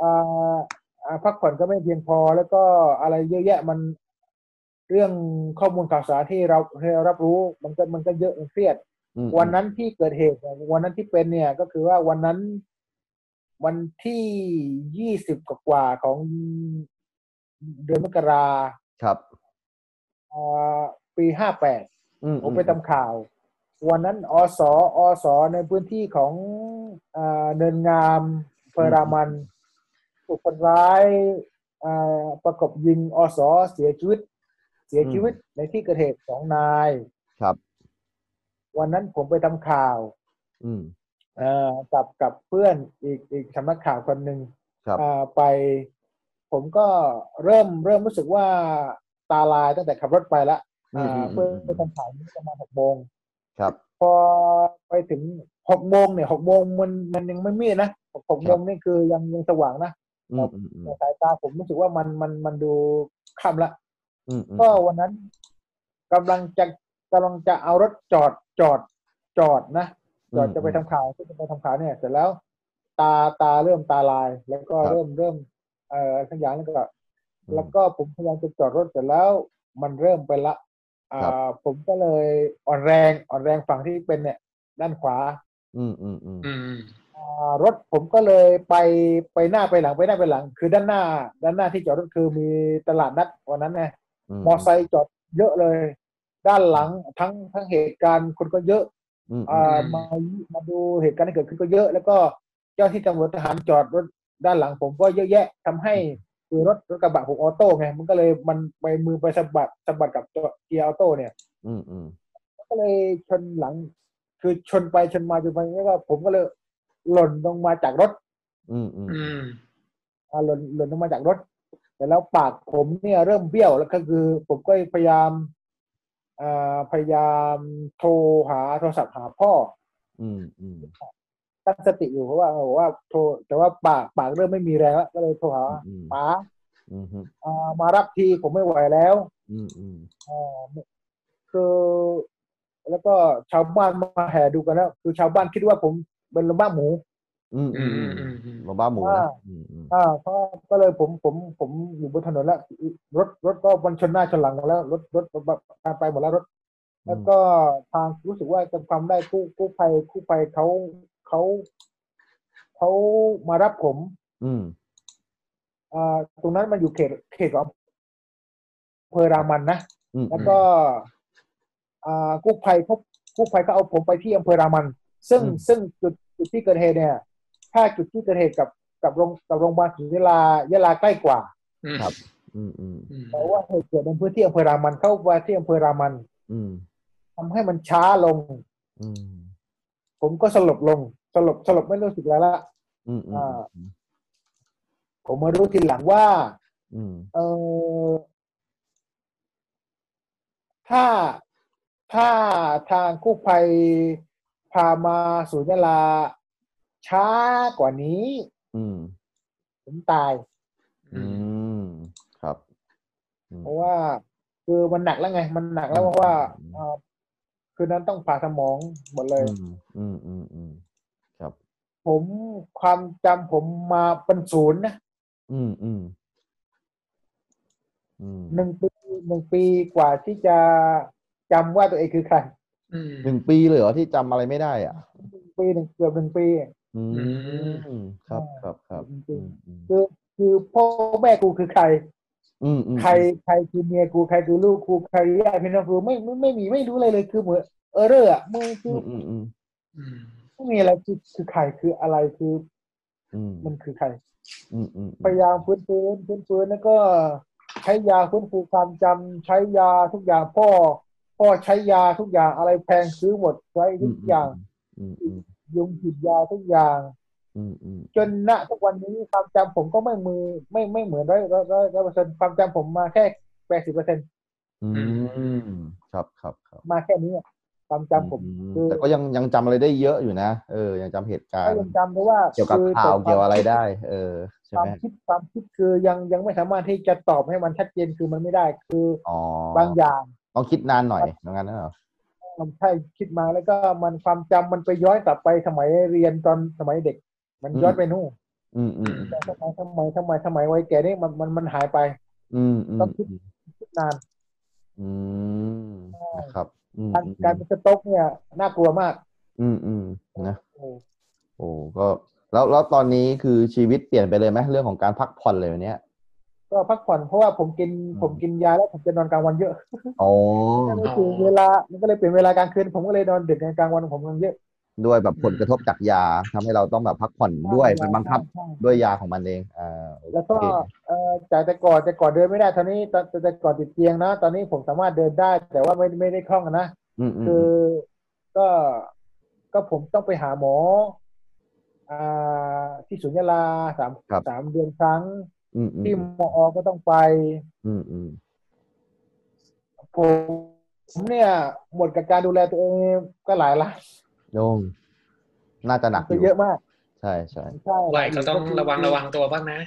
Speaker 5: อ่าอ่าพักผ่อนก็ไม่เพียงพอแล้วก็อะไรเยอะแยะมันเรื่องข้อมูลข่าวสารที่เราที่เรารับรู้มันก็มันก็เยอะมันเครียด
Speaker 6: อืม
Speaker 5: วันนั้นที่เกิดเหตุเนี่ยวันนั้นที่เป็นเนี่ยก็คือว่าวันนั้น วันที่ยี่สิบกว่าๆของเดือนมกรา
Speaker 6: ครับ
Speaker 5: อ่าปีห้าแปด
Speaker 6: อืม
Speaker 5: ผมไปทำข่าว วันนั้นอสออสในพื้นที่ของเอ่อเนินงามอำเฟอรามันถูกคนร้ายเอ่อประกบยิงอสอเสียชีวิต เสียชีวิตในที่เกิดเหตุสองนาย
Speaker 6: ครับ
Speaker 5: วันนั้นผมไปทำข่าว
Speaker 6: อืม
Speaker 5: เอ่อกับกับเพื่อนอีกอีกสำนักข่าวคนหนึ่ง
Speaker 6: ครับ
Speaker 5: เอ่อไป ผมก็เริ่มเริ่มรู้สึกว่าตาลายตั้งแต่ขับรถไปละ
Speaker 6: อืม
Speaker 5: อ่า
Speaker 6: อื
Speaker 5: เพื่อ
Speaker 6: ม
Speaker 5: ไปทำข่าวนี้ประมาณหกโมง
Speaker 6: ครับ
Speaker 5: พอไปถึงหกโมงเนี่ยหกโมงมันมันยังไม่มืดนะหกโมงนี่คือยังยังสว่างนะ
Speaker 6: อืมอืมอืม
Speaker 5: แต่สายตาผมรู้สึกว่ามันมันมันดูค่ำละ
Speaker 6: อืมอืม
Speaker 5: ก็วันนั้นกำลังจะกำลังจะเอารถจอดจอดจอดนะจอดจะไปทำข่าวที่จะไปทำข่าวเนี่ยเสร็จแล้ว ตาตาเริ่มตาลาย แล้วก็เริ่มเริ่มเอ่อทั้งอย่างแล้วก็
Speaker 6: อืม
Speaker 5: แล้วก็ผมพยายามจะจอดรถแต่แล้ว มันเริ่มไปละอ่
Speaker 6: ครับ
Speaker 5: าผมก็เลยอ่อนแรงอ่อนแรงฝั่งที่เป็นเนี่ย ด้านขวา
Speaker 6: อืมอืมอืม
Speaker 4: อืม
Speaker 5: อ่ารถผมก็เลยไปไปหน้าไปหลังไปหน้าไปหลัง คือด้านหน้า ด้านหน้าที่จอดรถคือมีตลาดนัดวันนั้นไง
Speaker 6: อื
Speaker 5: มอไซค์จอดเยอะเลย ด้านหลังทั้งทั้งเหตุการณ์คนก็เยอะ
Speaker 6: อืม
Speaker 5: อ่า
Speaker 4: อืม
Speaker 5: มามาดูเหตุการณ์ที่เกิดขึ้นก็เยอะ แล้วก็เจ้าที่ตำรวจทหารจอดรถด้านหลังผมก็เยอะแยะทำให้ คือรถรถกระบะผมออโต้ไงมันก็เลยมันไปมือไปสะบัดสะบัดกับตัวเกียร์ออโต้เนี่ย
Speaker 6: อืมอืม
Speaker 5: มันก็เลยชนหลัง คือชนไปชนมาจนไปแล้วก็ผมก็เลยหล่นลงมาจากรถ
Speaker 6: อืมอืม
Speaker 4: อืม
Speaker 5: อ่าหล่นหล่นลงมาจากรถ แต่แล้วปากผมเนี่ยเริ่มเบี้ยวแล้วก็คือ ผมก็พยายามอ่าพยายามโทรหาโทรศัพท์หาพ่อ
Speaker 6: อืมอืม
Speaker 5: ตั้งสติอยู่เพราะว่าบอกว่าโทรแต่ว่าปากปากเริ่มไม่มีแรงแล้วก็เลยโทรหา
Speaker 6: อืม
Speaker 5: ป๋า
Speaker 6: อืมอืม
Speaker 5: อ่ามารับทีผมไม่ไหวแล้ว
Speaker 6: อืมอืม
Speaker 5: เอ่อคือ แล้วก็ชาวบ้านมาแห่ดูกันแล้ว คือชาวบ้านคิดว่าผมเป็นลมบ้าหมู
Speaker 6: อืมอืมอืม
Speaker 4: อืมอืม
Speaker 6: ลบ้าหมูนะ
Speaker 5: อ่า
Speaker 6: อืมอืม
Speaker 5: อ่าก็ก็เลยผมผมผมอยู่บนถนนแล้วรถรถก็มันชนหน้าชนหลังกันแล้ว รถรถไปหมดแล้วรถ แล้วก็ทางรู้สึกว่าจะทำได้กู้กู้ภัยกู้ภัยเขาเขาเขามารับผม
Speaker 6: อืม
Speaker 5: อ่าตรงนั้นมันอยู่เขตเขตของอำเภอรามันนะ
Speaker 6: อืม
Speaker 5: แล้วก็อ่ากู้ภัยเขากู้ภัยก็เอาผมไปที่อำเภอรามัน ซึ่งซึ่งจุดจุดที่เกิดเหตุเนี่ย ถ้าจุดที่เกิดเหตุกับกับโรงกับโรงพยาบาลศรียะลายะลาใกล้กว่า
Speaker 4: อืม
Speaker 6: อืมอืม
Speaker 4: อืม
Speaker 5: แต่ว่าเหตุเกิดในพื้นที่อำเภอรามันเข้าไปที่อำเภอรามัน
Speaker 6: อืม
Speaker 5: ทำให้มันช้าลง
Speaker 6: อืม
Speaker 5: ผมก็สลบลงสลบสลบไม่รู้สึกแล้วละ
Speaker 6: อืมอืม
Speaker 5: อ่า ผมมารู้ทีหลังว่า
Speaker 6: อืม
Speaker 5: เออถ้าถ้าทางกู้ภัยพามาศูนย์ยาลาช้ากว่านี้
Speaker 6: อืม
Speaker 5: ผมตาย
Speaker 6: อืมครับอืม
Speaker 5: เพราะว่า คือมันหนักแล้วไง มันหนักแล้วเพราะว่าเอ่อคืนนั้นต้องผ่าสมองหมดเลย
Speaker 6: อืมอืมอืมอืม
Speaker 5: ผมความจำผมมาเป็นศูนย์นะ
Speaker 6: อืมอืมอืม
Speaker 5: หนึ่งปีหนึ่งปีกว่าที่จะจำว่าตัวเองคือใคร
Speaker 4: อืม
Speaker 6: หนึ่งปีเลยเหรอที่จำอะไรไม่ได้อ่ะ
Speaker 5: หนึ่งปีหนึ่งเกือบหนึ่งปี
Speaker 6: อื
Speaker 4: ม
Speaker 6: มครับครับครับ
Speaker 5: จริ
Speaker 6: อื
Speaker 5: ง
Speaker 6: มอืม
Speaker 5: คือคือพ่อแม่กูคือใคร
Speaker 6: อืมอืม
Speaker 5: ใครใครคือเมียกูใครคือลูกกูใครญาติพี่น้องกูไม่ไม่ไม่มีไม่รู้อะไรเลยคือเหมือนเออเรออะมึงคือ
Speaker 6: อืมอืมอืม
Speaker 4: อืม
Speaker 5: ไม่มีอะไรคือคือใครคืออะไรคือ
Speaker 6: อืม
Speaker 5: มันคือใคร
Speaker 6: อืมอืม
Speaker 5: พยายามฟื้นฟื้นฟื้นฟื้นแล้วก็ใช้ยาฟื้นฟูความจำใช้ยาทุกอย่างพ่อพ่อใช้ยาทุกอย่างอะไรแพงซื้อหมดใช้ทุกอย่าง
Speaker 6: อืมอืม
Speaker 5: ยุงฉีดยาทุกอย่าง
Speaker 6: อืมอืม
Speaker 5: จนณทุกวันนี้ความจำผมก็ไม่มือไม่ไม่เหมือนร้อยร้อยร้อยร้อยเปอร์เซ็นต์ความจำผมมาแค่แปดสิบเปอร์เซ็นต์
Speaker 6: อืมครับครับครับ
Speaker 5: มาแค่นี้อะความจำผม
Speaker 6: อื
Speaker 5: คือ
Speaker 6: แต่ก็ยังยังจำอะไรได้เยอะอยู่นะเออยังจำเหตุการ
Speaker 5: ก็
Speaker 6: ณ์
Speaker 5: ยังจำเพราะว่า
Speaker 6: เกี่ยวกับ
Speaker 5: คือ
Speaker 6: ข่าว
Speaker 5: แต่
Speaker 6: เกี่ยวอะไรได้ เออใช่
Speaker 5: ควา
Speaker 6: ไห
Speaker 5: ม
Speaker 6: ม
Speaker 5: คิดความคิดคือยังยังไม่สามารถที่จะตอบให้มันชัดเจนคือมันไม่ได้ คือ
Speaker 6: อ๋อบ
Speaker 5: างอย่าง
Speaker 6: ต้องคิดนานหน่อยอย่างนั้นเหรอ
Speaker 5: มันใช่คิดมาแล้วก็มันความจำมันไปย้อนกลับไปสมัยเรียนตอนสมัยเด็ก มันย้อนไปนู่น
Speaker 6: อืมอืม
Speaker 5: แต่สมัยสมัยสมัยสมัยวัยแก่นี่มันมันมันหายไป
Speaker 6: อืมอืม
Speaker 5: ต้อง
Speaker 6: อื
Speaker 5: คิด
Speaker 6: ม
Speaker 5: คิดนาน
Speaker 6: อืมนะครับอืม
Speaker 5: การการเป็นสต็อกเนี่ยน่ากลัวมาก
Speaker 6: อืมอืมนะ
Speaker 5: โอ้
Speaker 6: โอ้ก็แล้วแล้วตอนนี้คือชีวิตเปลี่ยนไปเลยไหมเรื่องของการพักผ่อนเลยวันเนี้ย
Speaker 5: ก็พักผ่อนเพราะว่าผมกิน
Speaker 6: อืม
Speaker 5: ผมกินยาแล้วผมจะนอนกลางวันเยอะ
Speaker 6: อ๋อ
Speaker 5: ก็เลยถึงเวลามันก็เลยเปลี่ยนเวลากลางคืนผมก็เลยนอนดึกไงกลางวันผมนอนเยอะ
Speaker 6: ด้วยแบบผลกระทบจากยาทำให้เราต้องแบบพักผ่อนด้วยมันบังคับด้วยยาของมันเองอ่าโอเค
Speaker 5: แล้วก็เอ่อจากแต่ก่อนแต่ก่อนเดินไม่ได้ตอนนี้ตอนแต่ก่อนติดเตียงนะ ตอนนี้ผมสามารถเดินได้ แต่ว่าไม่ไม่ได้คล่องนะ
Speaker 6: อืมอืม
Speaker 5: คือ ก็ก็ผมต้องไปหาหมออ่าที่ศูนย์ยาลาสามสามเดือนครั้ง
Speaker 6: อืมอืม
Speaker 5: ที่มออก็ต้องไป
Speaker 6: อืมอืม
Speaker 5: ผมเนี่ยหมดกับการดูแลตัวเองก็หลายล้าน
Speaker 6: โยงน่าจะหนักอ
Speaker 5: ก็
Speaker 6: ยู่
Speaker 5: เยอะมาก
Speaker 6: ใช่ใช่
Speaker 5: ใช่
Speaker 4: ไหวก็ต้องระวังระวังตัวบ้างนะ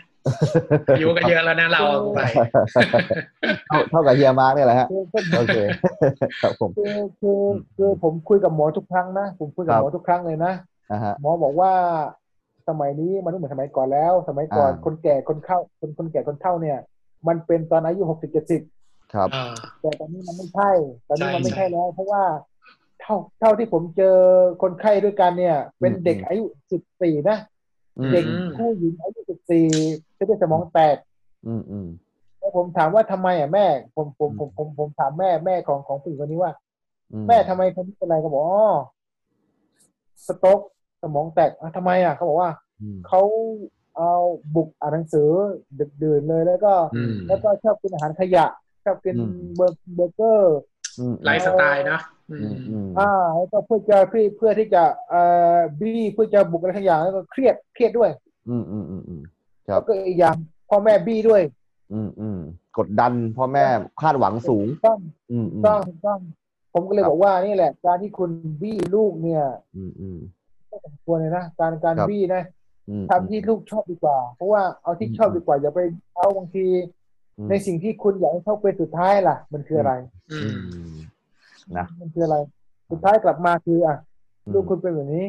Speaker 4: อายุก็เยอะแล้วนะเราไหว
Speaker 6: เท่าเท่ากับเฮียมาร์กเนี่ยแหละฮะ
Speaker 5: คือคือ
Speaker 6: โอเคครับผม
Speaker 5: คือคือคือผมคุยกับหมอทุกครั้งนะผมคุยกับ
Speaker 6: ครับ
Speaker 5: หมอทุกครั้งเลยนะ
Speaker 6: นะฮะ
Speaker 5: หมอบอกว่าสมัยนี้มันไม่เหมือนสมัยก่อนแล้ว สมัยก่อน
Speaker 6: อ่า
Speaker 5: คนแก่คนเข้าคนคนแก่คนเฒ่าเนี่ย มันเป็นตอนอายุหกสิบเจ็ดสิบ
Speaker 6: ครับ
Speaker 4: อ่า
Speaker 5: แต่ตอนนี้มันไม่ใช่ ตอนนี้มันไม่
Speaker 4: ใช่
Speaker 5: ใช่แล้ว เพราะว่าเท่าเท่าที่ผมเจอคนไข้ด้วยกันเนี่ย เป็นเด็กอายุสิบสี่นะ
Speaker 6: อืม
Speaker 5: เด็กผู้หญิงอายุสิบสี่เส้นเลือดสมองแตก
Speaker 6: อืมอืม
Speaker 5: แล้วผมถามว่าทำไมอ่ะแม่ผมผม
Speaker 6: อืม
Speaker 5: ผมผมผมถามแม่แม่ของของผู้หญิงคนนี้ว่า
Speaker 6: อื
Speaker 5: แม่ทำไมคนนี้เป็นไรก็บอกอ๋อสโต๊อกสมองแตกอ่ะทำไมอ่ะเขาบอกว่า
Speaker 6: อืม
Speaker 5: เขาเอาบุกอ่านหนังสือดึกดื่นเลยแล้วก็
Speaker 4: อืม
Speaker 5: แล้วก็ชอบกินอาหารขยะชอบกิน
Speaker 6: อืม
Speaker 5: เบอร์เบอร์เกอร์
Speaker 6: อืม
Speaker 4: ไลฟ์สไตล์เนอะอื
Speaker 6: อื
Speaker 4: ม
Speaker 6: มอืม
Speaker 5: อ่าแล้วก็เพื่อจะเพื่อเพื่อที่จะเอ่อบี้เพื่อจะบุกอะไรทั้งอย่างแล้วก็เครียดเครียดด้วย
Speaker 6: อืมอืมอืมอืม ครับ
Speaker 5: แล้วก็อีกอย่างพ่อแม่บี้ด้วย
Speaker 6: อืมอืมกดดันพ่อแม่คาดหวังสูง
Speaker 5: ต้อง
Speaker 6: อืมอืม
Speaker 5: ต้องต้อง ผมก็เลย
Speaker 6: ครับ
Speaker 5: บอกว่านี่แหละ การที่คุณบี้ลูกเนี่ย
Speaker 6: อืมอืม
Speaker 5: ควรเลยนะการการ
Speaker 6: ครับ
Speaker 5: บี้นะ
Speaker 6: อืม
Speaker 5: ทำที่ลูกชอบดีกว่า เพราะว่าเอาที่ชอบดีกว่าอย่าไปเอาบางที
Speaker 6: อืม
Speaker 5: ในสิ่งที่คุณอยากให้เขาเป็นสุดท้ายล่ะ มันคืออะไร
Speaker 4: อื
Speaker 6: อื
Speaker 4: ม
Speaker 6: ม
Speaker 5: มันคืออะไร สุดท้ายกลับมาคืออ่ะ
Speaker 6: อืม
Speaker 5: ลูกคุณเป็นแบบนี้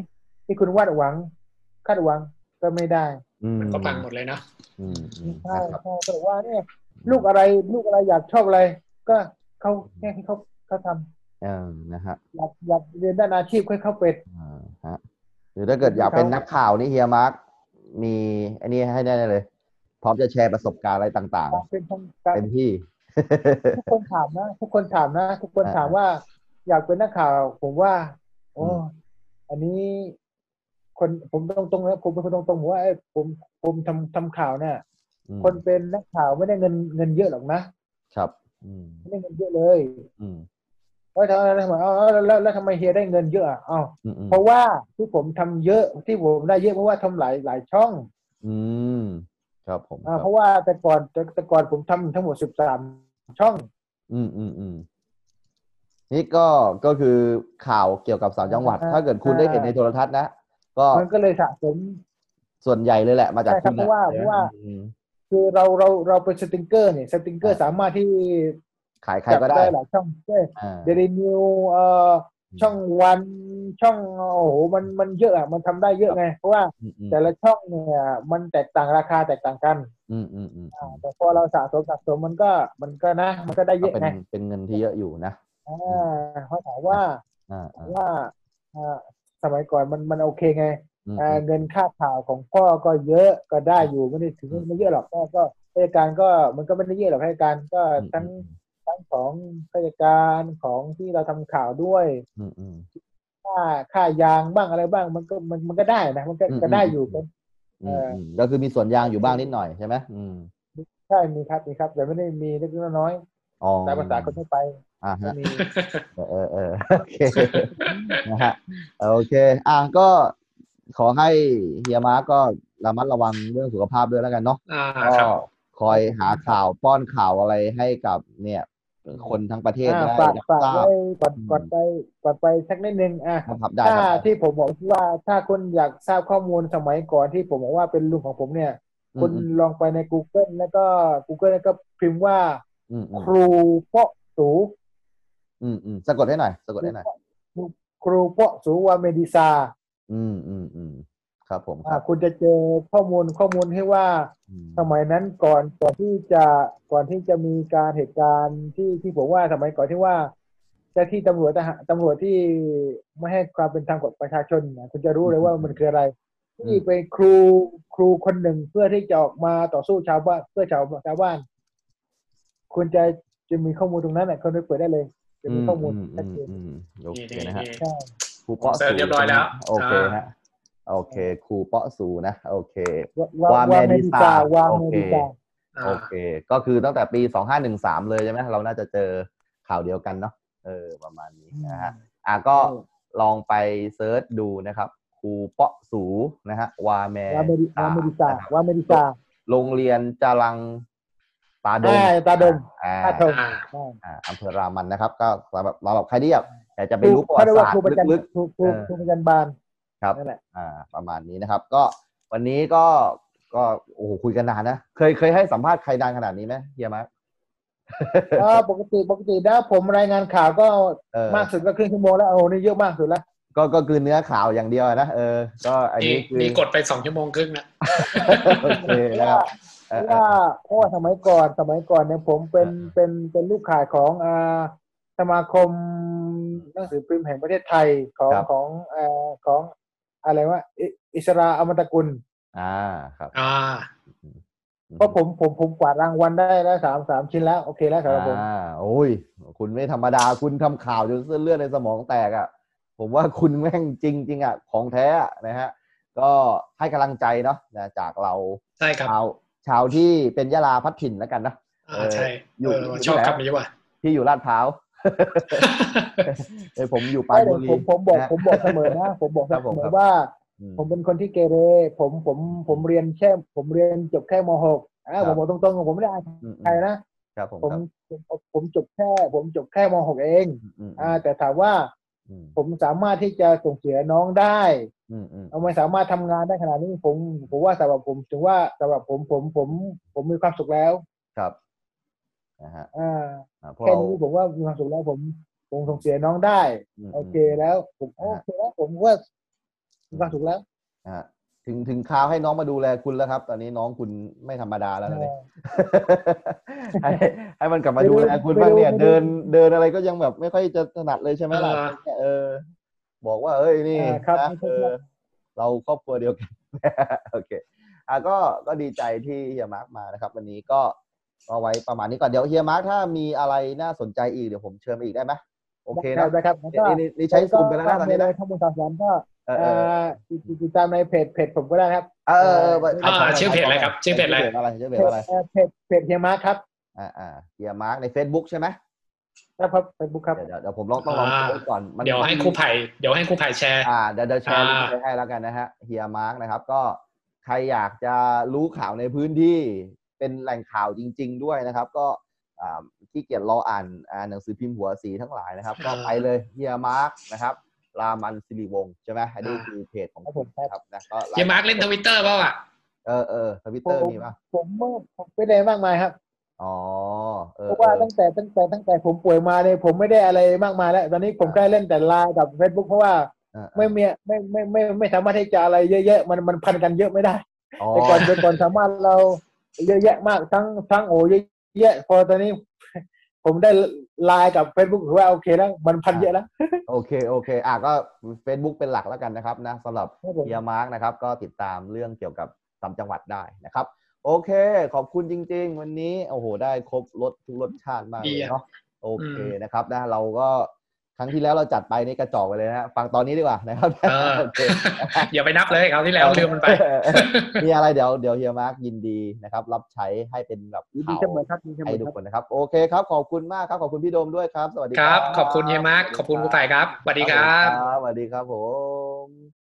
Speaker 5: ที่คุณวาดหวังคาดหวังก็ไม่ได้
Speaker 6: อื
Speaker 4: มันก็พังหมดเลยเนาะ
Speaker 6: อืมอืม
Speaker 5: ใช่
Speaker 6: ครับ
Speaker 5: ใช่ก็บอกว่าเนี่ย ลูกอะไรลูกอะไรอยากชอบอะไร ก็เขาแค่ให้เขาเขาท
Speaker 6: เออนะฮะ
Speaker 5: ำอยากอยากเรียนด้านอาชีพก็ให้เขาเป็น
Speaker 6: อ่าฮะหรือถ้าเกิดอยากเป็นนักข่าวนี่เฮียมาร์กมีอันนี้ให้ได้เลย พร้อมจะแชร์ประสบการณ์อะไรต่าง
Speaker 5: การเป็นทางการ
Speaker 6: ๆเต็มที่
Speaker 5: ทุกคนถามนะทุกคนถามนะทุกคน
Speaker 6: อ่า
Speaker 5: ถามว่า อยากเป็นนักข่าว ผมว่า โอ้
Speaker 6: อืม
Speaker 5: อันนี้ คนผมตรงตรงๆนะผมเป็นคนตรงตรงๆผมว่าเอ้ยผมผมทำทำข่าวเนี่ย
Speaker 6: อืม
Speaker 5: คนเป็นนักข่าวไม่ได้เงินเงินเยอะหรอกนะครับ
Speaker 6: อืม
Speaker 5: ไม่ได้เงินเยอะเลย
Speaker 6: อืม
Speaker 5: แล้วทำไมแล้วทำไมเอาแล้วแล้วแล้วทำไมเฮียได้เงินเยอะอ่ะเอ้า
Speaker 6: อืมอืม
Speaker 5: เพราะว่าที่ผมทำเยอะที่ผมได้เยอะเพราะว่าทำหลายหลายช่อง
Speaker 6: อืมครับผมค
Speaker 5: อ่า
Speaker 6: รับ
Speaker 5: เพราะว่าแต่ก่อนแต่แต่ก่อนผมทำทั้งหมดสิบสามช่อง
Speaker 6: อืมอืมอืมนี่ก็ก็คือข่าวเกี่ยวกับสามจังหวัด
Speaker 5: อ่า
Speaker 6: ถ้าเกิดคุณได้เห็นในโทรทัศน์นะก็
Speaker 5: มันก็เลยสะสม
Speaker 6: ส่วนใหญ่เลยแหละ มาจาก
Speaker 5: ใช่ครับ
Speaker 6: คุณ
Speaker 5: เพราะว่าเพราะว่า
Speaker 6: อืม
Speaker 5: คือเราเราเราเป็นสติงเกอร์เนี่ยสติงเกอร์
Speaker 6: อ่า
Speaker 5: สามารถที่
Speaker 6: ขายใคร
Speaker 5: จับ
Speaker 6: ก็ได้
Speaker 5: ได้หลายช่องใช่
Speaker 6: อ่า
Speaker 5: เดลินิวเอ่อช่องวันช่องโอ้โหมันมันเยอะอ่ะมันทำได้เยอะไงเพราะว่า
Speaker 6: อืมอืม
Speaker 5: แต่ละช่องเนี่ย มันแตกต่างราคาแตกต่างกัน
Speaker 6: อืมอืมอืมอืม
Speaker 5: แต่พอเราสะสมสะสมมันก็มันก็นะ มันก็ได้เย
Speaker 6: ก็
Speaker 5: อะ
Speaker 6: เป็น
Speaker 5: ไง
Speaker 6: เป็นเงินที่เยอะอยู่นะ
Speaker 5: อ่าเพราะถามว่า
Speaker 6: อ่าอ่า
Speaker 5: ว่าอ่าสมัยก่อนมันมันโอเคไง
Speaker 6: อืม
Speaker 5: อ่าเงินค่าข่าวของพ่อก็เยอะก็ได้อยู่ไม่ได้ถึงไม่เยอะหรอกก็ก็ราชการก็มันก็ไม่ได้เยอะหรอกราชการก็
Speaker 6: อืม
Speaker 5: ทั้ง ทั้งของราชการของที่เราทำข่าวด้วย
Speaker 6: อืมอืม
Speaker 5: ค่าค่ายางบ้างอะไรบ้างมันก็มันมันก็ได้นะ มันก็
Speaker 6: อืม
Speaker 5: ก็ได้
Speaker 6: อืม
Speaker 5: อยู่เป็น
Speaker 6: อืมอืมก็คือมีส่วนยางอยู่บ้างนิดหน่อยใช่ไหมอืม
Speaker 5: ใช่มีครับมีครับ แต่ไม่ได้มีเล็กๆน้อย
Speaker 6: อ๋อ
Speaker 5: ๆตามภาษาคนทั่วไป
Speaker 6: อ่า
Speaker 5: ก็
Speaker 6: ฮะ
Speaker 5: มี
Speaker 6: เออเออเออโอเคนะฮะโอเค อ่ะก็ขอให้เฮียม้าก็ระมัดระวังเรื่องสุขภาพด้วยแล้วกันเนาะ
Speaker 4: อ่าค
Speaker 6: ก็
Speaker 4: รับ
Speaker 6: คอยหาข่าวป้อนข่าวอะไรให้กับเนี่ย คนทั้งประเทศ
Speaker 5: อ่า
Speaker 6: ได้
Speaker 5: ฝาก
Speaker 6: รับ
Speaker 5: ฝาก
Speaker 6: ทราบ
Speaker 5: ไว้ก่อน
Speaker 6: อืม
Speaker 5: ก่อนไปก่อนไปสักนิดนึงอ่ะ
Speaker 6: นะครับได้
Speaker 5: ถ้า
Speaker 6: ครับ
Speaker 5: ที่ผมบอกว่าถ้าคนอยากทราบข้อมูลสมัยก่อนที่ผมบอกว่าเป็นลุงของผมเนี่ยคุณ
Speaker 6: อืม
Speaker 5: ลองไปใน Google แล้วก็ Google แล้วก็พิมพ์ว่า
Speaker 6: อืมอืม
Speaker 5: ครูเปาะสู
Speaker 6: อืมอืมสะกดให้หน่อยสะกดให้หน่อย
Speaker 5: ครูเปาะสูวาเมดิซา
Speaker 6: อืมอืมอืมครับผมค
Speaker 5: อ่า
Speaker 6: รับ
Speaker 5: คุณจะเจอข้อมูลข้อมูลให้ว่า
Speaker 6: อืม
Speaker 5: สมัยนั้นก่อนก่อนที่จะก่อนที่จะมีการเหตุการณ์ที่ที่ผมว่าสมัยก่อนที่ว่าเจ้าที่ตำรวจทหารตำรวจที่ไม่ให้ความเป็นธรรมกับประชาชนนะคุณจะรู้เลยว่ามันคืออะไร ที่เป็นครูครูคนหนึ่งเพื่อที่จะออกมาต่อสู้ชาวบ้านเพื่อชาวชาวบ้าน คุณจะจะมีข้อมูลตรงนั้นน่ะคุณไปเปิดได้เลยจะมีข้อมูล
Speaker 6: อืม
Speaker 5: ชัด
Speaker 6: อืม
Speaker 5: เจน
Speaker 6: อืมโอเคนะฮะ
Speaker 4: ดี
Speaker 5: ใช่
Speaker 6: ครูเปาะ
Speaker 4: เสร็จเรียบร้อยแล้ว
Speaker 6: โอเค
Speaker 4: อ่า
Speaker 6: ฮะโอเคครูเปาะสูนะโอเค
Speaker 5: วาว
Speaker 6: าเม
Speaker 5: วาเม
Speaker 6: ดิ
Speaker 5: ดิ
Speaker 6: ซา
Speaker 5: ซาวา
Speaker 6: โอ
Speaker 5: เม
Speaker 6: เค
Speaker 5: ดิซา
Speaker 4: อ่า
Speaker 6: โอเค ก็คือตั้งแต่ปีสองห้าหนึ่งสามเลยใช่ไหมเราน่าจะเจอข่าวเดียวกันเนาะเออประมาณนี้นะฮะอ่ะก็ลองไปเซิร์ชดูนะครับครูเปาะสูนะฮะวาเม
Speaker 5: วาเมดิ
Speaker 6: ดิซา
Speaker 5: ว่าเมดิซา
Speaker 6: นะครับ
Speaker 5: ว่าเมดิซา
Speaker 6: โรงเรียนจารังปาดง
Speaker 5: อ่าปาดง
Speaker 6: อ่า
Speaker 5: อาทง
Speaker 4: อ่า
Speaker 6: อ่าอำเภอรามันนะครับ ก็สำหรับสำหรับใครที่อยากอยากจะไปรู้ประวั
Speaker 5: เขา
Speaker 6: ติ
Speaker 5: เรียกว่า
Speaker 6: ศาสต
Speaker 5: ครูประ
Speaker 6: ร์
Speaker 5: จัน
Speaker 6: ลึก
Speaker 5: ครูครู
Speaker 6: เออ
Speaker 5: ครูประจันบาล
Speaker 6: ๆครับ
Speaker 5: นั่นแหละ
Speaker 6: อ่าประมาณนี้นะครับ ก็วันนี้ก็ก็โอ้โหคุยกันนานนะ เคยเคยให้สัมภาษณ์ใครนานขนาดนี้ไหมเฮียมาร์ค
Speaker 5: ก็ปกติปกติแล้วผมรายงานข่าวก็
Speaker 6: เออ
Speaker 5: มากสุดก็ครึ่งชั่วโมงแล้วโอ้นี่เยอะมากสุดแล้ว
Speaker 6: ก็ก็คือเนื้อข่าวอย่างเดียวนะเออ ก็อัน
Speaker 4: นี่
Speaker 6: นี้คือ
Speaker 4: นี่กดไปสองชั่วโมงครึ่งนะ
Speaker 6: โอเคนะครับ
Speaker 5: เพ
Speaker 6: เออ
Speaker 5: ราะ
Speaker 6: เอ
Speaker 5: ว่า
Speaker 6: อ
Speaker 5: เพราะว่าสมัยก่อนสมัยก่อนเนี่ยผมเป็น
Speaker 6: เออ
Speaker 5: เป็นเป็นลูกข่ายของอ่าสมาคมหนังสือพิมพ์แห่งประเทศไทยของของเอ่อของอะไรว่าอิสราอมตะกุล
Speaker 6: อ่าครับ
Speaker 4: อ่า
Speaker 5: เพราะผมผมผมกวาดรางวัลได้แล้วสามสามชิ้นแล้วโอเคแล้วสำหรับผม
Speaker 6: อ่าโอ้ย คุณไม่ธรรมดาคุณทำข่าวจนเส้นเลือดในสมองแตกอ่ะ ผมว่าคุณแม่งจริงจริงอ่ะ ของแท้อะนะฮะ ก็ให้กำลังใจเนาะนะจากเรา
Speaker 4: ใช่ครับ
Speaker 6: ชาวชาวที่เป็นยะลาพัดถิ่นแล้วกันนะ
Speaker 4: อ่าใช่
Speaker 6: อยู่
Speaker 4: เออ
Speaker 6: อยู่
Speaker 4: ชอบ
Speaker 6: ที่ไหน
Speaker 4: คำนี้ว่ะ
Speaker 6: ที่อยู่ลาดพร้าวเอ้ยผมอยู่ปรา
Speaker 5: ไม่
Speaker 6: น
Speaker 5: เล
Speaker 6: บุ
Speaker 5: ย
Speaker 6: รี
Speaker 5: ผมผมบอก
Speaker 6: นะฮะ
Speaker 5: ผมบอกเสมอนะผมบอก
Speaker 6: ค
Speaker 5: เส
Speaker 6: รับผม
Speaker 5: ม
Speaker 6: ครั
Speaker 5: อบ ว่า
Speaker 6: อืม
Speaker 5: ผมเป็นคนที่เกเรผมผมผมเรียนแค่ผมเรียนจบแค่มหกอ่า
Speaker 6: ค
Speaker 5: ผ
Speaker 6: รับ
Speaker 5: มบอกตรงๆผมไม่ได้อาย
Speaker 6: อืม
Speaker 5: ใครนะ
Speaker 6: ครับผม
Speaker 5: ผม
Speaker 6: ครับ
Speaker 5: ผมผมผมจบแค่ ผมจบแค่มหกเอง
Speaker 6: อืม
Speaker 5: อ่า แต่ถามว่า
Speaker 6: อืม
Speaker 5: ผมสามารถที่จะส่งเสียน้องได้
Speaker 6: อืมอืม
Speaker 5: เอามาสามารถทำงานได้ขนาดนี้ผมผมว่าสำหรับผมถือว่าสำหรับผมผมผม ผมมีความสุขแล้ว
Speaker 6: ครับนะฮะ
Speaker 5: อ่า
Speaker 6: อ่าพวก
Speaker 5: แค่
Speaker 6: เรา
Speaker 5: นี้ผมว่ามีความสุขแล้วผม คงส่งเสียน้องได้
Speaker 6: ม
Speaker 5: โอเคแล้วผมโอ
Speaker 6: อ่า
Speaker 5: เคแล้วผมว่าถูกแล้วถูกแล้ว
Speaker 6: อ่ะถึงถึงคราวให้น้องมาดูแลคุณแล้วครับ ตอนนี้น้องคุณไม่ธรรมดาแล้วนะเนี่ย ให้ให้มันกลับมาดูแลคุณบ้างเนี่ย เดินเดินอะไรก็ยังแบบไม่ค่อยจะถนัดเลยใช่ไหมล่ะ
Speaker 4: เออ
Speaker 6: เออ บอกว่า เอ้ยนี่
Speaker 5: อ่าครับ
Speaker 6: นะเออเราครอบครัวเดียวกัน โอเคอ่ะก็ก็ดีใจที่เฮียมาร์กมานะครับ วันนี้ก็เอาไว้ประมาณนี้ก่อนเดี๋ยวเฮียมาร์กถ้ามีอะไรน่าสนใจอีกเดี๋ยวผมเชิญมาอีกได้ไหมโอเคนะ
Speaker 5: ได้ครับแล้วก็
Speaker 6: นี่นี่นี่ใช้ซูมไปแล้วนะตอนนี้
Speaker 5: มีะ
Speaker 6: นะ
Speaker 5: ไรข้อมูลข่าวสารก็
Speaker 6: เออเออ
Speaker 5: อ่าติดตามในเพจเพจผมก็ได้ครับ
Speaker 6: เออเออไป
Speaker 4: อ่าชื่อเพจอะไรครับชื่อเพจอะไร
Speaker 6: ชื่อเพจอะไรชื่อเพ
Speaker 5: เพ
Speaker 6: จ
Speaker 5: จ
Speaker 6: อะไร
Speaker 5: เอ่อเพจเพจเฮียมาร์คครับ
Speaker 6: อ่าอ่าเฮียมาร์กใน Facebook ใช่ไหม
Speaker 5: ครับครับเฟซบุ๊กครับ
Speaker 6: เดี๋ยวเดี๋ยวผมลองต้องลอง
Speaker 4: อ่า
Speaker 6: โพสต์ก่อนมัน
Speaker 4: เดี๋ยวให้ครูไผ่เดี๋ยวให้ครูไผ่แชร์
Speaker 6: อ่าเดี๋ยวเดี๋ยวแชร์ลิงก์
Speaker 4: อ่า
Speaker 6: ไปให้แล้วกันนะฮะเฮียมาร์กนะครับ ก็ใครอยากจะรู้ข่าวในพื้นที่เป็นแหล่งข่าวจริง ๆ ด้วยนะครับ ก็อ่าที่เกียจรออ่านอ่านหนังสือพิมพ์หัวสีทั้งหลายนะครับ ก็ไปเลยเฮียมาร์กนะครับรามันสิริวงศ์ใช่ไหมอันนี้คือเพจของ
Speaker 5: ครับผมครับ
Speaker 6: ครับนะก็ไล
Speaker 4: เฮีย
Speaker 6: ฟ์
Speaker 4: มาร์กเล่นทวิตเตอร์เปล่าอ่ะ
Speaker 6: เออเออทวิตเตอร์มีป่ะ
Speaker 5: ผมว่าผมไม่ได้มากมายครับ
Speaker 6: อ๋อเออ
Speaker 5: เพราะว่า
Speaker 6: เออ
Speaker 5: ตั้งแต่ตั้งแต่ตั้งแต่ผมป่วยมาเนี่ยผมไม่ได้อะไรมากมายแล้ว ตอนนี้ผม
Speaker 6: อ่า
Speaker 5: ได้เล่นแต่ไลน์กับเฟซบุ๊กเพราะว่า
Speaker 6: เออเออ
Speaker 5: ไม่มีไม่ไม่ไม่ไม่ไม่สามารถที่จะอะไรเยอะแยะมันมันพันกันเยอะไม่ได้
Speaker 6: อ๋อ
Speaker 5: แต่ก่อนแต่ก่อนสามารถเราเยอะแยะมากทั้งทั้งโอ้เยอะแยะพอตอนนี้ ผมได้ไลน์กับเฟซบุ๊กถือว่าโอเคแล้ว มันพันเยอะแล้ว
Speaker 6: โอเคโอเคอ่ะก็ Facebook เป็นหลักแล้วกันนะครับนะสำหรับ
Speaker 5: ครับผม
Speaker 6: เฮียมาร์กนะครับก็ติดตามเรื่องเกี่ยวกับสามจังหวัดได้นะครับ โอเค ขอบคุณจริง ๆ วันนี้โอ้โหได้ครบรสทุกรสชาติมากเล
Speaker 4: ดี
Speaker 6: ย
Speaker 4: อะ
Speaker 6: เนาะโอเค
Speaker 4: อืม
Speaker 6: นะครับนะเราก็ครั้งที่แล้วเราจัดไปนี่กระจอกไปเลยนะฮะฟังตอนนี้ดีกว่านะครับ
Speaker 4: เออ
Speaker 6: โอเค
Speaker 4: อย่าไปนับเลยคราวที่แล้วลืมมันไป
Speaker 6: มีอะไรเดี๋ยวเดี๋ยวเฮียมาร์กยินดีนะครับ รับใช้ให้เป็นแบบ
Speaker 5: ยินดี
Speaker 6: ข่าว
Speaker 5: เสมอครับยินดีเสม
Speaker 6: ให้
Speaker 5: อ
Speaker 6: ทุ
Speaker 5: ค
Speaker 6: ก
Speaker 5: รับ
Speaker 6: คนนะครับ โอเคครับ ขอบคุณมากครับขอบคุณพี่โดมด้วยครับ สวัสดี
Speaker 4: ครับ ขอบคุณเฮียมาร์กขอบคุณครูไผ่ครับสวัสดีครับ
Speaker 6: สวัสดีครับผม